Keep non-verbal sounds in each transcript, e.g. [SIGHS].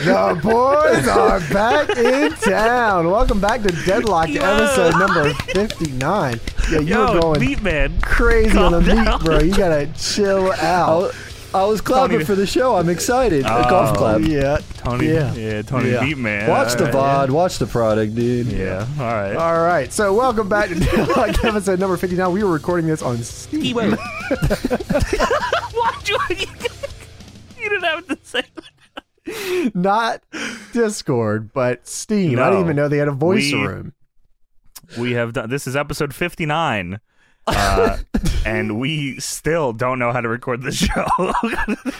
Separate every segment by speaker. Speaker 1: The boys are back in town. Welcome back to Deadlock,
Speaker 2: Yo.
Speaker 1: episode number 59. Yeah, you were
Speaker 2: Yo,
Speaker 1: going
Speaker 2: meat man.
Speaker 1: crazy on the
Speaker 2: calm
Speaker 1: meat,
Speaker 2: down.
Speaker 1: bro. You gotta chill out.
Speaker 3: I was clapping
Speaker 2: even-
Speaker 3: for the show. I'm excited. a
Speaker 2: Oh.
Speaker 3: golf clap.
Speaker 1: Yeah.
Speaker 2: Tony.
Speaker 1: Yeah.
Speaker 2: Yeah, Tony
Speaker 1: Yeah.
Speaker 2: meat man.
Speaker 3: Watch the VOD.
Speaker 2: Alright,
Speaker 3: Watch the product, dude.
Speaker 2: Yeah. yeah. All right.
Speaker 1: All right. So, welcome back to
Speaker 2: [LAUGHS]
Speaker 1: Deadlock, episode number 59. We were recording this on Steam.
Speaker 2: Why'd you? You didn't have to say.
Speaker 1: Not Discord, but Steam. I didn't
Speaker 2: No.
Speaker 1: even know they had a voice
Speaker 2: We-
Speaker 1: room.
Speaker 2: We have done. This is episode fifty nine. Uh, and we still don't know how to record the show.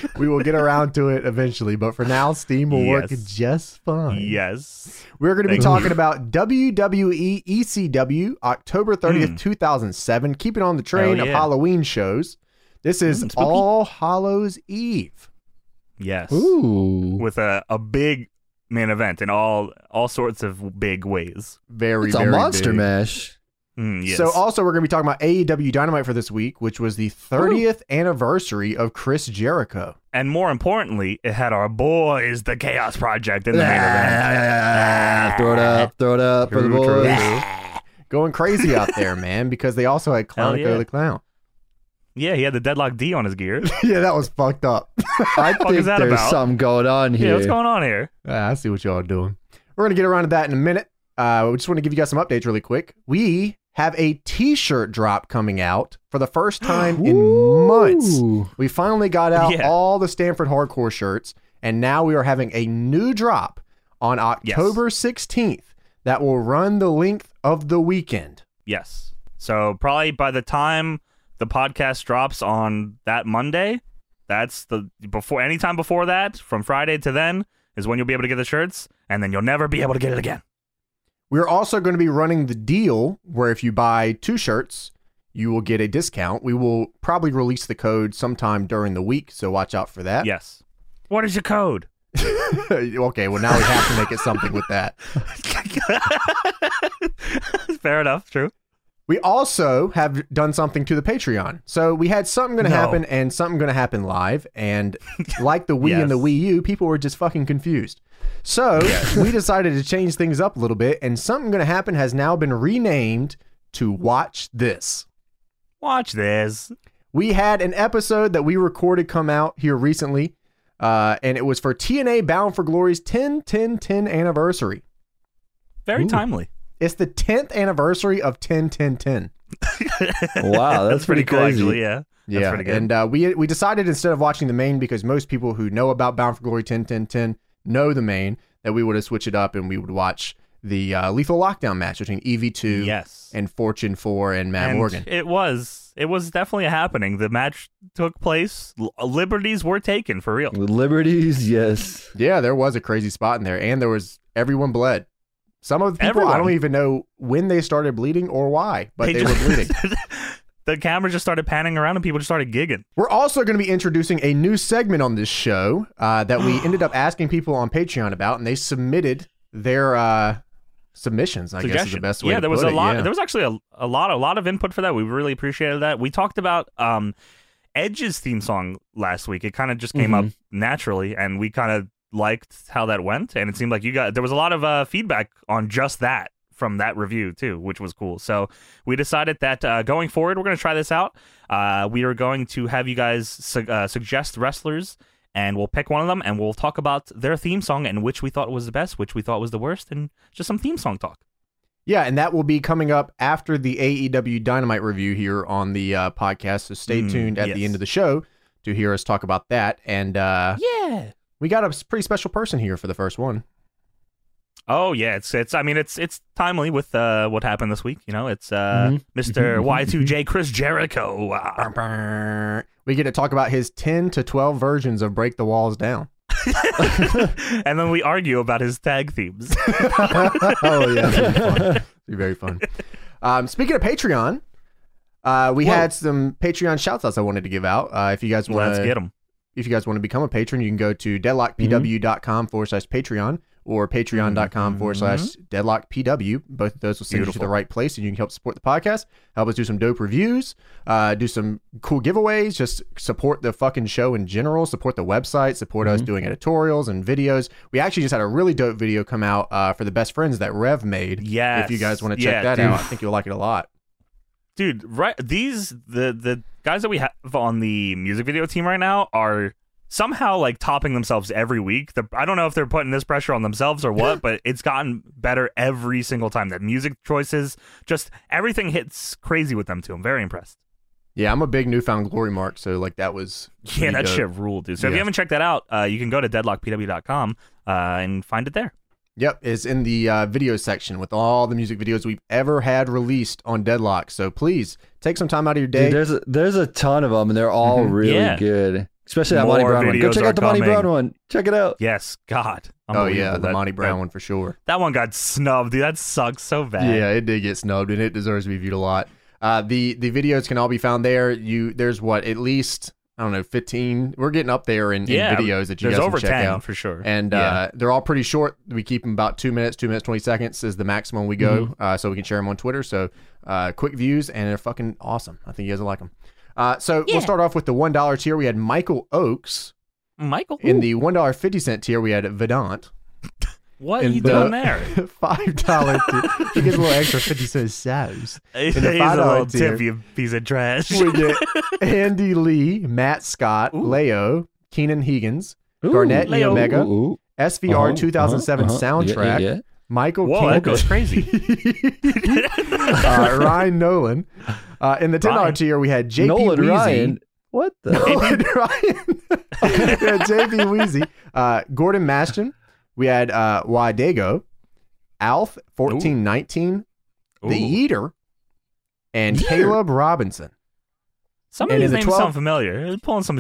Speaker 2: [LAUGHS]
Speaker 1: We will get around to it eventually, but for now, Steam will work
Speaker 2: Yes.
Speaker 1: just fine.
Speaker 2: yes.
Speaker 1: We're going to be
Speaker 2: Thank
Speaker 1: talking
Speaker 2: you.
Speaker 1: about E WWE ECW October 30th,
Speaker 2: Mm.
Speaker 1: 2007. Keep it on the train
Speaker 2: Hell
Speaker 1: of
Speaker 2: yeah.
Speaker 1: Halloween shows. This is
Speaker 2: Mm, spooky.
Speaker 1: All Hallows Eve.
Speaker 2: Yes.
Speaker 3: Ooh.
Speaker 2: With a, a big main event in all all sorts of big ways.
Speaker 1: Very,
Speaker 3: It's a
Speaker 1: very
Speaker 3: monster
Speaker 1: big.
Speaker 3: mash.
Speaker 2: Mm, yes.
Speaker 1: So, also, we're going to be talking about AEW Dynamite for this week, which was the 30th anniversary of Chris Jericho.
Speaker 2: and more importantly, it had our boys, the Chaos Project, in the main event.
Speaker 3: throw it up. Throw it up for the
Speaker 1: True, true.
Speaker 3: boys.
Speaker 1: Going crazy out there, man, because they also had Clownico
Speaker 2: yeah.
Speaker 1: the Clown. [LAUGHS]
Speaker 2: Yeah, he had the deadlock D on his gear.
Speaker 1: yeah, that was fucked up.
Speaker 3: [LAUGHS] I
Speaker 2: fuck is
Speaker 3: think
Speaker 2: that
Speaker 3: there's
Speaker 2: about?
Speaker 3: something going on here.
Speaker 2: Yeah, what's going on here?
Speaker 1: Ah, I see what y'all are doing. We're gonna get around to that in a minute. Uh, we just want to give you guys some updates really quick. We have a T-shirt drop coming out for the
Speaker 2: [GASPS]
Speaker 1: first time in months.
Speaker 3: Ooh.
Speaker 1: We finally got out
Speaker 2: Yeah.
Speaker 1: all the Stanford hardcore shirts, and now we are having a new drop on
Speaker 2: Yes.
Speaker 1: October 16th that will run the length of the weekend.
Speaker 2: Yes. So probably by the time the podcast drops on that Monday, that's the before anytime before that, from Friday to then is when you'll be able to get the shirts, and then you'll never be able to get it again.
Speaker 1: We're also going to be running the deal where if you buy two shirts, you will get a discount. We will probably release the code sometime during the week, so watch out for that.
Speaker 2: Yes. What is your code? [LAUGHS]
Speaker 1: [LAUGHS] okay, well now we have to make it something with that.
Speaker 2: Fair enough. True.
Speaker 1: We also have done something to the Patreon. So we had something going to
Speaker 2: No.
Speaker 1: happen and something going to happen live. And like the Wii and the
Speaker 2: [LAUGHS] Yes.
Speaker 1: Wii U, people were just fucking confused. So we decided to change things up a little bit. And something going to happen has now been renamed to Watch This.
Speaker 2: Watch this.
Speaker 1: We had an episode that we recorded come out here recently. Uh, and it was for TNA Bound for Glory's 10 10 10 anniversary.
Speaker 2: Very
Speaker 3: Ooh.
Speaker 2: timely.
Speaker 1: It's the 10th anniversary of 10 10 10.
Speaker 2: [LAUGHS]
Speaker 3: Wow, that's, pretty, crazy.
Speaker 2: cool, actually. Yeah. That's pretty good.
Speaker 1: and uh, we we decided instead of watching the main because most people who know about Bound for Glory 10 10 10 know the main that we would have switched it up and we would watch the uh, Lethal Lockdown match between EV2
Speaker 2: yes.
Speaker 1: and Fortune 4 and Matt
Speaker 2: And
Speaker 1: Morgan.
Speaker 2: It was. It was definitely happening. The match took place. L- uh, Liberties were taken for real.
Speaker 3: Liberties, yes.
Speaker 1: Yeah, there was a crazy spot in there, and there was everyone bled. Some of the people I don't
Speaker 2: Everyone.
Speaker 1: even know when they started bleeding or why, but they, were bleeding.
Speaker 2: [LAUGHS] the camera just started panning around and people just started gigging.
Speaker 1: We're also going to be introducing a new segment on this show uh, that we ended
Speaker 2: [GASPS]
Speaker 1: up asking people on Patreon about, and they submitted their uh, submissions. I guess is the
Speaker 2: Suggestion.
Speaker 1: best way.
Speaker 2: yeah,
Speaker 1: to
Speaker 2: there was
Speaker 1: put
Speaker 2: a
Speaker 1: it,
Speaker 2: lot.
Speaker 1: yeah.
Speaker 2: There was actually a, a lot, a lot of input for that. We really appreciated that. We talked about um, Edge's theme song last week. It kind of just came up
Speaker 1: Mm-hmm.
Speaker 2: naturally, and we kind of liked how that went. And it seemed like you got there was a lot of uh, feedback on just that from that review too, which was cool. So we decided that uh, going forward, we're going to try this out. Uh, we are going to have you guys su- uh, suggest wrestlers. And we'll pick one of them, and we'll talk about their theme song and which we thought was the best, which we thought was the worst, and just some theme song talk.
Speaker 1: Yeah, and that will be coming up after the AEW Dynamite review here on the uh, podcast. So stay
Speaker 2: Mm,
Speaker 1: tuned at the
Speaker 2: yes.
Speaker 1: end of the show to hear us talk about that. And uh,
Speaker 2: Yeah.
Speaker 1: we got a s- pretty special person here for the first one.
Speaker 2: Oh yeah, it's it's. I mean, it's it's timely with uh, what happened this week. You know, it's uh,
Speaker 1: Mm-hmm.
Speaker 3: Mhm.
Speaker 2: Mr. Y2J Chris Jericho.
Speaker 1: [LAUGHS]
Speaker 2: Uh,
Speaker 1: We get to talk about his ten to twelve versions of "Break the Walls Down."
Speaker 2: and then we argue about his tag themes. [LAUGHS]
Speaker 1: oh yeah, that'd be fun. It'd be very fun. Um, speaking of Patreon, uh, we
Speaker 3: Whoa.
Speaker 1: had some Patreon shout outs I wanted to give out. Uh, if you guys want
Speaker 2: Let's
Speaker 1: to
Speaker 2: get him.
Speaker 1: if you guys want to become a patron, you can go to deadlockpw.com forward slash Patreon, or patreon.com forward slash deadlock PW. Both of those will send you to
Speaker 2: Mm-hmm. Beautiful.
Speaker 1: the right place and you can help support the podcast, help us do some dope reviews, uh, do some cool giveaways, just support the fucking show in general, support the website, support
Speaker 2: Mm-hmm.
Speaker 1: us doing editorials and videos. We actually just had a really dope video come out uh, for the best friends that Rev made.
Speaker 2: Yes.
Speaker 1: If you guys want to check
Speaker 2: Yeah,
Speaker 1: that
Speaker 2: dude.
Speaker 1: out, I think you'll like it a lot.
Speaker 2: dude right these the the guys that we have on the music video team right now are somehow like topping themselves every week the, i don't know if they're putting this pressure on themselves
Speaker 1: [LAUGHS]
Speaker 2: or what but it's gotten better every single time that music choices just everything hits crazy with them too i'm very impressed
Speaker 1: Yeah, I'm a big newfound glory mark, so like that was
Speaker 2: yeah that
Speaker 1: dope.
Speaker 2: shit ruled dude so if
Speaker 1: Yeah.
Speaker 2: you haven't checked that out uh, you can go to deadlockpw.com uh, and find it there
Speaker 1: Yep, is in the uh, video section with all the music videos we've ever had released on Deadlock. So please take some time out of your day.
Speaker 3: Dude, there's a, there's a ton of them, and they're all
Speaker 1: Mhm.
Speaker 3: really
Speaker 2: Yeah.
Speaker 3: good. Especially that Monty
Speaker 2: More
Speaker 3: Brown one. Go
Speaker 2: videos
Speaker 3: check
Speaker 2: are
Speaker 3: out the Monty
Speaker 2: coming.
Speaker 3: Brown one. Check it out.
Speaker 2: yes god
Speaker 1: oh
Speaker 2: Unbelievable.
Speaker 1: yeah, the
Speaker 2: That-
Speaker 1: Monty Brown
Speaker 2: that,
Speaker 1: one for sure.
Speaker 2: that one got snubbed dude that sucks so bad
Speaker 1: Yeah, it did get snubbed, and it deserves to be viewed a lot. Uh, the the videos can all be found there. You there's what at least I don't know 15. We're getting up there in, in
Speaker 2: Yeah,
Speaker 1: videos that you
Speaker 2: there's
Speaker 1: guys
Speaker 2: over
Speaker 1: can check
Speaker 2: 10
Speaker 1: out.
Speaker 2: for sure
Speaker 1: And
Speaker 2: Yeah.
Speaker 1: uh, they're all pretty short. We keep them about two minutes, two minutes twenty seconds is the maximum we go,
Speaker 3: Mm-hmm.
Speaker 1: uh, so we can share them on Twitter. So uh, quick views, and they're fucking awesome. I think you guys will like them. Uh, so
Speaker 2: Yeah.
Speaker 1: we'll start off with the one dollar tier. We had Michael Oakes
Speaker 2: Michael,
Speaker 1: in the one dollar fifty cent tier. We had Vedant. [LAUGHS]
Speaker 2: what are
Speaker 1: in
Speaker 2: you
Speaker 1: the-
Speaker 2: doing there?
Speaker 1: Five dollar tier. He gets a little extra fifty cent saves.
Speaker 2: [LAUGHS] He's
Speaker 1: the
Speaker 2: a
Speaker 1: $5
Speaker 2: little
Speaker 1: tier.
Speaker 2: tip, you piece of trash.
Speaker 3: [LAUGHS]
Speaker 1: We get Andy Lee, Matt Scott,
Speaker 2: Ooh.
Speaker 1: Leo, Keenan Higgins,
Speaker 3: Ooh,
Speaker 1: Garnett,
Speaker 2: Leo.
Speaker 1: Omega,
Speaker 3: ooh, ooh.
Speaker 1: SVR
Speaker 3: Uh-huh,
Speaker 1: 2007
Speaker 3: uh-huh, uh-huh. Yeah,
Speaker 1: soundtrack,
Speaker 3: yeah, yeah.
Speaker 1: Michael
Speaker 2: [LAUGHS] Whoa, that goes
Speaker 1: Campbell. [LAUGHS]
Speaker 2: crazy.
Speaker 3: [LAUGHS]
Speaker 1: uh, Ryan Nolan. Uh, in the ten dollar
Speaker 2: Ryan.
Speaker 1: tier, we had JP
Speaker 3: Nolan
Speaker 1: Weezy.
Speaker 3: Ryan. What
Speaker 1: [LAUGHS]
Speaker 3: the?
Speaker 1: Nolan Ryan. [LAUGHS] we had JP Weezy. Uh, Gordon Maston. We had uh, Wadego, Alf fourteen nineteen,
Speaker 2: [LAUGHS] Ooh.
Speaker 1: the Eater, and
Speaker 3: Yeater.
Speaker 1: Caleb Robinson.
Speaker 2: Some
Speaker 1: And
Speaker 2: of
Speaker 1: in
Speaker 2: these
Speaker 1: the
Speaker 2: names
Speaker 1: 12
Speaker 2: sound familiar. They're pulling some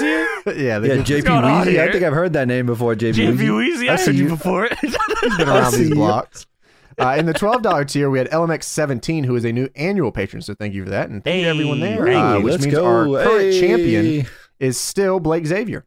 Speaker 1: [LAUGHS]
Speaker 2: here.
Speaker 1: yeah, they
Speaker 3: yeah,
Speaker 1: just
Speaker 3: JP
Speaker 2: going on
Speaker 3: Weezy. I
Speaker 2: here?
Speaker 3: think I've heard that name before. JP
Speaker 2: JV
Speaker 3: Weezy.
Speaker 2: Weezy,
Speaker 3: I
Speaker 2: I
Speaker 3: see
Speaker 2: heard you
Speaker 1: [LAUGHS]
Speaker 3: you.
Speaker 2: before. [LAUGHS]
Speaker 1: been
Speaker 3: I
Speaker 1: [LAUGHS] around
Speaker 3: see
Speaker 1: these
Speaker 3: you.
Speaker 1: blocks. Uh, in the twelve dollar tier, we had LMX seventeen, who is a new annual patron. So thank you for that, and thank you to everyone
Speaker 2: Hey,
Speaker 1: there.
Speaker 2: thank
Speaker 1: uh,
Speaker 2: you.
Speaker 1: Which
Speaker 3: Let's
Speaker 1: means
Speaker 3: go.
Speaker 1: our current
Speaker 3: Hey.
Speaker 1: champion is still Blake Xavier.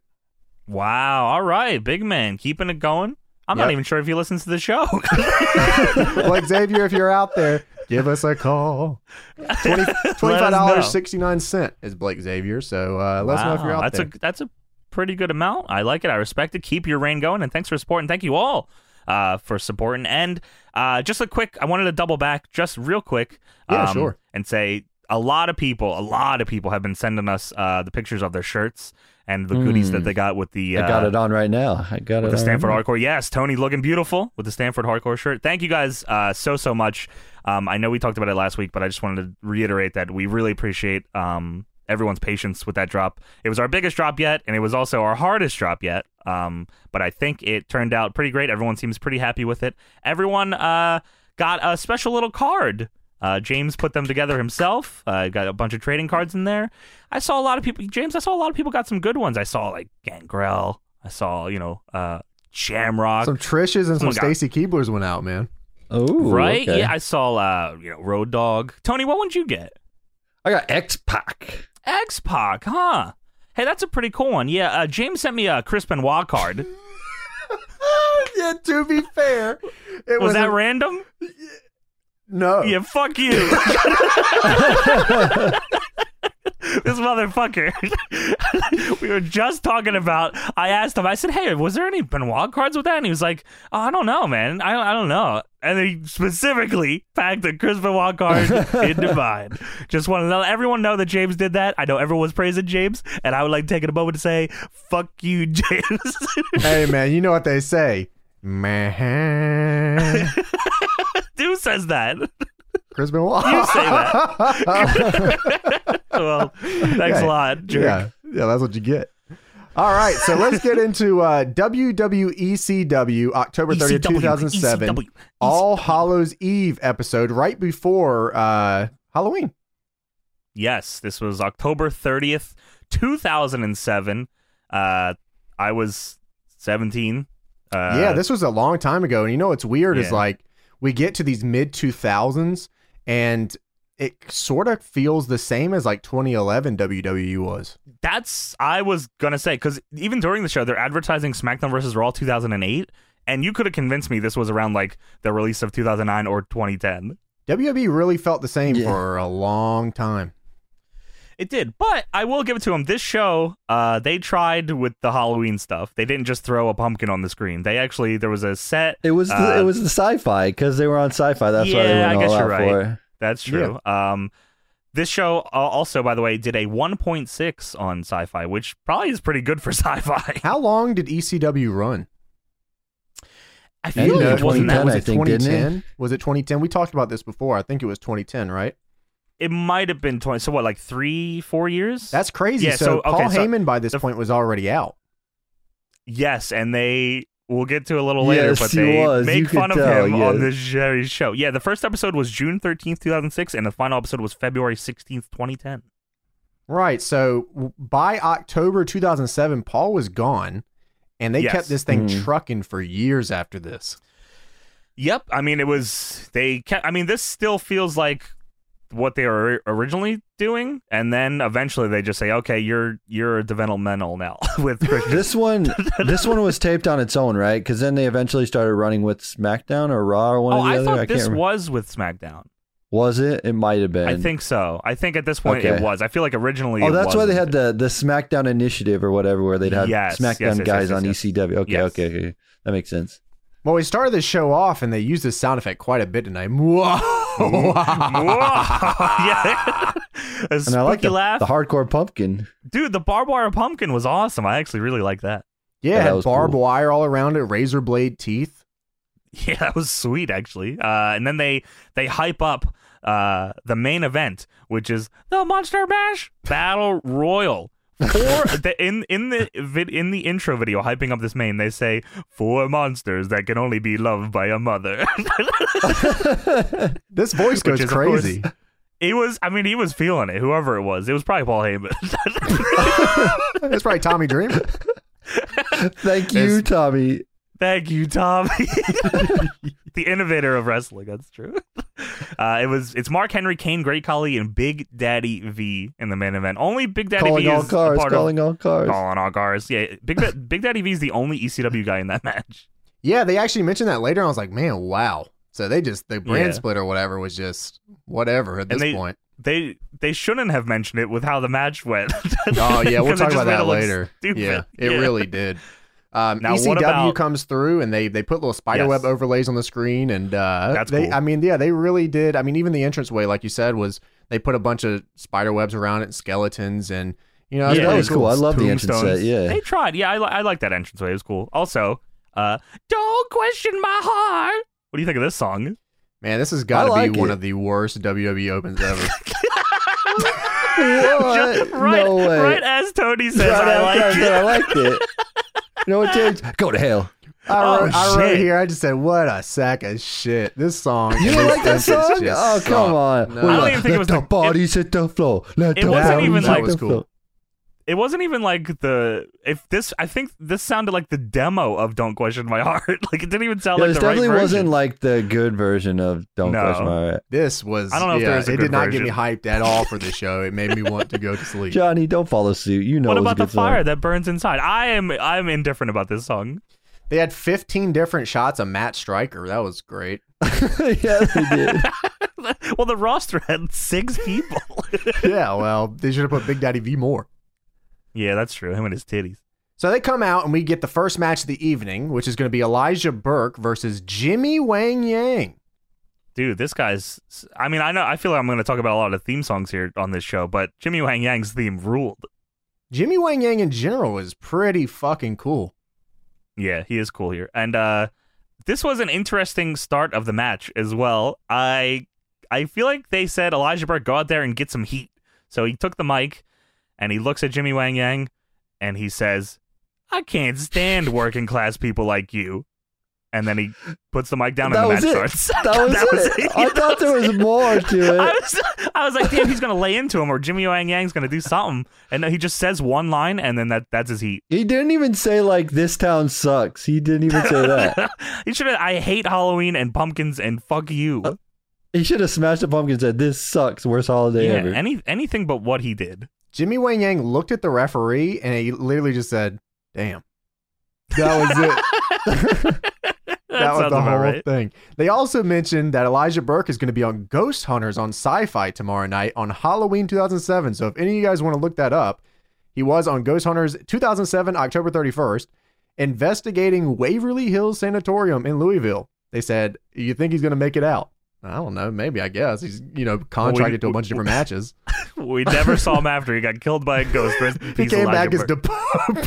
Speaker 2: wow, all right, big man, keeping it going. I'm
Speaker 1: Yep.
Speaker 2: not even sure if he listens to the show.
Speaker 1: [LAUGHS] like Xavier, if you're out there, give us a call.
Speaker 2: [LAUGHS]
Speaker 1: Twenty five dollars sixty nine cent is Blake Xavier. So uh, [LAUGHS] let us know if you're
Speaker 2: Wow,
Speaker 1: out
Speaker 2: that's
Speaker 1: there.
Speaker 2: a that's a pretty good amount. I like it. I respect it. Keep your rain going, and thanks for supporting. Thank you all uh, for supporting. And uh, just a quick, I wanted to double back just real quick. um,
Speaker 1: Yeah, sure.
Speaker 2: And say a lot of people, a lot of people have been sending us uh, the pictures of their shirts and the goodies
Speaker 3: Mm.
Speaker 1: Hmm.
Speaker 2: that they got with the uh,
Speaker 3: I got it on right now. I got it.
Speaker 2: with the
Speaker 3: on
Speaker 2: Stanford
Speaker 3: right now.
Speaker 2: Hardcore. Yes, Tony looking beautiful with the Stanford Hardcore shirt. Thank you guys uh, so so much. Um, I know we talked about it last week, but I just wanted to reiterate that we really appreciate um, everyone's patience with that drop. It was our biggest drop yet, and it was also our hardest drop yet. Um, but I think it turned out pretty great. Everyone seems pretty happy with it. Everyone uh, got a special little card. Uh, James put them together himself. Uh, got a bunch of trading cards in there. I saw a lot of people. James, I saw a lot of people got some good ones. I saw like Gangrel. I saw you know uh, Shamrock.
Speaker 1: some Trish's and some
Speaker 2: Someone got-
Speaker 1: Stacy Keebler's went out,
Speaker 2: [LAUGHS]
Speaker 1: man.
Speaker 3: Ooh,
Speaker 2: right?
Speaker 3: okay.
Speaker 2: Yeah, I saw uh, you know Road Dog. Tony, what one'd you get?
Speaker 3: I got X Pac.
Speaker 2: X Pac, huh? Hey, that's a pretty cool one. Yeah, uh, James sent me a Chris Benoit
Speaker 3: [LAUGHS]
Speaker 2: card.
Speaker 1: yeah, to be fair, it
Speaker 2: Was that
Speaker 1: a-
Speaker 2: random?
Speaker 1: no?
Speaker 2: [LAUGHS] Yeah, fuck
Speaker 1: [LAUGHS]
Speaker 2: you. this motherfucker. [LAUGHS] we were just talking about. I asked him. I said, "Hey, was there any Benoit cards with that?" And he was like, oh, "I don't know, man. I, I don't know." And he specifically packed a Chris Benoit
Speaker 1: [LAUGHS]
Speaker 2: card into mine. Just want to let everyone know that James did that. I know everyone was praising James, and I would like to take a moment to say, "Fuck you, [LAUGHS] James."
Speaker 1: Hey man, you know what they say.
Speaker 2: [LAUGHS]
Speaker 1: Man,
Speaker 2: Who says that?
Speaker 1: Chris Benoit.
Speaker 2: You
Speaker 1: [LAUGHS]
Speaker 2: say that. [LAUGHS] well, thanks
Speaker 1: Oh. Yeah.
Speaker 2: a lot, jerk.
Speaker 1: Yeah, yeah, that's what you get. All right, so let's get into uh, WWECW October 30th,
Speaker 2: E
Speaker 1: 2007.
Speaker 2: ECW.
Speaker 1: All Hallows Eve episode right before uh, Halloween.
Speaker 2: Yes, this was October 30th, 2007. Uh, I was 17. Uh,
Speaker 1: yeah, this was a long time ago, and you know what's weird is
Speaker 2: yeah.
Speaker 1: like we get to these mid two thousands, and it sort of feels the same as like 2011 WWE E was.
Speaker 2: that's I was gonna say because even during the show they're advertising SmackDown versus Raw 2008, and you could have convinced me this was around like the release of 2009 or 2010.
Speaker 1: WWE E really felt the same
Speaker 3: Yeah.
Speaker 1: for a long time.
Speaker 2: It did, but I will give it to him. This show, uh, they tried with the Halloween stuff. They didn't just throw a pumpkin on the screen. They actually there was a set.
Speaker 3: It was the,
Speaker 2: Uh,
Speaker 3: it was the sci-fi because they were on sci-fi. That's why they
Speaker 2: Yeah,
Speaker 3: went
Speaker 2: I
Speaker 3: all
Speaker 2: guess
Speaker 3: out
Speaker 2: you're right.
Speaker 3: for. it.
Speaker 2: That's true. Um, this show uh, also, by the way, did a 1.6 on Sci-Fi, which probably is pretty good for [LAUGHS] Sci-Fi.
Speaker 1: How long did ECW run?
Speaker 2: I
Speaker 3: You
Speaker 2: feel
Speaker 3: know,
Speaker 2: like it wasn't that.
Speaker 3: 2010,
Speaker 1: was
Speaker 3: uh, I
Speaker 1: it
Speaker 3: think, didn't it?
Speaker 1: 2010? Was it 2010? We talked about this before. I think it was 2010, right?
Speaker 2: It might have been 20. So what, like three, four years?
Speaker 1: That's crazy.
Speaker 2: Yeah,
Speaker 1: so,
Speaker 2: so, okay,
Speaker 1: Paul
Speaker 2: so
Speaker 1: Heyman by this
Speaker 2: the-
Speaker 1: point was already out.
Speaker 2: Yes, and they we'll get to a little later,
Speaker 3: Yes,
Speaker 2: but
Speaker 3: he
Speaker 2: they
Speaker 3: was. You
Speaker 2: make
Speaker 3: could
Speaker 2: fun of
Speaker 3: tell,
Speaker 2: him
Speaker 3: yeah.
Speaker 2: on this very show. Yeah, the first episode was June thirteenth, two thousand six, and the final episode was February sixteenth, twenty ten.
Speaker 1: Right. So w- by October 2007, Paul was gone, and they
Speaker 2: Yes.
Speaker 1: kept this thing
Speaker 3: Mhm.
Speaker 1: trucking for years after this.
Speaker 2: Yep. I mean, it was they kept. I mean, this still feels like what they were originally doing, and then eventually they just say, "Okay, you're you're developmental now [LAUGHS] with
Speaker 3: [LAUGHS]
Speaker 2: Christian." [LAUGHS]
Speaker 3: This one, this one was taped on its own, right? Because then they eventually started running with SmackDown or Raw or one
Speaker 2: oh,
Speaker 3: of the
Speaker 2: I
Speaker 3: other.
Speaker 2: thought
Speaker 3: I can't
Speaker 2: this
Speaker 3: remember.
Speaker 2: was with SmackDown.
Speaker 3: Was it? It might have been.
Speaker 2: I think so. I think at this point
Speaker 3: Okay.
Speaker 2: it was. I feel like originally.
Speaker 3: Oh,
Speaker 2: it
Speaker 3: that's why they
Speaker 2: wasn't.
Speaker 3: had the the SmackDown initiative or whatever, where they'd have
Speaker 2: Yes,
Speaker 3: SmackDown
Speaker 2: yes, yes,
Speaker 3: guys
Speaker 2: yes,
Speaker 3: on
Speaker 2: yes, yes.
Speaker 3: ECW. Okay,
Speaker 2: Yes.
Speaker 3: okay, okay, that makes sense.
Speaker 1: Well, we started this show off, and they used this sound effect quite a bit tonight. [LAUGHS]
Speaker 2: Mm-hmm. [LAUGHS] Whoa! yeah, a
Speaker 3: [LAUGHS] And
Speaker 2: spooky
Speaker 3: I like the,
Speaker 2: laugh,
Speaker 3: the hardcore pumpkin. [LAUGHS]
Speaker 2: dude. The barbed wire pumpkin was awesome. I actually really like that.
Speaker 1: Yeah,
Speaker 3: Yeah,
Speaker 1: it
Speaker 3: that
Speaker 1: had
Speaker 3: was cool.
Speaker 1: barbed wire all around it, razor blade teeth.
Speaker 2: [LAUGHS] Yeah, that was sweet actually. Uh, and then they they hype up uh, the main event, which is the Monster Mash Battle Royal. Four the, in in the vid, in the intro video hyping up this main, they say four monsters that can only be loved by a mother. [LAUGHS]
Speaker 1: This voice goes
Speaker 2: Which is, of course,
Speaker 1: crazy.
Speaker 2: he was, I mean, he was feeling it. Whoever it was, it was probably Paul Heyman. [LAUGHS]
Speaker 1: That's probably Tommy Dreamer. [LAUGHS]
Speaker 3: Thank you, Tommy.
Speaker 2: Thank you, Tommy. [LAUGHS] the innovator of wrestling. That's true. Uh, it was. It's Mark Henry, Kane, Great Khali, and Big Daddy V in the main event. Only Big Daddy
Speaker 3: Calling
Speaker 2: V
Speaker 3: all
Speaker 2: is a
Speaker 3: cars.
Speaker 2: part
Speaker 3: Calling all
Speaker 2: of,
Speaker 3: cars.
Speaker 2: calling all cars. Yeah, Big Da- Big Daddy V is the only ECW guy in that match.
Speaker 1: Yeah, they actually mentioned that later. And I was like, man, wow. So they just the brand
Speaker 2: Yeah.
Speaker 1: split or whatever was just whatever at
Speaker 2: And
Speaker 1: this
Speaker 2: they-
Speaker 1: point.
Speaker 2: They they shouldn't have mentioned it with how the match
Speaker 3: [LAUGHS]
Speaker 2: went.
Speaker 1: Oh yeah,
Speaker 2: [LAUGHS]
Speaker 1: we'll
Speaker 2: 'Cause it
Speaker 1: talk
Speaker 2: just
Speaker 1: about
Speaker 2: made it
Speaker 1: that
Speaker 2: look
Speaker 1: later.
Speaker 2: stupid.
Speaker 1: Yeah, it
Speaker 2: Yeah.
Speaker 1: really did. Um,
Speaker 2: Now,
Speaker 1: ECW
Speaker 2: what about-
Speaker 1: comes through and they they put little spider
Speaker 2: Yes.
Speaker 1: web overlays on the screen and uh,
Speaker 2: That's
Speaker 1: they
Speaker 2: cool.
Speaker 1: I mean yeah they really did I mean even the entranceway like you said was they put a bunch of spider webs around it and skeletons and you know
Speaker 2: Yeah,
Speaker 1: it's
Speaker 3: Yeah, that
Speaker 1: really
Speaker 3: was cool. I love the entrance
Speaker 2: Tombstones.
Speaker 3: set. Yeah.
Speaker 2: They tried. Yeah, I, li- I like that entranceway. It was cool. Also, uh, don't question my heart. What do you think of this song?
Speaker 1: Man, this has got to
Speaker 3: I like
Speaker 1: be one
Speaker 3: it.
Speaker 1: of the worst WWE
Speaker 2: [LAUGHS]
Speaker 1: opens ever.
Speaker 3: What?
Speaker 2: Just right,
Speaker 3: no way.
Speaker 2: right as Tony says,
Speaker 3: Right
Speaker 2: I
Speaker 3: after I
Speaker 2: like
Speaker 3: said
Speaker 2: it.
Speaker 3: I liked it. You
Speaker 2: [LAUGHS]
Speaker 3: know what, James? Go to hell.
Speaker 1: I,
Speaker 2: Oh,
Speaker 1: wrote, I wrote
Speaker 2: shit.
Speaker 1: here. I just said, "What a sack of shit!" This song.
Speaker 3: You
Speaker 1: and
Speaker 3: don't
Speaker 1: this
Speaker 3: like that
Speaker 1: sentence
Speaker 3: song?
Speaker 1: just
Speaker 3: Oh, come
Speaker 1: suck.
Speaker 3: on.
Speaker 1: No.
Speaker 3: We
Speaker 1: I don't
Speaker 3: were
Speaker 2: even think it
Speaker 3: Let
Speaker 2: was
Speaker 3: the
Speaker 2: like- it-
Speaker 3: bodies hit the floor. Let
Speaker 2: it
Speaker 3: the
Speaker 2: wasn't
Speaker 3: bodies
Speaker 2: even
Speaker 3: hit
Speaker 2: like-
Speaker 1: That was
Speaker 3: the
Speaker 1: cool.
Speaker 3: floor.
Speaker 2: It wasn't even like the if this. I think this sounded like the demo of "Don't Question My [LAUGHS] Heart." Like it didn't even sound
Speaker 3: Yeah,
Speaker 2: like
Speaker 3: this
Speaker 2: the right
Speaker 3: definitely wasn't
Speaker 2: version.
Speaker 3: like the good version of Don't
Speaker 2: No.
Speaker 3: Question My Heart.
Speaker 1: This was.
Speaker 2: I don't know if
Speaker 1: yeah,
Speaker 2: there is a
Speaker 1: it
Speaker 2: good
Speaker 1: did not get me
Speaker 2: version.
Speaker 1: hyped at all for the show. It made me want to go
Speaker 2: [LAUGHS]
Speaker 1: to sleep.
Speaker 3: Johnny, don't follow suit. You know
Speaker 2: What
Speaker 3: it was a
Speaker 2: about the
Speaker 3: good song.
Speaker 2: fire that burns inside? I am I'm indifferent about this song. [LAUGHS]
Speaker 1: They had 15 different shots of Matt Stryker. That was great.
Speaker 3: [LAUGHS] yeah, they did.
Speaker 2: well, the roster had six people.
Speaker 1: [LAUGHS]
Speaker 2: [LAUGHS]
Speaker 1: yeah, well, they should have put Big Daddy V more.
Speaker 2: yeah, that's true. Him and his titties.
Speaker 1: So they come out and we get the first match of the evening, which is going to be Elijah Burke versus Jimmy Wang Yang.
Speaker 2: Dude, this guy's. I mean, I know. I feel like I'm going to talk about a lot of theme songs here on this show, but Jimmy Wang Yang's theme ruled.
Speaker 1: Jimmy Wang Yang in general is pretty fucking cool.
Speaker 2: Yeah, he is cool here. And uh this was an interesting start of the match as well. I I feel like they said Elijah Burke go out there and get some heat. So he took the mic and he looks at Jimmy Wang Yang and he says, "I can't stand working class people like you." And then he puts the mic [LAUGHS] down
Speaker 3: That
Speaker 2: and the
Speaker 3: was
Speaker 2: match
Speaker 3: it.
Speaker 2: [LAUGHS] starts.
Speaker 3: [LAUGHS] That was it. I thought there
Speaker 2: [LAUGHS]
Speaker 3: was more to
Speaker 2: I
Speaker 3: it.
Speaker 2: was, I was like, damn, he's gonna lay into him, or Jimmy Wang Yang's gonna do something. And then he just says one line, and then that that's his heat.
Speaker 3: He didn't even say like this town sucks. He didn't even say that.
Speaker 2: he should have. I hate Halloween and pumpkins and fuck you.
Speaker 3: he should have smashed a pumpkin and said, This sucks, worst holiday
Speaker 2: yeah, [LAUGHS]
Speaker 3: ever.
Speaker 2: any anything but what he did.
Speaker 1: Jimmy Wang Yang looked at the [LAUGHS] referee and he literally just said, "Damn." That was it. about
Speaker 2: Sounds
Speaker 1: the
Speaker 2: about
Speaker 1: whole
Speaker 2: right.
Speaker 1: thing. They also mentioned that Elijah Burke is going to be on Ghost Hunters on Sci-Fi tomorrow night on Halloween 2007. So if any of you guys want to look that up, he was on Ghost Hunters 2007 October 31st, investigating Waverly Hills Sanatorium in Louisville. They said, "You think he's going to make it out?" I don't know. Maybe I guess he's you know contracted to a bunch of
Speaker 2: [LAUGHS]
Speaker 1: different matches.
Speaker 2: We never saw him after he got killed by a ghost. Rest
Speaker 1: [LAUGHS]
Speaker 2: in
Speaker 1: He
Speaker 2: peace,
Speaker 1: came
Speaker 2: Elijah
Speaker 1: back as
Speaker 2: Burke.
Speaker 1: the Pope.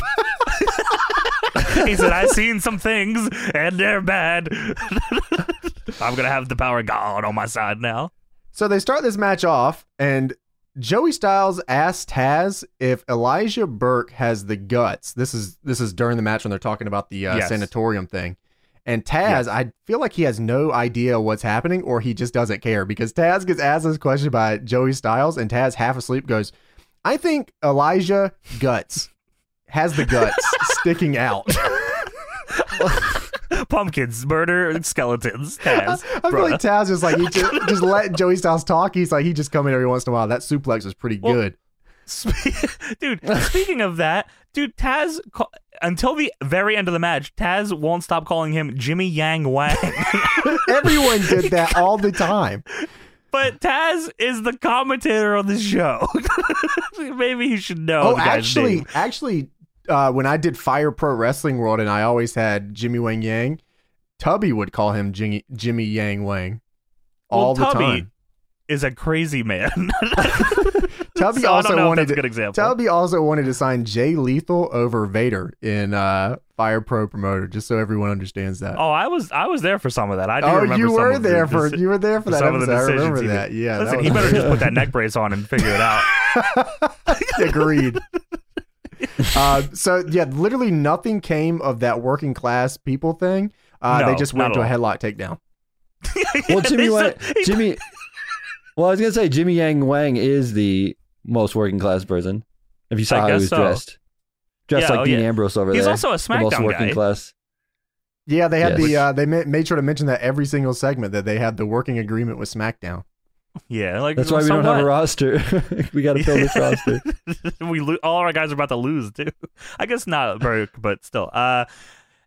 Speaker 2: he
Speaker 1: [LAUGHS]
Speaker 2: said, "I've seen some things, and they're bad. [LAUGHS] I'm gonna have the power of God on my side now."
Speaker 1: So they start this match off, and Joey Styles asks Taz if Elijah Burke has the guts. This is this is during the match when they're talking about the uh,
Speaker 2: Yes.
Speaker 1: sanatorium thing. And Taz, I feel like he has no idea what's happening, or he just doesn't care because Taz gets asked this question by Joey Styles, and Taz, half asleep, goes, "I think Elijah guts has the
Speaker 2: [LAUGHS]
Speaker 1: guts sticking out." [LAUGHS]
Speaker 2: Pumpkins, murder, and skeletons. Taz,
Speaker 1: I feel
Speaker 2: bruh.
Speaker 1: like Taz just like he just, just let Joey Styles talk. He's like he just come in every once in a while. That suplex was pretty
Speaker 2: Well,
Speaker 1: good.
Speaker 2: Spe- [LAUGHS] dude, speaking of that, dude, Taz ca- until the very end of the match, Taz won't stop calling him Jimmy Yang Wang. [LAUGHS]
Speaker 1: Everyone did that all the time.
Speaker 2: but Taz is the commentator on the show. [LAUGHS] Maybe you should know.
Speaker 1: Oh,
Speaker 2: the guy's
Speaker 1: actually,
Speaker 2: name.
Speaker 1: actually, uh, when I did Fire Pro Wrestling World, and I always had Jimmy Wang Yang, Tubby would call him Jimmy, Jimmy Yang Wang
Speaker 2: Well,
Speaker 1: all the
Speaker 2: Tubby [LAUGHS]
Speaker 1: time.
Speaker 2: is a crazy man. [LAUGHS]
Speaker 1: Tubby
Speaker 2: so I
Speaker 1: also
Speaker 2: don't know if
Speaker 1: wanted
Speaker 2: that's
Speaker 1: to,
Speaker 2: a good example.
Speaker 1: Tubby also wanted to sign Jay Lethal over Vader in uh, Fire Pro Promoter, just so everyone understands that.
Speaker 2: Oh, I was I was there for some of that. I do
Speaker 1: oh,
Speaker 2: remember
Speaker 1: you
Speaker 2: some
Speaker 1: were
Speaker 2: of the
Speaker 1: there for
Speaker 2: deci-
Speaker 1: you were there for that
Speaker 2: some of
Speaker 1: episode.
Speaker 2: the
Speaker 1: I
Speaker 2: decisions
Speaker 1: remember
Speaker 2: he made.
Speaker 1: that. Yeah,
Speaker 2: Listen,
Speaker 1: that
Speaker 2: he
Speaker 1: was- [LAUGHS]
Speaker 2: better just put that neck brace on and figure it out. [LAUGHS]
Speaker 1: Agreed. uh, so yeah, literally nothing came of that working class people thing. Uh,
Speaker 2: No,
Speaker 1: they just went to
Speaker 2: not
Speaker 1: a
Speaker 2: at
Speaker 1: headlock takedown.
Speaker 3: Well,
Speaker 2: [LAUGHS]
Speaker 3: Jimmy,
Speaker 2: They
Speaker 3: Wang,
Speaker 2: said- he-
Speaker 3: Jimmy. Well, I was gonna say Jimmy Yang Wang is the most working class person. If you
Speaker 2: I
Speaker 3: saw how he
Speaker 2: guess
Speaker 3: was
Speaker 2: so.
Speaker 3: dressed, dressed
Speaker 2: Yeah,
Speaker 3: like
Speaker 2: oh,
Speaker 3: Dean
Speaker 2: yeah.
Speaker 3: Ambrose over
Speaker 2: He's
Speaker 3: there,
Speaker 2: also a
Speaker 3: the most
Speaker 2: SmackDown
Speaker 3: working
Speaker 2: guy.
Speaker 3: class.
Speaker 1: Yeah, they had
Speaker 3: Yes.
Speaker 1: the uh, they ma- made sure to mention that every single segment that they had the working agreement with SmackDown.
Speaker 2: Yeah, like
Speaker 3: That's why we
Speaker 2: so
Speaker 3: don't have a
Speaker 2: what?
Speaker 3: roster. [LAUGHS] we got to
Speaker 2: [LAUGHS]
Speaker 3: fill this roster.
Speaker 2: we lo- all our guys are about to lose too. [LAUGHS] I guess not Burke, but still. Uh,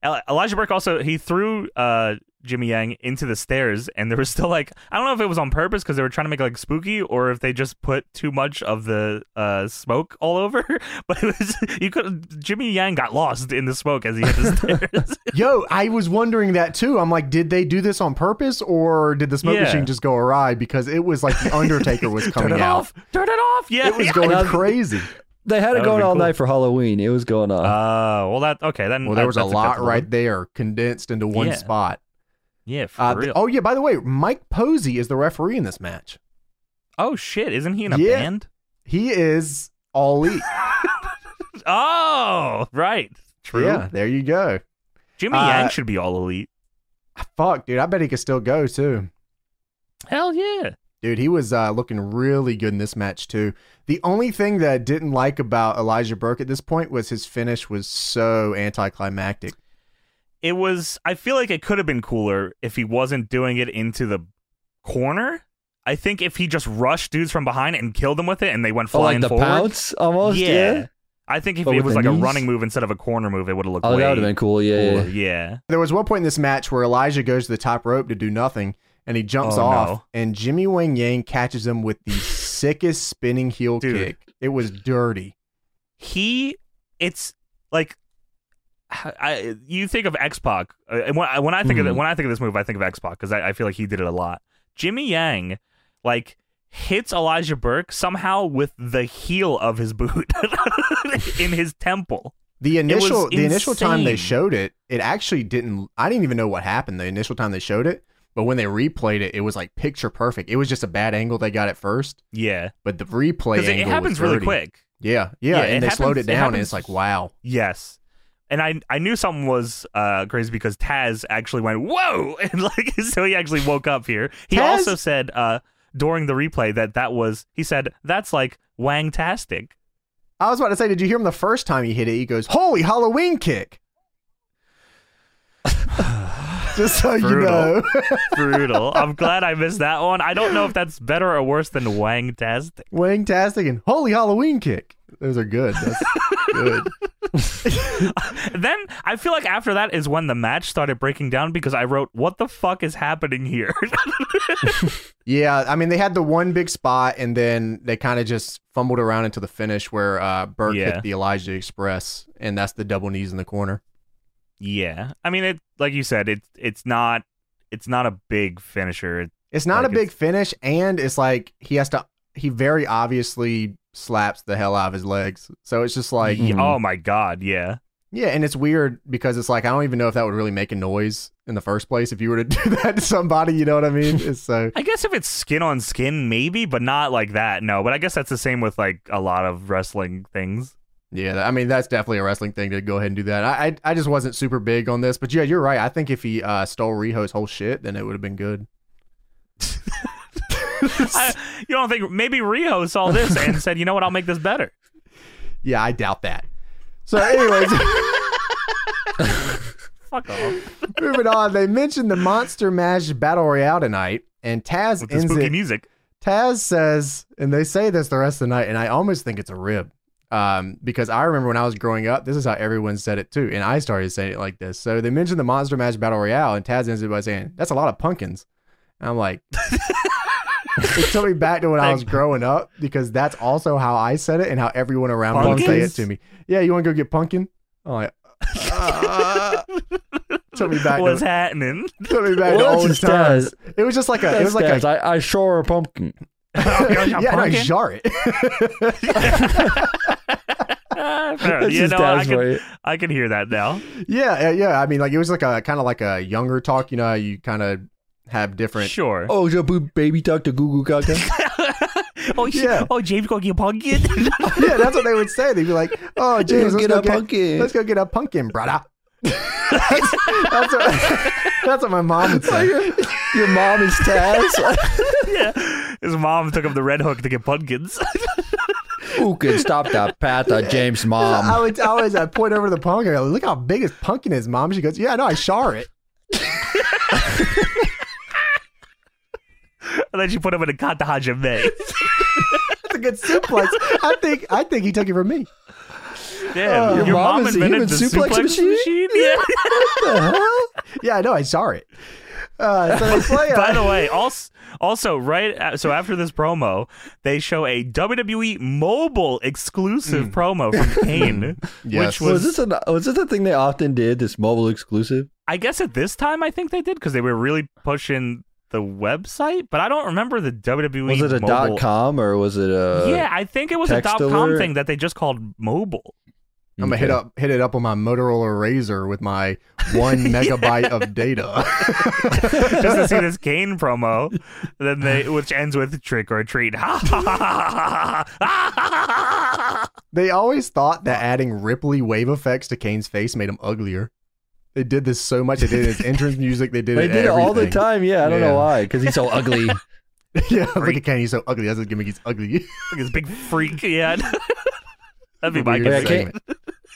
Speaker 2: El- Elijah Burke also he threw uh, Jimmy Yang into the stairs, and there was still like I don't know if it was on purpose because they were trying to make it, like spooky, or if they just put too much of the uh, smoke all over. [LAUGHS] But it was you could Jimmy Yang got lost in the smoke as he
Speaker 1: [LAUGHS]
Speaker 2: hit the stairs.
Speaker 1: Yo, I was wondering that too. I'm like, did they do this on purpose or did the smoke
Speaker 2: Yeah.
Speaker 1: machine just go awry? Because it was like
Speaker 2: [LAUGHS]
Speaker 1: the Undertaker was coming
Speaker 2: Turn it
Speaker 1: out.
Speaker 2: off! Turn it off! Yeah,
Speaker 1: It was
Speaker 2: yeah.
Speaker 1: going
Speaker 3: Yeah.
Speaker 1: crazy.
Speaker 3: They
Speaker 2: That
Speaker 3: had it
Speaker 2: would've
Speaker 3: going
Speaker 2: been
Speaker 3: all
Speaker 2: cool.
Speaker 3: night for Halloween. It was going oh, on.
Speaker 2: Uh, well, that okay. Then
Speaker 1: Well, there
Speaker 2: that-
Speaker 1: was a
Speaker 2: that's
Speaker 1: lot
Speaker 2: acceptable.
Speaker 1: right there condensed into one
Speaker 2: Yeah.
Speaker 1: spot.
Speaker 2: Yeah, for
Speaker 1: Uh, th-
Speaker 2: real.
Speaker 1: oh yeah, by the way, Mike Posey is the referee in this match.
Speaker 2: oh shit! Isn't he in a
Speaker 1: Yeah.
Speaker 2: band?
Speaker 1: He is
Speaker 2: [LAUGHS]
Speaker 1: Ali.
Speaker 2: Oh, right. True.
Speaker 1: Yeah, there you go.
Speaker 2: Jimmy
Speaker 1: Uh,
Speaker 2: Yang should be all elite.
Speaker 1: Fuck, dude. I bet he could still go too.
Speaker 2: Hell yeah.
Speaker 1: Dude, he was uh, looking really good in this match too. The only thing that I didn't like about Elijah Burke at this point was his finish was so anticlimactic.
Speaker 2: It was I feel like it could have been cooler if he wasn't doing it into the corner. I think if he just rushed dudes from behind and killed them with it and they went
Speaker 3: oh,
Speaker 2: flying
Speaker 3: like the
Speaker 2: forward.
Speaker 3: pounce almost. Yeah.
Speaker 2: I think if
Speaker 3: But
Speaker 2: it
Speaker 3: with
Speaker 2: was
Speaker 3: the
Speaker 2: like a
Speaker 3: knees?
Speaker 2: running move instead of a corner move, it would have looked
Speaker 3: Oh,
Speaker 2: way
Speaker 3: that would have been cool. Yeah. yeah.
Speaker 2: cooler. Yeah.
Speaker 1: There was one point in this match where Elijah goes to the top rope to do nothing, and he jumps
Speaker 2: Oh,
Speaker 1: off,
Speaker 2: no.
Speaker 1: and Jimmy Wang Yang catches him with the sickest spinning heel
Speaker 2: Dude.
Speaker 1: kick. It was dirty.
Speaker 2: he it's like I, you think of X Pac. Uh, and when, I- when I think of
Speaker 1: Mm-hmm.
Speaker 3: Mhm.
Speaker 2: it, when I think of this move, I think of X Pac because I, I feel like he did it a lot. Jimmy Yang, like hits Elijah Burke somehow with the heel of his boot [LAUGHS] in his temple.
Speaker 1: The
Speaker 2: was
Speaker 1: initial the initial time they
Speaker 2: insane.
Speaker 1: showed it, it actually didn't I didn't even know what happened the initial time they showed it, but when they replayed it, it was like picture perfect. It was just a bad angle they got at first,
Speaker 2: Yeah,
Speaker 1: but the replay
Speaker 2: because
Speaker 1: angle
Speaker 2: it, it
Speaker 1: was
Speaker 2: happens really
Speaker 1: dirty.
Speaker 2: quick.
Speaker 1: Yeah, yeah,
Speaker 2: Yeah,
Speaker 1: and
Speaker 2: it
Speaker 1: they slowed it
Speaker 2: happens- it
Speaker 1: down and
Speaker 2: happens-
Speaker 1: it's like wow.
Speaker 2: Yes. And I, I knew something was uh, crazy because Taz actually went whoa [LAUGHS] and like so he actually woke up here. He
Speaker 1: Taz-
Speaker 2: also said uh, during the replay that that was he said that's like wangtastic. [LAUGHS]
Speaker 1: I was about to say, did you hear him the first time he hit it? He goes, "Holy Halloween kick!" [SIGHS] Just so you
Speaker 2: Brutal.
Speaker 1: know, [LAUGHS]
Speaker 2: Brutal. I'm glad I missed that one. I don't know if that's better or worse than wangtastic. [LAUGHS]
Speaker 1: Wangtastic and Holy Halloween kick. Those are good. That's good.
Speaker 2: then I feel like after that is when the match started breaking down because I wrote, "What the fuck is happening here?" [LAUGHS]
Speaker 1: Yeah, I mean they had the one big spot, and then they kind of just fumbled around until the finish where uh, Burke
Speaker 2: Yeah.
Speaker 1: hit the Elijah Express, and that's the double knees in the corner.
Speaker 2: yeah, I mean, it like you said, it it's not it's not a big finisher. It,
Speaker 1: It's not
Speaker 2: Like,
Speaker 1: a big
Speaker 2: it's-
Speaker 1: finish, and it's like he has to. He very obviously slaps the hell out of his legs, so it's just like mm-hmm.
Speaker 3: Mhm.
Speaker 2: Oh my god, yeah,
Speaker 1: yeah, and it's weird because it's like I don't even know if that would really make a noise in the first place if you were to [LAUGHS] do that to somebody. You know what I mean? It's so
Speaker 2: I guess if it's skin on skin, maybe, but not like that. No, but I guess that's the same with like a lot of wrestling things. [LAUGHS]
Speaker 1: Yeah, I mean that's definitely a wrestling thing to go ahead and do that. I I, I just wasn't super big on this, but yeah, you're right. I think if he uh, stole Riho's whole shit, then it would have been good.
Speaker 2: I, you don't think maybe Rio saw this and said, "You know what? I'll make this better."
Speaker 1: Yeah, I doubt that.
Speaker 2: [LAUGHS]
Speaker 1: So, anyways, [LAUGHS]
Speaker 2: Fuck off
Speaker 1: moving on. They mentioned the monster match battle royale tonight, and Taz
Speaker 2: with the
Speaker 1: ends
Speaker 2: spooky
Speaker 1: it.
Speaker 2: music.
Speaker 1: Taz says, and they say this the rest of the night, and I almost think it's a rib. Um, because I remember when I was growing up, this is how everyone said it too, and I started saying it like this. So they mentioned the monster match battle royale, and Taz ends it by saying, "That's a lot of pumpkins." And I'm like, it took me back to when I was growing up because that's also how I said it and how everyone around me would say it
Speaker 2: Pumpkins?
Speaker 1: to me. Yeah, you want to go get pumpkin? I'm like, uh, took me back.
Speaker 2: What's
Speaker 1: To,
Speaker 3: [LAUGHS]
Speaker 2: happening?
Speaker 1: took me back to
Speaker 3: Well,
Speaker 1: old
Speaker 3: that's just
Speaker 1: times.
Speaker 3: Taz.
Speaker 1: It was just like a. It was like a
Speaker 3: I I sure a pumpkin.
Speaker 2: [LAUGHS] yeah,
Speaker 1: yeah, no, jar it.
Speaker 2: Fair.
Speaker 3: That's
Speaker 2: You
Speaker 3: just
Speaker 2: know, I
Speaker 3: Taz
Speaker 2: can, [LAUGHS]
Speaker 3: for
Speaker 2: I can hear that now.
Speaker 1: yeah, yeah, yeah. I mean, like it was like a kind of like a younger talk. You know, you kind of have different.
Speaker 2: Sure.
Speaker 3: Oh, your boo- baby duck to goo goo gaga.
Speaker 2: oh, sh-
Speaker 1: yeah.
Speaker 2: oh, James going to get pumpkin.
Speaker 1: [LAUGHS]
Speaker 2: [LAUGHS]
Speaker 1: Yeah, that's what they would say. They'd be like, "Oh, James,
Speaker 3: Let's
Speaker 1: let's
Speaker 3: get
Speaker 1: go
Speaker 3: a
Speaker 1: get
Speaker 3: pumpkin."
Speaker 1: Let's go get a pumpkin, brother." that's, that's what, [LAUGHS] that's what my mom would say.
Speaker 3: [LAUGHS] Your mom is Taz.
Speaker 2: yeah. His mom took up the red hook to get pumpkins.
Speaker 3: [LAUGHS]
Speaker 2: [LAUGHS]
Speaker 3: Who can stop that path James'
Speaker 1: I
Speaker 3: mom?
Speaker 1: would I always I point over to the pumpkin. I go, Look how big his pumpkin is, mom. She goes, "Yeah, no, I shar it."
Speaker 2: and then she put him in a kata hajime.
Speaker 1: That's a good suplex. I think I think he took it from me.
Speaker 2: Damn.
Speaker 1: Your
Speaker 3: Uh, mom is a human suplex machine?
Speaker 2: Yeah.
Speaker 1: Yeah, I know, I shar it. Uh, so they play.
Speaker 2: By
Speaker 1: uh,
Speaker 2: the way, also, also right a- so after this promo, they show a WWE mobile
Speaker 3: Hmm.
Speaker 2: exclusive promo
Speaker 3: [LAUGHS]
Speaker 2: from Kane,
Speaker 1: Yes.
Speaker 2: which
Speaker 3: [LAUGHS] Was
Speaker 2: was,
Speaker 3: this a, was this a thing they often did? This mobile exclusive?
Speaker 2: I guess at this time I think they did because they were really pushing the website, but I don't remember the WWE.
Speaker 3: Was it a
Speaker 2: mobile.
Speaker 3: dot com or was it a?
Speaker 2: yeah, I think it was a dot
Speaker 3: text
Speaker 2: com
Speaker 3: alert?
Speaker 2: thing that they just called mobile.
Speaker 1: I'm gonna hit up hit it up on my Motorola Razor with [LAUGHS] my one megabyte of data. [LAUGHS]
Speaker 2: just to see this Kane promo, [LAUGHS] then they which ends with trick or treat. Ha ha ha ha ha ha.
Speaker 1: they always thought that adding Ripley wave effects to Kane's face made him uglier. They did this so much. They did it as [LAUGHS] entrance music. They did
Speaker 3: They
Speaker 1: it.
Speaker 3: did it all the time. Yeah, I don't
Speaker 1: Yeah.
Speaker 3: know why. Because he's so ugly.
Speaker 1: [LAUGHS] Yeah, look
Speaker 2: Freak.
Speaker 1: at Kane. He's so ugly. That's his gimmick. He's [LAUGHS] ugly.
Speaker 2: Look at this big freak. Yeah, [LAUGHS] that'd be my
Speaker 1: Weird
Speaker 3: Yeah,
Speaker 2: guess.
Speaker 3: Kane,
Speaker 1: segment.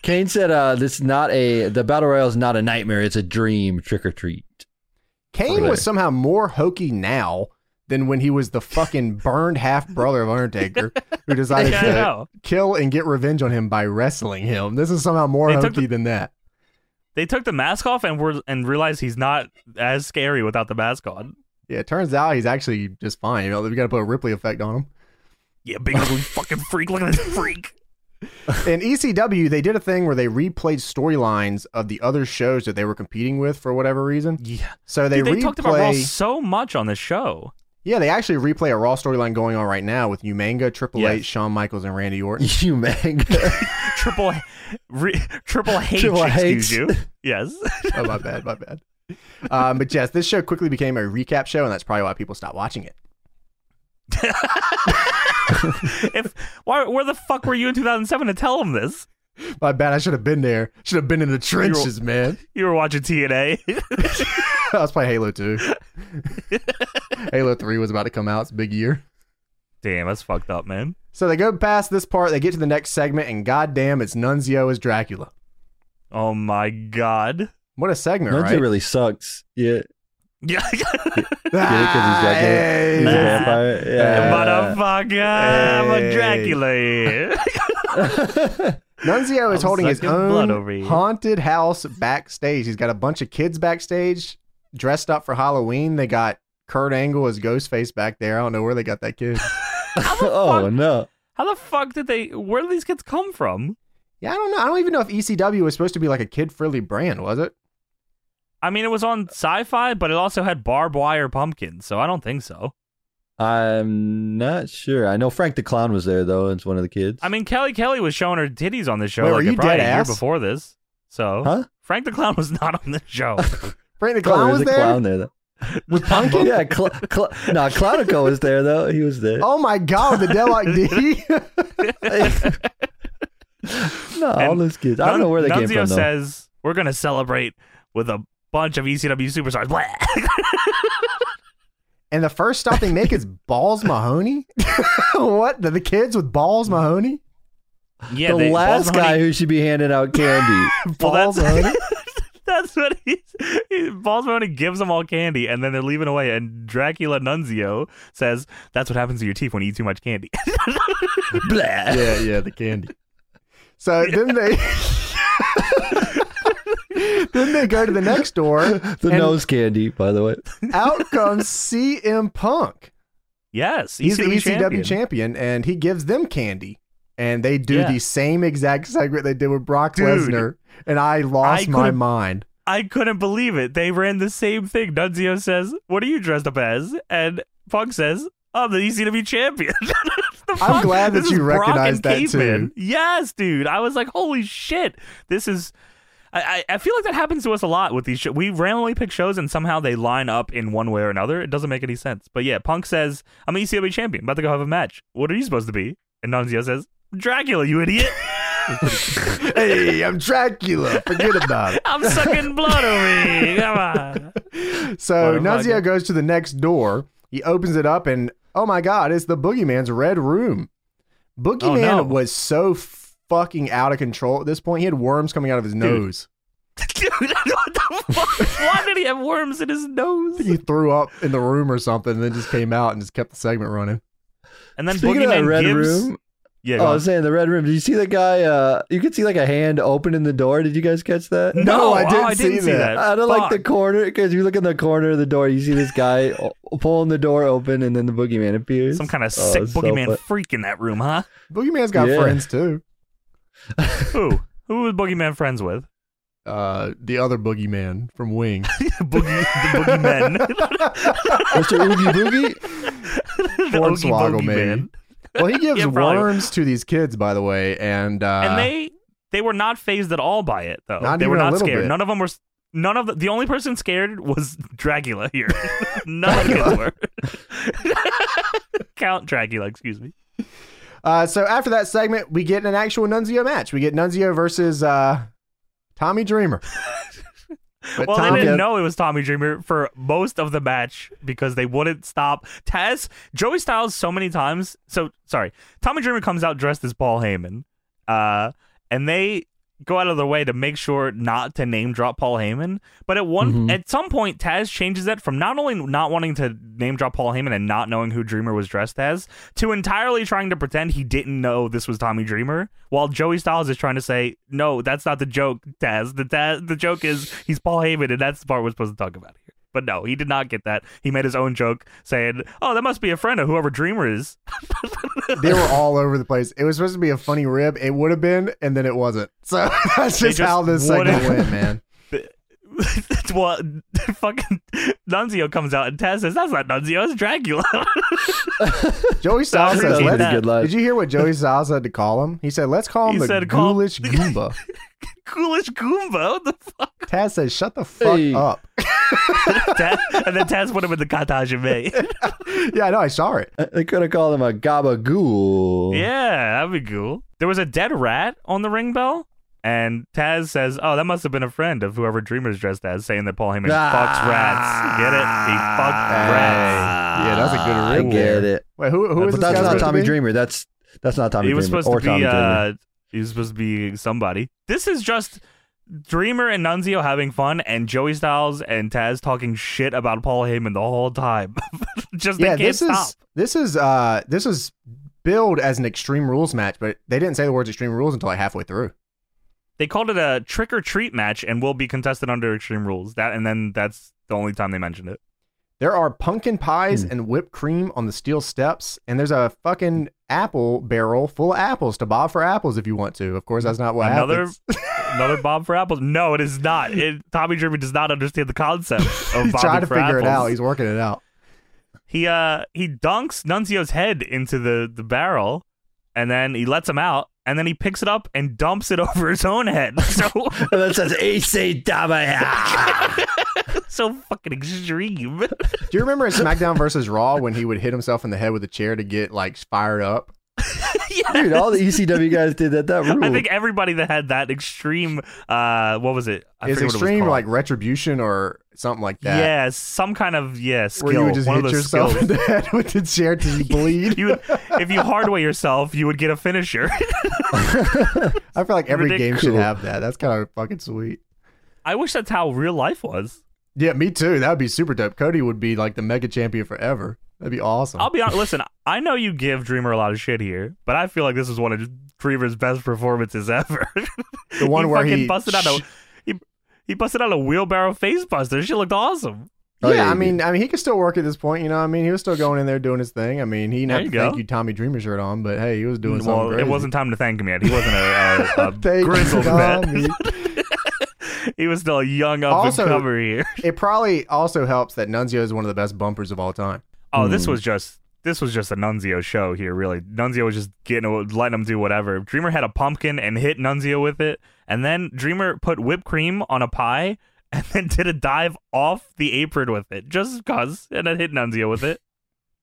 Speaker 3: Kane said, uh, "This is not a the battle royale is not a nightmare. It's a dream. Trick or treat." [LAUGHS]
Speaker 1: Kane
Speaker 3: Okay.
Speaker 1: was somehow more hokey now than when he was the [LAUGHS] fucking burned half brother of Undertaker, [LAUGHS] who decided
Speaker 2: Yeah, I
Speaker 1: to
Speaker 2: know.
Speaker 1: kill and get revenge on him by wrestling him. This is somehow more
Speaker 2: They took
Speaker 1: hokey than that.
Speaker 2: They took the mask off and were and realized he's not as scary without the mask on.
Speaker 1: Yeah, it turns out he's actually just fine. You know, we got to put a Ripley effect on him.
Speaker 2: Yeah, [LAUGHS] big ugly fucking freak. Look at this freak.
Speaker 1: In ECW, they did a thing where they replayed storylines of the other shows that they were competing with for whatever reason.
Speaker 2: Yeah,
Speaker 1: So they
Speaker 2: Dude, they
Speaker 1: replay.
Speaker 2: talked about Raw so much on this show.
Speaker 1: yeah, they actually replay a Raw storyline going on right now with Umanga, Triple
Speaker 2: Yes.
Speaker 1: H, Shawn Michaels, and Randy Orton.
Speaker 2: [LAUGHS]
Speaker 3: You [LAUGHS] manga.
Speaker 2: Triple, re, triple H.
Speaker 3: Triple
Speaker 2: excuse
Speaker 3: H.
Speaker 2: you. Yes. [LAUGHS]
Speaker 1: oh, my bad, my bad. Um, but yes, this show quickly became a recap show, and that's probably why people stopped watching it.
Speaker 2: if why, where the fuck were you in 2007 to tell him this?
Speaker 1: My bad. I should have been there. Should have been in the trenches, man. [LAUGHS]
Speaker 2: You were watching TNA.
Speaker 1: I was playing Halo 2. [LAUGHS] Halo 3 was about to come out. It's a big year.
Speaker 2: [LAUGHS] Damn, that's fucked up, man.
Speaker 1: So they go past this part, they get to the next segment, and goddamn, it's Nunzio as Dracula.
Speaker 2: Oh my god. [LAUGHS]
Speaker 1: What a segment, [LAUGHS]
Speaker 3: Nunzio
Speaker 1: right?
Speaker 3: really sucks. Yeah,
Speaker 2: Yeah,
Speaker 3: Yeah, 'cause he's got hair.
Speaker 1: Hey.
Speaker 3: he's a vampire. Yeah.
Speaker 2: motherfucker, I'm a
Speaker 1: Hey.
Speaker 3: [LAUGHS]
Speaker 2: Dracula.
Speaker 1: Nunzio is
Speaker 2: I'm
Speaker 1: holding his
Speaker 2: sucking blood
Speaker 1: own
Speaker 2: over here.
Speaker 1: haunted house backstage. He's got a bunch of kids backstage dressed up for Halloween. They got Kurt Angle as Ghostface back there. I don't know where they got that
Speaker 3: [LAUGHS]
Speaker 1: kid.
Speaker 3: oh no!
Speaker 2: How the fuck did they? Where did these kids come from?
Speaker 1: yeah, I don't know. I don't even know if ECW was supposed to be like a kid friendly brand, was it?
Speaker 2: I mean, it was on sci-fi, but it also had barbed wire pumpkins, so I don't think so.
Speaker 3: I'm not sure. I know Frank the Clown was there though. It's one of the kids.
Speaker 2: I mean, Kelly Kelly was showing her titties on this show
Speaker 1: Wait, were
Speaker 2: like
Speaker 1: you
Speaker 2: probably
Speaker 1: dead
Speaker 2: a year
Speaker 1: ass?
Speaker 2: before this. So
Speaker 3: Huh?
Speaker 2: Frank the Clown was not on this
Speaker 3: [LAUGHS]
Speaker 2: show.
Speaker 1: Frank the
Speaker 3: Oh,
Speaker 1: Clown was
Speaker 3: a
Speaker 1: there.
Speaker 3: clown there. Though.
Speaker 1: With
Speaker 2: Oh.
Speaker 1: pumpkin?
Speaker 3: Yeah, cl- cl- nah, Clownico was there though. He was there.
Speaker 1: Oh my god, the Deadlock
Speaker 3: [LAUGHS]
Speaker 1: D. [LAUGHS]
Speaker 3: no, all
Speaker 2: Oh. and
Speaker 3: those kids. I don't know where they
Speaker 2: Nun-
Speaker 3: came
Speaker 2: Nunzio
Speaker 3: from though.
Speaker 2: says we're gonna celebrate with a bunch of ECW superstars. [LAUGHS] Blah.
Speaker 1: and the first stop they
Speaker 2: [LAUGHS]
Speaker 1: make is Balls Mahoney. [LAUGHS] what? The, the kids with Balls Mahoney?
Speaker 2: yeah,
Speaker 3: the
Speaker 2: they- Balls
Speaker 3: last
Speaker 2: Mahoney-
Speaker 3: guy who should be handing
Speaker 2: [LAUGHS]
Speaker 3: out candy.
Speaker 2: Well,
Speaker 1: Balls
Speaker 2: that's- [LAUGHS]
Speaker 1: Mahoney?
Speaker 2: That's what he's, he, Balls Mahoney gives them all candy, and then they're leaving away. And Dracula Nunzio says, "That's what happens to your teeth when you eat too
Speaker 1: [LAUGHS]
Speaker 2: much candy."
Speaker 3: Blah.
Speaker 1: yeah, yeah, the candy. So then they [LAUGHS] then they go to the next door.
Speaker 3: The
Speaker 1: And-
Speaker 3: nose candy, by the way.
Speaker 1: Out comes CM Punk.
Speaker 2: yes, E
Speaker 1: He's the E
Speaker 2: ECW
Speaker 1: ECW champion. and he gives them candy. And they do
Speaker 2: Yeah.
Speaker 1: the same exact segment they did with Brock
Speaker 2: Dude.
Speaker 1: Lesnar. And I lost
Speaker 2: I
Speaker 1: my
Speaker 2: could've-
Speaker 1: mind.
Speaker 2: I couldn't believe it. They ran the same thing. Nunzio says, "What are you dressed up as?" And Punk says, "I'm the ECW champion." [LAUGHS] The fuck?
Speaker 1: glad that
Speaker 2: This
Speaker 1: you
Speaker 2: is Brock
Speaker 1: recognized
Speaker 2: and
Speaker 1: that,
Speaker 2: Caveman.
Speaker 1: too.
Speaker 2: Yes, dude. I was like, "Holy shit!" This is. I, I I feel like that happens to us a lot with these. Show- we randomly pick shows and somehow they line up in one way or another. It doesn't make any sense. But yeah, Punk says, "I'm an ECW champion. About to go have a match. What are you supposed to be?" And Nunzio says, "Dracula, you idiot."
Speaker 1: [LAUGHS]
Speaker 2: [LAUGHS]
Speaker 1: hey, I'm Dracula. Forget about it.
Speaker 2: I'm sucking blood over here. Come on.
Speaker 1: So
Speaker 2: What a
Speaker 1: Nunzio
Speaker 2: fucker.
Speaker 1: goes to the next door. He opens it up, and oh my God, it's the Boogeyman's red room. Boogeyman
Speaker 2: Oh, no.
Speaker 1: was so fucking out of control at this point. He had worms coming out of his nose.
Speaker 2: Dude, [LAUGHS] what the fuck? Why did he have worms in his nose?
Speaker 1: He threw up in the room or something, and then just came out and just kept the segment running.
Speaker 2: And then
Speaker 3: Speaking of
Speaker 2: Boogeyman
Speaker 3: that red
Speaker 2: gives.
Speaker 3: room,
Speaker 2: Yeah,
Speaker 3: oh,
Speaker 2: go
Speaker 3: I
Speaker 2: on.
Speaker 3: was saying the red room. Did you see the guy? Uh, you could see like a hand opening the door. Did you guys catch that?
Speaker 2: No,
Speaker 1: No, I
Speaker 2: oh,
Speaker 1: didn't
Speaker 2: I
Speaker 1: see
Speaker 2: didn't see
Speaker 1: that.
Speaker 2: that.
Speaker 3: Out of like the
Speaker 2: Fuck.
Speaker 3: corner, because you look in the corner of the door, you see this guy [LAUGHS] o- pulling the door open, and then the boogeyman appears.
Speaker 2: some kind of
Speaker 3: Oh,
Speaker 2: sick
Speaker 3: it's so
Speaker 2: Boogeyman
Speaker 3: fu-
Speaker 2: freak in that room, huh?
Speaker 1: Boogeyman's got
Speaker 3: Yeah.
Speaker 1: friends too.
Speaker 2: Who? Who was Boogeyman friends with? [LAUGHS]
Speaker 1: Uh, the other Boogeyman from Wing.
Speaker 2: Boogie, the Boogeyman.
Speaker 3: Mr. Oogie Boogie.
Speaker 2: [LAUGHS] the Oogie
Speaker 1: Hornswoggle,
Speaker 2: Boogeyman.
Speaker 1: man. well, he gives
Speaker 2: [LAUGHS] Yeah, probably.
Speaker 1: worms to these kids, by the way, and uh,
Speaker 2: and they they were not phased at all by it, though.
Speaker 1: Not
Speaker 2: they were
Speaker 1: even a
Speaker 2: not
Speaker 1: little
Speaker 2: scared.
Speaker 1: bit.
Speaker 2: None of them were. s- None of the, the only person scared was Dracula here. [LAUGHS] None of the kids were. [LAUGHS] Count Dracula, excuse me.
Speaker 1: Uh, so after that segment, we get an actual Nunzio match. We get Nunzio versus uh, Tommy
Speaker 2: [LAUGHS]
Speaker 1: Dreamer. But
Speaker 2: Well,
Speaker 1: Tom-
Speaker 2: they didn't
Speaker 3: Yeah.
Speaker 2: know it was Tommy Dreamer for most of the match because they wouldn't stop. Taz, Joey Styles, so many times. So sorry, Tommy Dreamer comes out dressed as Paul Heyman, uh, and they go out of their way to make sure not to name drop Paul Heyman. But at one,
Speaker 3: Mhm.
Speaker 2: at some point, Taz changes that from not only not wanting to name drop Paul Heyman and not knowing who Dreamer was dressed as, to entirely trying to pretend he didn't know this was Tommy Dreamer, while Joey Styles is trying to say, "No, that's not the joke, Taz. The Taz, the joke is he's Paul Heyman, and that's the part we're supposed to talk about here." But no, he did not get that. He made his own joke saying, "Oh, that must be a friend of whoever Dreamer is."
Speaker 1: they were all over the place. It was supposed to be a funny rib. It would have been, and then it wasn't. So [LAUGHS] that's
Speaker 2: They
Speaker 1: just,
Speaker 2: just
Speaker 1: how this segment
Speaker 2: wouldn't-
Speaker 1: went, man.
Speaker 2: [LAUGHS] well, [LAUGHS] fucking Nunzio comes out and Taz says, "That's not Nunzio, it's Dracula." [LAUGHS]
Speaker 1: Joey Styles
Speaker 2: Sorry,
Speaker 1: says,
Speaker 2: Keith.
Speaker 1: Let's,
Speaker 2: That-
Speaker 3: good luck.
Speaker 1: "Did you hear what Joey Styles had to call him? He said, "Let's call him
Speaker 2: He
Speaker 1: the
Speaker 2: said, call- [LAUGHS]
Speaker 1: Ghoulish Goomba."
Speaker 2: Coolish Goomba. What the fuck?
Speaker 1: Taz says, "Shut the fuck
Speaker 3: Hey.
Speaker 1: up."
Speaker 2: Taz, and then Taz put him in the kata jime.
Speaker 1: yeah, I know. I saw it.
Speaker 3: They could have called him a gabagool.
Speaker 2: Yeah, that'd be cool. There was a dead rat on the ring bell, and Taz says, "Oh, that must have been a friend of whoever Dreamer's dressed as, saying that Paul Heyman
Speaker 3: Ah.
Speaker 2: fucks rats. Get it? He fucked
Speaker 1: Hey.
Speaker 2: rats.
Speaker 1: Yeah, that's a good
Speaker 3: I
Speaker 1: rule.
Speaker 3: get it.
Speaker 1: Wait, who who
Speaker 3: but
Speaker 1: is this
Speaker 3: that's
Speaker 1: guy
Speaker 3: not
Speaker 1: supposed to
Speaker 3: Tommy
Speaker 1: be?
Speaker 3: Dreamer. That's that's not Tommy
Speaker 2: he was
Speaker 3: Dreamer
Speaker 2: supposed
Speaker 3: or
Speaker 2: to
Speaker 3: Tommy
Speaker 2: be.
Speaker 3: Dreamer.
Speaker 2: Uh, he was supposed to be somebody. This is just." Dreamer and Nunzio having fun, and Joey Styles and Taz talking shit about Paul Heyman the whole time. [LAUGHS] just they
Speaker 1: yeah,
Speaker 2: can't
Speaker 1: this
Speaker 2: stop.
Speaker 1: is this is uh this is billed as an Extreme Rules match, but they didn't say the words Extreme Rules until like halfway through.
Speaker 2: They called it a trick or treat match and will be contested under extreme rules. That and then that's the only time they mentioned it.
Speaker 1: There are pumpkin pies
Speaker 2: Hmm.
Speaker 1: and whipped cream on the steel steps, and there's a fucking apple barrel full of apples to bob for apples if you want to. Of course, that's not what
Speaker 2: Another-
Speaker 1: happens. [LAUGHS]
Speaker 2: [LAUGHS] Another bomb for apples? No, it is not. It, Tommy Jeremy does not understand
Speaker 1: [LAUGHS]
Speaker 2: the concept of
Speaker 1: He's
Speaker 2: bombing
Speaker 1: trying to
Speaker 2: for
Speaker 1: figure it out.
Speaker 2: apples.
Speaker 1: He's working it out.
Speaker 2: He uh he dunks Nunzio's head into the the barrel, and then he lets him out, and then he picks it up and dumps it [LAUGHS] over his own head. So [LAUGHS]
Speaker 3: And [LAUGHS] that says ECW.
Speaker 2: so fucking extreme.
Speaker 1: Do you remember in SmackDown versus Raw when he would hit himself in the head with a chair to get like fired up?
Speaker 3: Dude, all the ECW guys did that. That
Speaker 2: [LAUGHS]
Speaker 3: rule.
Speaker 2: I think everybody that had that extreme uh what was it? I
Speaker 1: It's
Speaker 2: forget what it was
Speaker 1: extreme
Speaker 2: called.
Speaker 1: like retribution or something like that.
Speaker 2: Yeah, some kind of yeah
Speaker 1: Where
Speaker 2: skill.
Speaker 1: you would just
Speaker 2: one
Speaker 1: hit
Speaker 2: of those
Speaker 1: yourself in
Speaker 2: skills.
Speaker 1: the head with the chair till
Speaker 2: [LAUGHS]
Speaker 1: you bleed.
Speaker 2: you, would- if you hardway yourself, you would get a finisher. [LAUGHS]
Speaker 1: I feel like every game should
Speaker 3: Ridiculous.
Speaker 1: have that. That's kind of fucking sweet.
Speaker 2: I wish that's how real life was.
Speaker 1: Yeah, me too. That would be super dope. Cody would be like the mega champion forever. That'd be awesome.
Speaker 2: I'll be honest. Listen, I know you give Dreamer a lot of shit here, but I feel like this is one of Dreamer's best performances ever. [LAUGHS]
Speaker 1: the one where
Speaker 2: fucking
Speaker 1: he
Speaker 2: busted out a he, he busted out a wheelbarrow face buster. She looked awesome.
Speaker 1: Yeah,
Speaker 3: Oh, yeah,
Speaker 1: I
Speaker 3: you
Speaker 1: mean, I mean, he could still work at this point. You know, what I mean, he was still going in there doing his thing. I mean, he didn't
Speaker 2: There
Speaker 1: have
Speaker 2: you
Speaker 1: to thank
Speaker 2: go.
Speaker 1: you Tommy Dreamer shirt on, but hey, he was doing something.
Speaker 2: well, it
Speaker 1: crazy. [LAUGHS]
Speaker 2: wasn't time to thank him yet. He wasn't a, a, a
Speaker 1: Thank you,
Speaker 2: grizzled vet.
Speaker 1: Tommy.
Speaker 2: [LAUGHS] He was still a young up
Speaker 1: Also-
Speaker 2: and comer here.
Speaker 1: it probably also helps that Nunzio is one of the best bumpers of all time.
Speaker 2: Oh, this
Speaker 3: Hmm.
Speaker 2: was just this was just a Nunzio show here, really. Nunzio was just getting letting him do whatever. Dreamer had a pumpkin and hit Nunzio with it, and then Dreamer put whipped cream on a pie [LAUGHS] and then did a dive off the apron with it, just cause, and then hit Nunzio with it.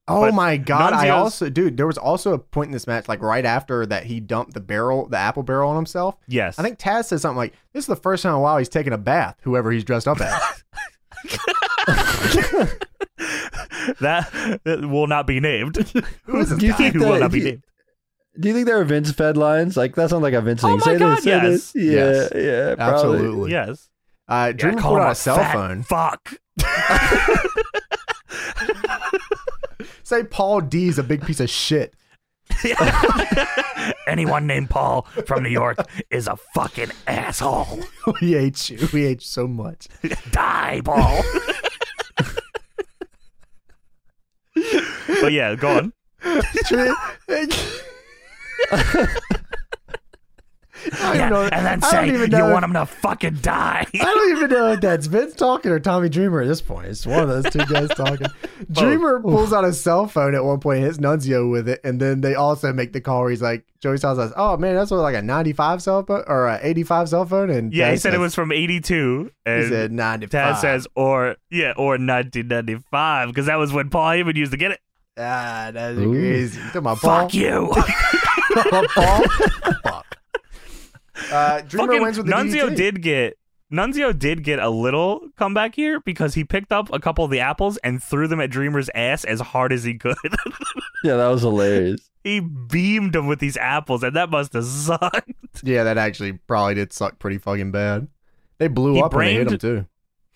Speaker 1: Oh
Speaker 2: But
Speaker 1: my god! I
Speaker 2: Nunzio's-
Speaker 1: also, dude, there was also a point in this match, like right after that, he dumped the barrel, the apple barrel on himself.
Speaker 2: Yes,
Speaker 1: I think Taz said something like, "This is the first time in a while he's taking a bath." Whoever he's dressed
Speaker 2: [LAUGHS]
Speaker 1: up as.
Speaker 2: [LAUGHS] that, that will not be named. Who [LAUGHS]
Speaker 1: is this
Speaker 3: Do you guy? think
Speaker 2: Who
Speaker 3: that
Speaker 2: will not be
Speaker 3: he-
Speaker 2: named?
Speaker 3: Do you think there are Vince Fed lines? Like that sounds like a Vince
Speaker 2: Oh
Speaker 3: thing.
Speaker 2: my
Speaker 3: say
Speaker 2: God,
Speaker 3: this, say
Speaker 2: yes.
Speaker 3: this.
Speaker 1: Yes.
Speaker 3: Yeah, yeah, probably.
Speaker 1: Absolutely.
Speaker 2: [LAUGHS] Yes,
Speaker 1: Uh,
Speaker 2: Yeah,
Speaker 1: Dreamer
Speaker 2: call
Speaker 1: put
Speaker 2: him
Speaker 1: out
Speaker 2: a
Speaker 1: a cell
Speaker 2: fat
Speaker 1: phone.
Speaker 2: Fuck. [LAUGHS]
Speaker 1: Say Paul D's a big piece of
Speaker 2: [LAUGHS]
Speaker 1: shit.
Speaker 2: Anyone named Paul from New York is a fucking asshole.
Speaker 1: we hate you. We hate you so
Speaker 2: [LAUGHS]
Speaker 1: much.
Speaker 2: Die,
Speaker 1: [LAUGHS]
Speaker 2: Paul. but yeah, go on.
Speaker 1: Dre- I
Speaker 2: [LAUGHS]
Speaker 1: don't know. I don't even know.
Speaker 2: him to fucking
Speaker 1: [LAUGHS]
Speaker 2: die. [LAUGHS]
Speaker 1: I don't even know if that's Vince talking or Tommy Dreamer at this point. It's one of those two guys
Speaker 2: [LAUGHS]
Speaker 1: talking. Dreamer pulls out his cell phone at one point, hits Nunzio with it, and then they also make the call where he's like, Joey Styles says, "Oh man, that's what like a ninety-five cell phone or a eighty-five cell phone." And
Speaker 2: yeah, he
Speaker 1: Taz
Speaker 2: said it
Speaker 1: says-
Speaker 2: was from '82, and
Speaker 1: He said ninety-five.
Speaker 2: Taz says, or yeah, or 1995, because that was when Paul Heyman used to get it.
Speaker 1: "Ah, that's
Speaker 3: Ooh.
Speaker 1: crazy." You talking about Paul?
Speaker 2: Fuck you.
Speaker 1: [LAUGHS] Paul?
Speaker 2: [LAUGHS]
Speaker 1: Fuck. Uh, Dreamer
Speaker 2: Fucking
Speaker 1: wins with the E
Speaker 2: Nunzio
Speaker 1: DDT.
Speaker 2: did get Nunzio did get a little comeback here because he picked up a couple of the apples and threw them at Dreamer's ass as hard as he could. [LAUGHS]
Speaker 3: Yeah, that was hilarious.
Speaker 2: he beamed him with these apples, and that must have sucked.
Speaker 1: Yeah, that actually probably did suck pretty fucking bad. They blew
Speaker 2: He
Speaker 1: up when they hit
Speaker 2: brained-
Speaker 1: him too.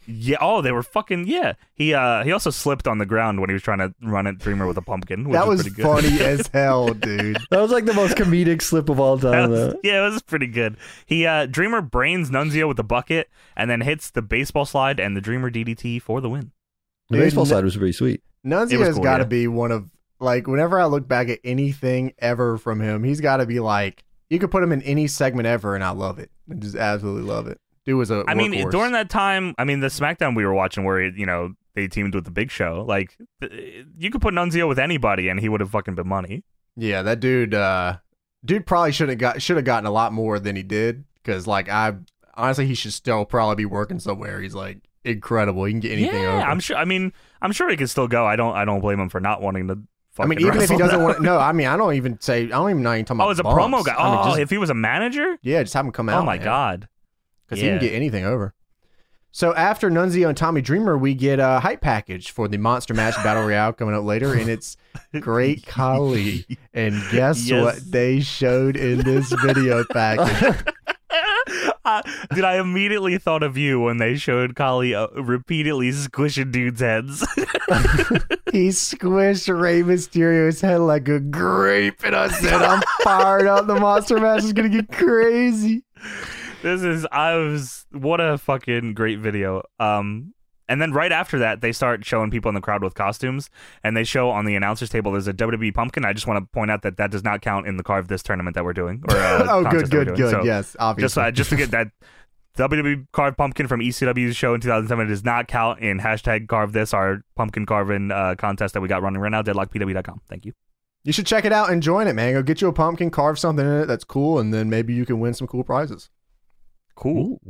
Speaker 2: Yeah. Oh, they were fucking. Yeah. He uh he also slipped on the ground when he was trying to run at Dreamer with a pumpkin. Which
Speaker 1: That was
Speaker 2: pretty good.
Speaker 1: funny as hell, dude.
Speaker 3: That was like the most comedic slip of
Speaker 2: [LAUGHS]
Speaker 3: all
Speaker 2: That
Speaker 3: time.
Speaker 2: was-
Speaker 3: though.
Speaker 2: yeah, it was pretty good. He uh Dreamer brains Nunzio with the bucket and then hits the baseball slide and the Dreamer DDT for the win.
Speaker 3: The
Speaker 1: Dude,
Speaker 3: baseball
Speaker 1: n-
Speaker 3: side was pretty sweet.
Speaker 2: It
Speaker 1: Nunzio
Speaker 2: was
Speaker 1: has
Speaker 2: cool,
Speaker 1: got to
Speaker 2: yeah.
Speaker 1: be one of like whenever I look back at anything ever from him, he's got to be like you could put him in any segment ever, and I love it. I just absolutely love it. Dude was a
Speaker 2: I mean,
Speaker 1: workhorse.
Speaker 2: during that time, I mean the SmackDown we were watching where you know they teamed with the Big Show. Like th- you could put Nunzio with anybody and he would have fucking been money.
Speaker 1: yeah, that dude, uh, dude probably should have got should have gotten a lot more than he did because like I honestly he should still probably be working somewhere. He's like incredible. He can get anything
Speaker 2: yeah,
Speaker 1: over.
Speaker 2: I'm sure. I mean, I'm sure he could still go. I don't. I don't blame him for not wanting to.
Speaker 1: I
Speaker 2: fucking
Speaker 1: mean, even if he
Speaker 2: wrestle
Speaker 1: doesn't
Speaker 2: now.
Speaker 1: want, no, I mean, I don't even say, I don't even know you talking about.
Speaker 2: Oh, as a
Speaker 1: bumps.
Speaker 2: promo guy. Oh,
Speaker 1: I mean, just-
Speaker 2: if he was a manager.
Speaker 1: yeah, just have him come out.
Speaker 2: Oh my
Speaker 1: man.
Speaker 2: god.
Speaker 1: because he
Speaker 2: Yeah.
Speaker 1: can get anything over. So after Nunzio and Tommy Dreamer, we get a hype package for the Monster Match Battle Royale coming up later, and
Speaker 2: [LAUGHS]
Speaker 1: it's Great Khali. And guess
Speaker 2: Yes. [LAUGHS]
Speaker 1: what they showed in this video package?
Speaker 2: Did [LAUGHS] I immediately thought of you when they showed Kali uh, repeatedly squishing dudes' heads? [LAUGHS]
Speaker 1: He squished Rey Mysterio's head like a grape, and I said, "I'm fired up. The monster match is gonna get crazy."
Speaker 2: this is I was what a fucking great video. Um and then right after that they start showing people in the crowd with costumes and they show on the announcers table there's a WWE pumpkin. I just want to point out that that does not count in the carve this tournament that we're doing or uh,
Speaker 1: [LAUGHS] oh, good,
Speaker 2: contest that we're
Speaker 1: good,
Speaker 2: doing.
Speaker 1: good.
Speaker 2: So
Speaker 1: yes,
Speaker 2: Just
Speaker 1: obviously.
Speaker 2: uh, just to get that WWE carved pumpkin from ECW's show in 2007 does not count in hashtag carve this our pumpkin carving uh, contest that we got running right now deadlockpw.com. Thank you.
Speaker 1: you should check it out and join it, man. Go get you a pumpkin, carve something in it that's cool, and then maybe you can win some cool prizes.
Speaker 2: Cool.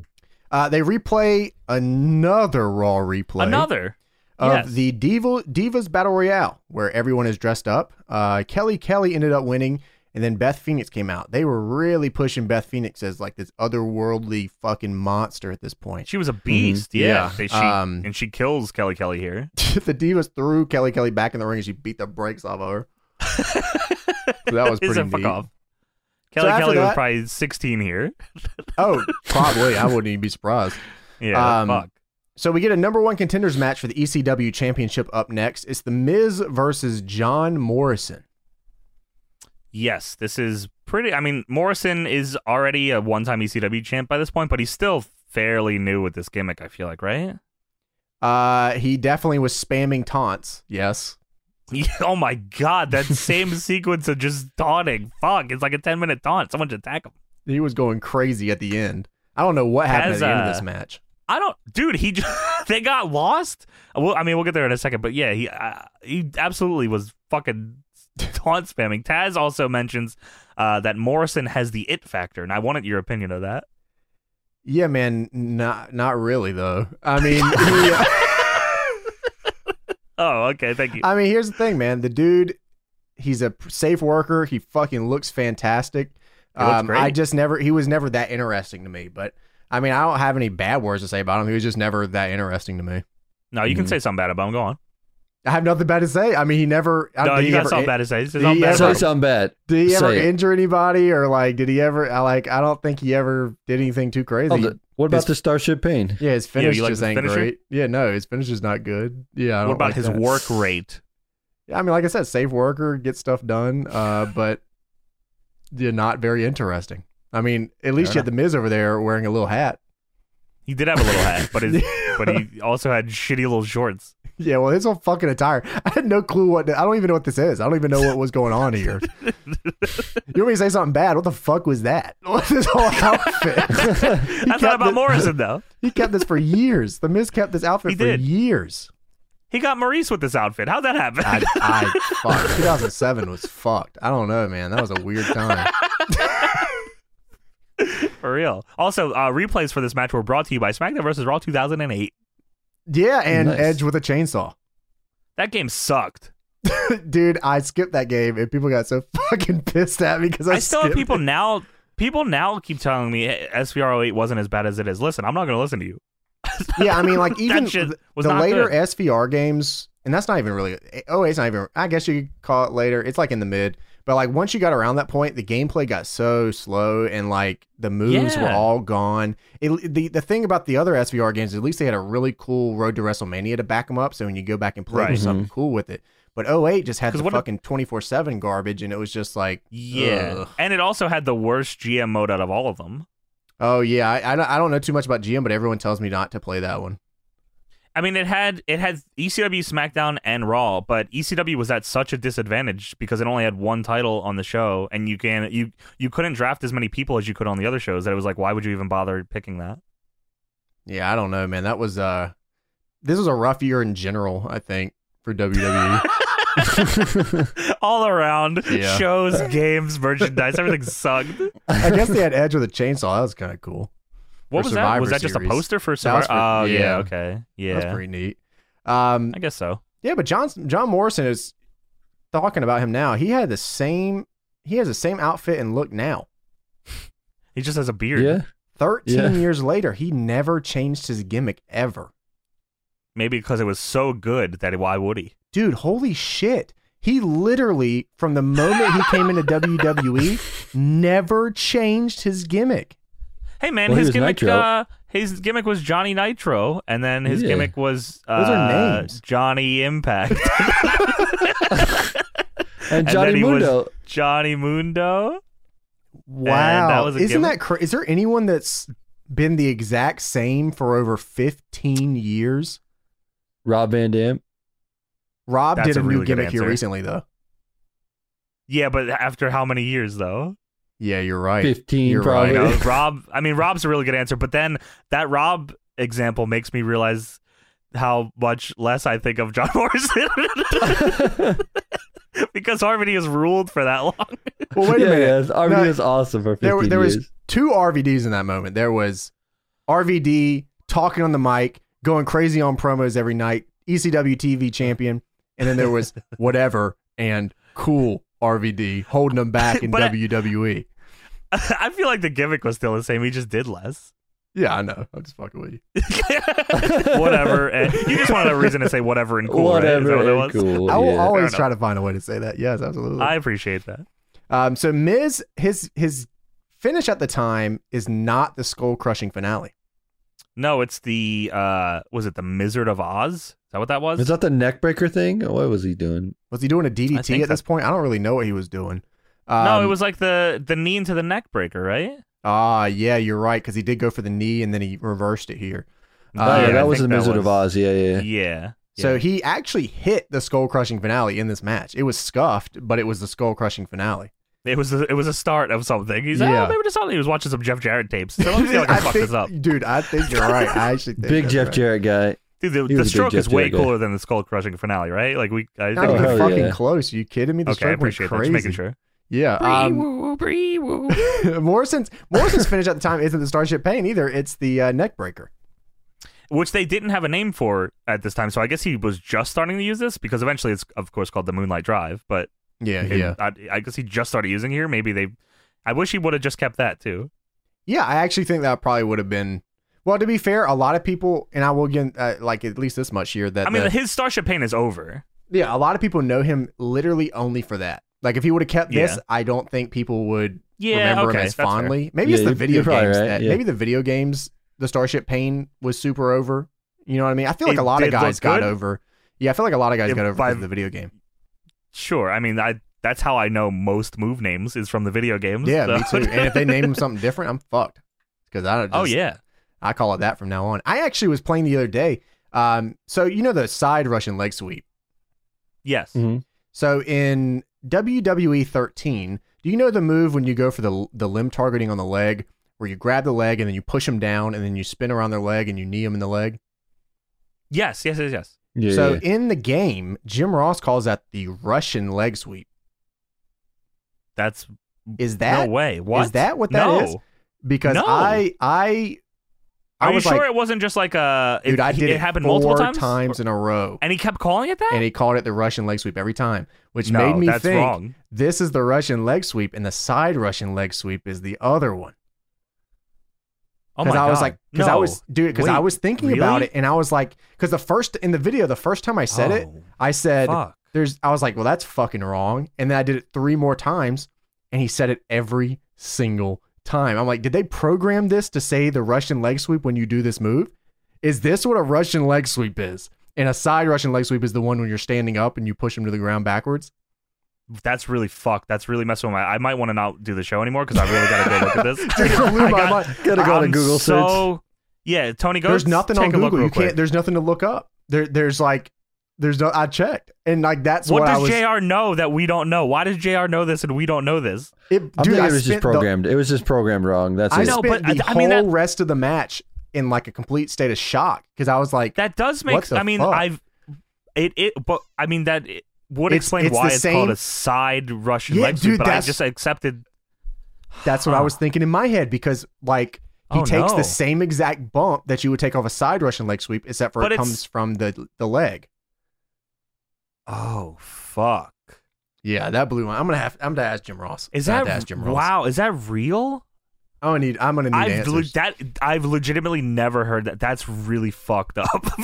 Speaker 1: Uh, they replay another Raw replay
Speaker 2: Another.
Speaker 1: of
Speaker 2: yes.
Speaker 1: the Diva, Divas Battle Royale, where everyone is dressed up. Uh, Kelly Kelly ended up winning, and then Beth Phoenix came out. They were really pushing Beth Phoenix as like this otherworldly fucking monster at this point. [LAUGHS]
Speaker 2: She was a beast. Yeah.
Speaker 1: Mm-hmm. Yeah.
Speaker 2: They- she-
Speaker 1: Um,
Speaker 2: and she kills Kelly Kelly here.
Speaker 1: the Divas threw Kelly Kelly back in the ring, and she beat the brakes off of her. so that was
Speaker 2: [LAUGHS] Is
Speaker 1: pretty
Speaker 2: a fuck
Speaker 1: neat.
Speaker 2: off. Kelly
Speaker 1: after
Speaker 2: Kelly was
Speaker 1: that-
Speaker 2: probably 16 here.
Speaker 1: Oh, probably. I wouldn't even be surprised.
Speaker 2: Yeah,
Speaker 1: Um,
Speaker 2: fuck.
Speaker 1: So we get a number one contenders match for the ECW Championship up next. It's The Miz versus John Morrison.
Speaker 2: Yes, this is pretty. I mean, Morrison is already a one-time ECW champ by this point, but he's still fairly new with this gimmick. I feel like, right?
Speaker 1: Uh, he definitely was spamming taunts. Yes.
Speaker 2: Yeah, [LAUGHS] oh my god,
Speaker 1: [LAUGHS]
Speaker 2: that same sequence of just taunting. Fuck, it's like a 10-minute taunt. Someone should attack him.
Speaker 1: He was going crazy at the end. I don't know what happened
Speaker 2: As,
Speaker 1: at the end of
Speaker 2: uh,
Speaker 1: this match.
Speaker 2: I don't, dude. He just, [LAUGHS] they got lost. Well, I mean, we'll get there in a second, but yeah, he uh, he absolutely was fucking taunt spamming. Taz also mentions uh, that Morrison has the it factor, and I wanted your opinion of that.
Speaker 1: Yeah, man, not not really though. I mean,
Speaker 2: [LAUGHS]
Speaker 1: he-
Speaker 2: Oh, okay, thank you.
Speaker 1: I mean, here's the thing, man. The dude, he's a safe worker. He fucking looks fantastic. Um,
Speaker 2: He looks great.
Speaker 1: I just never he was never that interesting to me, but I mean, I don't have any bad words to say about him. He was just never that interesting to me.
Speaker 2: no, you can
Speaker 1: Mm.
Speaker 3: Mhm.
Speaker 2: say something bad about him. Go on.
Speaker 1: I have nothing bad to say. I mean, he never. I-
Speaker 2: No,
Speaker 1: Uh, did
Speaker 2: you
Speaker 1: he
Speaker 2: got
Speaker 1: ever, e-
Speaker 2: something bad to say.
Speaker 1: did
Speaker 2: Say something
Speaker 1: he
Speaker 2: bad
Speaker 1: ever-
Speaker 3: Say
Speaker 2: about him.
Speaker 3: something bad.
Speaker 1: Did he ever
Speaker 3: Say it.
Speaker 1: injure anybody, or like, did he ever? I like, I don't think he ever did anything too crazy.
Speaker 3: Oh, the- what about
Speaker 1: his-
Speaker 3: the Starship [LAUGHS] Pain?
Speaker 1: yeah, his
Speaker 2: Yeah, you
Speaker 1: finish
Speaker 2: like
Speaker 1: just
Speaker 2: his
Speaker 1: ain't
Speaker 2: finisher?
Speaker 1: great. Yeah, no, his finish is not good. Yeah, Oh, I
Speaker 2: what
Speaker 1: don't
Speaker 2: about
Speaker 1: like
Speaker 2: his
Speaker 1: that.
Speaker 2: work rate?
Speaker 1: Yeah, I mean, like I said, safe worker, get stuff done,
Speaker 2: [SIGHS]
Speaker 1: uh, but yeah, not very interesting. I mean, at least you
Speaker 2: Fair
Speaker 1: had the Miz over there wearing a little hat. [LAUGHS]
Speaker 2: He did have a little hat, but his, but he also had shitty little shorts.
Speaker 1: Yeah, well, his whole fucking attire. [LAUGHS] I had no clue what. I don't even know what this is. I don't even know what was going on
Speaker 2: [LAUGHS]
Speaker 1: here. you want me to say something bad? What the fuck was that? [LAUGHS] What's this whole outfit?
Speaker 2: [LAUGHS] That's
Speaker 1: kept
Speaker 2: not about
Speaker 1: the-
Speaker 2: Morrison though.
Speaker 1: he kept this for years. The Miz kept this outfit
Speaker 2: He
Speaker 1: for
Speaker 2: did.
Speaker 1: years.
Speaker 2: He got Maurice with this outfit. How'd that happen? [LAUGHS]
Speaker 1: I, I fucked. 2007 was fucked. I don't know, man. That was a weird time.
Speaker 2: For real. Also, uh, replays for this match were brought to you by SmackDown vs. Raw 2008.
Speaker 1: Yeah, and
Speaker 3: Nice.
Speaker 1: Edge with a chainsaw. [LAUGHS]
Speaker 2: That game sucked.
Speaker 1: Dude, I skipped that game and people got so [LAUGHS] fucking pissed at me because I,
Speaker 2: I still have
Speaker 1: skipped
Speaker 2: people
Speaker 1: it.
Speaker 2: now. People now keep telling me eh, hey, SVR 08 wasn't as bad as it is. Listen, I'm not going to listen to you.
Speaker 1: Yeah, I mean, like even
Speaker 2: [LAUGHS] that shit
Speaker 1: th-
Speaker 2: was
Speaker 1: the
Speaker 2: not
Speaker 1: later
Speaker 2: good.
Speaker 1: SVR games, and that's not even really. Oh, it's not even. I guess you could call it later. It's like in the mid, but like once you got around that point, the gameplay got so slow and like the moves were
Speaker 2: Yeah.
Speaker 1: all gone. It, the the thing about the other SVR games, at least they had a really cool Road to WrestleMania to back them up. So when you go back and play, there's
Speaker 3: Right.
Speaker 1: something cool with it. But 08 just had
Speaker 2: 'Cause
Speaker 1: the
Speaker 2: what a-
Speaker 1: fucking twenty four seven garbage, and it was just like,
Speaker 2: Yeah.
Speaker 1: ugh.
Speaker 2: And it also had the worst GM mode out of all of them.
Speaker 1: Oh yeah, I, I don't- I don't know too much about GM, but everyone tells me not to play that one.
Speaker 2: I mean, it had it had ECW, SmackDown, and Raw, but ECW was at such a disadvantage because it only had one title on the show, and you can you you couldn't draft as many people as you could on the other shows. That it was like, why would you even bother picking that? [LAUGHS]
Speaker 1: Yeah, I don't know, man. That was uh, this was a rough year in general. I think for E. WWE.
Speaker 2: [LAUGHS] all around
Speaker 1: Yeah. [LAUGHS]
Speaker 2: shows, games, merchandise, everything sucked.
Speaker 1: I guess they had Edge with a chainsaw. That was kind of cool.
Speaker 2: What
Speaker 1: For
Speaker 2: was that?
Speaker 1: Survivor
Speaker 2: Was that just a
Speaker 1: Series.
Speaker 2: poster for
Speaker 1: That
Speaker 2: Survivor?
Speaker 1: was for-
Speaker 2: oh yeah.
Speaker 1: yeah.
Speaker 2: okay, yeah.
Speaker 1: That's pretty neat. Um,
Speaker 2: I guess so.
Speaker 1: yeah, but John John Morrison is talking about him now. He had the same. He has the same outfit and look now.
Speaker 2: He just has a beard.
Speaker 3: Yeah.
Speaker 1: Thirteen
Speaker 3: Yeah.
Speaker 1: years later, he never changed his gimmick ever.
Speaker 2: Maybe because it was so good that why would he?
Speaker 1: dude, holy shit. He literally, from E, the moment he came into WWE, never changed his gimmick.
Speaker 2: Hey man,
Speaker 3: Well, he
Speaker 2: his
Speaker 3: was
Speaker 2: gimmick
Speaker 3: Nitro.
Speaker 2: uh, his gimmick was Johnny Nitro, and then his
Speaker 3: Yeah.
Speaker 2: gimmick was uh,
Speaker 1: Those are names.
Speaker 2: Johnny Impact, [LAUGHS]
Speaker 3: And
Speaker 2: then
Speaker 3: Johnny
Speaker 2: he was-
Speaker 3: Mundo.
Speaker 2: Johnny Mundo.
Speaker 1: Wow,
Speaker 2: that was a
Speaker 1: isn't
Speaker 2: gimmick.
Speaker 1: that crazy? Is there anyone that's been the exact same for over fifteen years?
Speaker 3: Rob
Speaker 2: [LAUGHS]
Speaker 3: Van Dam.
Speaker 1: Rob
Speaker 2: That's
Speaker 1: did
Speaker 2: a
Speaker 1: a,
Speaker 2: really
Speaker 1: new
Speaker 2: good
Speaker 1: gimmick here
Speaker 2: answer.
Speaker 1: recently, though.
Speaker 2: Yeah, but after how many years though?
Speaker 1: Yeah, you're right.
Speaker 3: 15
Speaker 1: You're right.
Speaker 2: I
Speaker 3: probably. [LAUGHS]
Speaker 2: know Rob. I mean, Rob's a really good answer, but then that Rob example makes me realize how much less I think of John [LAUGHS] Morrison because Harmony is ruled for that long.
Speaker 1: [LAUGHS]
Speaker 2: [LAUGHS]
Speaker 1: Well, wait a
Speaker 3: [LAUGHS] yeah,
Speaker 1: minute.
Speaker 3: yeah, RVD
Speaker 1: No,
Speaker 3: was awesome for 15
Speaker 1: there were- there was-
Speaker 3: years.
Speaker 1: Two RVDs in that moment. There was RVD talking on the mic, going crazy on promos every night. E ECW TV champion, and then there
Speaker 3: [LAUGHS]
Speaker 1: was whatever and cool RVD holding them
Speaker 2: [LAUGHS]
Speaker 1: back in E.
Speaker 2: But I-
Speaker 1: WWE.
Speaker 2: I feel like the gimmick was still the same. He just did less. [LAUGHS]
Speaker 1: Yeah, I know. I'm just fucking with you.
Speaker 3: [LAUGHS]
Speaker 2: whatever. And you just wanted a reason to say whatever and cool. right? Is that
Speaker 3: Whatever.
Speaker 2: what it
Speaker 3: and
Speaker 2: was?
Speaker 3: cool.
Speaker 1: I will
Speaker 3: yeah.
Speaker 1: always
Speaker 2: enough.
Speaker 1: try to find a way to say that. Yes, absolutely.
Speaker 2: I appreciate that.
Speaker 1: Um, so Miz, his his finish at the time is not the skull crushing finale.
Speaker 2: No, it's the uh was it the Wizard of Oz? Is that what that was?
Speaker 3: Was that the neckbreaker thing? What was he doing?
Speaker 1: Was he doing a
Speaker 2: I
Speaker 1: DDT
Speaker 2: think
Speaker 1: at this point? I don't really know what he was doing. Um,
Speaker 2: no, it was like the the knee into the neck breaker,
Speaker 3: Oh,
Speaker 2: right?
Speaker 1: Ah, yeah, you're right because he did go for the knee and then he reversed it here. Uh,
Speaker 3: oh, yeah,
Speaker 1: I
Speaker 3: that was the
Speaker 2: think
Speaker 3: Wizard of Oz. Yeah,
Speaker 2: Yeah.
Speaker 3: yeah.
Speaker 2: yeah.
Speaker 1: So he actually hit the skull crushing finale in this match. It was scuffed, but it was the skull crushing finale.
Speaker 2: it was a, it was a start of something. He's like,
Speaker 1: Yeah.
Speaker 2: oh, maybe just something. He was watching some Jeff Jarrett tapes. So
Speaker 3: [LAUGHS]
Speaker 2: let me see
Speaker 1: [LAUGHS]
Speaker 2: how I can fuck
Speaker 1: think,
Speaker 2: this up.
Speaker 1: dude. I think you're right. I actually think
Speaker 3: Big
Speaker 1: that's
Speaker 3: Jeff
Speaker 1: right.
Speaker 3: Jarrett guy.
Speaker 2: Dude, the, the
Speaker 3: He was a big
Speaker 2: stroke
Speaker 3: Jeff
Speaker 2: is way
Speaker 3: Jarrett guy.
Speaker 2: cooler than the skull crushing finale, right? Like we, I
Speaker 1: Not
Speaker 2: think.
Speaker 1: even
Speaker 3: Oh, hell
Speaker 1: fucking
Speaker 3: yeah.
Speaker 1: close. Are you kidding me? The
Speaker 2: okay, I
Speaker 1: stroke went
Speaker 2: appreciate that. Just making
Speaker 1: crazy.
Speaker 2: sure.
Speaker 1: Yeah. um, [LAUGHS] Morrison's Morrison's finish at the time isn't the Starship Pain either. It's the uh, neck breaker.
Speaker 2: [LAUGHS] which they didn't have a name for at this time. So I guess he was just starting to use this because eventually it's of course called the Moonlight Drive. But
Speaker 1: Yeah,
Speaker 2: it- I, I guess he just started using here. Maybe they. I wish he would have just kept that too.
Speaker 1: yeah. I actually think that probably would have been. Well, to be fair, a lot of people, and I will get uh, like at least this much here that
Speaker 2: I mean,
Speaker 1: the-
Speaker 2: his Starship Pain is over.
Speaker 1: yeah, a lot of people know him literally only for that. Like if he would have kept this,
Speaker 2: Yeah.
Speaker 1: I don't think people would
Speaker 2: Yeah,
Speaker 1: remember
Speaker 2: okay,
Speaker 1: him as
Speaker 2: that's fair.
Speaker 1: fondly. Maybe
Speaker 3: Yeah,
Speaker 1: it's the
Speaker 3: you're-
Speaker 1: video
Speaker 3: you're probably
Speaker 1: games
Speaker 3: right,
Speaker 1: that
Speaker 3: yeah.
Speaker 1: maybe the video games the Starship Pain was super over. You know what I mean? I feel like
Speaker 2: It
Speaker 1: a lot of
Speaker 2: did look
Speaker 1: guys got
Speaker 2: good.
Speaker 1: over. Yeah, I feel like a lot of guys
Speaker 2: If
Speaker 1: got over
Speaker 2: by-
Speaker 1: because of the video game.
Speaker 2: Sure. I mean, I that's how I know most move names is from the video games.
Speaker 1: Yeah, me
Speaker 2: so-
Speaker 1: too. And if they
Speaker 2: [LAUGHS]
Speaker 1: name him something different, I'm fucked. Because I don't. Just,
Speaker 2: oh yeah.
Speaker 1: I call it that from now on. I actually was playing the other day. Um, so you know the side Russian leg sweep.
Speaker 2: Yes.
Speaker 1: Mm-hmm.
Speaker 3: Mhm.
Speaker 1: So in WWE 13, do you know the move when you go for the the limb targeting on the leg, where you grab the leg and then you push them down and then you spin around their leg and you knee them in the leg?
Speaker 2: Yes. Yes. Yes. Yes.
Speaker 3: Yeah,
Speaker 1: so
Speaker 3: yeah.
Speaker 1: in the game, Jim Ross calls that the Russian leg sweep.
Speaker 2: That's
Speaker 1: Is that
Speaker 2: no way. What
Speaker 1: is that what that
Speaker 2: no.
Speaker 1: is? because
Speaker 2: No.
Speaker 1: I I I
Speaker 2: Are you
Speaker 1: was
Speaker 2: sure
Speaker 1: like,
Speaker 2: it wasn't just like a? It,
Speaker 1: dude, I did it,
Speaker 2: happened
Speaker 1: four
Speaker 2: multiple times.
Speaker 1: in a row.
Speaker 2: and he kept calling it that.
Speaker 1: and he called it the Russian leg sweep every time, which
Speaker 2: no,
Speaker 1: made me
Speaker 2: that's
Speaker 1: think
Speaker 2: wrong.
Speaker 1: this is the Russian leg sweep, and the side Russian leg sweep is the other one.
Speaker 2: Oh my
Speaker 1: I was
Speaker 2: God.
Speaker 1: like, because I
Speaker 2: No.
Speaker 1: was, dude, because I
Speaker 2: Wait,
Speaker 1: was thinking about
Speaker 2: really?
Speaker 1: it, and I was like, because the first in the video, the first time I said it,
Speaker 2: Oh,
Speaker 1: I said,
Speaker 2: fuck.
Speaker 1: "There's," I was like, "Well, that's fucking wrong," and then I did it three more times, and he said it every single time. I'm like, did they program this to say the Russian leg sweep when you do this move? Is this what a Russian leg sweep is? And a side Russian leg sweep is the one when you're standing up and you push him to the ground backwards.
Speaker 2: [LAUGHS] That's really fucked. That's really messing with my. I might want to not do the show anymore because I really gotta go look at
Speaker 1: [LAUGHS]
Speaker 2: this.
Speaker 1: Dude, it blew
Speaker 2: [LAUGHS] I
Speaker 1: my
Speaker 2: got-
Speaker 1: mind.
Speaker 3: Gotta go on a
Speaker 2: I'm
Speaker 3: Google search.
Speaker 2: so, Yeah, Tony. Go.
Speaker 1: There's nothing
Speaker 2: take
Speaker 1: on
Speaker 2: a look
Speaker 1: Google.
Speaker 2: real
Speaker 1: You
Speaker 2: quick.
Speaker 1: can't. There's nothing to look up. There, there's like, there's no. I checked, and like that's what,
Speaker 2: what
Speaker 1: I
Speaker 2: does
Speaker 1: was.
Speaker 2: Jr. know that we don't know? Why does Jr. know this and we don't know this?
Speaker 1: it,
Speaker 3: I
Speaker 1: dude,
Speaker 3: think
Speaker 1: I
Speaker 3: it was just
Speaker 1: spent the-
Speaker 3: programmed. It was just programmed wrong. That's
Speaker 1: I
Speaker 3: it.
Speaker 2: know,
Speaker 1: spent
Speaker 2: but
Speaker 1: the
Speaker 2: I- I mean,
Speaker 1: whole
Speaker 2: that-
Speaker 1: rest of the match in like a complete state of shock because I was like,
Speaker 2: That does
Speaker 1: What
Speaker 2: make.
Speaker 1: the
Speaker 2: I mean,
Speaker 1: fuck?
Speaker 2: I've it it, but I mean that it would
Speaker 1: It's-
Speaker 2: explain
Speaker 1: it's
Speaker 2: why
Speaker 1: the
Speaker 2: it's called
Speaker 1: same-
Speaker 2: a side Russian
Speaker 1: Yeah,
Speaker 2: leg sweep.
Speaker 1: dude,
Speaker 2: But I
Speaker 1: that's-
Speaker 2: just accepted.
Speaker 1: that's what I
Speaker 2: Huh.
Speaker 1: was thinking in my head because like he
Speaker 2: Oh,
Speaker 1: takes
Speaker 2: no.
Speaker 1: the same exact bump that you would take off a side Russian leg sweep, except for
Speaker 2: But
Speaker 1: it
Speaker 2: it's-
Speaker 1: comes from the the leg.
Speaker 2: Oh fuck!
Speaker 1: Yeah, that blew my. I'm gonna have. I'm gonna ask Jim Ross.
Speaker 2: Is
Speaker 1: I have
Speaker 2: that
Speaker 1: to ask Jim Ross?
Speaker 2: wow? Is that real?
Speaker 1: I'm gonna need. I'm gonna need
Speaker 2: I've
Speaker 1: answers.
Speaker 2: le- that I've legitimately never heard that. That's really fucked up, [LAUGHS]
Speaker 1: [LAUGHS]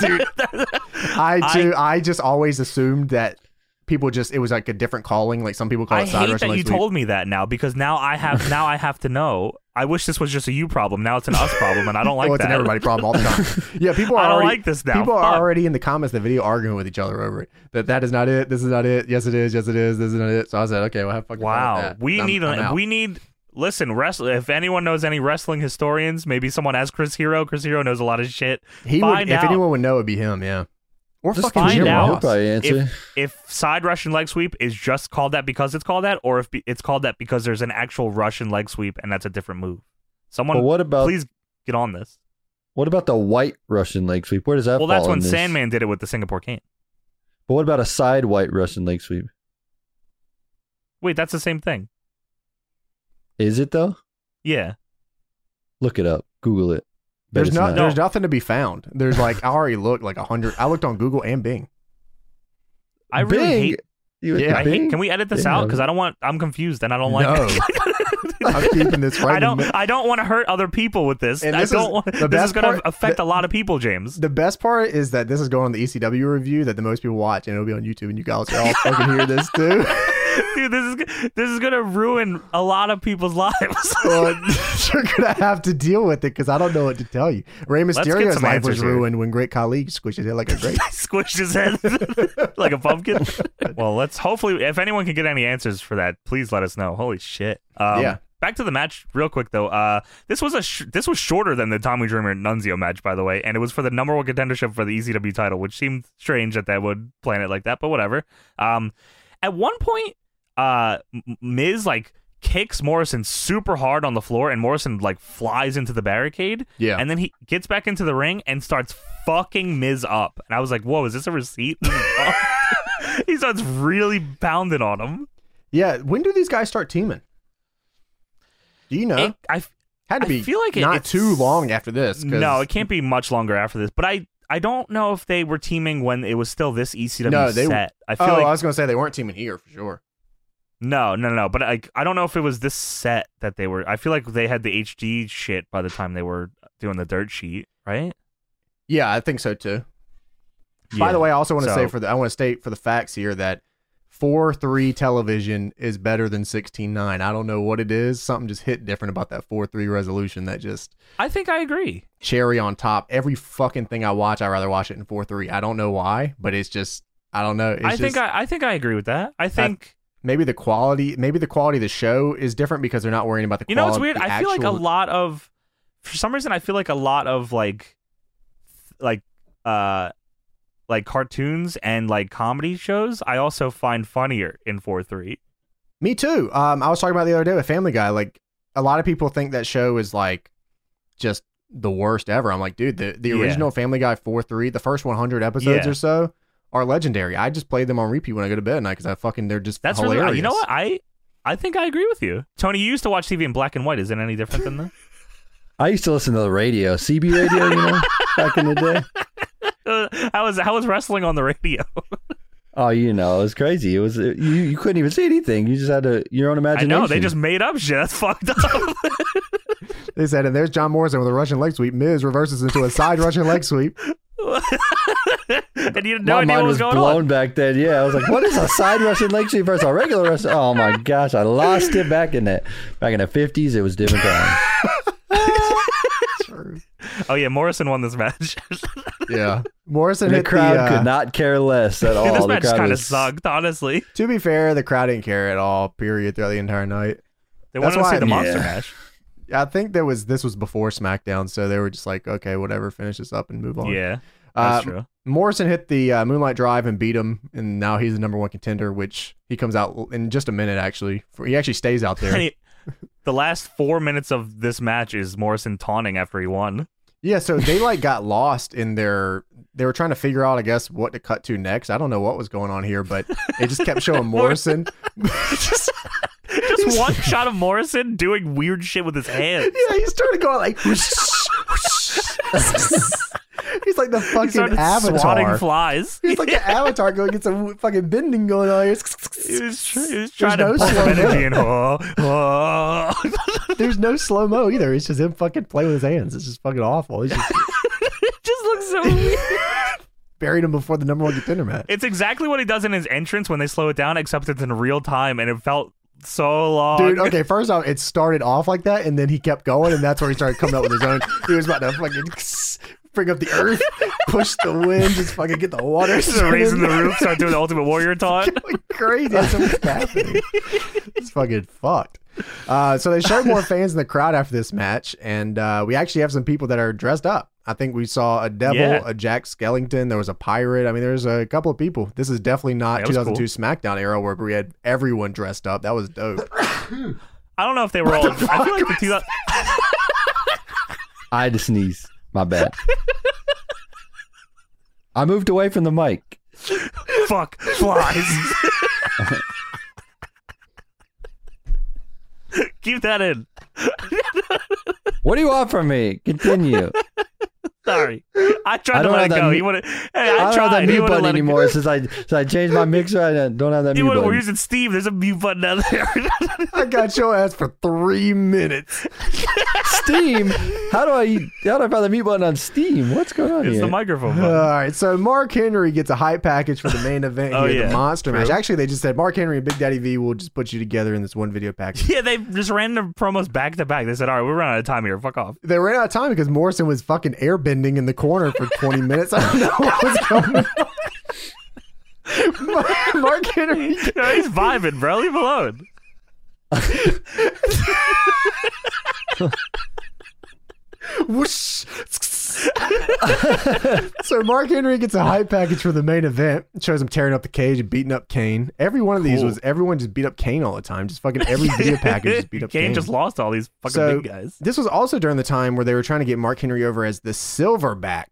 Speaker 1: Dude. I
Speaker 2: I-
Speaker 1: do. I, just always assumed that people just it was like a different calling. Like some people call
Speaker 2: I
Speaker 1: it side
Speaker 2: hate
Speaker 1: rushing.
Speaker 2: that
Speaker 1: like
Speaker 2: you
Speaker 1: we- [LAUGHS]
Speaker 2: told me that now because now I have now I have to know I wish this was just a you problem. Now it's an us problem, and
Speaker 1: [LAUGHS]
Speaker 2: I don't like
Speaker 1: oh, it's
Speaker 2: that.
Speaker 1: an everybody problem all the
Speaker 2: [LAUGHS]
Speaker 1: time. yeah, people
Speaker 2: I
Speaker 1: are
Speaker 2: don't
Speaker 1: already,
Speaker 2: like this now.
Speaker 1: people are
Speaker 2: Fuck.
Speaker 1: already in the comments of the video arguing with each other over it. That that is not it. This is not it. Yes, it is. Yes, it is. This is not it. So I said, okay, well, have fucking fun with
Speaker 2: Wow,
Speaker 1: that.
Speaker 2: we
Speaker 1: I'm-
Speaker 2: need
Speaker 1: I'm
Speaker 2: a,
Speaker 1: out.
Speaker 2: we need listen wrestle. If anyone knows any wrestling historians, maybe someone as Chris Hero. Chris Hero knows a lot of shit.
Speaker 1: He would,
Speaker 2: find
Speaker 1: if
Speaker 2: out.
Speaker 1: anyone would know, it'd be him. Yeah, or
Speaker 3: Just
Speaker 1: fucking
Speaker 2: find
Speaker 1: Jim
Speaker 2: out.
Speaker 3: He'll
Speaker 1: Ross.
Speaker 3: probably answer.
Speaker 2: If if side Russian leg sweep is just called that because it's called that, or if be, it's called that because there's an actual Russian leg sweep and that's a different move. Someone,
Speaker 3: but what about
Speaker 2: please get on this.
Speaker 3: what about the white Russian leg sweep? Where does that
Speaker 2: Well,
Speaker 3: fall
Speaker 2: that's when
Speaker 3: in this?
Speaker 2: Sandman did it with the Singapore cane.
Speaker 3: But what about a side white Russian leg sweep?
Speaker 2: Wait, that's the same thing.
Speaker 3: Is it though?
Speaker 2: Yeah,
Speaker 3: Look it up. Google it. Bet
Speaker 1: There's
Speaker 3: it's
Speaker 1: not,
Speaker 3: not.
Speaker 1: There's nothing to be found. There's like I already looked like a hundred. I looked on Google and Bing.
Speaker 2: I really
Speaker 3: Bing.
Speaker 2: hate.
Speaker 3: You-
Speaker 1: Yeah,
Speaker 2: I hate.
Speaker 3: Bing?
Speaker 2: Can we edit this
Speaker 3: Yeah.
Speaker 2: out? Because I don't want. I'm confused and I don't like.
Speaker 1: No,
Speaker 2: [LAUGHS]
Speaker 1: I'm keeping this right.
Speaker 2: I
Speaker 1: in
Speaker 2: don't.
Speaker 1: the, mi-
Speaker 2: I don't want to hurt other people with this.
Speaker 1: And
Speaker 2: I
Speaker 1: this is
Speaker 2: don't. want,
Speaker 1: the
Speaker 2: this is
Speaker 1: best
Speaker 2: going
Speaker 1: part-
Speaker 2: to affect
Speaker 1: the-
Speaker 2: a lot of people, James. [LAUGHS]
Speaker 1: the best part is that this is going on the ECW review that the most people watch, and it'll be on YouTube, and you guys are
Speaker 2: [LAUGHS]
Speaker 1: all fucking hear this too.
Speaker 2: Dude, this is this is going to ruin a lot of people's [LAUGHS] lives.
Speaker 1: Well, [LAUGHS] you're gonna have to deal with it because I don't know what to tell you. Rey
Speaker 2: get
Speaker 1: Mysterio's
Speaker 2: some
Speaker 1: life was
Speaker 2: answers here.
Speaker 1: ruined when Great Khali squishes it like a
Speaker 2: [LAUGHS]
Speaker 1: grape.
Speaker 2: Squished his head like a pumpkin. well, let's hopefully if anyone can get any answers for that, please let us know. Holy shit! Um,
Speaker 1: Yeah.
Speaker 2: Back to the match real quick though. Uh, this was a sh- this was shorter than the Tommy Dreamer Nunzio match, by the way, and it was for the number one contendership for the ECW title, which seemed strange that they would plan it like that, but whatever. Um, at one point, uh, M- Miz like kicks Morrison super hard on the floor, and Morrison like flies into the barricade.
Speaker 1: Yeah.
Speaker 2: And then he gets back into the ring and starts fucking Miz up. And I was like, whoa, is this a receipt? [LAUGHS] This is fucked. he starts really pounding on him.
Speaker 1: yeah. When do these guys start teaming? Do you know?
Speaker 2: It- I,
Speaker 1: Had to
Speaker 2: I
Speaker 1: be.
Speaker 2: feel like it-
Speaker 1: not
Speaker 2: it's-
Speaker 1: too long after this. 'cause-
Speaker 2: no, it can't be much longer after this. But I, I don't know if they were teaming when it was still this ECW
Speaker 1: No, they-
Speaker 2: set. I
Speaker 1: Oh,
Speaker 2: feel like
Speaker 1: I was gonna say they weren't teaming here for sure.
Speaker 2: no, no, no. But like, I don't know if it was this set that they were. I feel like they had the HD shit by the time they were doing the dirt sheet, right?
Speaker 1: Yeah, I think so too. By the way, I also want to
Speaker 2: So-
Speaker 1: say for the I want to state for the facts here that four three television is better than sixteen nine. I don't know what it is. Something just hit different about that four three resolution that just
Speaker 2: I think I agree.
Speaker 1: cherry on top. Every fucking thing I watch, I rather watch it in four three. I don't know why, but it's just I don't know. It's
Speaker 2: I
Speaker 1: just,
Speaker 2: think I, I think I agree with that. I think.
Speaker 1: maybe the quality maybe the quality of the show is different because they're not worrying about the
Speaker 2: You know,
Speaker 1: quality.
Speaker 2: it's weird.
Speaker 1: the
Speaker 2: I feel like a
Speaker 1: actual-
Speaker 2: lot of, for some reason, I feel like a lot of like, th- like, uh, like cartoons and like comedy shows. I also find funnier in four three.
Speaker 1: Me too. Um, I was talking about the other day with Family Guy. Like a lot of people think that show is like just the worst ever. I'm like, dude, the, the
Speaker 2: Yeah.
Speaker 1: original Family Guy four three, the first 100 episodes
Speaker 2: Yeah.
Speaker 1: or so are legendary. I just play them on repeat when I go to bed at night because I fucking they're just
Speaker 2: That's
Speaker 1: hilarious.
Speaker 2: really. uh, You know what? I I think I agree with you, Tony. You used to watch TV in black and white. Is it any different [LAUGHS] than that?
Speaker 3: I used to listen to the radio, CB radio,
Speaker 2: [LAUGHS]
Speaker 3: you know, back in the day.
Speaker 2: Uh, I was I was wrestling on the radio.
Speaker 3: Oh, you know, it was crazy. It was you. You couldn't even see anything. You just had to your own
Speaker 2: I
Speaker 3: imagination.
Speaker 2: know they just made up shit. That's fucked up. [LAUGHS]
Speaker 1: They said, and there's John Morrison with a Russian leg sweep. Miz reverses into a side Russian leg sweep.
Speaker 2: and you had
Speaker 3: my
Speaker 2: no idea
Speaker 3: mind
Speaker 2: what was
Speaker 3: was
Speaker 2: going
Speaker 3: blown
Speaker 2: on.
Speaker 3: back then. Yeah, I was like, what is a side Russian leg sweep versus a regular Russian? Oh my gosh, I lost it back in that back in the fifties. It was different time.
Speaker 2: Oh yeah, Morrison won this match. [LAUGHS]
Speaker 1: Yeah, Morrison
Speaker 3: The
Speaker 1: hit
Speaker 3: crowd
Speaker 1: uh,
Speaker 3: could not care
Speaker 2: [LAUGHS]
Speaker 3: less at all.
Speaker 2: Dude, this
Speaker 3: The
Speaker 2: match
Speaker 3: crowd
Speaker 2: kind of
Speaker 3: was-
Speaker 2: sucked, honestly.
Speaker 1: To be fair, the crowd didn't care at all. Period. Throughout the entire night.
Speaker 2: They
Speaker 1: That's
Speaker 2: wanted to
Speaker 1: why-
Speaker 2: see the monster
Speaker 3: Yeah.
Speaker 2: mash.
Speaker 1: I think there was this was before SmackDown, so they were just like, okay, whatever, finish this up and move on.
Speaker 2: Yeah,
Speaker 1: Uh,
Speaker 2: that's true.
Speaker 1: Morrison hit the uh, Moonlight Drive and beat him, and now he's the number one contender. Which he comes out l- in just a minute. Actually, for, he actually stays
Speaker 3: [LAUGHS]
Speaker 1: out there.
Speaker 2: And he- the last four minutes of this match is Morrison taunting after he won. [LAUGHS]
Speaker 1: yeah, so they like got lost in their. They were trying to figure out, I guess, what to cut to next. I don't know what was going on here, but it just kept
Speaker 3: [LAUGHS]
Speaker 1: showing Morrison.
Speaker 2: just,
Speaker 1: [LAUGHS]
Speaker 2: just one shot of Morrison doing weird shit with his hands.
Speaker 1: yeah, he's trying to go out like. [LAUGHS] he's like the fucking
Speaker 2: He started swatting
Speaker 1: avatar. [LAUGHS]
Speaker 2: flies.
Speaker 1: he's like the avatar going get some fucking bending going on here. [LAUGHS]
Speaker 2: He was, tr- he was trying to
Speaker 1: no
Speaker 2: pump
Speaker 1: slow
Speaker 2: up
Speaker 1: mo.
Speaker 2: energy and oh,
Speaker 1: [LAUGHS]
Speaker 2: oh. [LAUGHS]
Speaker 1: There's no slow mo either. It's just him fucking playing with his hands. It's just fucking awful. He's just [LAUGHS]
Speaker 2: it just looks so weird.
Speaker 1: buried him before the number one contender match.
Speaker 2: It's exactly what he does in his entrance when they slow it down, except it's in real time, and it felt so long.
Speaker 1: Dude, okay, first off, it started off like that, and then he kept going, and that's where he started coming up with his own. He was about to fucking [LAUGHS] bring up the earth, push the wind, just fucking get the water.
Speaker 2: This is raising
Speaker 1: [LAUGHS]
Speaker 2: the roof, start doing the Ultimate Warrior taunt.
Speaker 1: Like crazy. That's what's happening. It's fucking fucked. Uh, so they showed
Speaker 2: [LAUGHS]
Speaker 1: more fans in the crowd after this match, and uh, we actually have some people that are dressed up. I think we saw a devil,
Speaker 2: Yeah.
Speaker 1: a Jack Skellington. There was a pirate. I mean, there's a couple of people. This is definitely not
Speaker 2: That was
Speaker 1: 2002 SmackDown era where we had everyone dressed up. That was
Speaker 2: [LAUGHS]
Speaker 1: dope.
Speaker 2: I don't know if they were all. I feel like the two.
Speaker 3: I had to sneeze.
Speaker 2: [LAUGHS]
Speaker 3: My bad. I moved away from the mic.
Speaker 2: fuck flies. Keep that in.
Speaker 3: What do you want from me?
Speaker 2: [LAUGHS]
Speaker 3: Continue.
Speaker 2: Sorry, I tried to
Speaker 3: I don't
Speaker 2: let it
Speaker 3: have that
Speaker 2: go.
Speaker 3: mu-
Speaker 2: You want to? Hey,
Speaker 3: I
Speaker 2: I,
Speaker 3: don't have
Speaker 2: tried.
Speaker 3: that
Speaker 2: You
Speaker 3: mute
Speaker 2: wouldn't
Speaker 3: button
Speaker 2: let it go.
Speaker 3: anymore since I since I changed my mixer. I don't have that
Speaker 2: You
Speaker 3: mute
Speaker 2: wouldn't- we're
Speaker 3: button.
Speaker 2: using Steve. There's a mute button down there. [LAUGHS]
Speaker 1: I got your ass for three minutes.
Speaker 2: [LAUGHS]
Speaker 3: Steam. How do I how do I find the mute button on Steam? What's going on
Speaker 2: it's
Speaker 3: here?
Speaker 2: the microphone
Speaker 1: All
Speaker 2: button.
Speaker 1: right, so Mark Henry gets a hype package for the main event
Speaker 2: Oh,
Speaker 1: here,
Speaker 2: yeah.
Speaker 1: the monster match.
Speaker 2: True.
Speaker 1: Actually, they just said Mark Henry and Big Daddy V will just put you together in this one video package.
Speaker 2: Yeah, they just ran their promos back to back. They said, "All right, we're running out of time here. Fuck off." [LAUGHS]
Speaker 1: They ran out of time because Morrison was fucking airbending in the corner for 20 minutes. I don't know what was going on. Mark- Mark Henry
Speaker 2: No, he's vibing, bro. Leave him alone.
Speaker 1: Whoosh. so Mark Henry gets a hype package for the main event. It shows him tearing up the cage and beating up Kane. Every one of these
Speaker 2: Cool.
Speaker 1: was everyone just beat up Kane all the time. Just fucking every
Speaker 2: [LAUGHS]
Speaker 1: video package just beat up Kane.
Speaker 2: Kane just lost all these fucking
Speaker 1: So-
Speaker 2: big guys.
Speaker 1: This was also during the time where they were trying to get Mark Henry over as the silverback.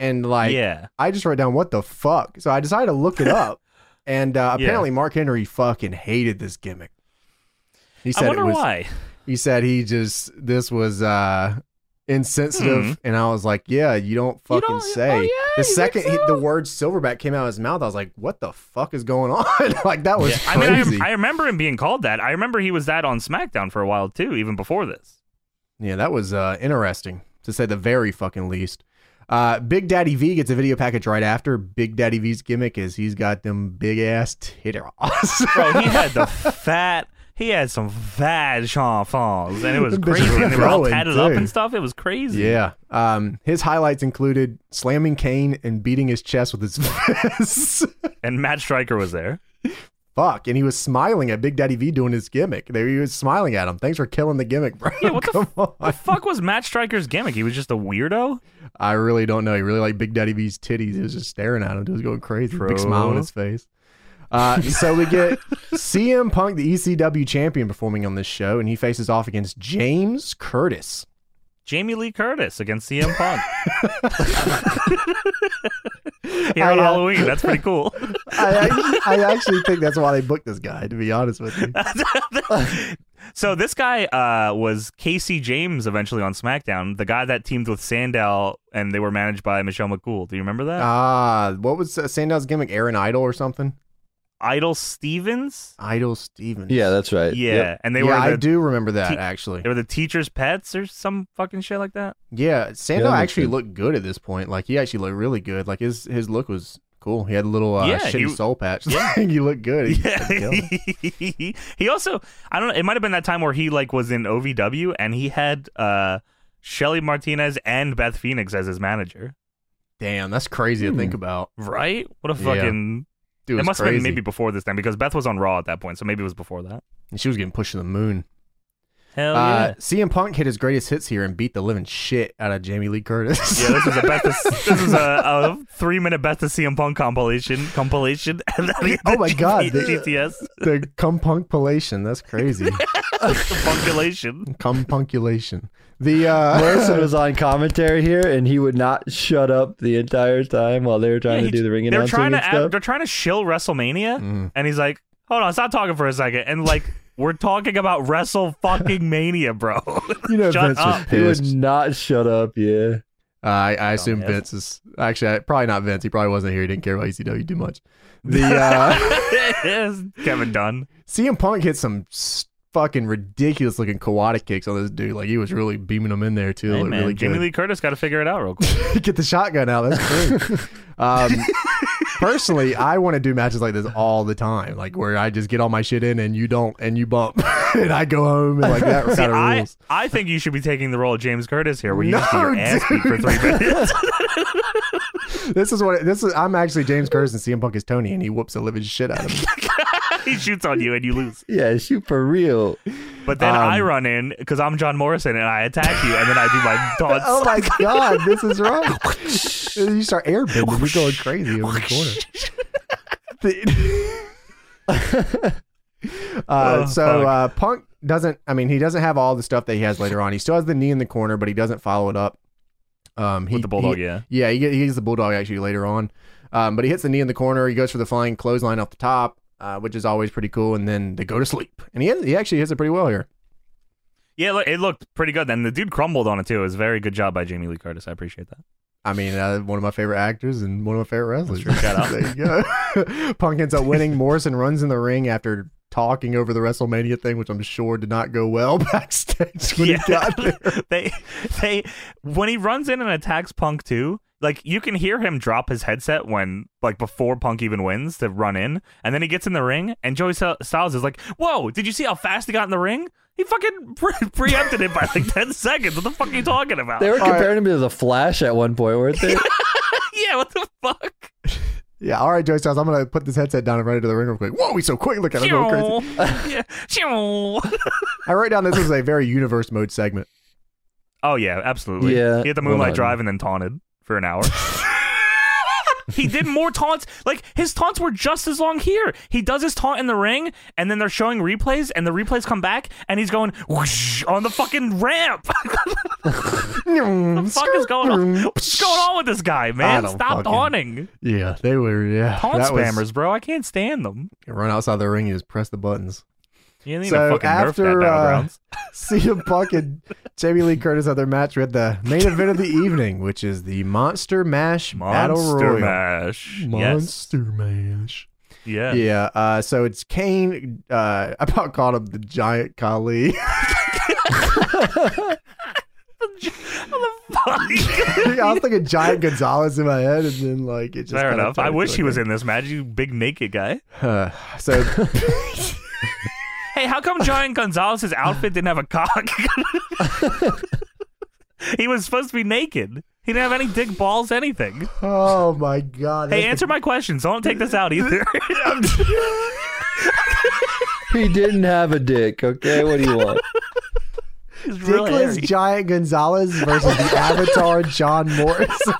Speaker 1: And like
Speaker 2: yeah,
Speaker 1: I just wrote down what the fuck. So I decided to look
Speaker 2: [LAUGHS]
Speaker 1: it up. And uh,
Speaker 2: Yeah.
Speaker 1: apparently Mark Henry fucking hated this gimmick. He said
Speaker 2: I wonder
Speaker 1: it was
Speaker 2: why.
Speaker 1: he said he just this was uh insensitive
Speaker 2: Hmm.
Speaker 1: and i was like yeah you don't fucking
Speaker 2: don't-
Speaker 1: say
Speaker 2: oh, yeah,
Speaker 1: the
Speaker 2: you think
Speaker 1: second he, the
Speaker 2: so?
Speaker 1: word silverback came out of his mouth i was like what the fuck is going on [LAUGHS] like that was
Speaker 2: Yeah. I mean, I,
Speaker 1: crazy
Speaker 2: rem- I remember him being called that. I remember he was that on SmackDown for a while too, even before this.
Speaker 1: yeah that was uh interesting to say the very fucking least uh, Big Daddy V gets a video package right after. Big Daddy V's gimmick is he's got them big ass titties. [LAUGHS]
Speaker 2: Bro, he had the fat. He had some fat chansons, and it was
Speaker 1: The bitches
Speaker 2: crazy.
Speaker 1: were
Speaker 2: And they were all
Speaker 1: growing,
Speaker 2: tatted up
Speaker 1: too.
Speaker 2: and stuff. It was crazy.
Speaker 1: yeah. Um, his highlights included slamming Kane and beating his chest with his [LAUGHS] fists.
Speaker 2: And Matt Stryker
Speaker 1: [LAUGHS]
Speaker 2: was there.
Speaker 1: fuck. And he was smiling at Big Daddy V doing his gimmick. There he was smiling at him. Thanks for killing the gimmick, bro.
Speaker 2: Yeah, what
Speaker 1: [LAUGHS]
Speaker 2: the
Speaker 1: Come
Speaker 2: What
Speaker 1: on.
Speaker 2: the fuck was Matt Stryker's gimmick? He was just a weirdo.
Speaker 1: I really don't know. He really liked Big Daddy V's titties. He was just staring at him, just going crazy. Big smile on
Speaker 2: True.
Speaker 1: his face. Uh, so we get CM Punk, the ECW champion, performing on this show, and he faces off against James Curtis.
Speaker 2: Jamie Lee Curtis against
Speaker 1: [LAUGHS]
Speaker 2: CM Punk. [LAUGHS] Here
Speaker 1: I,
Speaker 2: on
Speaker 1: uh,
Speaker 2: Halloween. That's
Speaker 1: [LAUGHS]
Speaker 2: pretty cool. [LAUGHS]
Speaker 1: I, I, I actually think that's why they booked this guy, to be honest with you.
Speaker 2: so this guy uh, was Casey James eventually on SmackDown, the guy that teamed with Sandow, and they were managed by Michelle McCool. Do you remember that?
Speaker 1: Ah, what was uh, Sandow's gimmick? Aaron Idol or something?
Speaker 2: Idol Stevens.
Speaker 1: Idol Stevens.
Speaker 3: Yeah, that's right.
Speaker 2: Yeah,
Speaker 3: Yep.
Speaker 2: and they
Speaker 1: yeah, I
Speaker 2: were the,
Speaker 1: do remember that
Speaker 2: Te-
Speaker 1: actually.
Speaker 2: they were the teacher's pets or some fucking shit like that.
Speaker 1: Yeah, Sandow
Speaker 3: that makes
Speaker 1: actually
Speaker 3: sense.
Speaker 1: looked good at this point. Like he actually looked really good. Like his his look was cool. He had a little uh,
Speaker 2: Yeah,
Speaker 1: shitty
Speaker 2: he-
Speaker 1: soul patch. Yeah, [LAUGHS] he looked good. He-
Speaker 2: [LAUGHS] Yeah. [LAUGHS] he also, I don't know, it might have been that time where he like was in OVW and he had uh Shelly Martinez and Beth Phoenix as his manager.
Speaker 1: Damn, that's crazy to
Speaker 3: Hmm.
Speaker 1: think about.
Speaker 2: Right? What a
Speaker 1: Yeah.
Speaker 2: fucking
Speaker 1: Dude,
Speaker 2: It
Speaker 1: was
Speaker 2: must have
Speaker 1: crazy.
Speaker 2: been maybe before this time because Beth was on Raw at that point, so maybe it was before that.
Speaker 1: And she was getting pushed to the moon.
Speaker 2: Hell
Speaker 1: uh, CM Punk hit his greatest hits here and beat the living shit out of Jamie Lee Curtis.
Speaker 2: [LAUGHS] yeah. Yeah, this was a Beth this was a, a three minute Beth to CM Punk compilation compilation. [LAUGHS] And then he had
Speaker 1: Oh
Speaker 2: the
Speaker 1: my God,
Speaker 2: GT
Speaker 1: the-
Speaker 2: GTS
Speaker 1: [LAUGHS] the compunctulation. That's
Speaker 2: [LAUGHS]
Speaker 1: crazy.
Speaker 2: compilation.
Speaker 1: compunculation. The uh,
Speaker 3: Morrison was on commentary here, and he would not shut up the entire time while they were trying to do the ring
Speaker 2: they're
Speaker 3: announcing
Speaker 2: trying
Speaker 3: and
Speaker 2: to add-
Speaker 3: stuff.
Speaker 2: they're trying to shill WrestleMania,
Speaker 1: Mm.
Speaker 2: and he's like, "Hold on, stop talking for a second.
Speaker 1: [LAUGHS]
Speaker 2: And like, we're talking about Wrestle fucking Mania, bro.
Speaker 1: [LAUGHS] you know
Speaker 2: Shut
Speaker 1: Vince was
Speaker 2: up. [LAUGHS]
Speaker 3: He would
Speaker 1: pissed.
Speaker 3: not shut up. Yeah,
Speaker 1: Uh, I, I assume
Speaker 2: Dumbass.
Speaker 1: Vince is actually I, probably not Vince. He probably wasn't here. He didn't care about ECW too
Speaker 2: [LAUGHS]
Speaker 1: much. The uh,
Speaker 2: Kevin Dunn.
Speaker 1: CM Punk hit some s- fucking ridiculous looking kawada kicks on this dude. Like he was really beaming him in there too.
Speaker 2: Hey,
Speaker 1: Looked [LAUGHS]
Speaker 2: man,
Speaker 1: really
Speaker 2: Jamie
Speaker 1: good. [LAUGHS]
Speaker 2: Lee Curtis got to figure it out real quick. [LAUGHS]
Speaker 1: Get the shotgun out. That's great. um, personally, I want to do matches like this all the time, like where I just get all my shit in and you don't, and you bump, [LAUGHS] and I go home and like that
Speaker 2: [LAUGHS] See,
Speaker 1: kind of
Speaker 2: I,
Speaker 1: rules.
Speaker 2: I think you should be taking the role of James Curtis here, where you just
Speaker 1: [LAUGHS]
Speaker 2: get
Speaker 1: No,
Speaker 2: your ass beat for
Speaker 1: dude. [LAUGHS]
Speaker 2: three minutes. [LAUGHS]
Speaker 1: This is what this is. I'm actually James Curtis and CM Punk is Tony, and he whoops the living shit out of him.
Speaker 2: he shoots on you and you lose.
Speaker 3: Yeah, shoot for real.
Speaker 2: But then
Speaker 1: Um,
Speaker 2: I run in because I'm John Morrison and I attack you, and then I do
Speaker 1: [LAUGHS]
Speaker 2: my taunts.
Speaker 1: oh my god, this
Speaker 2: [LAUGHS]
Speaker 1: is right. you start airbending, you're going crazy over the corner. The-
Speaker 2: [LAUGHS]
Speaker 1: uh,
Speaker 2: Oh,
Speaker 1: so
Speaker 2: fuck.
Speaker 1: uh, Punk doesn't. I mean, he doesn't have all the stuff that he has later on. He still has the knee in the corner, but he doesn't follow it up. Um, he,
Speaker 2: With
Speaker 1: [LAUGHS]
Speaker 2: the bulldog,
Speaker 1: he-
Speaker 2: yeah.
Speaker 1: yeah, he, get- he gets the bulldog actually later on. Um, but he hits the knee in the corner. He goes for the flying clothesline off the top, uh, which is always pretty cool. And then they go to sleep, and he he actually hits it pretty well here.
Speaker 2: Yeah, look, it looked pretty good. And the dude crumbled on it too. It was a very good job by Jamie Lee Curtis. I appreciate that.
Speaker 1: I mean, uh, one of my favorite actors and one of my favorite wrestlers. [LAUGHS] there you go. [LAUGHS] Punk ends up winning. Morrison runs in the ring after talking over the WrestleMania thing, which I'm sure did not go well [LAUGHS] backstage when
Speaker 2: [LAUGHS]
Speaker 1: he got there.
Speaker 2: they they when he runs in and attacks Punk too, like you can hear him drop his headset when like before Punk even wins to run in, and then he gets in the ring and Joey Styles Styles is like, "Whoa, did you see how fast he got in the ring? He fucking pre- [LAUGHS] preempted it
Speaker 1: [LAUGHS]
Speaker 2: by like ten seconds. What the fuck are you talking about?
Speaker 3: They were
Speaker 1: right.
Speaker 3: comparing him to the Flash at one point, weren't they?
Speaker 2: [LAUGHS] yeah, what the fuck?
Speaker 1: Yeah, all right, Joey Styles, I'm gonna put this headset down and run into the ring real quick. Whoa, he's so quick! Look at him go crazy.
Speaker 2: [LAUGHS] Yeah.
Speaker 1: I wrote down this was a very universe mode segment.
Speaker 2: Oh yeah, absolutely.
Speaker 3: Yeah,
Speaker 2: He had the
Speaker 3: well
Speaker 2: moonlight
Speaker 3: done.
Speaker 2: drive and then taunted for
Speaker 1: [LAUGHS]
Speaker 2: an hour. he did more taunts. Like his taunts were just as long here. He does his taunt in the ring, and then they're showing replays, and the replays come back, and he's going whoosh on the fucking ramp. [LAUGHS] [LAUGHS] the fuck is going on? What's going on with this guy, man?
Speaker 1: don't
Speaker 2: Stop
Speaker 1: fucking-
Speaker 2: taunting.
Speaker 1: [LAUGHS] Yeah, they were. Yeah,
Speaker 2: Taunt
Speaker 1: that was-
Speaker 2: spammers, bro. I can't stand them.
Speaker 1: run outside the ring and just press the buttons.
Speaker 2: You need
Speaker 1: So
Speaker 2: to fucking
Speaker 1: after,
Speaker 2: nerf that
Speaker 1: uh,
Speaker 2: battlegrounds.
Speaker 1: CM Punk and Jamie Lee Curtis had their match. We had the main event of the evening, which is the Monster Mash Battle
Speaker 2: Monster
Speaker 1: Royal.
Speaker 2: Mash.
Speaker 1: Monster Mash.
Speaker 2: Yes. Yeah.
Speaker 1: Yeah. Uh, so it's Kane. Uh, [LAUGHS] I about called him the Giant Kali.
Speaker 2: [LAUGHS] What the
Speaker 1: [LAUGHS]
Speaker 2: fuck?
Speaker 1: I was thinking Giant Gonzalez in my head, and then like it [LAUGHS] just.
Speaker 2: Fair
Speaker 1: kinda
Speaker 2: enough.
Speaker 1: turned
Speaker 2: I
Speaker 1: into
Speaker 2: wish
Speaker 1: a
Speaker 2: he was
Speaker 1: thing.
Speaker 2: in this match. You big naked guy.
Speaker 1: Uh, [LAUGHS] so
Speaker 2: Hey, how come Giant Gonzalez's outfit didn't have a cock? [LAUGHS] he was supposed to be naked. He didn't have any dick, balls, anything.
Speaker 1: oh my god.
Speaker 2: Hey,
Speaker 1: that's
Speaker 2: answer my questions. Don't take this
Speaker 1: [LAUGHS]
Speaker 2: out either. [LAUGHS]
Speaker 3: he didn't have a dick, okay? What do you
Speaker 1: [LAUGHS]
Speaker 3: want?
Speaker 2: It's
Speaker 1: the
Speaker 2: real
Speaker 1: Dickless
Speaker 2: hairy.
Speaker 1: Giant Gonzalez versus
Speaker 2: [LAUGHS]
Speaker 1: the Avatar John Morrison.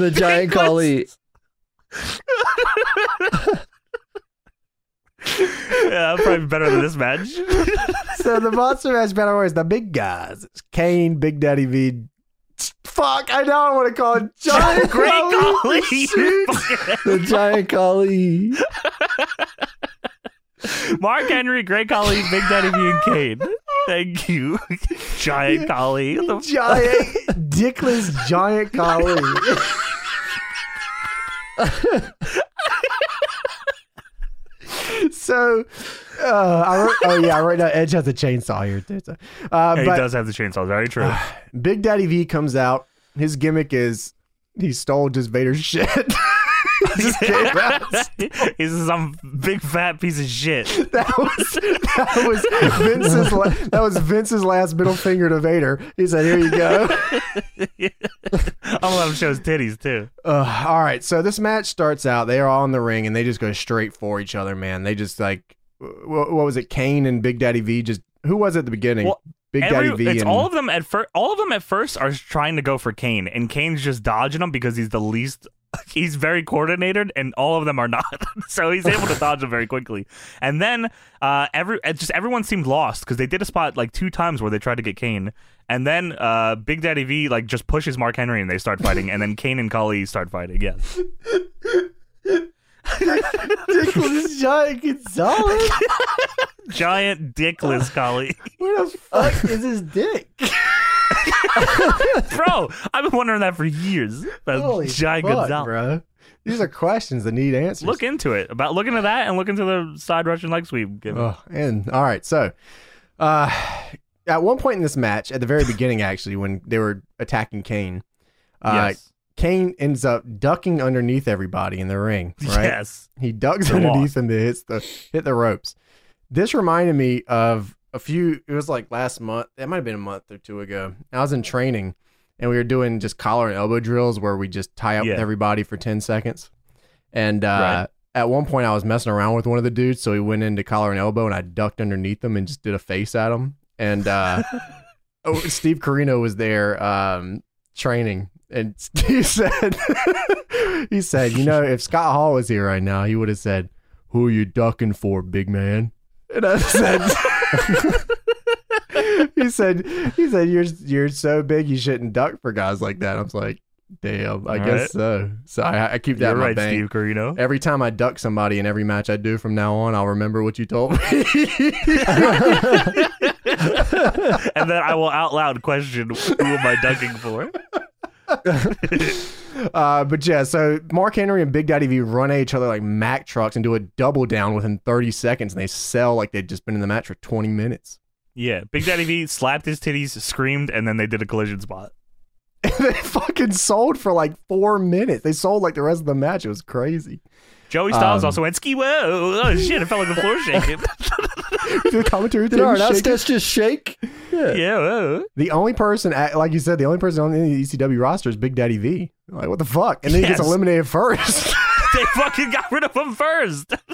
Speaker 3: The giant collie.
Speaker 2: yeah, I'm probably better than this match.
Speaker 1: so the Monster Mash Battle Royale is the big guys. It's Kane, Big Daddy V. Fuck, I know I want to call it Giant
Speaker 2: Great
Speaker 1: Kali.
Speaker 2: golly.
Speaker 1: [LAUGHS] Shoot.
Speaker 3: The giant collie.
Speaker 2: Mark Henry, Great Collie, Big Daddy B, and Kane. Thank you. Giant Collie. What the f-
Speaker 1: Giant, dickless Giant Kali. so, uh, I wrote, oh yeah, I wrote down Edge has a chainsaw here too. So. Uh,
Speaker 2: Hey, he
Speaker 1: but
Speaker 2: does have the chainsaw. Very true.
Speaker 1: Big Daddy V comes out. His gimmick is he stole just Vader's [LAUGHS] shit. [LAUGHS] He just came out.
Speaker 2: [LAUGHS] He's some big fat piece of shit.
Speaker 1: That was that was Vince's la- that was Vince's last middle finger to Vader. He said, "Here you [LAUGHS] go."
Speaker 2: I'm gonna let him show his titties too.
Speaker 1: Uh, all right, so this match starts out. They are all in the ring and they just go straight for each other. Man, they just like wh- what, was it? Kane and Big Daddy V. Just who was it at the beginning?
Speaker 2: Well,
Speaker 1: Big
Speaker 2: Every-
Speaker 1: Daddy V.
Speaker 2: it's
Speaker 1: and,
Speaker 2: all of them at first. All of them at first are trying to go for Kane, and Kane's just dodging them because he's the least. [LAUGHS] He's very coordinated, and all of them are not. [LAUGHS] so he's
Speaker 1: [LAUGHS]
Speaker 2: able to dodge them very quickly. And then uh, every it just everyone seemed lost because they did a spot like two times where they tried to get Kane, and then uh, Big Daddy V like just pushes Mark Henry, and they start fighting, and then Kane and Kali start fighting.
Speaker 1: [LAUGHS]
Speaker 2: Yes,
Speaker 1: Dickless Giant Gonzalez.
Speaker 2: giant
Speaker 1: [LAUGHS]
Speaker 2: dickless Kali.
Speaker 1: Where the
Speaker 3: [LAUGHS]
Speaker 1: fuck is his dick?
Speaker 2: Bro, I've been wondering that for years. That
Speaker 1: Holy
Speaker 2: giant
Speaker 1: fuck,
Speaker 2: Gonzalez.
Speaker 1: bro. These are questions that need answers.
Speaker 2: Look into it. About look into that and look into the side Russian leg sweep. Give
Speaker 1: Oh, and all right, so uh, at one point in this match, at the very beginning, actually, when they were attacking Kane, uh,
Speaker 2: yes.
Speaker 1: Kane ends up ducking underneath everybody in the
Speaker 2: [LAUGHS]
Speaker 1: ring, right?
Speaker 2: Yes.
Speaker 1: He ducks
Speaker 2: The
Speaker 1: underneath him to hit the hit the ropes. This reminded me of a few. It was like last month. It might have been a month or two ago. I was in training, and we were doing just collar and elbow drills where we just tie up
Speaker 2: Yeah.
Speaker 1: everybody for ten seconds. And uh,
Speaker 2: Right.
Speaker 1: at one point, I was messing around with one of the dudes, so he went into collar and elbow, and I ducked underneath him and just did a face at him. And
Speaker 2: [LAUGHS]
Speaker 1: uh, oh, Steve Carino was there um, training, and [LAUGHS] he said, [LAUGHS] he said, you know, if Scott Hall was here right now, he would have said, "Who are you ducking for, big man?" And I said. [LAUGHS] he said, "He said you're you're so big you shouldn't duck for guys like that." I was like, "Damn, I
Speaker 2: All
Speaker 1: guess
Speaker 2: right.
Speaker 1: so." So I, I keep that
Speaker 2: You're
Speaker 1: in my
Speaker 2: right,
Speaker 1: bank.
Speaker 2: Steve
Speaker 1: [LAUGHS]
Speaker 2: Carino.
Speaker 1: Every time I duck somebody in every match I do from now on, I'll remember what you told me. [LAUGHS]
Speaker 2: and then I will out loud question, who am I ducking for?
Speaker 1: uh, but yeah, so Mark Henry and Big Daddy V run at each other like Mack trucks and do a double down within 30 seconds, and they sell like they'd just been in the match for 20 minutes. [LAUGHS]
Speaker 2: Yeah, Big Daddy V slapped his titties, screamed, and then they did a collision spot.
Speaker 1: And they fucking sold for like four minutes. They sold like the rest of the match. It was crazy.
Speaker 2: Joey Styles
Speaker 1: Um,
Speaker 2: also went ski. Whoa! Oh shit! It felt like the floor
Speaker 1: [LAUGHS]
Speaker 2: shaking.
Speaker 1: the commentary
Speaker 3: Did
Speaker 1: team
Speaker 3: our
Speaker 1: was shaking.
Speaker 3: outstairs just shake? Yeah.
Speaker 2: yeah. Whoa.
Speaker 1: The only person, at, like you said, the only person on the ECW roster is Big Daddy V. Like, what the fuck? And then he
Speaker 2: Yes.
Speaker 1: gets eliminated first. [LAUGHS]
Speaker 2: They fucking got rid of him first. [LAUGHS]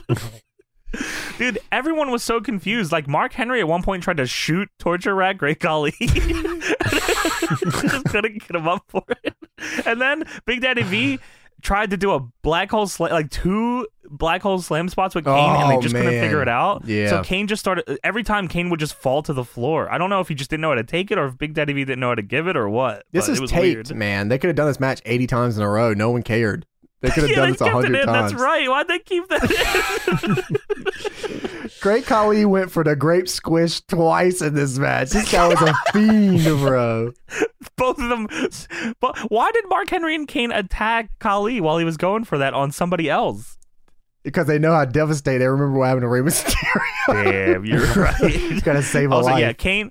Speaker 2: Dude, everyone was so confused. Like Mark Henry at one point tried to shoot torture rat Great [LAUGHS] Golly. just couldn't get him up for it. And then Big Daddy V tried to do a black hole slam, like two black hole slam spots with Kane, and
Speaker 1: Oh,
Speaker 2: they just couldn't
Speaker 1: man.
Speaker 2: figure it out.
Speaker 1: Yeah.
Speaker 2: So Kane just started. Every time Kane would just fall to the floor. I don't know if he just didn't know how to take it, or if Big Daddy V didn't know how to give it, or what.
Speaker 1: This
Speaker 2: but
Speaker 1: is
Speaker 2: it was
Speaker 1: taped,
Speaker 2: weird.
Speaker 1: man. They could have done this match 80 times in a row. No one cared. They could have
Speaker 2: [LAUGHS] Yeah,
Speaker 1: done
Speaker 2: they
Speaker 1: this
Speaker 2: kept it
Speaker 1: 100
Speaker 2: in.
Speaker 1: times.
Speaker 2: That's right. Why'd they keep that? in?
Speaker 1: Great Khali went for the grape squish twice in this match. This guy was
Speaker 2: [LAUGHS]
Speaker 1: a fiend, bro.
Speaker 2: both of them. But why did Mark Henry and Kane attack Kali while he was going for that on somebody else?
Speaker 1: Because they know how devastated they remember what happened to Rey Mysterio.
Speaker 2: Damn, you're [LAUGHS] right.
Speaker 1: Gotta save a
Speaker 2: also,
Speaker 1: life.
Speaker 2: yeah, Kane.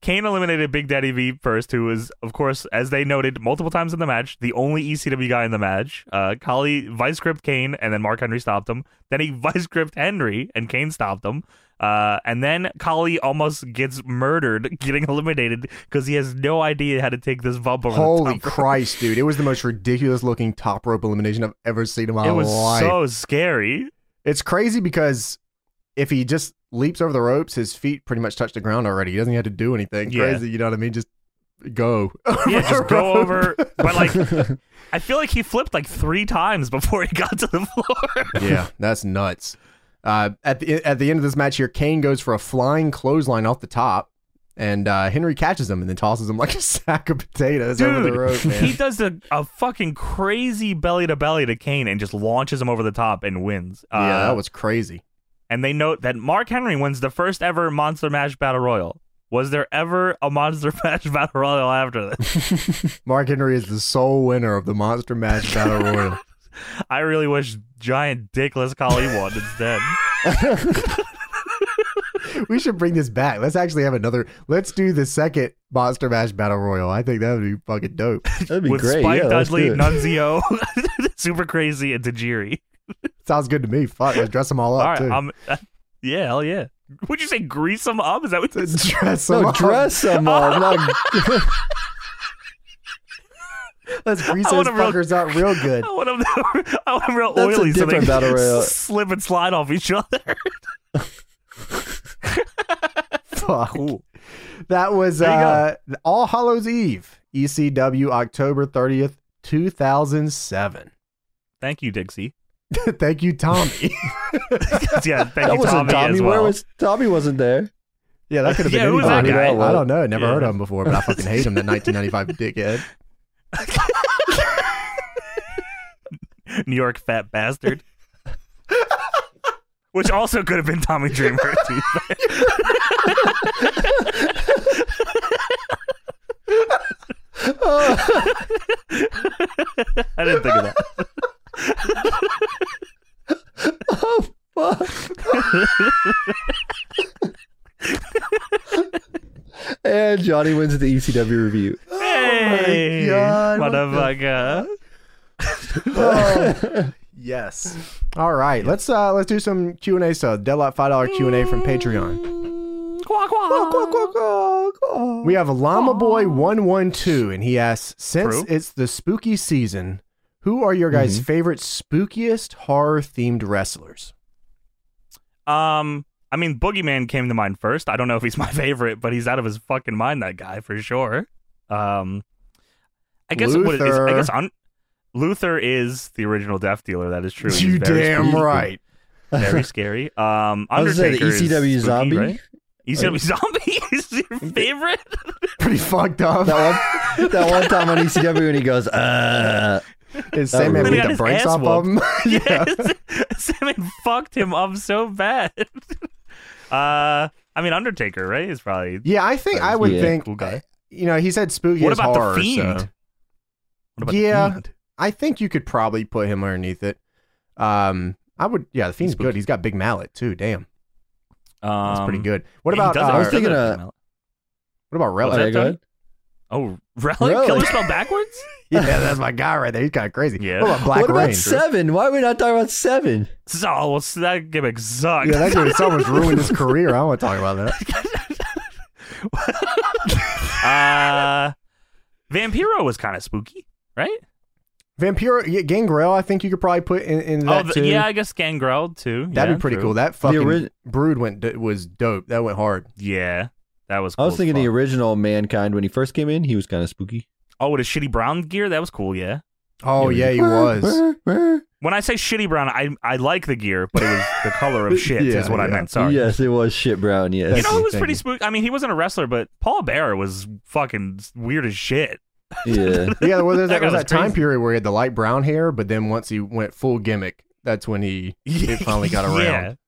Speaker 2: Kane eliminated Big Daddy V first, who was, of course, as they noted multiple times in the match, the only ECW guy in the match. Uh, Kali vice gripped Kane, and then Mark Henry stopped him. Then he [LAUGHS] vice gripped Henry, and Kane stopped him. Uh, and then Kali almost gets murdered, [LAUGHS] getting eliminated because he has no idea how to take this bump over the
Speaker 1: Holy
Speaker 2: top rope.
Speaker 1: Christ, dude. It was the most ridiculous looking top rope elimination I've ever seen in my
Speaker 2: It was
Speaker 1: life.
Speaker 2: so scary.
Speaker 1: it's crazy because if he just leaps over the ropes, his feet pretty much touch the ground already. He doesn't have to do anything
Speaker 2: Yeah.
Speaker 1: crazy. You know what I mean? Just go. [LAUGHS]
Speaker 2: Yeah, just go
Speaker 1: rope.
Speaker 2: over. But like, I feel like he flipped like three times before he got to the floor.
Speaker 1: [LAUGHS] yeah, that's nuts. Uh, at the at the end of this match here, Kane goes for a flying clothesline off the top, and uh, Henry catches him and then tosses him like a [LAUGHS] sack of potatoes over the rope. Man.
Speaker 2: he does a, a fucking crazy belly to belly to Kane and just launches him over the top and wins. Uh,
Speaker 1: yeah, that was crazy.
Speaker 2: And they note that Mark Henry wins the first ever Monster Mash Battle Royal. Was there ever a Monster [LAUGHS] Mash Battle Royal after this?
Speaker 1: Mark Henry is the sole winner of the Monster Match
Speaker 2: [LAUGHS]
Speaker 1: Battle Royal.
Speaker 2: I really wish Giant Dickless Collie won instead.
Speaker 1: We should bring this back. Let's actually have another. Let's do the second Monster Match Battle Royal. I think that would be fucking dope.
Speaker 3: That'd be
Speaker 2: With
Speaker 3: great.
Speaker 2: Spike
Speaker 3: yeah, let's
Speaker 2: Dudley,
Speaker 3: do it.
Speaker 2: Nunzio, [LAUGHS] Super Crazy, and Tajiri.
Speaker 1: Sounds good to me. Fuck, let's dress them all up
Speaker 2: All right,
Speaker 1: too.
Speaker 2: um, uh, [LAUGHS] yeah, hell yeah. Would you say grease them up? Is that
Speaker 1: [LAUGHS]
Speaker 2: what?
Speaker 1: Let's dress them
Speaker 3: No,
Speaker 1: up.
Speaker 3: dress them
Speaker 1: [LAUGHS]
Speaker 3: up. Not...
Speaker 1: Let's grease
Speaker 2: I
Speaker 1: those
Speaker 2: want a real-
Speaker 1: fuckers up real good.
Speaker 2: [LAUGHS] [LAUGHS] I want them. To, I want them real
Speaker 3: That's a
Speaker 2: oily, so they [LAUGHS]
Speaker 3: different battle royale.
Speaker 2: slip and slide off each
Speaker 3: [LAUGHS]
Speaker 2: other.
Speaker 1: Fuck. That was
Speaker 2: There
Speaker 1: uh,
Speaker 2: you
Speaker 1: All Hallows Eve, ECW, October 30th, 2007.
Speaker 2: Thank you, Dixie.
Speaker 1: [LAUGHS]
Speaker 2: [LAUGHS]
Speaker 1: Thank you, Tommy.
Speaker 2: yeah, thank
Speaker 3: That
Speaker 2: you, Tommy,
Speaker 3: wasn't Tommy.
Speaker 2: as well.
Speaker 3: Where was Tommy? Wasn't there?
Speaker 1: [LAUGHS] yeah, that could have
Speaker 2: [LAUGHS] Yeah,
Speaker 1: been
Speaker 2: who was that
Speaker 1: anybody.
Speaker 3: guy?
Speaker 1: I don't know. Never
Speaker 2: Yeah.
Speaker 1: heard of him before, but I fucking hate
Speaker 2: [LAUGHS]
Speaker 1: him, that 1995 dickhead.
Speaker 2: New York fat bastard. [LAUGHS] Which also could have been Tommy Dreamer. [LAUGHS] too. I didn't think of
Speaker 3: [LAUGHS]
Speaker 2: that.
Speaker 3: Oh,
Speaker 1: [LAUGHS]
Speaker 3: fuck. [LAUGHS] and Johnny E wins the ECW review.
Speaker 2: Hey,
Speaker 3: Oh
Speaker 1: God, what the-
Speaker 2: motherfucker.
Speaker 1: yes. [LAUGHS] All right. Let's uh let's do some Q and A. So Deadlock five dollar Q and A from Patreon.
Speaker 2: Quack, quack.
Speaker 1: Um, We have Llama Boy one one two, and he asks, since
Speaker 2: True. Mm-hmm.
Speaker 1: it's the spooky season, who are your guys' favorite spookiest horror themed wrestlers?
Speaker 2: Um, I mean, Boogeyman came to mind first. I don't know if he's [LAUGHS] my favorite, but he's out of his fucking mind. That guy for sure. Um, I guess what it is,
Speaker 1: Luther.
Speaker 2: I guess un- Luther is the original Death Dealer. That is true. He's
Speaker 1: you
Speaker 2: very
Speaker 1: damn
Speaker 2: spooky,
Speaker 1: right. [LAUGHS]
Speaker 2: Very scary. Um, Undertaker
Speaker 3: I was gonna say the
Speaker 2: is spooky,
Speaker 3: ECW zombie.
Speaker 2: right? ECW zombie [LAUGHS] is your favorite.
Speaker 1: Pretty fucked up.
Speaker 3: That [LAUGHS] one, that one time on ECW when he goes, uh,
Speaker 1: Is Sandman
Speaker 2: really
Speaker 1: beat
Speaker 2: got
Speaker 1: the
Speaker 2: his
Speaker 1: brakes
Speaker 2: ass
Speaker 1: off of him? yeah.
Speaker 2: yes. [LAUGHS] Simon fucked him up so bad. [LAUGHS] uh, I mean, Undertaker, right? Is probably
Speaker 1: [LAUGHS] Yeah, I think I would
Speaker 3: Yeah.
Speaker 1: think
Speaker 2: cool guy.
Speaker 1: you know he said spooky
Speaker 2: What
Speaker 1: as
Speaker 2: about the
Speaker 1: horror.
Speaker 2: Fiend?
Speaker 1: so
Speaker 2: What about
Speaker 1: Yeah.
Speaker 2: The Fiend?
Speaker 1: I think you could probably put him underneath it. Um, I would. Yeah, the fiend's
Speaker 2: Spooky.
Speaker 1: good. He's got big mallet too. Damn,
Speaker 2: Um,
Speaker 1: that's pretty good. What
Speaker 2: He
Speaker 1: about
Speaker 2: does
Speaker 1: uh,
Speaker 2: have
Speaker 3: I was
Speaker 2: a
Speaker 3: thinking
Speaker 2: killer
Speaker 3: of-
Speaker 2: smell.
Speaker 1: what about
Speaker 3: oh,
Speaker 1: relic?
Speaker 2: that
Speaker 3: yeah, go
Speaker 2: done?
Speaker 3: ahead.
Speaker 2: Oh, [LAUGHS] relic,
Speaker 3: Relic.
Speaker 2: killer spell backwards. [LAUGHS]
Speaker 1: [LAUGHS] yeah, that's my guy right there. He's kind of crazy.
Speaker 2: Yeah. [LAUGHS]
Speaker 1: What about Black
Speaker 3: what about
Speaker 1: Rain?
Speaker 3: seven? Why are we not talking about seven?
Speaker 2: So well, so that gimmick sucks.
Speaker 1: yeah, that dude has
Speaker 2: [LAUGHS]
Speaker 1: almost ruined his career. I don't want to talk about that.
Speaker 2: [LAUGHS] uh, Vampiro was kind of spooky, right?
Speaker 1: Vampiro, yeah, Gangrel. I think you could probably put in, into that
Speaker 2: oh, the,
Speaker 1: too.
Speaker 2: yeah, I guess Gangrel too.
Speaker 1: That'd
Speaker 2: Yeah,
Speaker 1: be pretty
Speaker 2: true.
Speaker 1: cool. That fucking
Speaker 3: ori-
Speaker 1: brood went d- was dope. That went hard.
Speaker 2: Yeah, that was.
Speaker 3: I
Speaker 2: Cool
Speaker 3: was
Speaker 2: as
Speaker 3: thinking
Speaker 2: fuck.
Speaker 3: the original mankind when he first came in, he was kind of spooky.
Speaker 2: Oh, with his shitty brown gear, that was cool. Yeah.
Speaker 1: Oh yeah,
Speaker 2: [LAUGHS]
Speaker 1: he was.
Speaker 2: When I say shitty brown, I I like the gear, but it
Speaker 1: [LAUGHS]
Speaker 2: was the color of shit
Speaker 1: Yeah,
Speaker 2: is what I
Speaker 1: yeah.
Speaker 2: meant. Sorry.
Speaker 3: Yes, it was shit brown. Yes.
Speaker 2: You know who was
Speaker 1: Thank
Speaker 2: pretty
Speaker 1: you.
Speaker 2: spooky? I mean, he wasn't a wrestler, but Paul Bearer was fucking weird as shit.
Speaker 3: [LAUGHS] yeah.
Speaker 1: Yeah, well, there's that,
Speaker 2: That guy
Speaker 1: was
Speaker 2: was
Speaker 1: that time
Speaker 2: crazy.
Speaker 1: period where he had the light brown hair, but then once he went full gimmick, that's when
Speaker 2: [LAUGHS]
Speaker 1: he it finally got around.